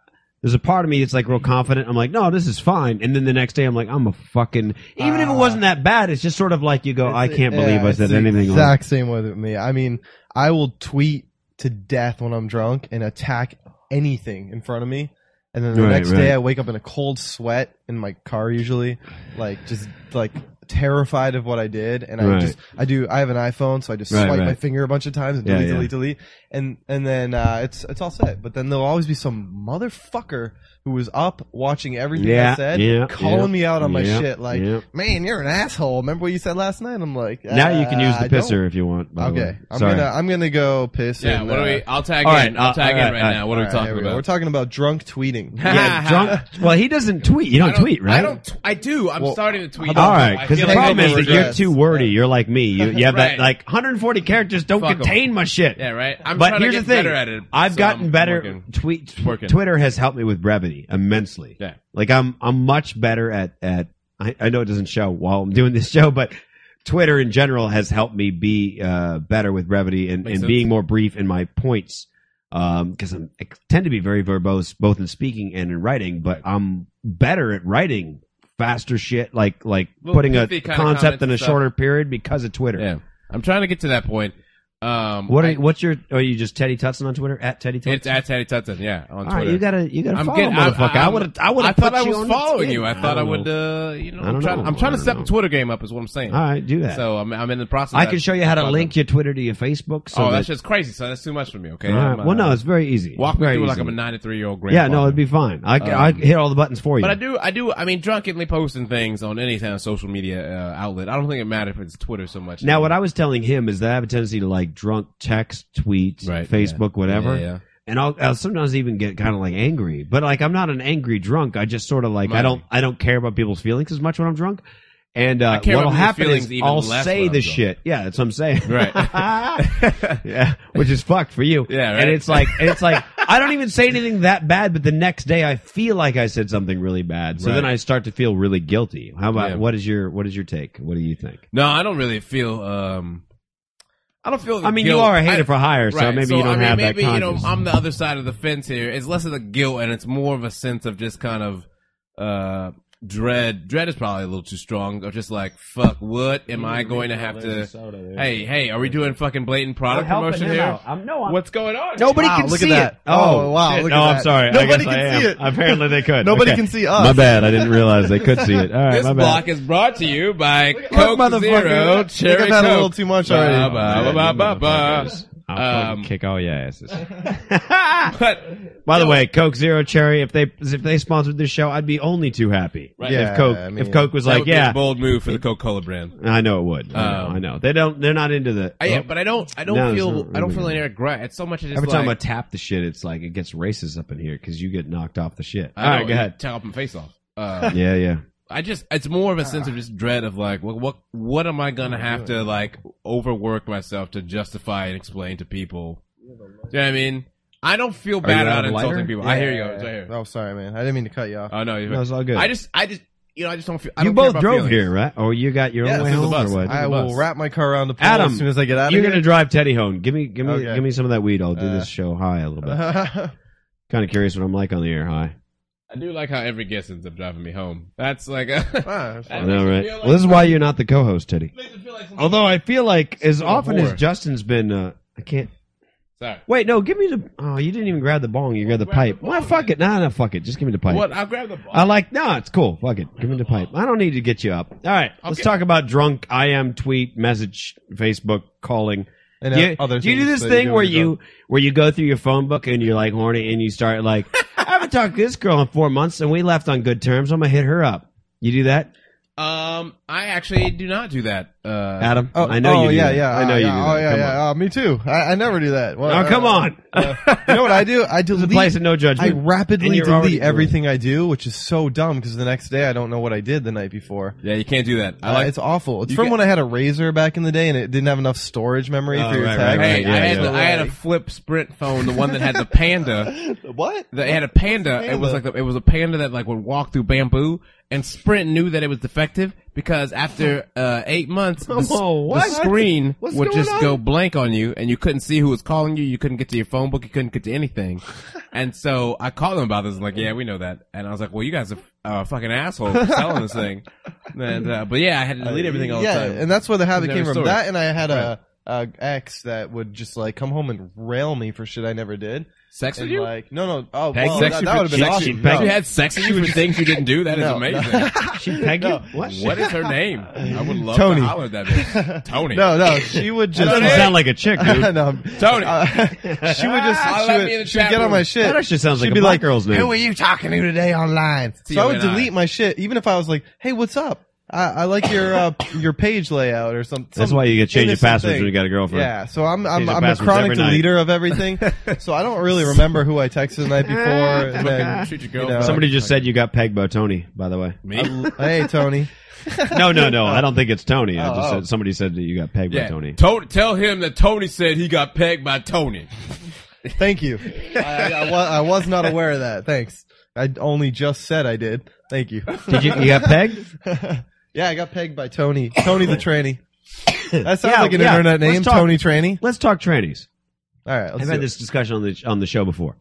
Speaker 1: there's a part of me that's like real confident. I'm like, no, this is fine. And then the next day, I'm like, I'm a fucking. Even if it
Speaker 3: Ah.
Speaker 1: wasn't that bad, it's just sort of like you go,
Speaker 3: It's
Speaker 1: I
Speaker 3: the-
Speaker 1: can't
Speaker 3: yeah,
Speaker 1: believe I
Speaker 3: it's
Speaker 1: said
Speaker 3: the
Speaker 1: anything. like-
Speaker 3: Exact same way with me. I mean, I will tweet to death when I'm drunk and attack anything in front of me. And then the
Speaker 1: Right,
Speaker 3: next
Speaker 1: right.
Speaker 3: day, I wake up in a cold sweat in my car, usually, like just like terrified of what I did. And I
Speaker 1: Right.
Speaker 3: just I do I have an iPhone, so I just
Speaker 1: Right,
Speaker 3: swipe
Speaker 1: right.
Speaker 3: my finger a bunch of times and
Speaker 1: Yeah,
Speaker 3: delete,
Speaker 1: yeah.
Speaker 3: delete, delete, and and then uh, it's it's all set. But then there'll always be some motherfucker who was up watching everything
Speaker 1: Yeah,
Speaker 3: I said,
Speaker 1: yeah,
Speaker 3: calling
Speaker 1: yeah,
Speaker 3: me out on my
Speaker 1: yeah,
Speaker 3: shit, like
Speaker 1: yeah.
Speaker 3: man, you're an asshole. Remember what you said last night? I'm like,
Speaker 1: Now you can use
Speaker 3: "Uh,
Speaker 1: the
Speaker 3: I don't."
Speaker 1: pisser if you want. By The
Speaker 3: Okay,
Speaker 1: way.
Speaker 3: I'm
Speaker 1: Sorry.
Speaker 3: *laughs* gonna I'm gonna go piss.
Speaker 2: Yeah,
Speaker 3: and,
Speaker 2: what
Speaker 3: uh,
Speaker 2: are we? I'll tag
Speaker 1: all
Speaker 2: in.
Speaker 1: right,
Speaker 2: I'll
Speaker 1: uh,
Speaker 2: tag
Speaker 1: all right,
Speaker 2: in right,
Speaker 1: all
Speaker 2: now. What are we
Speaker 3: alright,
Speaker 2: talking
Speaker 3: here we go.
Speaker 2: about?
Speaker 3: We're talking about
Speaker 2: *laughs*
Speaker 3: drunk tweeting.
Speaker 1: yeah, drunk. Well, he doesn't tweet. You don't,
Speaker 2: I don't-
Speaker 1: tweet, right?
Speaker 2: I don't. T- I do. I'm
Speaker 3: Well,
Speaker 2: starting to tweet.
Speaker 1: All right, because the
Speaker 2: I feel like
Speaker 1: problem
Speaker 2: I
Speaker 1: is that
Speaker 2: need to
Speaker 1: you're
Speaker 2: address-
Speaker 1: too wordy. You're like me. You, you have that
Speaker 2: Right.
Speaker 1: like 140 characters. Don't
Speaker 2: Fuck 'em.
Speaker 1: contain my shit.
Speaker 2: Yeah, right. I'm
Speaker 1: but
Speaker 2: trying
Speaker 1: here's
Speaker 2: to
Speaker 1: the
Speaker 2: get
Speaker 1: thing:
Speaker 2: better at it.
Speaker 1: I've
Speaker 2: so
Speaker 1: gotten
Speaker 2: I'm
Speaker 1: better.
Speaker 2: working.
Speaker 1: Tweet
Speaker 2: working.
Speaker 1: Twitter has helped me with brevity immensely.
Speaker 2: Yeah.
Speaker 1: like I'm I'm much better at at. I, I know it doesn't show while I'm doing this *laughs* show, but Twitter in general has helped me be uh, better with brevity and,
Speaker 2: Makes
Speaker 1: and
Speaker 2: sense.
Speaker 1: being more brief in my points. Because I'm I tend to be very verbose both in speaking and in writing, but I'm better at writing faster shit like like
Speaker 2: Little
Speaker 1: putting a
Speaker 2: pithy kinda
Speaker 1: concept
Speaker 2: comments
Speaker 1: in a
Speaker 2: and stuff.
Speaker 1: shorter period because of Twitter.
Speaker 2: Yeah, I'm trying to get to that point. Um,
Speaker 1: What are,
Speaker 2: I-
Speaker 1: what's your are you just Teddy Tutson on Twitter at Teddy Tutson?
Speaker 2: It's at Teddy Tutson. Yeah, on
Speaker 1: All right,
Speaker 2: Twitter.
Speaker 1: you gotta, you gotta
Speaker 2: I'm
Speaker 1: follow,
Speaker 2: getting. I,
Speaker 1: motherfucker. I would, I would.
Speaker 2: I thought I was following you. I thought I, would.
Speaker 1: All
Speaker 2: Uh, you know,
Speaker 1: I don't
Speaker 2: I'm trying,
Speaker 1: know.
Speaker 2: I'm trying to
Speaker 1: I
Speaker 2: set
Speaker 1: don't
Speaker 2: the Twitter game up. Is what I'm saying.
Speaker 1: right, do that.
Speaker 2: So I'm, I'm in the process.
Speaker 1: I
Speaker 2: of-
Speaker 1: can show you how to
Speaker 2: Fuck
Speaker 1: link your Twitter to your Facebook. So
Speaker 2: oh,
Speaker 1: that,
Speaker 2: that's just crazy. So that's too much for me. Okay.
Speaker 1: all right.
Speaker 2: I'm, uh,
Speaker 1: Well, no, it's very easy.
Speaker 2: walk
Speaker 1: It's
Speaker 2: me
Speaker 1: very
Speaker 2: through like
Speaker 1: easy.
Speaker 2: I'm a 93 year old grandfather.
Speaker 1: Yeah, no, it'd be fine. I,
Speaker 2: Um,
Speaker 1: I hit all the buttons for you.
Speaker 2: But I do, I do. I mean, drunkenly posting things on any kind of social media uh, outlet. I don't think it matters if it's Twitter so much.
Speaker 1: Now, what I was telling him is that I have a tendency to like drunk text, tweet,
Speaker 2: Right,
Speaker 1: Facebook, whatever,
Speaker 2: Yeah, yeah.
Speaker 1: and I'll, I'll sometimes even get kind of like angry. But like, I'm not an angry drunk. I just sort of like I
Speaker 2: Right.
Speaker 1: don't I don't care about people's feelings as much when I'm drunk. And uh,
Speaker 2: can't
Speaker 1: what'll
Speaker 2: remember the
Speaker 1: happen is
Speaker 2: feelings even
Speaker 1: I'll
Speaker 2: less
Speaker 1: say
Speaker 2: when I
Speaker 1: the
Speaker 2: was
Speaker 1: shit. Yeah, that's what I'm saying.
Speaker 2: Right.
Speaker 1: *laughs* yeah, which is fucked for you.
Speaker 2: Yeah, right.
Speaker 1: And it's like, and it's like, I don't even say anything that bad, but the next day I feel like I said something really bad. So
Speaker 2: Right.
Speaker 1: then I start to feel really guilty. How about
Speaker 2: Yeah.
Speaker 1: what is your what is your take? What do you think?
Speaker 2: No, I don't really feel. um I don't feel. the
Speaker 1: I mean, you
Speaker 2: guilt.
Speaker 1: are a
Speaker 2: I-
Speaker 1: hater for hire, so
Speaker 2: Right,
Speaker 1: maybe you don't
Speaker 2: I mean,
Speaker 1: have
Speaker 2: maybe,
Speaker 1: that
Speaker 2: you know,
Speaker 1: conscience.
Speaker 2: I'm the other side of the fence here. It's less of the guilt and it's more of a sense of just kind of uh dread. Dread is probably a little too strong. Of just like, fuck, what am I going to have to? Hey, hey, are we doing fucking blatant product promotion here?
Speaker 5: I'm, no, I'm,
Speaker 2: What's going on?
Speaker 3: Nobody
Speaker 5: Wow,
Speaker 3: can
Speaker 5: look
Speaker 3: see
Speaker 5: at that.
Speaker 3: it. Oh, wow!
Speaker 1: shit.
Speaker 3: Look at
Speaker 1: no, I'm
Speaker 3: that.
Speaker 1: sorry. I
Speaker 3: Nobody
Speaker 1: guess I
Speaker 3: can
Speaker 1: am.
Speaker 3: see it.
Speaker 1: Apparently they could.
Speaker 3: Nobody
Speaker 1: Okay.
Speaker 3: can see us.
Speaker 1: My bad. I didn't realize they could see it. All right,
Speaker 2: This
Speaker 1: my bad.
Speaker 2: block is brought to you by
Speaker 3: Look,
Speaker 2: Coke
Speaker 3: motherfucker.
Speaker 2: Zero
Speaker 3: Look,
Speaker 2: Cherry
Speaker 3: I've had a
Speaker 2: Coke.
Speaker 3: little too much
Speaker 2: Ba, ba,
Speaker 3: already.
Speaker 2: ba, ba, ba.
Speaker 1: I'll fucking
Speaker 2: Um,
Speaker 1: kick all your
Speaker 2: *laughs*
Speaker 1: asses.
Speaker 2: But
Speaker 1: By the way, Coke Zero Cherry. If they if they sponsored this show, I'd be only too happy.
Speaker 2: Right.
Speaker 1: if
Speaker 3: Yeah,
Speaker 1: Coke
Speaker 3: I
Speaker 1: if
Speaker 3: mean-
Speaker 1: Coke was
Speaker 2: that
Speaker 1: like,
Speaker 2: would be
Speaker 1: yeah,
Speaker 2: a bold move for the Coca-Cola brand.
Speaker 1: I know it would. I, know,
Speaker 2: Um,
Speaker 1: I know they don't. They're not into the.
Speaker 2: I,
Speaker 1: Oh,
Speaker 2: but I don't. I don't
Speaker 1: No, it's
Speaker 2: feel.
Speaker 1: not-
Speaker 2: I don't
Speaker 1: oh my
Speaker 2: feel
Speaker 1: God.
Speaker 2: any regret. It's so much. It's just
Speaker 1: every time I
Speaker 2: like,
Speaker 1: tap the shit, it's like it gets racist up in here because you get knocked off the shit.
Speaker 2: I
Speaker 1: All right,
Speaker 2: know,
Speaker 1: go ahead.
Speaker 2: Take off my face off. Uh,
Speaker 1: *laughs* Yeah,
Speaker 2: *laughs*
Speaker 1: yeah.
Speaker 2: I just. It's more of a sense of just dread of like, what, what, what am I gonna have to like overwork myself to justify and explain to people? Do you know what I mean? I don't feel
Speaker 1: you
Speaker 2: bad
Speaker 1: out
Speaker 2: about
Speaker 1: of lighter?
Speaker 2: insulting people. I hear you. It's right here.
Speaker 3: Oh, sorry, man. I didn't mean to cut you off.
Speaker 2: Oh no, you're
Speaker 1: No, it's all good.
Speaker 2: I just. I just. You know, I just don't feel. I
Speaker 1: you
Speaker 2: don't care
Speaker 1: both
Speaker 2: about
Speaker 1: drove
Speaker 2: feelings.
Speaker 1: here, right? Or you got your
Speaker 3: Yeah,
Speaker 1: own way
Speaker 3: this is
Speaker 1: home,
Speaker 2: the bus.
Speaker 1: or what?
Speaker 2: I-
Speaker 3: I
Speaker 2: the
Speaker 3: will
Speaker 2: bus.
Speaker 3: wrap my car around the pole
Speaker 1: Adam,
Speaker 3: as soon as I get out
Speaker 1: You're
Speaker 3: of
Speaker 1: gonna
Speaker 3: here.
Speaker 1: drive Teddy home. Give me, give me,
Speaker 3: Okay.
Speaker 1: give me some of that weed. I'll do
Speaker 3: Uh,
Speaker 1: this show high a little
Speaker 3: *laughs*
Speaker 2: uh-huh.
Speaker 1: bit.
Speaker 3: gonna.
Speaker 1: kind of curious what I'm like on the air high.
Speaker 2: I do like how every guest ends up driving me home. That's like. A, *laughs*
Speaker 1: I
Speaker 2: I
Speaker 1: know,
Speaker 2: makes me
Speaker 1: right?
Speaker 2: feel like-
Speaker 1: well, this is why you're not the co-host, Teddy.
Speaker 2: makes me feel like some-
Speaker 1: Although I feel like as
Speaker 2: Still a
Speaker 1: often as
Speaker 2: whore.
Speaker 1: Justin's been, uh, I can't.
Speaker 2: Sorry.
Speaker 1: Wait, no, give me the. Oh, you didn't even grab the bong. You grabbed the
Speaker 2: Grab
Speaker 1: pipe.
Speaker 2: the
Speaker 1: Well,
Speaker 2: bong,
Speaker 1: fuck it. Nah, nah, fuck it. Just give me the pipe.
Speaker 2: What? I'll grab the ball.
Speaker 1: I like. No, it's cool. Fuck it. Give me the pipe. I don't need to get you up. All right, let's
Speaker 2: Okay.
Speaker 1: talk about drunk. I am tweet message, Facebook calling.
Speaker 3: And
Speaker 1: Do you,
Speaker 3: other
Speaker 1: do you do
Speaker 3: things
Speaker 1: this
Speaker 3: that
Speaker 1: thing
Speaker 3: do
Speaker 1: where
Speaker 3: when
Speaker 1: you where you go through your phone book and you're like horny and you start like *laughs* I haven't talked to this girl in four months and we left on good terms. I'm gonna hit her up. You do that,
Speaker 2: Um, I actually do not do that. Uh,
Speaker 1: Adam?
Speaker 3: drunk. Oh,
Speaker 1: I know
Speaker 3: oh,
Speaker 1: you. Do
Speaker 3: yeah,
Speaker 1: that.
Speaker 3: yeah.
Speaker 1: I know
Speaker 3: uh,
Speaker 1: you.
Speaker 3: yeah,
Speaker 1: do
Speaker 3: Oh,
Speaker 1: that.
Speaker 3: yeah,
Speaker 1: Come
Speaker 3: yeah.
Speaker 1: on.
Speaker 3: Uh, me too. I, I never do that. Well,
Speaker 1: Oh, come
Speaker 3: uh,
Speaker 1: on. *laughs*
Speaker 3: You know what I do? I delete.
Speaker 1: Place of no
Speaker 3: I
Speaker 1: judgment. And
Speaker 3: rapidly
Speaker 1: you're already
Speaker 3: delete
Speaker 1: doing it.
Speaker 3: everything I do, which is so dumb because the next day I don't know what I did the night before.
Speaker 2: yeah, you can't do that. I
Speaker 3: Uh,
Speaker 2: like.
Speaker 3: it's awful. It's
Speaker 2: you
Speaker 3: from
Speaker 2: get-
Speaker 3: when I had a razor back in the day and it didn't have enough storage memory
Speaker 1: Oh,
Speaker 3: for your
Speaker 1: right,
Speaker 3: tag.
Speaker 1: right,
Speaker 2: Hey,
Speaker 1: right, yeah,
Speaker 2: I had
Speaker 1: yeah.
Speaker 2: the- I had a flip Sprint phone, the one that had the panda.
Speaker 3: *laughs* What?
Speaker 2: That had a panda. It was
Speaker 3: Panda?
Speaker 2: like the, it was a panda that like would walk through bamboo. And Sprint knew that it was defective because after uh, eight months, the, s-
Speaker 1: Whoa,
Speaker 2: the
Speaker 1: what?
Speaker 2: screen
Speaker 1: What's
Speaker 2: would
Speaker 1: going
Speaker 2: just
Speaker 1: on?
Speaker 2: go blank on you, and you couldn't see who was calling you. You couldn't get to your phone book. You couldn't get to anything. and so I called them about this. And like, yeah, we know that. And I was like, well, you guys are uh, fucking assholes for selling this thing. And uh, but yeah, I had to delete everything all
Speaker 3: yeah,
Speaker 2: the time.
Speaker 3: and that's where the habit
Speaker 2: Never
Speaker 3: came from.
Speaker 2: stored.
Speaker 3: That and I had a, a ex that would just like come home and rail me for shit I never did.
Speaker 2: sex
Speaker 3: And
Speaker 2: with you?
Speaker 3: like, no, no, oh,
Speaker 2: Peg
Speaker 3: well,
Speaker 2: sex
Speaker 3: that,
Speaker 2: you
Speaker 3: that
Speaker 2: for-
Speaker 3: would have been
Speaker 2: sex
Speaker 3: awesome.
Speaker 2: you-
Speaker 3: No.
Speaker 2: You had sex with you for things you didn't do. That is
Speaker 3: No.
Speaker 2: amazing.
Speaker 1: she peg you? What?
Speaker 2: *laughs* What is her name? I would love
Speaker 3: Tony.
Speaker 2: to holler at that bitch. *laughs* Tony.
Speaker 3: No, no, she would just.
Speaker 1: Doesn't
Speaker 2: Tony.
Speaker 1: sound like a chick, dude.
Speaker 3: *laughs* no, *laughs*
Speaker 2: Tony.
Speaker 3: uh, she would just.
Speaker 2: Holla
Speaker 3: She
Speaker 2: at me in the
Speaker 3: would, she would
Speaker 2: chat
Speaker 3: get on
Speaker 2: room.
Speaker 3: my
Speaker 1: *laughs*
Speaker 3: shit.
Speaker 1: That actually sounds like
Speaker 3: She'd
Speaker 1: a
Speaker 3: be
Speaker 1: black
Speaker 3: like,
Speaker 1: girl's
Speaker 3: Who are
Speaker 1: name.
Speaker 3: you talking to today online? So I would
Speaker 2: TONI.
Speaker 3: delete my shit, even if I was like, "Hey, what's up? I, I like your uh, *laughs* your page layout or something."
Speaker 1: That's why you get change your passwords when you got a girlfriend.
Speaker 3: Yeah, so I'm I'm,
Speaker 1: Change your
Speaker 3: I'm a
Speaker 1: passwords
Speaker 3: chronic
Speaker 1: every night.
Speaker 3: deleter of everything,
Speaker 1: *laughs*
Speaker 3: so I don't really remember who I texted the night before. and
Speaker 1: *laughs*
Speaker 3: then,
Speaker 2: Treat your
Speaker 3: you know,
Speaker 2: girlfriend.
Speaker 1: Somebody just said you got pegged by Tony. By the way,
Speaker 2: Me?
Speaker 3: hey Tony,
Speaker 1: *laughs* no, no, no. I don't think it's Tony. I
Speaker 3: Oh,
Speaker 1: just
Speaker 3: oh.
Speaker 1: said somebody said that you got pegged by *laughs*
Speaker 2: Yeah.
Speaker 1: Tony.
Speaker 2: To- tell him that Tony said he got pegged by Tony.
Speaker 1: *laughs*
Speaker 3: thank you. I, I, was, I was not aware of that. Thanks. I only just said I did. Thank you. *laughs*
Speaker 1: Did you? You got pegged?
Speaker 3: yeah, I got pegged by Tony.
Speaker 1: *laughs*
Speaker 3: Tony the tranny. That sounds
Speaker 1: Yeah,
Speaker 3: like an
Speaker 1: yeah.
Speaker 3: internet
Speaker 1: Let's
Speaker 3: name,
Speaker 1: talk-
Speaker 3: Tony Tranny.
Speaker 1: Let's talk trannies.
Speaker 3: All right, let's
Speaker 1: I've
Speaker 3: do
Speaker 1: had
Speaker 3: it.
Speaker 1: this discussion on the on the show before.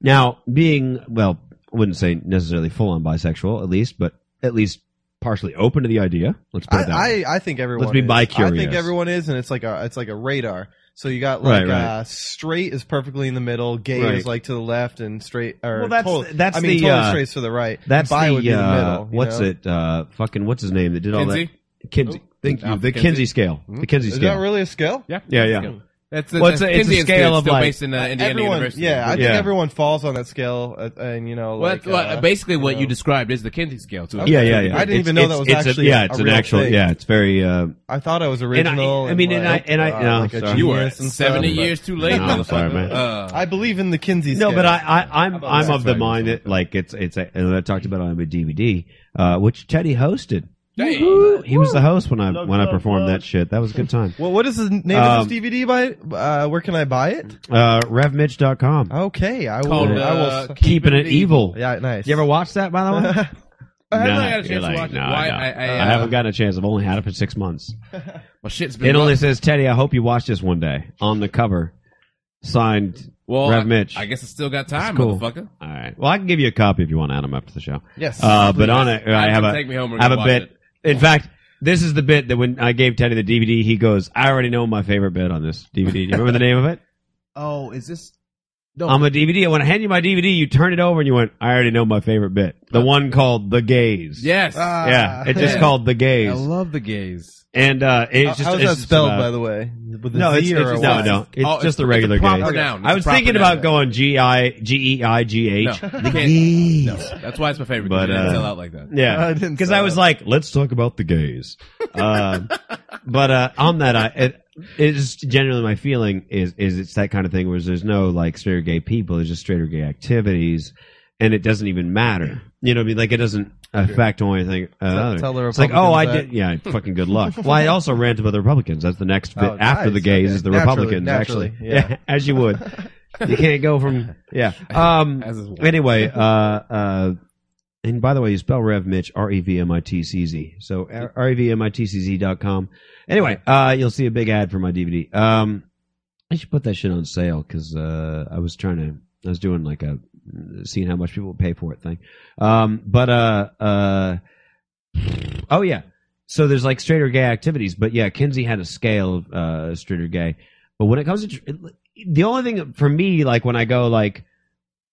Speaker 1: Now, being well, I wouldn't say necessarily full on bisexual, at least, but at least partially open to the idea. Let's put it that way.
Speaker 3: I, I, I think everyone.
Speaker 1: Let's be
Speaker 3: is. I
Speaker 1: bi-curious.
Speaker 3: think everyone is, and it's like a it's like a radar. So you got like
Speaker 1: Right, right.
Speaker 3: Uh, straight is perfectly in the middle, gay
Speaker 1: Right.
Speaker 3: is like to the left, and straight or
Speaker 1: Well, that's-
Speaker 3: total-
Speaker 1: that's
Speaker 3: I mean
Speaker 1: the,
Speaker 3: total
Speaker 1: uh,
Speaker 3: straight's to the right.
Speaker 1: That's
Speaker 3: bi
Speaker 1: the,
Speaker 3: would be the
Speaker 1: uh,
Speaker 3: middle. you
Speaker 1: what's
Speaker 3: know?
Speaker 1: it? Uh, fucking what's his name that did all
Speaker 2: Kinsey?
Speaker 1: that? Kinsey. Thank you.
Speaker 2: Alpha
Speaker 1: The
Speaker 2: Kinsey.
Speaker 1: Kinsey scale. The Kinsey
Speaker 3: Hmm? Is
Speaker 1: scale.
Speaker 3: that really a skill?
Speaker 2: Yeah.
Speaker 1: Yeah, yeah.
Speaker 2: That's
Speaker 1: Well, it's
Speaker 2: that's
Speaker 1: a- it's a
Speaker 2: Kinsey Institute,
Speaker 1: scale
Speaker 2: it's
Speaker 1: of,
Speaker 2: still
Speaker 1: like,
Speaker 2: based in uh, Indiana
Speaker 3: everyone,
Speaker 2: University.
Speaker 3: yeah, I think
Speaker 1: Yeah.
Speaker 3: everyone falls on that scale, uh, and you know,
Speaker 2: Well,
Speaker 3: like,
Speaker 2: that's what-
Speaker 3: uh,
Speaker 2: basically what
Speaker 3: you
Speaker 2: you
Speaker 3: know.
Speaker 2: described is the Kinsey scale. To it.
Speaker 1: Yeah, yeah, yeah.
Speaker 3: I didn't even know that was
Speaker 1: it's
Speaker 3: actually
Speaker 1: A, yeah,
Speaker 3: a
Speaker 1: it's an
Speaker 3: real
Speaker 1: actual.
Speaker 3: thing.
Speaker 1: Yeah, it's very. Uh,
Speaker 3: I thought I was
Speaker 1: I-
Speaker 3: original.
Speaker 1: I mean, and I- and I-
Speaker 3: uh,
Speaker 1: no,
Speaker 3: like a
Speaker 1: sorry.
Speaker 2: You were
Speaker 3: genius and stuff,
Speaker 2: seventy
Speaker 3: but-
Speaker 2: years too late,
Speaker 1: No, I'm sorry, man.
Speaker 2: motherfucker.
Speaker 3: *laughs*
Speaker 2: Uh,
Speaker 3: I believe in the Kinsey.
Speaker 1: no,
Speaker 3: scale.
Speaker 1: but I, I I'm
Speaker 3: about
Speaker 1: I'm
Speaker 3: that?
Speaker 1: of the mind that like it's it's a, and I talked about it on my DVD, uh, which uh, Teddy hosted.
Speaker 2: Dang.
Speaker 1: He was the host when I when I performed that shit. That was a good time.
Speaker 3: Well, what is the name
Speaker 1: Um,
Speaker 3: of this DVD? By uh, where can I buy it?
Speaker 1: Uh, RevMitch.com.
Speaker 3: Okay, I will.
Speaker 2: Called,
Speaker 3: I will.
Speaker 2: uh,
Speaker 1: Keeping it evil.
Speaker 3: yeah, nice. *laughs*
Speaker 1: You ever watch that,
Speaker 2: *laughs*
Speaker 1: by the way?
Speaker 2: I haven't
Speaker 1: Nah,
Speaker 2: got a chance
Speaker 1: you're
Speaker 2: to
Speaker 1: like,
Speaker 2: watch it.
Speaker 1: no,
Speaker 2: Why-
Speaker 1: no.
Speaker 2: I- I, uh,
Speaker 1: I haven't gotten a chance. I've only had it for six months.
Speaker 2: Well, shit's been
Speaker 1: It only
Speaker 2: rough.
Speaker 1: says, Teddy, I hope you watch this one day. On the cover, signed
Speaker 2: well,
Speaker 1: Rev
Speaker 2: I-
Speaker 1: Mitch.
Speaker 2: I, guess I still got
Speaker 1: It's
Speaker 2: time,
Speaker 1: cool.
Speaker 2: motherfucker.
Speaker 1: All right. Well, I can give you a copy if you want, Adam, after the show.
Speaker 3: Yes.
Speaker 1: Uh, but on it, I have
Speaker 2: can
Speaker 1: a
Speaker 2: take me home. We're
Speaker 1: I have
Speaker 2: gonna
Speaker 1: a
Speaker 2: watch
Speaker 1: bit.
Speaker 2: it.
Speaker 1: In fact, this is the bit that when I gave Teddy the DVD, he goes, "I already know my favorite bit on this DVD. Do you remember the name of
Speaker 2: *laughs*
Speaker 1: it?
Speaker 2: Oh, is this?
Speaker 1: On the DVD, when I hand you my DVD, you turn it over and you went, "I already know my favorite bit. The one called the gaze.
Speaker 2: Yes.
Speaker 3: Ah,
Speaker 1: yeah. It's
Speaker 2: *laughs*
Speaker 1: just
Speaker 2: yeah.
Speaker 1: called the gaze.
Speaker 2: I love the gaze.
Speaker 1: and uh, it's just
Speaker 3: How's
Speaker 1: it's
Speaker 3: that
Speaker 1: just
Speaker 3: spelled,
Speaker 1: about-
Speaker 3: by the way? With a
Speaker 1: No, it's,
Speaker 3: Z
Speaker 1: it's
Speaker 3: or a
Speaker 1: just,
Speaker 3: Y?
Speaker 1: no, no. It's
Speaker 2: Oh, it's-
Speaker 1: just
Speaker 2: it's a
Speaker 1: the regular
Speaker 2: proper
Speaker 1: gaze.
Speaker 2: noun. It's
Speaker 1: I
Speaker 2: a
Speaker 1: was
Speaker 2: proper
Speaker 1: thinking
Speaker 2: noun.
Speaker 1: about going G I G E I G
Speaker 2: No,
Speaker 1: H. The
Speaker 2: you can't- *laughs*
Speaker 1: gaze.
Speaker 2: No, that's why it's my favorite.
Speaker 1: But,
Speaker 2: But uh,
Speaker 1: uh,
Speaker 2: sell out like that.
Speaker 3: *laughs* I
Speaker 1: Yeah, *laughs*
Speaker 3: didn't
Speaker 1: because
Speaker 3: say
Speaker 1: I was
Speaker 3: that.
Speaker 1: like, Uh, let's talk about the gays. *laughs* Um, but uh, on that, I it, it's generally my feeling is is it's that kind of thing where there's no like straight or gay people, there's just straight or gay activities, and it doesn't even matter. You know, what I mean, like it doesn't affect or anything. Uh, other.
Speaker 3: tell the
Speaker 1: it's like, oh, I
Speaker 3: Republicans
Speaker 1: did.
Speaker 3: *laughs*
Speaker 1: Yeah, fucking good luck. well, I also rant about the Republicans. That's the next bit
Speaker 3: Oh,
Speaker 1: after the
Speaker 3: nice.
Speaker 1: gays
Speaker 3: Okay.
Speaker 1: is the
Speaker 3: Naturally,
Speaker 1: Republicans.
Speaker 3: naturally,
Speaker 1: actually,
Speaker 3: yeah.
Speaker 1: *laughs* as you would. You can't go from
Speaker 3: *laughs*
Speaker 1: yeah. Um,
Speaker 2: As is one.
Speaker 1: anyway, uh, uh, and by the way, you spell Rev Mitch R E V M I T C Z. So R E V M I T C Z dot com. Anyway, uh, you'll see a big ad for my DVD. Um, I should put that shit on sale because uh, I was trying to. I was doing like a seeing how much people would pay for it thing. Um, but uh, uh, oh yeah. So there's like straight or gay activities, but yeah, Kinsey had a scale of uh, straight or gay. But when it comes to tr- the only thing for me, like when I go like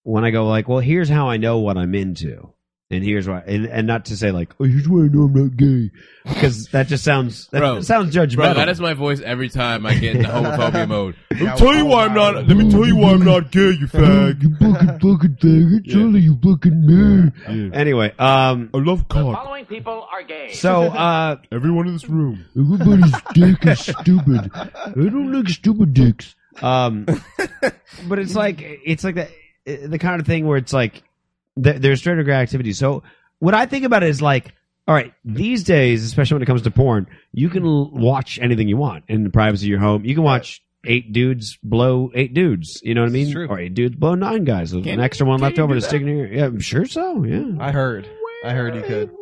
Speaker 1: when I go like, well, here's how I know what I'm into, and here's why, and, and not to say like, oh, here's why I know I'm not gay, because that just sounds that
Speaker 2: Bro.
Speaker 1: sounds judgmental.
Speaker 2: Bro, that is my voice every time I get into *laughs* homophobia mode. Let me
Speaker 3: Yeah,
Speaker 2: tell you why I'm
Speaker 3: well,
Speaker 2: not. Let me tell you why I'm not gay, you fag.
Speaker 1: you fucking fucking thing. It's only you fucking man. Anyway, um,
Speaker 2: I love cock.
Speaker 7: Following people are gay.
Speaker 1: so uh,
Speaker 2: Everyone in this room.
Speaker 1: everybody's dick is stupid. I don't like stupid dicks. Um, but it's like it's like the the kind of thing where it's like th- there's straight or gay activity. So what I think about it is like, all right, these days, especially when it comes to porn, you can l- watch anything you want in the privacy of your home. You can watch. Eight dudes blow eight dudes. You know what I mean? Or eight dudes blow nine guys. There's an extra one left over to stick in your. Yeah, I'm sure so. Yeah.
Speaker 3: I heard. I heard you could.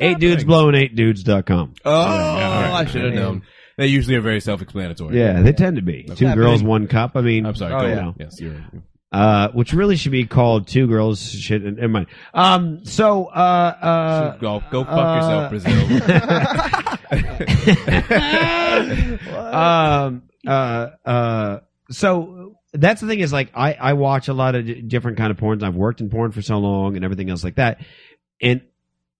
Speaker 1: Eight dudes blowing eight dudes.com.
Speaker 2: Oh, I should have known. They usually are very self-explanatory.
Speaker 1: Yeah, they tend to be. Two
Speaker 3: Yeah,
Speaker 1: girls,
Speaker 3: big.
Speaker 1: one cup. I mean,
Speaker 2: I'm sorry.
Speaker 3: Oh,
Speaker 2: go
Speaker 3: yeah.
Speaker 2: on. Yes, you're right.
Speaker 1: uh, which really should be called two girls. Shit, never mind. Um, so, uh,
Speaker 2: go, go fuck
Speaker 1: uh,
Speaker 2: yourself, *laughs* Brazil.
Speaker 1: uh, *laughs* um, uh, uh, so that's the thing is like I I watch a lot of d- different kind of porns. I've worked in porn for so long and everything else like that, and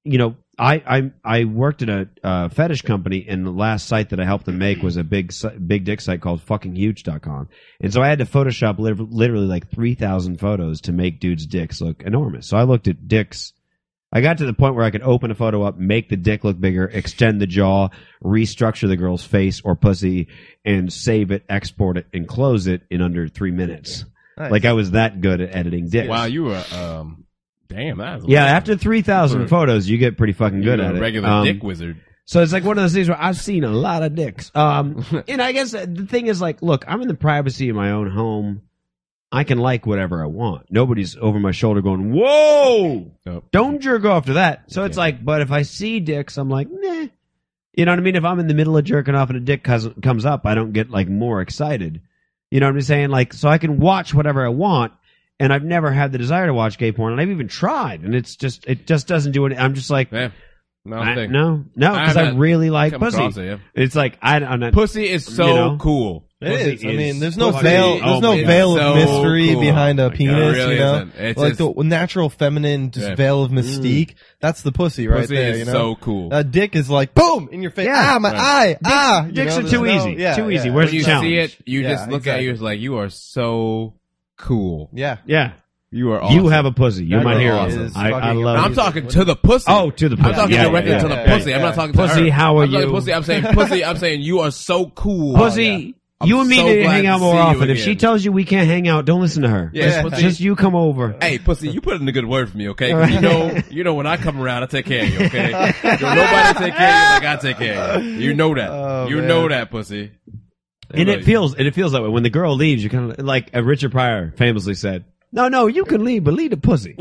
Speaker 1: you know. I, I I worked at a uh, fetish company, and the last site that I helped them make was a big si- big dick site called fuckinghuge.com. And so I had to Photoshop lit- literally like 3,000 photos to make dudes' dicks look enormous. So I looked at dicks. I got to the point where I could open a photo up, make the dick look bigger, extend the jaw, restructure the girl's face or pussy, and save it, export it, and close it in under three minutes.
Speaker 3: Nice.
Speaker 1: Like I was that good at editing dicks.
Speaker 2: wow, you were. Um, damn, that's
Speaker 1: yeah, after 3,000 photos, you get pretty fucking good at
Speaker 2: Hmm. a
Speaker 1: it.
Speaker 2: regular
Speaker 1: Um,
Speaker 2: dick wizard.
Speaker 1: so it's like one of those things where I've seen a lot of dicks.
Speaker 2: *laughs*
Speaker 1: Um, and I guess the thing is like, look, I'm in the privacy of my own home. I can like whatever I want. Nobody's over my shoulder going, "Whoa,
Speaker 2: Nope.
Speaker 1: don't jerk off to that." So it's
Speaker 2: Yeah.
Speaker 1: like, but if I see dicks, I'm like, nah. You know what I mean? If I'm in the middle of jerking off and a dick cos- comes up, I don't get like more excited. You know what I'm saying? Like, so I can watch whatever I want, and I've never had the desire to watch gay porn, and I've even tried, and it's just, it just doesn't do it. I'm just like,
Speaker 2: Yeah, no,
Speaker 1: I-
Speaker 2: thing.
Speaker 1: no, no, because
Speaker 2: I
Speaker 1: I
Speaker 2: haven't
Speaker 1: really like
Speaker 2: Come
Speaker 1: pussy.
Speaker 2: across it, yeah.
Speaker 1: It's like I, I'm not.
Speaker 2: Pussy is so
Speaker 1: You know?
Speaker 2: cool.
Speaker 3: It
Speaker 1: Pussy
Speaker 3: is. I
Speaker 1: is-
Speaker 3: mean, there's no
Speaker 1: pussy-
Speaker 3: veil.
Speaker 2: oh
Speaker 3: There's no
Speaker 2: my
Speaker 3: veil
Speaker 2: God.
Speaker 3: of
Speaker 2: So
Speaker 3: mystery
Speaker 2: cool.
Speaker 3: behind
Speaker 2: Oh
Speaker 3: a
Speaker 2: my God.
Speaker 3: penis.
Speaker 2: It really
Speaker 3: you know,
Speaker 2: isn't. It's
Speaker 3: like
Speaker 2: just-
Speaker 3: the natural feminine just
Speaker 2: Yeah.
Speaker 3: veil of
Speaker 1: Mm.
Speaker 3: mystique. That's the pussy right
Speaker 2: pussy
Speaker 3: there.
Speaker 2: is
Speaker 3: you know,
Speaker 2: so cool.
Speaker 3: a dick is like boom in your face.
Speaker 1: Yeah.
Speaker 3: ah, my
Speaker 2: Right.
Speaker 3: eye. ah, you
Speaker 1: dicks
Speaker 3: know,
Speaker 1: are
Speaker 3: there's
Speaker 1: too
Speaker 3: no-
Speaker 1: easy.
Speaker 3: Yeah,
Speaker 1: Too easy.
Speaker 3: yeah.
Speaker 1: Where's
Speaker 2: when
Speaker 1: the
Speaker 2: you
Speaker 1: challenge?
Speaker 2: see it, you
Speaker 3: Yeah,
Speaker 2: just look at
Speaker 3: exactly.
Speaker 2: you. It's like you are so cool.
Speaker 3: Yeah.
Speaker 1: yeah,
Speaker 2: You are. Awesome.
Speaker 1: you have a pussy. You're
Speaker 3: That
Speaker 1: my
Speaker 3: girl
Speaker 1: hero.
Speaker 3: is
Speaker 1: I, I
Speaker 3: fucking
Speaker 1: love.
Speaker 2: I'm
Speaker 1: you.
Speaker 2: talking to the pussy.
Speaker 1: Oh, to the pussy.
Speaker 2: I'm talking
Speaker 1: yeah,
Speaker 2: directly
Speaker 1: yeah,
Speaker 2: to the
Speaker 1: yeah,
Speaker 2: pussy.
Speaker 1: yeah.
Speaker 2: I'm not talking
Speaker 1: Pussy,
Speaker 2: to her.
Speaker 1: how are
Speaker 2: I'm talking
Speaker 1: you?
Speaker 2: Pussy, I'm saying pussy. I'm saying you are so cool.
Speaker 1: Pussy,
Speaker 2: I'm
Speaker 5: you and me
Speaker 2: so
Speaker 5: need to
Speaker 2: glad
Speaker 5: hang out more
Speaker 2: see you
Speaker 5: often. If
Speaker 2: again.
Speaker 5: she tells you we can't hang out, don't listen to her.
Speaker 2: Yeah,
Speaker 5: Just-
Speaker 2: pussy.
Speaker 5: just, you come over.
Speaker 2: Hey, pussy, you put in a good word for me, okay? 'Cause You know, you know when I come around, I take care of you, okay? Don't nobody take care of you like I take care of you. You know that.
Speaker 3: Oh,
Speaker 2: you
Speaker 3: man.
Speaker 2: know that, pussy.
Speaker 1: and it
Speaker 2: *laughs*
Speaker 1: feels and it feels that way when the girl leaves. You kind of like uh, Richard Pryor famously said, "No, no, you can leave, but leave the pussy."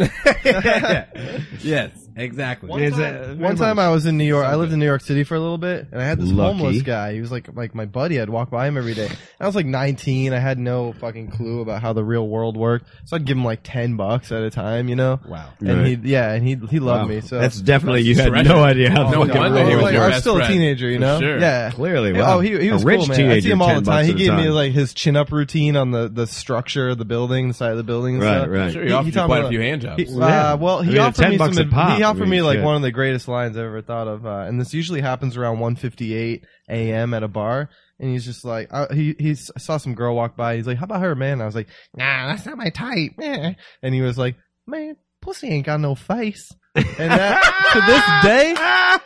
Speaker 2: yes, exactly.
Speaker 1: It's, uh,
Speaker 3: One time I was in New York. I lived in New York City for a little bit, and I had this
Speaker 1: Lucky.
Speaker 3: homeless guy. He was like like my buddy. I'd walk by him every day. And I was like 19. I had no fucking clue about how the real world worked. So I'd give him like 10 bucks at a time, you know.
Speaker 2: Wow.
Speaker 3: And he, yeah, and he he loved
Speaker 1: Wow.
Speaker 3: me. So
Speaker 1: that's definitely you had
Speaker 2: Treasure.
Speaker 1: no idea how
Speaker 2: Oh, No
Speaker 1: fucking
Speaker 2: wonder
Speaker 1: real
Speaker 2: he
Speaker 1: it
Speaker 2: was
Speaker 3: like,
Speaker 2: your
Speaker 3: I was
Speaker 2: best
Speaker 3: still
Speaker 2: friend.
Speaker 3: a teenager, you know.
Speaker 2: For sure.
Speaker 3: Yeah.
Speaker 1: Clearly,
Speaker 3: Yeah,
Speaker 1: wow.
Speaker 3: Oh, he, he
Speaker 1: A
Speaker 3: was
Speaker 1: rich
Speaker 3: cool, man.
Speaker 1: teenager.
Speaker 3: I see him all
Speaker 1: 10
Speaker 3: the time.
Speaker 1: bucks
Speaker 3: He
Speaker 1: at a
Speaker 3: gave me
Speaker 1: time.
Speaker 3: like his chin up routine on the, the structure of the building, the side of the building. and
Speaker 1: Right,
Speaker 3: stuff.
Speaker 1: right.
Speaker 2: Sure, he offered you
Speaker 3: taught me
Speaker 2: quite a
Speaker 3: lot.
Speaker 2: few hand jobs.
Speaker 3: He,
Speaker 1: Yeah.
Speaker 3: uh, well,
Speaker 1: I
Speaker 3: he
Speaker 1: mean, at
Speaker 3: offered
Speaker 1: 10
Speaker 3: me
Speaker 1: bucks
Speaker 3: some.
Speaker 1: a pop,
Speaker 3: he
Speaker 1: I
Speaker 3: offered
Speaker 1: mean,
Speaker 3: me like
Speaker 1: shit.
Speaker 3: one of the greatest lines I ever thought of, uh, and this usually happens around 1:58 a.m. at a bar. And he's just like, uh, he he s- saw some girl walk by. He's like, "How about her, man?" I was like, "Nah, that's not my type." eh." And he was like, "Man, pussy ain't got no face." And that, to this day, I,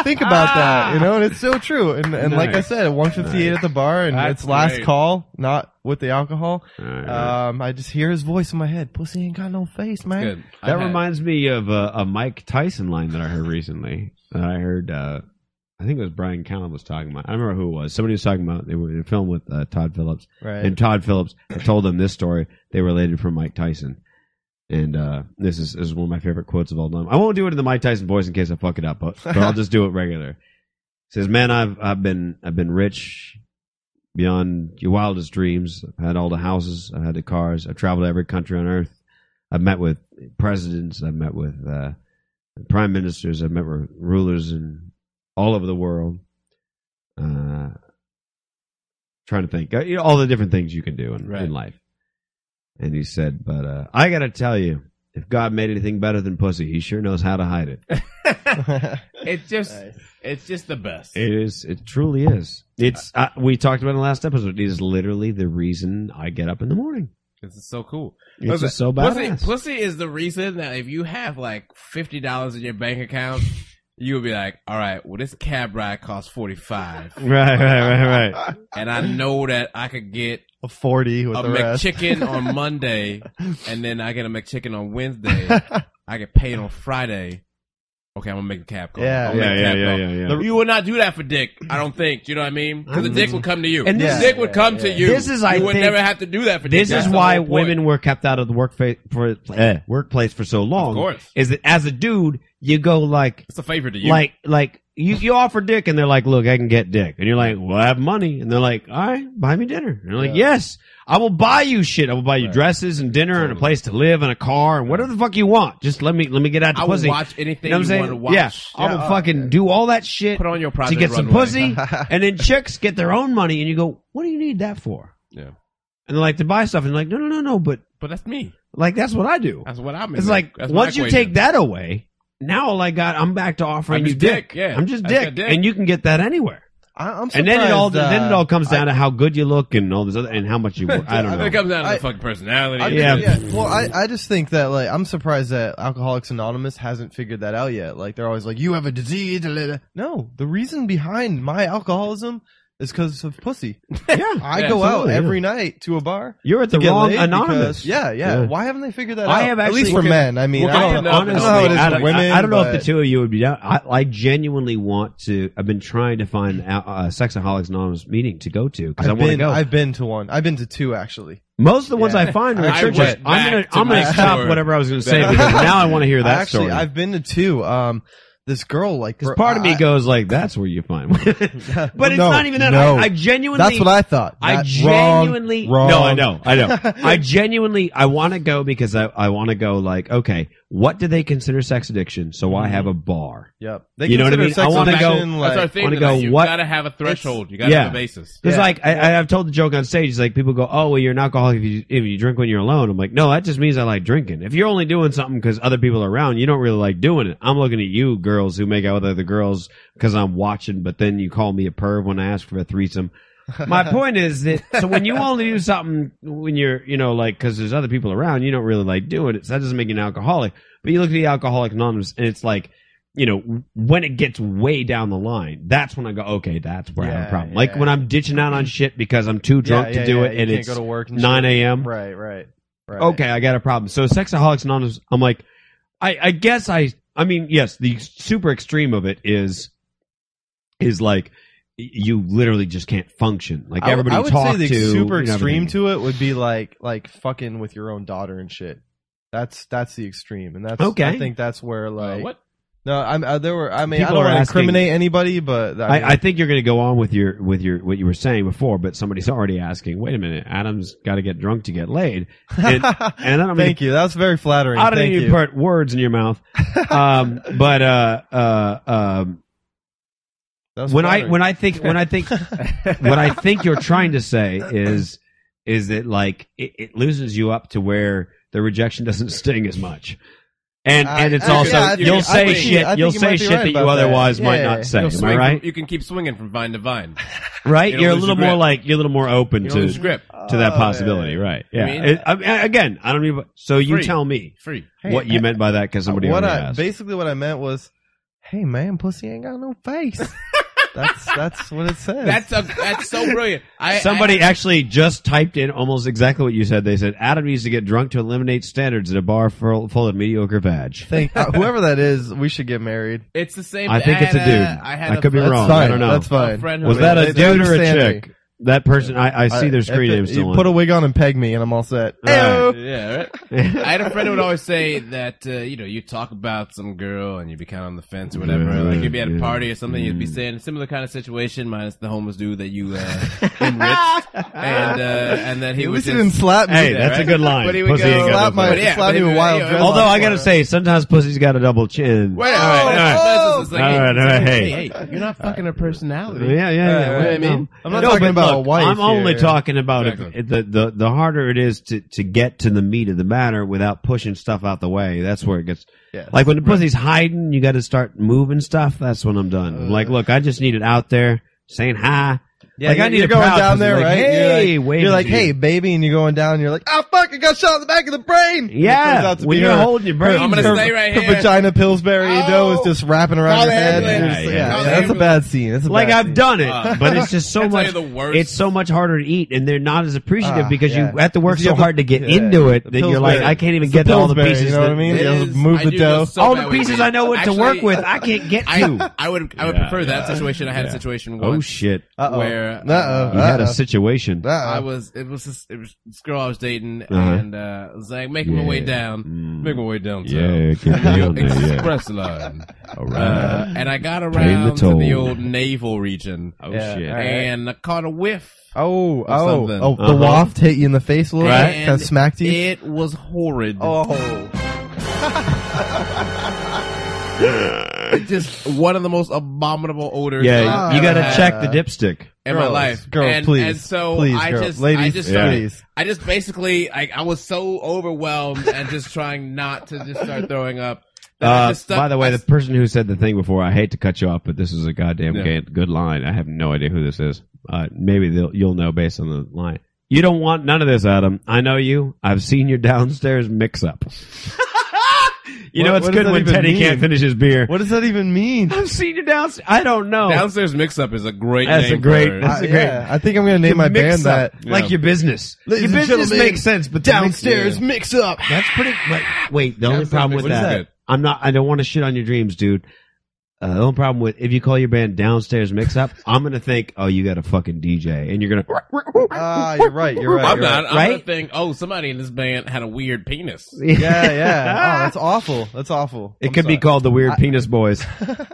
Speaker 3: I think about that, you know, and it's so true. And, and like I
Speaker 1: Nice.
Speaker 3: said, 158 at the bar, and
Speaker 2: That's
Speaker 3: it's last
Speaker 2: great.
Speaker 3: call, not with the alcohol.
Speaker 1: All right.
Speaker 2: Uh,
Speaker 3: Um, I just hear his voice in my head. Pussy ain't got no face, man.
Speaker 2: Good. I
Speaker 1: That
Speaker 2: had-
Speaker 1: reminds me of a, a Mike Tyson line that I heard recently. That I heard, uh, I think it was Brian Callen was talking about. I don't remember who it was. Somebody was talking about they were in a film with uh, Todd Phillips,
Speaker 3: Right.
Speaker 1: and Todd Phillips told them this story. They related from Mike Tyson, and uh, this is, is one of my favorite quotes of all time. I won't do it in the Mike Tyson voice in case I fuck it up, but, but I'll just do it regular. He says, "Man, I've I've been I've been rich beyond your wildest dreams. I've had all the houses, I've had the cars, I've traveled to every country on earth. I've met with presidents, I've met with uh, prime ministers, I've met with rulers in all over the world. Uh, trying to think, Uh, you know, all the different things you can do in,
Speaker 2: Right.
Speaker 1: in life." And he said, "But uh, I got to tell you." If God made anything better than pussy, he sure knows how to hide
Speaker 2: *laughs*
Speaker 1: it.
Speaker 2: It's just, it's just the best.
Speaker 1: It is. It truly is. It's. Uh, we talked about in the last episode. It is literally the reason I get up in the morning.
Speaker 2: This is so cool.
Speaker 1: It's just so
Speaker 2: pussy,
Speaker 1: badass.
Speaker 2: pussy is the reason that if you have like fifty dollars in your bank account, you would be like, "All right, well, this cab ride costs forty five,
Speaker 1: *laughs* Right, right, right,
Speaker 2: *laughs*
Speaker 1: right.
Speaker 2: and I know that I could get
Speaker 3: *laughs* a 40 with
Speaker 2: a
Speaker 3: the rest.
Speaker 2: McChicken
Speaker 1: *laughs*
Speaker 2: on Monday, and then I get a McChicken on Wednesday.
Speaker 3: *laughs*
Speaker 2: I get paid on Friday. Okay, I'm gonna make the cab call.
Speaker 3: Yeah.
Speaker 2: I'm gonna
Speaker 1: Yeah,
Speaker 2: make the
Speaker 1: yeah,
Speaker 2: cab
Speaker 1: yeah,
Speaker 2: call.
Speaker 1: yeah, yeah.
Speaker 2: The- You would not do that for Dick. I don't think. Do you know what I mean? Because the Dick would come to you.
Speaker 1: Mm-hmm. And
Speaker 2: And
Speaker 1: this-
Speaker 2: the Dick would come to you.
Speaker 1: This is, I
Speaker 2: you would
Speaker 1: think-
Speaker 2: never have to do that for Dick.
Speaker 1: This
Speaker 2: That's
Speaker 1: is
Speaker 2: the
Speaker 1: why
Speaker 2: whole point.
Speaker 1: women were kept out of the workfa- for, eh, workplace for so long.
Speaker 2: Of course.
Speaker 1: Is that as a dude, you go like,
Speaker 2: It's a favor to you.
Speaker 1: like, like you, you offer dick, and they're like, "Look, I can get dick," and you're like, "Well, I have money," and they're like, "All right, buy me dinner." And you're like, "Yes, I will buy you shit. I will buy you dresses and dinner and a place to live and a car and whatever the fuck you want. Just let me let me get out the
Speaker 2: I will
Speaker 1: pussy."
Speaker 2: watch anything
Speaker 1: know what I'm
Speaker 2: you
Speaker 1: saying?
Speaker 2: want to watch.
Speaker 1: Yeah, I will fucking do all that shit
Speaker 2: Put on your
Speaker 1: to
Speaker 2: Project
Speaker 1: get some
Speaker 2: Runway. *laughs*
Speaker 1: pussy, and then chicks get their own money, and you go, "What do you need that for?"
Speaker 2: Yeah.
Speaker 1: and they're like to buy stuff, and you're like, "No, no, no, no," but
Speaker 2: But that's me.
Speaker 1: like that's what I do.
Speaker 2: That's what I'm.
Speaker 1: It's like
Speaker 2: that's my
Speaker 1: once you
Speaker 2: equation.
Speaker 1: take that away, now all I got, I'm back to offering
Speaker 2: I'm
Speaker 1: you
Speaker 2: just
Speaker 1: dick.
Speaker 2: dick, yeah.
Speaker 1: I'm just
Speaker 2: I just
Speaker 1: dick.
Speaker 2: got dick.
Speaker 1: and you can get that anywhere.
Speaker 3: I, am
Speaker 1: And then it all
Speaker 3: surprised,
Speaker 1: then it all
Speaker 3: uh,
Speaker 1: comes down to how good you look and all this other and how much
Speaker 3: *laughs*
Speaker 1: you work. I don't
Speaker 2: It
Speaker 1: know.
Speaker 2: comes down to
Speaker 3: I-
Speaker 2: the fucking personality.
Speaker 3: I-
Speaker 1: Yeah.
Speaker 3: Well, I, I just think that like I'm surprised that Alcoholics Anonymous hasn't figured that out yet. Like they're always like, "You have a disease." da, da, da." No, the reason behind my alcoholism is because of pussy.
Speaker 1: Yeah,
Speaker 3: I
Speaker 2: Yeah,
Speaker 3: go out
Speaker 1: absolutely, yeah.
Speaker 3: every night to a bar.
Speaker 1: you're at the
Speaker 3: get
Speaker 1: wrong
Speaker 3: laid
Speaker 1: anonymous.
Speaker 3: because- yeah, yeah,
Speaker 1: Yeah.
Speaker 3: Why haven't they figured that
Speaker 1: I
Speaker 3: out?
Speaker 1: have
Speaker 3: At least
Speaker 1: actually-
Speaker 3: for
Speaker 1: We're
Speaker 3: men. I mean,
Speaker 2: we're
Speaker 3: I don't,
Speaker 2: getting up.
Speaker 3: I don't know
Speaker 1: Honestly,
Speaker 3: how it is
Speaker 1: I
Speaker 3: for
Speaker 1: don't,
Speaker 3: women.
Speaker 1: I, I don't know
Speaker 3: but-
Speaker 1: if the two of you would be down. I, I genuinely want to. I've been trying to find a, a Sexaholics Anonymous meeting to go to because I
Speaker 3: I've
Speaker 1: want to
Speaker 3: been,
Speaker 1: go.
Speaker 3: I've been to one. I've been to two actually.
Speaker 1: Most of the ones
Speaker 3: Yeah.
Speaker 1: I find are
Speaker 2: I
Speaker 1: churches.
Speaker 2: went
Speaker 1: I'm gonna,
Speaker 2: back to
Speaker 1: I'm gonna
Speaker 2: my
Speaker 1: stop
Speaker 2: store.
Speaker 1: whatever I was gonna say
Speaker 3: *laughs*
Speaker 1: because now I want to hear that
Speaker 3: actually,
Speaker 1: story.
Speaker 3: I've been to two. Um, this girl like
Speaker 1: Because part of me
Speaker 3: I- *laughs*
Speaker 1: goes like, "That's where you find." One. but it's
Speaker 3: Well, no,
Speaker 1: not even that.
Speaker 3: no.
Speaker 1: I, I genuinely.
Speaker 3: That's what I thought.
Speaker 1: I
Speaker 3: That-
Speaker 1: genuinely.
Speaker 3: wrong,
Speaker 1: No, I
Speaker 3: wrong.
Speaker 1: know. I
Speaker 3: *laughs*
Speaker 1: know. I genuinely. I want to go because I, I want to go. Like, okay, what do they consider sex addiction? So I have a bar.
Speaker 3: Yep. They
Speaker 1: You know what I
Speaker 3: consider
Speaker 1: mean? I
Speaker 3: sex
Speaker 1: wanna go-
Speaker 3: addiction,
Speaker 2: That's our
Speaker 3: Like,
Speaker 2: thing.
Speaker 1: wanna
Speaker 2: tonight.
Speaker 1: go,
Speaker 2: you
Speaker 1: what-
Speaker 2: gotta have a threshold. You gotta
Speaker 1: Yeah.
Speaker 2: have a basis.
Speaker 1: It's
Speaker 3: Yeah.
Speaker 1: like I, I, I've told the joke on stage. It's like people go, "Oh, well, you're an alcoholic if you if you drink when you're alone." I'm like, "No, that just means I like drinking. If you're only doing something because other people are around, you don't really like doing it." I'm looking at you, girls who make out with other girls because I'm watching, but then you call me a perv when I ask for a threesome. My point is that so when you only do something when you're you know like because there's other people around, you don't really like doing it. So that doesn't make you an alcoholic. But you look at the alcoholic anonymous, and it's like you know, when it gets way down the line, that's when I go, okay, that's where I have
Speaker 3: Yeah,
Speaker 1: a problem. Like
Speaker 3: yeah.
Speaker 1: when I'm ditching out on shit because I'm too drunk
Speaker 3: Yeah,
Speaker 1: to
Speaker 3: yeah,
Speaker 1: do
Speaker 3: yeah,
Speaker 1: it
Speaker 3: you
Speaker 1: and
Speaker 3: can't
Speaker 1: it's
Speaker 3: go to work and shit.
Speaker 1: 9 a.m.
Speaker 3: Right, right, right.
Speaker 1: Okay, I got a problem. So Sexaholics Anonymous, I'm like, I, I guess I, I mean, yes, the super extreme of it is, is like, y- you literally just can't function. Like
Speaker 3: I w-
Speaker 1: everybody
Speaker 3: I would
Speaker 1: talk
Speaker 3: say the
Speaker 1: to,
Speaker 3: super
Speaker 1: you know,
Speaker 3: extreme
Speaker 1: everything.
Speaker 3: to it would be like like fucking with your own daughter and shit. That's that's the extreme, and that's
Speaker 1: Okay. Uh,
Speaker 3: I think that's where like
Speaker 2: what?
Speaker 3: no, I'm uh, there were I mean
Speaker 1: People
Speaker 3: I don't
Speaker 1: are
Speaker 3: want to
Speaker 1: asking-
Speaker 3: incriminate anybody, but I, mean,
Speaker 1: I, I think you're going to go on with your with your what you were saying before, but somebody's already asking. Wait a minute, Adam's got to get drunk to get laid,
Speaker 3: *laughs*
Speaker 1: and, and I don't mean
Speaker 3: thank you. That's very flattering.
Speaker 1: I don't
Speaker 3: Thank
Speaker 1: need to
Speaker 3: you.
Speaker 1: put words in your
Speaker 3: *laughs*
Speaker 1: mouth. Um, but uh, uh, um,
Speaker 3: That's
Speaker 1: when I
Speaker 3: flattering.
Speaker 1: when I think when I
Speaker 3: *laughs*
Speaker 1: think what I *laughs* think you're trying to say is is that like it, it loosens you up to where the rejection doesn't *laughs* sting as much. And,
Speaker 3: I-
Speaker 1: and it's
Speaker 3: I-
Speaker 1: also
Speaker 3: yeah, I think- I
Speaker 1: you'll say
Speaker 3: think you- I
Speaker 1: shit
Speaker 3: think
Speaker 1: you'll
Speaker 3: you
Speaker 1: say
Speaker 3: might be
Speaker 1: shit
Speaker 3: right
Speaker 1: that you
Speaker 3: about that.
Speaker 1: otherwise might
Speaker 3: Yeah,
Speaker 1: not say.
Speaker 2: You'll
Speaker 1: Am
Speaker 2: swing
Speaker 1: I right?
Speaker 2: from- you can keep swinging from vine
Speaker 1: *laughs*
Speaker 2: to vine.
Speaker 1: right?
Speaker 2: It'll
Speaker 1: You're a
Speaker 2: lose
Speaker 1: little
Speaker 2: your
Speaker 1: more
Speaker 2: grip.
Speaker 1: like you're a little more open
Speaker 2: You don't
Speaker 1: to
Speaker 2: lose grip.
Speaker 1: to that
Speaker 3: Oh,
Speaker 1: possibility,
Speaker 3: yeah.
Speaker 1: right? Yeah.
Speaker 2: I mean-
Speaker 1: It- I mean, again, I don't even. So you
Speaker 2: Free.
Speaker 1: tell me
Speaker 2: Free.
Speaker 1: what you meant by that because somebody
Speaker 3: what
Speaker 1: already
Speaker 3: I,
Speaker 1: asked.
Speaker 3: basically what I meant was, hey man, pussy ain't got no
Speaker 1: *laughs*
Speaker 3: face. that's that's what it says.
Speaker 2: That's a, that's so brilliant.
Speaker 1: *laughs*
Speaker 2: I,
Speaker 1: Somebody actually just typed in almost exactly what you said. They said Adam needs to get drunk to eliminate standards at a bar full, full of mediocre vag.
Speaker 3: Thank, uh, whoever that is, we should get married.
Speaker 2: I, it's the same.
Speaker 1: I think it's a
Speaker 2: had
Speaker 1: dude.
Speaker 2: I had
Speaker 1: I
Speaker 2: a
Speaker 1: could be
Speaker 2: friend-
Speaker 1: wrong.
Speaker 3: That's fine.
Speaker 1: I don't know.
Speaker 3: That's fine.
Speaker 2: A friend who
Speaker 1: Was that a
Speaker 3: They-
Speaker 1: dude or a
Speaker 3: understand me.
Speaker 1: chick? That person, I, I see their
Speaker 3: I-
Speaker 1: screen
Speaker 3: if
Speaker 1: name
Speaker 3: it-
Speaker 1: still
Speaker 3: you
Speaker 1: on. *laughs*
Speaker 3: Put a wig on and peg me, and I'm all set.
Speaker 1: All right.
Speaker 2: *laughs* Yeah, right? I had a friend who would always say that uh, you know you talk about some girl and you'd be kind of on the fence or whatever.
Speaker 1: Yeah,
Speaker 2: like you'd be at a
Speaker 1: yeah.
Speaker 2: party or something, you'd be
Speaker 1: Mm-hmm.
Speaker 2: saying a similar kind of situation minus the homeless dude that
Speaker 1: *laughs*
Speaker 2: you uh, enriched, and uh, and then he
Speaker 3: At
Speaker 2: would
Speaker 3: least he
Speaker 2: just
Speaker 3: didn't slap me.
Speaker 1: Hey, that's a good line.
Speaker 2: But he would
Speaker 1: Pussy
Speaker 2: go-
Speaker 1: ain't got no
Speaker 3: slap my
Speaker 1: face.
Speaker 2: Yeah,
Speaker 3: slap
Speaker 2: but
Speaker 3: me with
Speaker 2: he-
Speaker 3: wild
Speaker 2: yeah,
Speaker 3: dreadlocks.
Speaker 1: Although I gotta say, sometimes pussy's got a double chin.
Speaker 2: Wait, all right, all right.
Speaker 3: Oh!
Speaker 2: It's like,
Speaker 1: All
Speaker 2: hey,
Speaker 1: right, all right,
Speaker 2: hey,
Speaker 1: hey.
Speaker 2: hey, you're not fucking her personality.
Speaker 1: Yeah, yeah, yeah.
Speaker 3: Right, right.
Speaker 1: Well,
Speaker 3: I mean, I'm not
Speaker 1: no,
Speaker 3: talking
Speaker 1: but
Speaker 3: about a
Speaker 1: look,
Speaker 3: wife
Speaker 1: I'm only
Speaker 3: here.
Speaker 1: talking about if-
Speaker 2: Exactly.
Speaker 1: if the, the the harder it is to to get to the meat of the matter without pushing stuff out the way. That's where it gets
Speaker 3: Yes.
Speaker 1: like when the pussy's hiding. You got to start moving stuff. That's when I'm done. I'm like, look, I just need it out there saying hi.
Speaker 3: Uh, Yeah,
Speaker 1: like
Speaker 3: you're,
Speaker 1: I need
Speaker 3: you're
Speaker 1: a
Speaker 3: going
Speaker 1: proud
Speaker 3: down
Speaker 1: pussy,
Speaker 3: there,
Speaker 1: like,
Speaker 3: right?
Speaker 1: Hey,
Speaker 3: you're like,
Speaker 1: waving
Speaker 3: you're like
Speaker 1: to you.
Speaker 3: hey, baby, and you're going down. You're like, oh fuck, I got shot in the back of the brain. *laughs*
Speaker 1: Yeah,
Speaker 3: turns out to
Speaker 1: when
Speaker 3: be
Speaker 1: you're
Speaker 3: her-
Speaker 1: holding your brain,
Speaker 2: I'm gonna
Speaker 1: there.
Speaker 2: stay right
Speaker 3: Her
Speaker 2: here.
Speaker 3: vagina Pillsbury, you know, is
Speaker 2: Oh.
Speaker 3: just wrapping around
Speaker 2: Call
Speaker 3: her
Speaker 2: the
Speaker 3: head.
Speaker 2: ambulance.
Speaker 3: Yeah,
Speaker 1: Yeah,
Speaker 3: yeah,
Speaker 1: yeah.
Speaker 2: Call the
Speaker 3: that's a bad scene. That's a
Speaker 1: like
Speaker 3: bad
Speaker 1: I've
Speaker 3: scene.
Speaker 1: done it,
Speaker 2: Uh,
Speaker 1: but
Speaker 3: *laughs*
Speaker 1: it's just so
Speaker 2: That's
Speaker 1: much.
Speaker 2: like the worst.
Speaker 1: It's so much harder to eat, and they're not as appreciative
Speaker 3: Ah,
Speaker 1: because
Speaker 3: yeah.
Speaker 1: you have to work
Speaker 3: You
Speaker 1: so
Speaker 3: have to-
Speaker 1: hard to get
Speaker 3: yeah,
Speaker 1: into it
Speaker 3: the
Speaker 1: that you're like,
Speaker 3: Pillsbury.
Speaker 1: I can't even
Speaker 3: It's
Speaker 1: get
Speaker 3: the
Speaker 1: to all the
Speaker 3: Pillsbury,
Speaker 1: pieces.
Speaker 3: you know
Speaker 1: that-
Speaker 3: what I mean?
Speaker 2: It
Speaker 3: You have to
Speaker 2: is-
Speaker 3: move
Speaker 2: I
Speaker 3: the
Speaker 2: do feel
Speaker 3: dough.
Speaker 2: so
Speaker 1: all
Speaker 2: bad
Speaker 1: the
Speaker 2: when
Speaker 1: pieces
Speaker 2: you-
Speaker 1: I know what to work
Speaker 2: Actually,
Speaker 1: with, I can't get
Speaker 2: I, *laughs*
Speaker 1: to. *laughs*
Speaker 2: I would I would prefer that situation. I had a situation
Speaker 1: Oh
Speaker 2: once
Speaker 1: shit!
Speaker 3: Uh-oh.
Speaker 2: where
Speaker 3: Uh-oh.
Speaker 2: uh,
Speaker 1: You had a
Speaker 3: Uh-oh.
Speaker 1: situation.
Speaker 2: I
Speaker 3: Uh-oh.
Speaker 2: was it was this, it was this girl I was dating
Speaker 1: Uh-huh.
Speaker 2: and uh, I was like making my way
Speaker 1: Yeah.
Speaker 2: down,
Speaker 1: Mm.
Speaker 2: making my way downtown.
Speaker 1: Yeah, keep
Speaker 2: *laughs*
Speaker 1: it on there, yeah.
Speaker 2: express line.
Speaker 1: All
Speaker 2: Uh,
Speaker 1: right.
Speaker 2: and I got
Speaker 1: the
Speaker 2: around to the
Speaker 1: toll.
Speaker 2: old naval region
Speaker 1: Oh
Speaker 3: Yeah.
Speaker 1: shit!
Speaker 3: All right.
Speaker 2: and I caught a whiff.
Speaker 3: Oh, oh,
Speaker 2: something.
Speaker 3: oh! The
Speaker 1: Uh-huh.
Speaker 3: waft hit you in the face a little bit,
Speaker 2: And
Speaker 3: kind of smacked you.
Speaker 2: It was horrid.
Speaker 3: oh,
Speaker 2: It's just one of the most abominable odors.
Speaker 1: Yeah,
Speaker 2: I've
Speaker 1: you
Speaker 2: ever
Speaker 1: gotta
Speaker 2: had
Speaker 1: check the dipstick.
Speaker 2: in my
Speaker 3: Girls,
Speaker 2: life.
Speaker 3: girls,
Speaker 2: and,
Speaker 3: please,
Speaker 2: And so
Speaker 3: please,
Speaker 2: I
Speaker 3: girls.
Speaker 2: just, I
Speaker 3: Ladies,
Speaker 2: just
Speaker 1: yeah.
Speaker 2: started.
Speaker 3: please.
Speaker 2: I just basically, I, I was so overwhelmed and just trying not to just start throwing up. that I
Speaker 1: Uh,
Speaker 2: just stuck-
Speaker 1: by the way,
Speaker 2: I
Speaker 1: the person who said the thing before, I hate to cut you off, but this is a goddamn
Speaker 2: Yeah.
Speaker 1: ga- good line. I have no idea who this is. Uh, maybe they'll, you'll know based on the line. You don't want none of this, Adam. I know you. I've seen your downstairs mix up. *laughs* you know
Speaker 3: What-
Speaker 1: it's
Speaker 3: what does
Speaker 1: good
Speaker 3: that
Speaker 1: when
Speaker 3: even
Speaker 1: Teddy
Speaker 3: mean?
Speaker 1: can't finish his beer.
Speaker 3: what does that
Speaker 1: *laughs*
Speaker 3: even mean?
Speaker 1: I've seen your downstairs. I don't know.
Speaker 2: Downstairs mix up is a great
Speaker 1: Oh. That's
Speaker 2: name
Speaker 1: a great-
Speaker 2: for it.
Speaker 1: that's
Speaker 3: I-
Speaker 1: a great-
Speaker 3: yeah, I think I'm gonna name
Speaker 1: Your
Speaker 3: my
Speaker 1: mix
Speaker 3: band that.
Speaker 1: up, like your business.
Speaker 3: Ladies
Speaker 1: your
Speaker 3: and
Speaker 1: business
Speaker 3: gentlemen,
Speaker 1: makes sense, but the mix-
Speaker 3: Downstairs mix up.
Speaker 1: That's pretty. Wait, wait the only
Speaker 2: That's not
Speaker 1: problem
Speaker 2: mixed
Speaker 1: with
Speaker 2: up. What
Speaker 1: that,
Speaker 2: is it?
Speaker 1: I'm not. I don't want to shit on your dreams, dude. Uh, the only problem with if you call your band downstairs mix up, I'm gonna think, oh, you got a fucking DJ, and you're gonna.
Speaker 3: Ah, you're right. You're right.
Speaker 2: I'm
Speaker 3: you're
Speaker 2: not. I'm
Speaker 3: right.
Speaker 2: gonna
Speaker 1: Right?
Speaker 2: think. Oh, somebody in this band had a weird penis.
Speaker 3: Yeah, yeah. Oh, that's awful. That's awful.
Speaker 1: It
Speaker 3: I'm
Speaker 1: could be
Speaker 3: sorry.
Speaker 1: called the Weird Penis
Speaker 2: *laughs*
Speaker 1: Boys.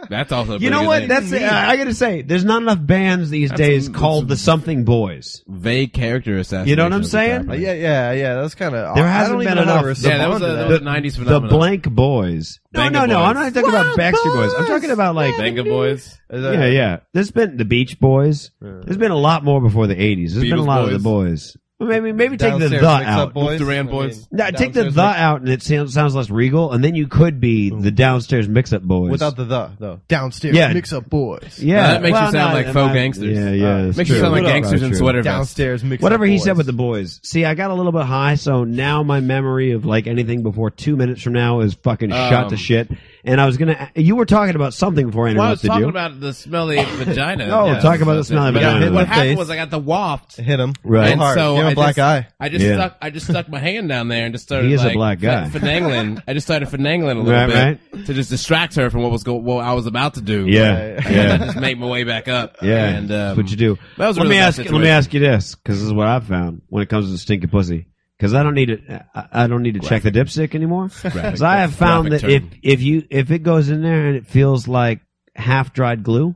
Speaker 2: That's also. A
Speaker 1: You
Speaker 2: pretty
Speaker 1: know
Speaker 2: good
Speaker 1: what?
Speaker 2: name.
Speaker 1: That's I gotta say, there's not enough bands these days called the Something Boys.
Speaker 2: vague character assassination.
Speaker 1: You know what I'm
Speaker 2: is
Speaker 1: saying?
Speaker 2: happening.
Speaker 3: Uh, yeah, yeah, yeah. That's kind of.
Speaker 1: There
Speaker 3: I
Speaker 1: hasn't
Speaker 3: don't
Speaker 1: been
Speaker 3: even know how
Speaker 1: enough.
Speaker 3: to
Speaker 1: The-
Speaker 2: Yeah, that was a,
Speaker 3: respond to
Speaker 2: that
Speaker 3: that.
Speaker 2: was a '90s
Speaker 1: The
Speaker 2: phenomenon.
Speaker 1: Blank Boys. No,
Speaker 2: Banga
Speaker 1: no, no.
Speaker 2: Boys.
Speaker 1: I'm not talking about Backstreet Boys. I'm talking about like
Speaker 2: Banga Boys.
Speaker 3: Is that-
Speaker 1: Yeah, yeah. There's been the Beach Boys.
Speaker 3: Yeah.
Speaker 1: There's been a lot more before the '80s. There's been a
Speaker 2: Beatles
Speaker 1: lot
Speaker 2: boys.
Speaker 1: of the boys. Well, maybe maybe take the
Speaker 3: Downstairs
Speaker 1: the
Speaker 3: mix up
Speaker 1: out.
Speaker 3: boys.
Speaker 2: Duran
Speaker 3: I
Speaker 2: boys.
Speaker 3: mean,
Speaker 1: No, take the
Speaker 3: downstairs
Speaker 1: the
Speaker 3: mix-
Speaker 1: out, and it sounds, sounds less regal. And then you could be the downstairs mix-up boys.
Speaker 3: without the the though. Downstairs
Speaker 1: Yeah.
Speaker 3: mix up boys.
Speaker 1: yeah,
Speaker 2: That makes you
Speaker 1: Well,
Speaker 2: sound
Speaker 1: no,
Speaker 2: like
Speaker 1: no,
Speaker 2: faux
Speaker 1: no.
Speaker 2: gangsters.
Speaker 1: Yeah, yeah.
Speaker 3: Uh,
Speaker 1: that's
Speaker 2: Makes you
Speaker 1: true.
Speaker 2: sound like
Speaker 1: Right,
Speaker 2: gangsters in
Speaker 1: true.
Speaker 2: sweater vests.
Speaker 3: Downstairs mix.
Speaker 1: Whatever
Speaker 3: up
Speaker 1: he
Speaker 3: boys.
Speaker 1: said with the boys. See, I got a little bit high, so now my memory of like anything before two minutes from now is fucking shot
Speaker 2: Um,
Speaker 1: to shit. and I was gonna. You were talking about something before I
Speaker 2: Well, I was
Speaker 1: interrupted
Speaker 2: talking
Speaker 1: you.
Speaker 2: about the smelly
Speaker 1: *laughs*
Speaker 2: vagina.
Speaker 1: No,
Speaker 2: Yeah,
Speaker 1: talk about the
Speaker 2: that's it.
Speaker 1: smelly
Speaker 2: But
Speaker 1: vagina.
Speaker 2: What
Speaker 3: In the
Speaker 2: happened
Speaker 3: face.
Speaker 2: was I got the waft.
Speaker 3: Hit him.
Speaker 1: Right.
Speaker 3: Real
Speaker 2: And
Speaker 3: hard.
Speaker 2: so
Speaker 3: Give him
Speaker 2: I
Speaker 3: a black
Speaker 2: just,
Speaker 3: eye.
Speaker 2: I just
Speaker 1: Yeah.
Speaker 2: stuck. I just stuck my hand down there and just started.
Speaker 1: He is a black
Speaker 2: like,
Speaker 1: guy.
Speaker 2: fin- Finagling. I just started finagling a little
Speaker 1: Right,
Speaker 2: bit to just distract her from what was go- what I was about to do.
Speaker 1: yeah,
Speaker 2: *laughs* And I
Speaker 1: yeah,
Speaker 2: just made my way back up.
Speaker 1: yeah.
Speaker 2: And
Speaker 1: That's
Speaker 2: um,
Speaker 1: what you do.
Speaker 2: that was a
Speaker 1: let
Speaker 2: really
Speaker 1: me
Speaker 2: bad
Speaker 1: ask. Let me
Speaker 2: situation.
Speaker 1: ask you this, because this is what I've found when it comes to stinky pussy. Because I don't need to. I, I don't need to check the dipstick anymore. Because I have found that
Speaker 2: Graphic
Speaker 1: if
Speaker 2: term.
Speaker 1: if you if it goes in there and it feels like half dried glue,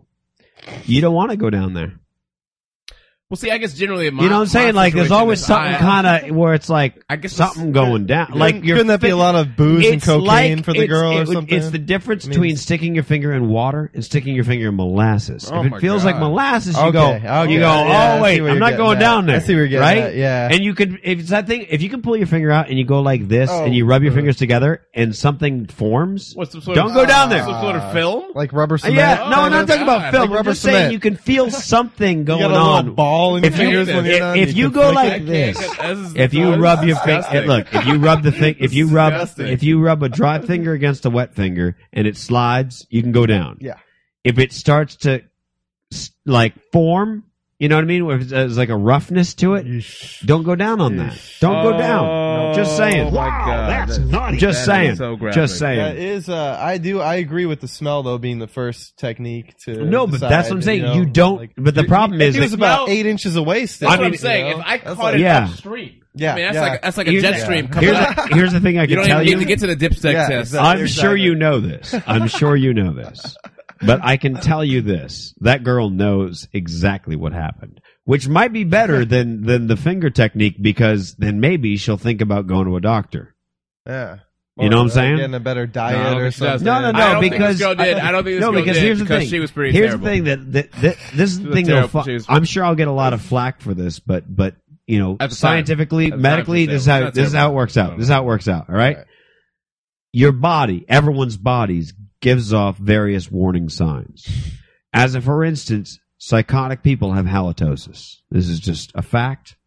Speaker 1: you don't want to go down there.
Speaker 2: Well, see, I guess generally, in my,
Speaker 1: you know what I'm
Speaker 2: my
Speaker 1: saying? Like there's
Speaker 2: situation
Speaker 1: always
Speaker 2: is
Speaker 1: something
Speaker 2: I-
Speaker 1: kind of where it's like
Speaker 2: I guess
Speaker 1: something going down. Like
Speaker 3: Couldn't-
Speaker 1: you're
Speaker 3: couldn't that be a lot of booze and
Speaker 1: it's
Speaker 3: cocaine
Speaker 1: like-
Speaker 3: for the
Speaker 1: it's-
Speaker 3: girl
Speaker 1: it
Speaker 3: or
Speaker 1: would-
Speaker 3: something?
Speaker 1: It's the difference
Speaker 3: I mean-
Speaker 1: between sticking your finger in water and sticking your finger in molasses.
Speaker 2: Oh
Speaker 1: if
Speaker 2: my
Speaker 1: it feels like
Speaker 2: God.
Speaker 1: molasses, you
Speaker 3: Okay,
Speaker 1: go,
Speaker 3: okay,
Speaker 1: you go.
Speaker 3: yeah, I
Speaker 1: oh
Speaker 3: see
Speaker 1: wait,
Speaker 3: where
Speaker 1: I'm
Speaker 3: you're
Speaker 1: not
Speaker 3: getting
Speaker 1: going
Speaker 3: at.
Speaker 1: down there.
Speaker 3: I see where you're getting
Speaker 1: right?
Speaker 3: at, yeah.
Speaker 1: and you could if it's that thing. If you can pull your finger out and you go like this
Speaker 3: Oh,
Speaker 1: and you rub your
Speaker 3: good.
Speaker 1: fingers together and something forms.
Speaker 2: What, some sort
Speaker 1: Don't
Speaker 2: of,
Speaker 1: go down there.
Speaker 2: Some sort of film.
Speaker 3: like rubber
Speaker 1: Uh,
Speaker 3: cement.
Speaker 1: yeah, no,
Speaker 2: Oh,
Speaker 1: I'm not
Speaker 2: my
Speaker 1: talking
Speaker 2: God.
Speaker 1: about film.
Speaker 3: Like
Speaker 1: I'm
Speaker 3: rubber
Speaker 1: just saying
Speaker 3: cement.
Speaker 1: you can feel something
Speaker 3: *laughs* You
Speaker 1: going
Speaker 3: got a
Speaker 1: on.
Speaker 3: little ball in your
Speaker 1: If you-
Speaker 3: fingers when
Speaker 2: if-
Speaker 3: you're done.
Speaker 1: if you
Speaker 3: can
Speaker 1: go
Speaker 3: flick
Speaker 1: like
Speaker 3: it.
Speaker 1: this,
Speaker 2: This is-
Speaker 1: if you
Speaker 2: this is
Speaker 1: rub your
Speaker 2: disgusting.
Speaker 1: finger, look. If you rub the thing, if you rub,
Speaker 2: Disgusting.
Speaker 1: if you rub a dry finger against a wet finger and it slides, you can go down.
Speaker 3: Yeah.
Speaker 1: If it starts to s- like form, you know what I mean. If it's, uh, it's like a roughness to it, don't go down on that. Don't go down. Just saying.
Speaker 2: my
Speaker 4: Wow,
Speaker 2: God,
Speaker 4: that's
Speaker 2: that-
Speaker 4: naughty.
Speaker 1: Just
Speaker 2: That Oh. is
Speaker 1: saying.
Speaker 2: so graphic.
Speaker 1: Just
Speaker 3: That
Speaker 1: saying.
Speaker 3: is, uh, I do, I agree with the smell though being the first technique to.
Speaker 1: No, but that's what I'm
Speaker 3: decide,
Speaker 1: saying.
Speaker 3: know,
Speaker 1: You don't.
Speaker 3: like-
Speaker 1: but the problem
Speaker 3: If
Speaker 1: is
Speaker 3: he was
Speaker 1: that-
Speaker 3: about
Speaker 2: No.
Speaker 3: eight inches away still.
Speaker 2: That's what
Speaker 3: you
Speaker 2: I'm saying.
Speaker 3: know?
Speaker 2: If I
Speaker 3: That's
Speaker 2: caught
Speaker 3: like-
Speaker 2: it
Speaker 1: Yeah.
Speaker 2: upstream,
Speaker 3: Yeah,
Speaker 2: I mean, that's
Speaker 3: yeah.
Speaker 2: like that's like a
Speaker 1: Here's
Speaker 2: jet
Speaker 1: the-
Speaker 2: stream coming
Speaker 1: here's,
Speaker 2: out.
Speaker 1: the, here's the thing I
Speaker 2: You
Speaker 1: can
Speaker 2: don't
Speaker 1: tell
Speaker 2: even
Speaker 1: you.
Speaker 2: need to get to the dipstick
Speaker 3: Yeah,
Speaker 2: test.
Speaker 3: exactly.
Speaker 1: I'm sure you know this. I'm sure you know this. But I can tell you this. That girl knows exactly what happened. Which might be better than than the finger technique because then maybe she'll think about going to a doctor.
Speaker 3: Yeah.
Speaker 1: You know what I'm
Speaker 3: Or uh,
Speaker 1: saying?
Speaker 3: Getting a better
Speaker 2: I don't
Speaker 3: diet or
Speaker 2: think she does.
Speaker 3: something.
Speaker 1: No, no, no,
Speaker 2: I don't
Speaker 1: because-
Speaker 2: think this girl did. I don't think this
Speaker 1: no,
Speaker 2: girl
Speaker 1: because
Speaker 2: did
Speaker 1: here's the
Speaker 2: because
Speaker 1: thing.
Speaker 2: she was pretty
Speaker 1: here's
Speaker 2: terrible.
Speaker 1: the thing that, that, that this is
Speaker 2: She
Speaker 1: the
Speaker 2: was
Speaker 1: thing that'll
Speaker 2: terrible.
Speaker 1: fu-
Speaker 2: She was-
Speaker 1: I'm sure I'll get a lot of flack for this, but but you know,
Speaker 2: At the time.
Speaker 1: scientifically,
Speaker 2: At the time,
Speaker 1: medically,
Speaker 2: she
Speaker 1: this
Speaker 2: was
Speaker 1: is how
Speaker 2: terrible.
Speaker 1: this is how it works out. This is how it works out. All right. Your body, everyone's bodies, gives off various warning signs. As a, for instance, psychotic people have halitosis. This is just a fact.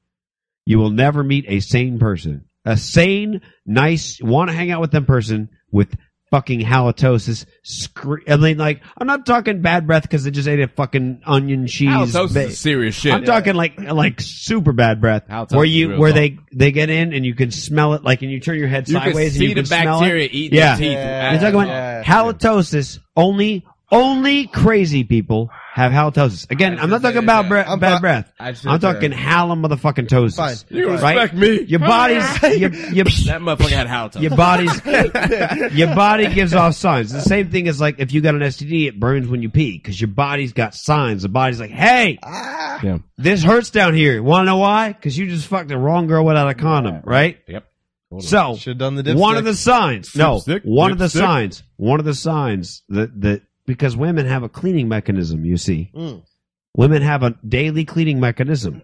Speaker 1: You will never meet a sane person, a sane, nice, want to hang out with them person with fucking halitosis. Scre- I mean, like, I'm not talking bad breath because they just ate a fucking onion cheese.
Speaker 2: Halitosis
Speaker 1: ba-
Speaker 2: is serious shit.
Speaker 1: I'm talking like like super bad breath,
Speaker 2: Halitosis
Speaker 1: where
Speaker 2: is
Speaker 1: you
Speaker 2: real
Speaker 1: where
Speaker 2: bad.
Speaker 1: they they get in and you can smell it, like, and you turn your head
Speaker 2: you can
Speaker 1: sideways
Speaker 2: see
Speaker 1: and you can
Speaker 2: the
Speaker 1: smell it.
Speaker 2: bacteria eating
Speaker 1: Yeah.
Speaker 2: your teeth.
Speaker 3: Yeah.
Speaker 1: I'm
Speaker 2: and
Speaker 1: talking about
Speaker 3: Yeah.
Speaker 1: halitosis. Only only crazy people have halitosis. Again,
Speaker 2: I
Speaker 1: I'm not
Speaker 2: just said
Speaker 1: talking
Speaker 2: it,
Speaker 1: about
Speaker 2: yeah.
Speaker 1: bre-
Speaker 3: I'm
Speaker 1: bad
Speaker 3: not-
Speaker 1: breath.
Speaker 2: I just
Speaker 1: I'm
Speaker 2: said
Speaker 1: talking
Speaker 2: it.
Speaker 1: halum motherfucking
Speaker 3: Fine.
Speaker 1: tosis.
Speaker 2: You
Speaker 1: Right?
Speaker 2: respect me.
Speaker 1: Your body's *laughs* your, your,
Speaker 2: That motherfucker had halitosis.
Speaker 1: your body's *laughs* your body gives off signs. The same thing as like if you got an STD, it burns when you pee because your body's got signs. The body's like, hey,
Speaker 2: Yeah.
Speaker 1: this hurts down here. Want to know why? Because you just fucked the wrong girl without a condom, right?
Speaker 2: Yep.
Speaker 1: So
Speaker 3: Should have done the dipstick.
Speaker 1: one of the signs. No,
Speaker 2: Dipstick,
Speaker 1: one of the
Speaker 2: dipstick.
Speaker 1: signs. One of the signs that that because women have a cleaning mechanism. You see,
Speaker 3: Mm.
Speaker 1: women have a daily cleaning mechanism.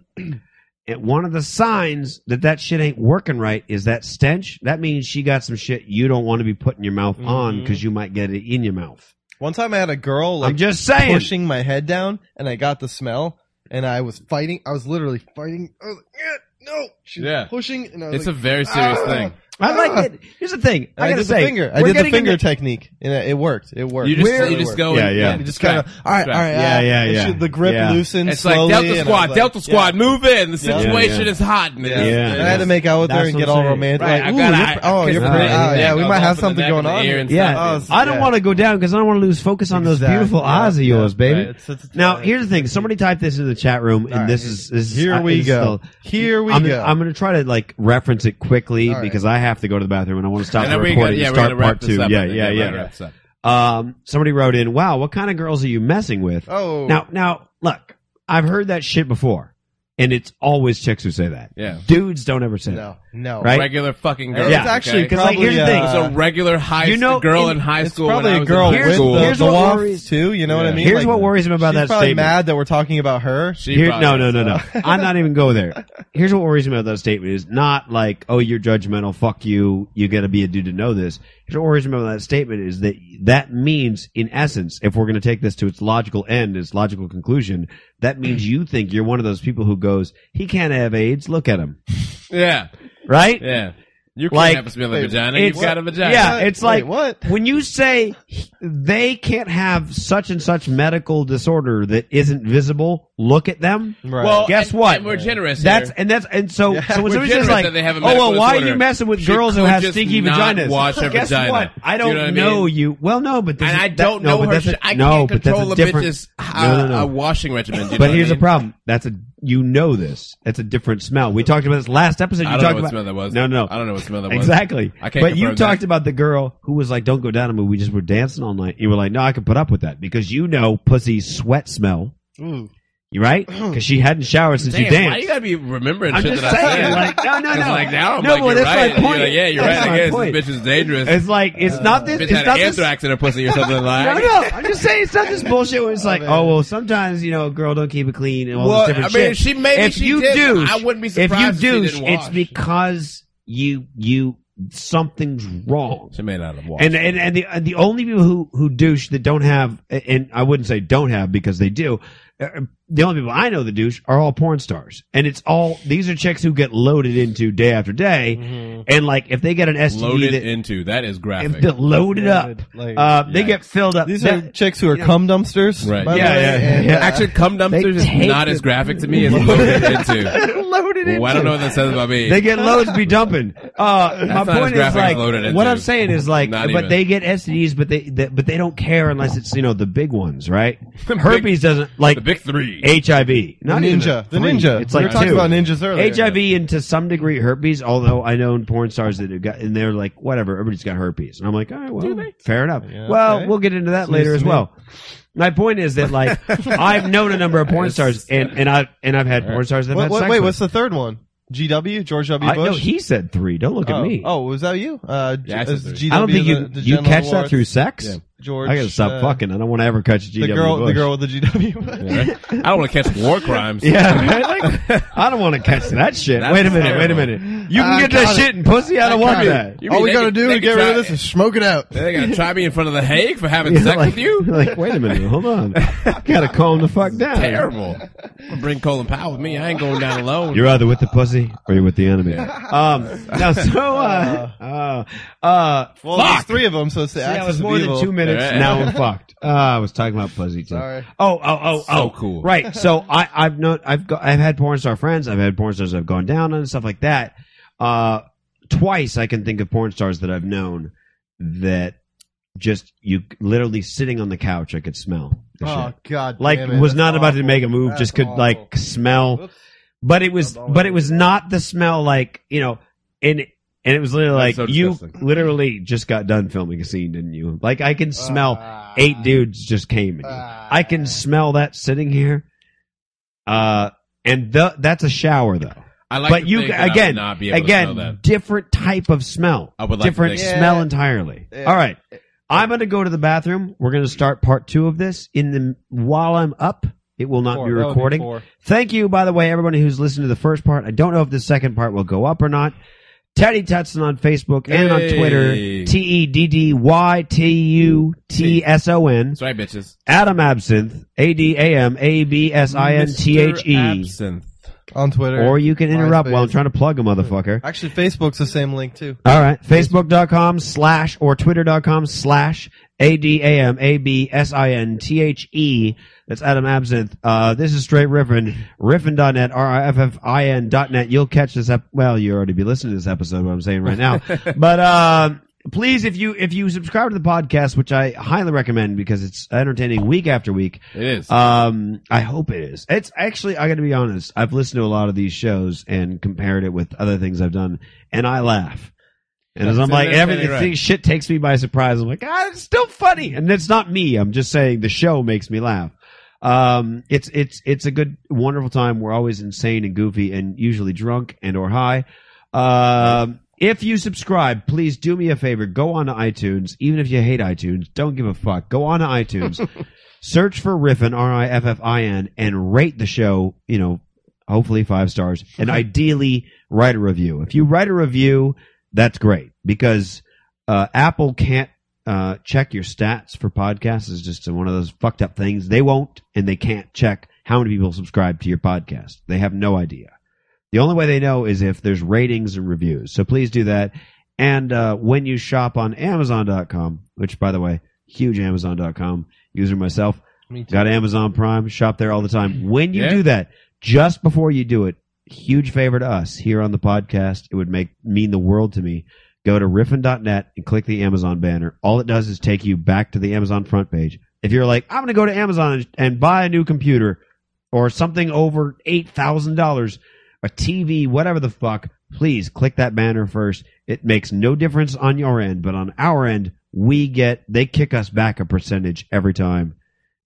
Speaker 1: And one of the signs that that shit ain't working right is that stench. That means she got some shit you don't want to be putting your mouth on
Speaker 3: Mhm.
Speaker 1: because you might get it in your mouth.
Speaker 3: One time I had a girl like
Speaker 1: I'm just saying.
Speaker 3: pushing my head down, and I got the smell, and I was fighting. I was literally fighting. I was like, "Eh, no, she's
Speaker 2: Yeah.
Speaker 3: pushing, and I was
Speaker 2: It's a
Speaker 3: like,
Speaker 2: very serious
Speaker 3: "Ah."
Speaker 2: thing.
Speaker 1: I like it. Here's the thing.
Speaker 3: And I,
Speaker 1: I gotta
Speaker 3: did
Speaker 1: say,
Speaker 3: the finger. I
Speaker 1: we're
Speaker 3: did the
Speaker 1: getting
Speaker 3: finger
Speaker 1: into-
Speaker 3: technique, and it, it worked. It worked.
Speaker 2: You just
Speaker 3: It
Speaker 2: you
Speaker 3: really
Speaker 2: just
Speaker 3: worked.
Speaker 2: go
Speaker 1: Yeah,
Speaker 2: and,
Speaker 1: yeah.
Speaker 2: and
Speaker 3: You just kind of all right, all
Speaker 2: Distract.
Speaker 3: right,
Speaker 1: Yeah,
Speaker 3: ah.
Speaker 1: yeah,
Speaker 3: And
Speaker 1: yeah.
Speaker 3: she- the grip
Speaker 1: Yeah.
Speaker 3: loosened
Speaker 2: It's like
Speaker 3: slowly.
Speaker 2: Delta
Speaker 3: and I was
Speaker 2: Squad.
Speaker 3: like,
Speaker 2: Delta Squad,
Speaker 3: yeah.
Speaker 2: move in. The
Speaker 3: Yeah.
Speaker 2: situation
Speaker 1: Yeah.
Speaker 2: is hot. in this.
Speaker 3: Yeah.
Speaker 1: Yeah.
Speaker 3: And I had to make out with
Speaker 1: That's
Speaker 3: her and
Speaker 1: what
Speaker 3: get
Speaker 1: I'm
Speaker 3: all
Speaker 1: saying.
Speaker 3: romantic.
Speaker 2: Right,
Speaker 3: Like,
Speaker 2: I
Speaker 3: ooh,
Speaker 2: gotta-
Speaker 3: you're, oh,
Speaker 2: I-
Speaker 3: you're
Speaker 2: kiss
Speaker 3: pretty.
Speaker 1: the
Speaker 3: Oh,
Speaker 1: neck,
Speaker 3: yeah, we
Speaker 2: I'll
Speaker 3: might
Speaker 2: go
Speaker 3: have
Speaker 2: for the
Speaker 3: something
Speaker 2: neck
Speaker 3: going
Speaker 2: and the
Speaker 3: on.
Speaker 2: ear
Speaker 3: here.
Speaker 2: and
Speaker 1: Yeah,
Speaker 3: Oh,
Speaker 1: I don't
Speaker 3: yeah.
Speaker 1: want to go down because I don't want to lose focus on those
Speaker 3: Exactly.
Speaker 1: beautiful eyes of
Speaker 3: Yeah,
Speaker 1: yours, baby.
Speaker 3: right. It's- it's-
Speaker 1: Now, here's the thing. Somebody typed this in the chat room, and
Speaker 3: All right,
Speaker 1: this is this is-
Speaker 3: Here
Speaker 1: I-
Speaker 3: we
Speaker 1: this is
Speaker 3: go.
Speaker 1: the-
Speaker 3: Here we
Speaker 1: I'm,
Speaker 3: go.
Speaker 1: I'm going to try to like reference it quickly
Speaker 3: All right.
Speaker 1: because I have to go to the bathroom and I want to stop
Speaker 2: And
Speaker 1: the
Speaker 2: then we
Speaker 1: recording
Speaker 2: got, yeah,
Speaker 1: and
Speaker 2: we're
Speaker 1: start
Speaker 2: gonna wrap
Speaker 1: part two.
Speaker 2: this up.
Speaker 1: Yeah,
Speaker 2: I think.
Speaker 1: yeah,
Speaker 2: we're
Speaker 1: yeah.
Speaker 2: gonna wrap this up.
Speaker 1: Um, somebody wrote in, "Wow, what kind of girls are you messing with?"
Speaker 3: oh,
Speaker 1: Now, now, look, I've heard that shit before, and it's always chicks who say that.
Speaker 2: Yeah.
Speaker 1: Dudes don't no.
Speaker 3: no, no.
Speaker 1: Right?
Speaker 2: Regular fucking girl.
Speaker 3: It's
Speaker 1: Yeah.
Speaker 3: actually
Speaker 2: okay?
Speaker 1: Because, like,
Speaker 3: probably
Speaker 1: here's the thing.
Speaker 3: uh,
Speaker 2: it's a regular high
Speaker 1: you know,
Speaker 2: girl
Speaker 1: in-
Speaker 2: in high
Speaker 3: It's
Speaker 2: school.
Speaker 3: probably
Speaker 2: when I
Speaker 3: a
Speaker 2: was
Speaker 3: girl
Speaker 2: in
Speaker 1: Here's-
Speaker 2: high
Speaker 3: with
Speaker 2: school.
Speaker 3: the,
Speaker 1: here's
Speaker 3: the
Speaker 1: what
Speaker 3: wasp,
Speaker 1: worries-
Speaker 3: too. You know what I
Speaker 2: Yeah.
Speaker 3: mean?
Speaker 1: Here's
Speaker 3: Like,
Speaker 1: what worries me about
Speaker 3: she's
Speaker 1: that
Speaker 3: probably
Speaker 1: statement.
Speaker 3: mad that we're talking about her.
Speaker 2: She
Speaker 1: Here-
Speaker 2: probably-
Speaker 1: no, no, no, no.
Speaker 2: *laughs*
Speaker 1: I'm not even go there. Here's what worries me about that statement is not like, oh, you're judgmental. Fuck you. You got to be a dude to know this. Here's what worries me about that statement is that that means, in essence, if we're going to take this to its logical end, its logical conclusion, that means you think you're one of those people who goes, he can't have AIDS. Look at him.
Speaker 2: Yeah,
Speaker 1: Right?
Speaker 2: yeah. You can't
Speaker 1: Like,
Speaker 2: have a smelly
Speaker 3: wait,
Speaker 2: vagina. You've
Speaker 1: it's-
Speaker 2: got a vagina.
Speaker 1: yeah, it's
Speaker 3: Wait,
Speaker 1: like
Speaker 3: what?
Speaker 1: when you say they can't have such and such medical disorder that isn't visible. Look at them.
Speaker 3: Right.
Speaker 2: Well,
Speaker 1: Guess
Speaker 2: Oh, and-
Speaker 1: what?
Speaker 2: and we're generous.
Speaker 1: That's
Speaker 2: here.
Speaker 1: and that's and so
Speaker 2: *laughs*
Speaker 3: Yeah.
Speaker 1: so when
Speaker 3: We're
Speaker 1: somebody's just
Speaker 2: generous
Speaker 1: like,
Speaker 2: that they have a
Speaker 1: oh
Speaker 2: medical
Speaker 1: well, why are
Speaker 2: disorder.
Speaker 1: you messing with
Speaker 2: She
Speaker 1: girls who
Speaker 2: could
Speaker 1: have
Speaker 2: just
Speaker 1: stinky
Speaker 2: not
Speaker 1: vaginas?
Speaker 2: wash
Speaker 1: *laughs*
Speaker 2: her
Speaker 1: Guess
Speaker 2: vagina.
Speaker 1: what? I
Speaker 2: You
Speaker 1: don't
Speaker 2: know what I
Speaker 1: know
Speaker 2: mean?
Speaker 1: you. Well, no, but this
Speaker 2: and
Speaker 1: is-
Speaker 2: I
Speaker 1: that-
Speaker 2: don't
Speaker 1: no,
Speaker 2: know
Speaker 1: but
Speaker 2: her.
Speaker 1: that's
Speaker 2: Sh-
Speaker 1: a-
Speaker 2: I
Speaker 1: no,
Speaker 2: can't
Speaker 1: but that's
Speaker 2: control a
Speaker 1: different-
Speaker 2: bitch's uh,
Speaker 1: No, no, no.
Speaker 2: uh, washing regimen.
Speaker 1: But here's the problem. That's a you know this. That's a different smell. We talked about this last episode. You
Speaker 2: I don't
Speaker 1: talked
Speaker 2: know what
Speaker 1: about
Speaker 2: smell that was.
Speaker 1: No, no, no.
Speaker 2: I don't know what smell that was.
Speaker 1: exactly.
Speaker 2: I can't
Speaker 1: but you
Speaker 2: confirm
Speaker 1: talked about the girl who was like, "Don't go down on me." We just were dancing all night. You were like, "No, I can put up with that because you know pussy sweat smell." You right? Because she hadn't showered since you
Speaker 2: Damn,
Speaker 1: danced.
Speaker 2: why you gotta be remembering
Speaker 1: I'm
Speaker 2: shit
Speaker 1: just
Speaker 2: that I
Speaker 1: saying,
Speaker 2: said?
Speaker 1: like, no, no,
Speaker 2: It's
Speaker 1: no.
Speaker 2: like now I'm
Speaker 1: No,
Speaker 2: like,
Speaker 1: well,
Speaker 2: you're
Speaker 1: that's
Speaker 2: right.
Speaker 1: my point.
Speaker 2: You're like, yeah, you're
Speaker 1: That's
Speaker 2: right.
Speaker 1: my
Speaker 2: I guess
Speaker 1: point.
Speaker 2: this bitch is dangerous.
Speaker 1: it's like it's not this.
Speaker 2: bitch
Speaker 1: It's
Speaker 2: had
Speaker 1: not this.
Speaker 2: anthrax in her pussy or something
Speaker 1: No,
Speaker 2: like.
Speaker 1: no, I'm just saying it's not
Speaker 2: *laughs*
Speaker 1: this bullshit. Where it's like, oh well, sometimes you know, a girl don't keep it clean and all this
Speaker 2: Well,
Speaker 1: different
Speaker 2: I mean,
Speaker 1: shit.
Speaker 2: if she- maybe
Speaker 1: if
Speaker 2: she
Speaker 1: you
Speaker 2: did,
Speaker 1: douche,
Speaker 2: I wouldn't be
Speaker 1: If
Speaker 2: surprised
Speaker 1: you
Speaker 2: if she
Speaker 1: douche,
Speaker 2: didn't
Speaker 1: it's
Speaker 2: wash.
Speaker 1: because you you something's wrong.
Speaker 2: She may not have washed.
Speaker 1: And and and the and the only people who who douche that don't have and I wouldn't say don't have because they do. uh, The only people I know that douche are all porn stars, and it's all these are chicks who get loaded into day after day,
Speaker 2: Mm-hmm.
Speaker 1: and like if they get an STD
Speaker 2: loaded
Speaker 1: that
Speaker 2: into that is graphic.
Speaker 1: if they're loaded up,
Speaker 3: Like,
Speaker 1: uh, they get filled up.
Speaker 3: these
Speaker 1: That-
Speaker 3: are chicks who are
Speaker 1: yeah.
Speaker 3: cum dumpsters.
Speaker 2: Right.
Speaker 3: by the
Speaker 2: Yeah,
Speaker 3: way,
Speaker 1: yeah, yeah,
Speaker 3: and,
Speaker 1: yeah.
Speaker 3: uh,
Speaker 2: Actually, cum dumpsters is
Speaker 1: take
Speaker 2: not
Speaker 1: it-
Speaker 2: as graphic to me as loaded into.
Speaker 1: loaded
Speaker 2: Well, I don't know what that says about me.
Speaker 1: They get loads be dumping.
Speaker 2: *laughs*
Speaker 1: Uh, my
Speaker 2: not as
Speaker 1: point is
Speaker 2: graphic as
Speaker 1: like,
Speaker 2: loaded
Speaker 1: what
Speaker 2: into.
Speaker 1: I'm saying is like,
Speaker 2: Not
Speaker 1: but
Speaker 2: even.
Speaker 1: they get STDs, but they, they but they don't care unless it's you know the big ones, right?
Speaker 2: *laughs* big-
Speaker 1: Herpes doesn't like
Speaker 2: the big three.
Speaker 1: HIV. Not even
Speaker 3: ninja. The
Speaker 1: three.
Speaker 3: ninja.
Speaker 1: It's
Speaker 3: We
Speaker 1: like
Speaker 3: were talking
Speaker 1: two.
Speaker 3: about ninjas earlier.
Speaker 1: HIV and to some degree herpes. Although I know porn stars that have got and they're like whatever, everybody's got herpes, and I'm like, all right, well, fair enough.
Speaker 3: Yeah,
Speaker 1: well,
Speaker 3: okay.
Speaker 1: we'll get into that later
Speaker 3: to
Speaker 1: as
Speaker 3: me.
Speaker 1: well. My point is that
Speaker 3: *laughs*
Speaker 1: like I've known a number of porn stars, and and I and I've had porn stars that
Speaker 3: What,
Speaker 1: have had
Speaker 3: what,
Speaker 1: sex
Speaker 3: wait,
Speaker 1: with.
Speaker 3: what's the third one? GW George W.
Speaker 1: I,
Speaker 3: Bush.
Speaker 1: no, he said three. Don't look
Speaker 3: oh.
Speaker 1: at me.
Speaker 3: Oh, was that you? Uh,
Speaker 2: Yeah, I
Speaker 3: G-
Speaker 2: said
Speaker 3: is
Speaker 2: three.
Speaker 3: GW
Speaker 1: I don't think you
Speaker 3: the, the
Speaker 1: you
Speaker 3: gentleman
Speaker 1: catch that
Speaker 3: awards?
Speaker 1: through sex.
Speaker 3: George.
Speaker 1: I gotta stop
Speaker 3: uh,
Speaker 1: fucking. I don't want to ever catch GW
Speaker 3: The girl,
Speaker 1: Bush.
Speaker 3: the girl with the GW. Bush. *laughs*
Speaker 2: Yeah. I don't want to catch war crimes.
Speaker 1: *laughs* Yeah, right? Like, I don't want to catch that shit.
Speaker 2: That's
Speaker 1: wait a minute, wait a
Speaker 2: terrible.
Speaker 1: minute. You can
Speaker 3: I
Speaker 1: get that
Speaker 3: got it.
Speaker 1: shit in pussy. I don't want that. *laughs*
Speaker 2: You
Speaker 3: All
Speaker 2: mean
Speaker 3: we
Speaker 2: they
Speaker 3: gotta
Speaker 2: could-
Speaker 3: do
Speaker 2: they
Speaker 3: is
Speaker 2: could
Speaker 3: get rid
Speaker 2: try-
Speaker 3: of this and smoke it out.
Speaker 2: They're gonna try me in front of the Hague for having
Speaker 1: Yeah,
Speaker 2: sex
Speaker 1: like,
Speaker 2: with
Speaker 1: *laughs*
Speaker 2: you.
Speaker 1: Like, wait a minute, hold
Speaker 3: *laughs*
Speaker 1: on. Gotta calm the fuck down.
Speaker 2: Terrible. I'm gonna bring Colin Powell with me. I ain't going down alone.
Speaker 1: You're either with the pussy or you're with the enemy. Um, now, so,
Speaker 3: *laughs*
Speaker 1: uh, uh, uh,
Speaker 3: Well,
Speaker 1: fuck.
Speaker 3: there's three of them, so it's the
Speaker 1: See, that
Speaker 3: axis
Speaker 1: was
Speaker 3: of
Speaker 1: more than
Speaker 3: evil.
Speaker 1: two minutes.
Speaker 2: Yeah.
Speaker 1: Now I'm fucked. *laughs* Uh, I was talking about pussy too.
Speaker 3: Sorry.
Speaker 1: Oh, oh, oh,
Speaker 2: So
Speaker 1: oh,
Speaker 2: cool.
Speaker 1: Right. So I, I've known, I've, got, I've had porn star friends. I've had porn stars I've gone down on and stuff like that. Uh, twice I can think of porn stars that I've known that just you literally sitting on the couch, I could smell. the
Speaker 3: Oh
Speaker 1: shit.
Speaker 3: God!
Speaker 1: Like
Speaker 3: damn it,
Speaker 1: was
Speaker 3: that's
Speaker 1: not about to
Speaker 3: awful.
Speaker 1: make a move,
Speaker 3: That's
Speaker 1: just could
Speaker 3: awful.
Speaker 1: like smell.
Speaker 3: Whoops.
Speaker 1: But it was,
Speaker 3: That's all I
Speaker 1: but it
Speaker 3: did.
Speaker 1: was not the smell like you know, and and it was literally like
Speaker 2: That's so
Speaker 1: you
Speaker 2: disgusting.
Speaker 1: literally just got done filming a scene, didn't you? Like I can smell
Speaker 3: Uh, Ah.
Speaker 1: eight dudes just came. At you. I can smell that sitting here. Uh, and th- that's a shower though.
Speaker 2: I like
Speaker 1: but
Speaker 2: to
Speaker 1: you
Speaker 2: think that I would
Speaker 1: again,
Speaker 2: not be able to smell
Speaker 1: again,
Speaker 2: that.
Speaker 1: different type of smell,
Speaker 2: I would like to
Speaker 1: different
Speaker 2: think-
Speaker 1: smell
Speaker 3: Yeah.
Speaker 1: entirely.
Speaker 3: Yeah.
Speaker 1: All right, I'm going to go to the bathroom. We're going to start part two of this in the while I'm up. It will not
Speaker 3: Four.
Speaker 1: be
Speaker 3: That would be
Speaker 1: recording.
Speaker 3: four.
Speaker 1: Thank you, by the way, everyone who's listened to the first part. I don't know if the second part will go up or not. Teddy Tutson on Facebook and on
Speaker 2: Hey.
Speaker 1: Twitter. T E D D Y T U T S O N.
Speaker 2: That's right, bitches.
Speaker 1: Adam Absinthe. A D A M A B S I N T H
Speaker 2: Mr.
Speaker 1: E.
Speaker 2: Absinthe.
Speaker 3: on Twitter.
Speaker 1: Or you can interrupt while I'm
Speaker 3: MySpace.
Speaker 1: trying to plug a motherfucker.
Speaker 3: Actually, Facebook's the same link too.
Speaker 1: All right. Facebook.com slash or Twitter.com slash A D A M A B S I N T H E. That's Adam Absinthe. Uh, this is Straight Riffin. Riffin.net, R I F F I N.net. You'll catch this up. Well, you already be listening to this episode, what I'm saying right now. but, um, please, if you, if you subscribe to the podcast, which I highly recommend because it's entertaining week after week,
Speaker 2: It is.
Speaker 1: um, I hope it is. It's actually, I gotta be honest, I've listened to a lot of these shows and compared it with other things I've done, and I laugh. And as I'm
Speaker 2: That's
Speaker 1: like,
Speaker 2: entertaining,
Speaker 1: everything,
Speaker 2: right.
Speaker 1: things- shit takes me by surprise. I'm like, ah, it's still funny. And it's not me. I'm just saying the show makes me laugh. Um, it's, it's, it's a good, wonderful time. We're always insane and goofy and usually drunk and or high. Um, if you subscribe, please do me a favor. Go on to iTunes. Even if you hate iTunes, don't give a fuck. Go on to
Speaker 2: *laughs*
Speaker 1: iTunes. search for Riffin, R I F F I N, and rate the show, you know, hopefully five stars,
Speaker 2: *laughs*
Speaker 1: and ideally write a review. If you write a review, that's great because uh, Apple can't uh, check your stats for podcasts. It's just one of those fucked up things. They won't and they can't check how many people subscribe to your podcast. They have no idea. The only way they know is if there's ratings and reviews. So please do that. And uh, when you shop on Amazon.com, which by the way, huge Amazon.com user myself,
Speaker 3: Me too.
Speaker 1: got Amazon Prime, shop there all the time. When you
Speaker 2: Yeah.
Speaker 1: do that, just before you do it, huge favor to us here on the podcast. It would make mean the world to me. Go to riffin.net and click the Amazon banner. All it does is take you back to the Amazon front page. If you're like, I'm going to go to Amazon and, and buy a new computer or something over $8,000, a TV, whatever the fuck, please click that banner first. It makes no difference on your end, but on our end, we get, they kick us back a percentage every time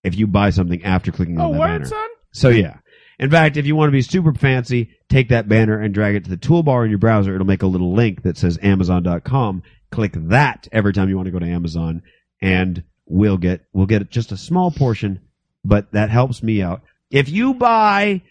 Speaker 1: if you buy something after clicking
Speaker 2: Oh,
Speaker 1: on that
Speaker 2: word,
Speaker 1: banner.
Speaker 2: son?
Speaker 1: So yeah. In fact, if you want to be super fancy, take that banner and drag it to the toolbar in your browser. It'll make a little link that says Amazon.com. Click that every time you want to go to Amazon, and we'll get we'll get just a small portion, but that helps me out. If you buy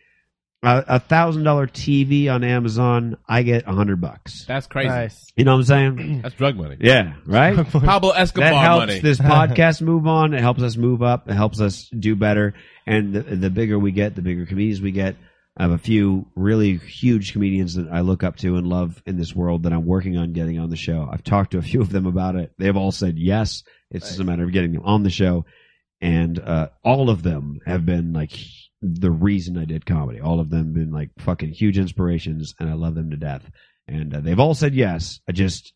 Speaker 1: a a thousand dollar TV on Amazon, I get a hundred bucks.
Speaker 2: That's crazy.
Speaker 3: Nice.
Speaker 1: You know what I'm saying? *clears throat*
Speaker 2: That's drug money.
Speaker 1: Yeah, right.
Speaker 3: *laughs*
Speaker 2: Pablo Escobar
Speaker 1: that helps
Speaker 2: money.
Speaker 1: this podcast move on. It helps us move up. It helps us do better. And the, the bigger we get, the bigger comedians we get. I have a few really huge comedians that I look up to and love in this world that I'm working on getting on the show. I've talked to a few of them about it. They've all said yes. It's just a matter of getting them on the show. And uh, all of them have been like the reason I did comedy. All of them have been like fucking huge inspirations, and I love them to death. And uh, they've all said yes. I just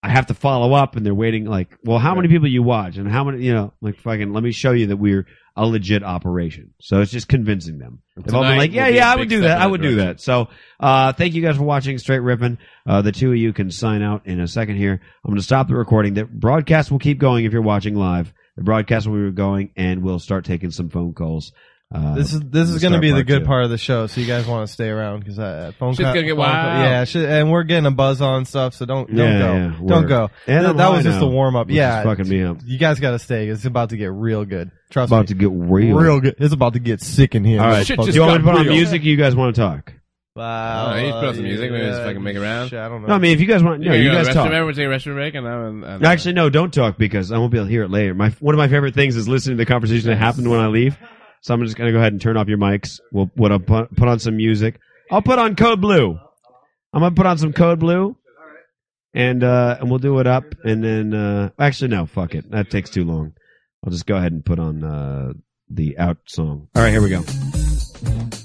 Speaker 1: I have to follow up, and they're waiting. Like, well, how many people you watch, and how many, you know, like fucking. Let me show you that we're a legit operation. So it's just convincing them. They've all been
Speaker 2: Tonight
Speaker 1: like, yeah,
Speaker 2: will be a
Speaker 1: yeah, I
Speaker 2: big
Speaker 1: would do
Speaker 2: step
Speaker 1: that.
Speaker 2: in
Speaker 1: I
Speaker 2: that
Speaker 1: would do
Speaker 2: direction.
Speaker 1: that. So uh, thank you guys for watching Straight Rippin'. Uh, the two of you can sign out in a second here. I'm going to stop the recording. The broadcast will keep going if you're watching live. The broadcast will be going, and we'll start taking some phone calls. Uh,
Speaker 3: This is this
Speaker 1: we'll
Speaker 3: is going to
Speaker 1: start
Speaker 3: be the
Speaker 1: part
Speaker 3: good
Speaker 1: two.
Speaker 3: part of the show, so you guys want to stay around because uh, phone
Speaker 2: Shit's
Speaker 3: co-
Speaker 2: gonna get
Speaker 3: phone co-
Speaker 2: wild.
Speaker 3: yeah, shit, and we're getting a buzz on stuff, so don't don't
Speaker 1: Yeah,
Speaker 3: go,
Speaker 1: yeah,
Speaker 3: don't
Speaker 1: word.
Speaker 3: go.
Speaker 1: And
Speaker 3: Th-
Speaker 1: I'm
Speaker 3: that
Speaker 1: high
Speaker 3: was just
Speaker 1: now,
Speaker 3: the warm up.
Speaker 1: which is
Speaker 3: Yeah,
Speaker 1: fucking me up.
Speaker 3: You guys got to stay. It's about to get real good. Trust
Speaker 1: about to
Speaker 3: me,
Speaker 1: get real.
Speaker 3: real good. It's about to get sick in here.
Speaker 1: All right.
Speaker 2: Shit
Speaker 1: Do
Speaker 2: just
Speaker 1: you want me
Speaker 2: got
Speaker 1: to put on
Speaker 2: real.
Speaker 1: music? You guys want to talk?
Speaker 3: Wow.
Speaker 2: I don't know, you throw some music, maybe just fucking make it round.
Speaker 3: Shit, I don't know.
Speaker 1: No, I mean, if you guys want, no,
Speaker 2: Here
Speaker 1: you
Speaker 2: go,
Speaker 1: guys
Speaker 2: restroom
Speaker 1: talk.
Speaker 2: break, We'll take a restroom break, and I'm, I'm,
Speaker 1: Actually, no, don't talk because I won't be able to hear it later. My one of my favorite things is listening to the conversation that happened when I leave. So I'm just gonna go ahead and turn off your mics. We'll what I'll put, put on some music. I'll put on Code Blue. I'm gonna put on some Code Blue, and uh, and we'll do it up. And then uh, actually, no, fuck it. That takes too long. I'll just go ahead and put on uh, the out song. All right, here we go.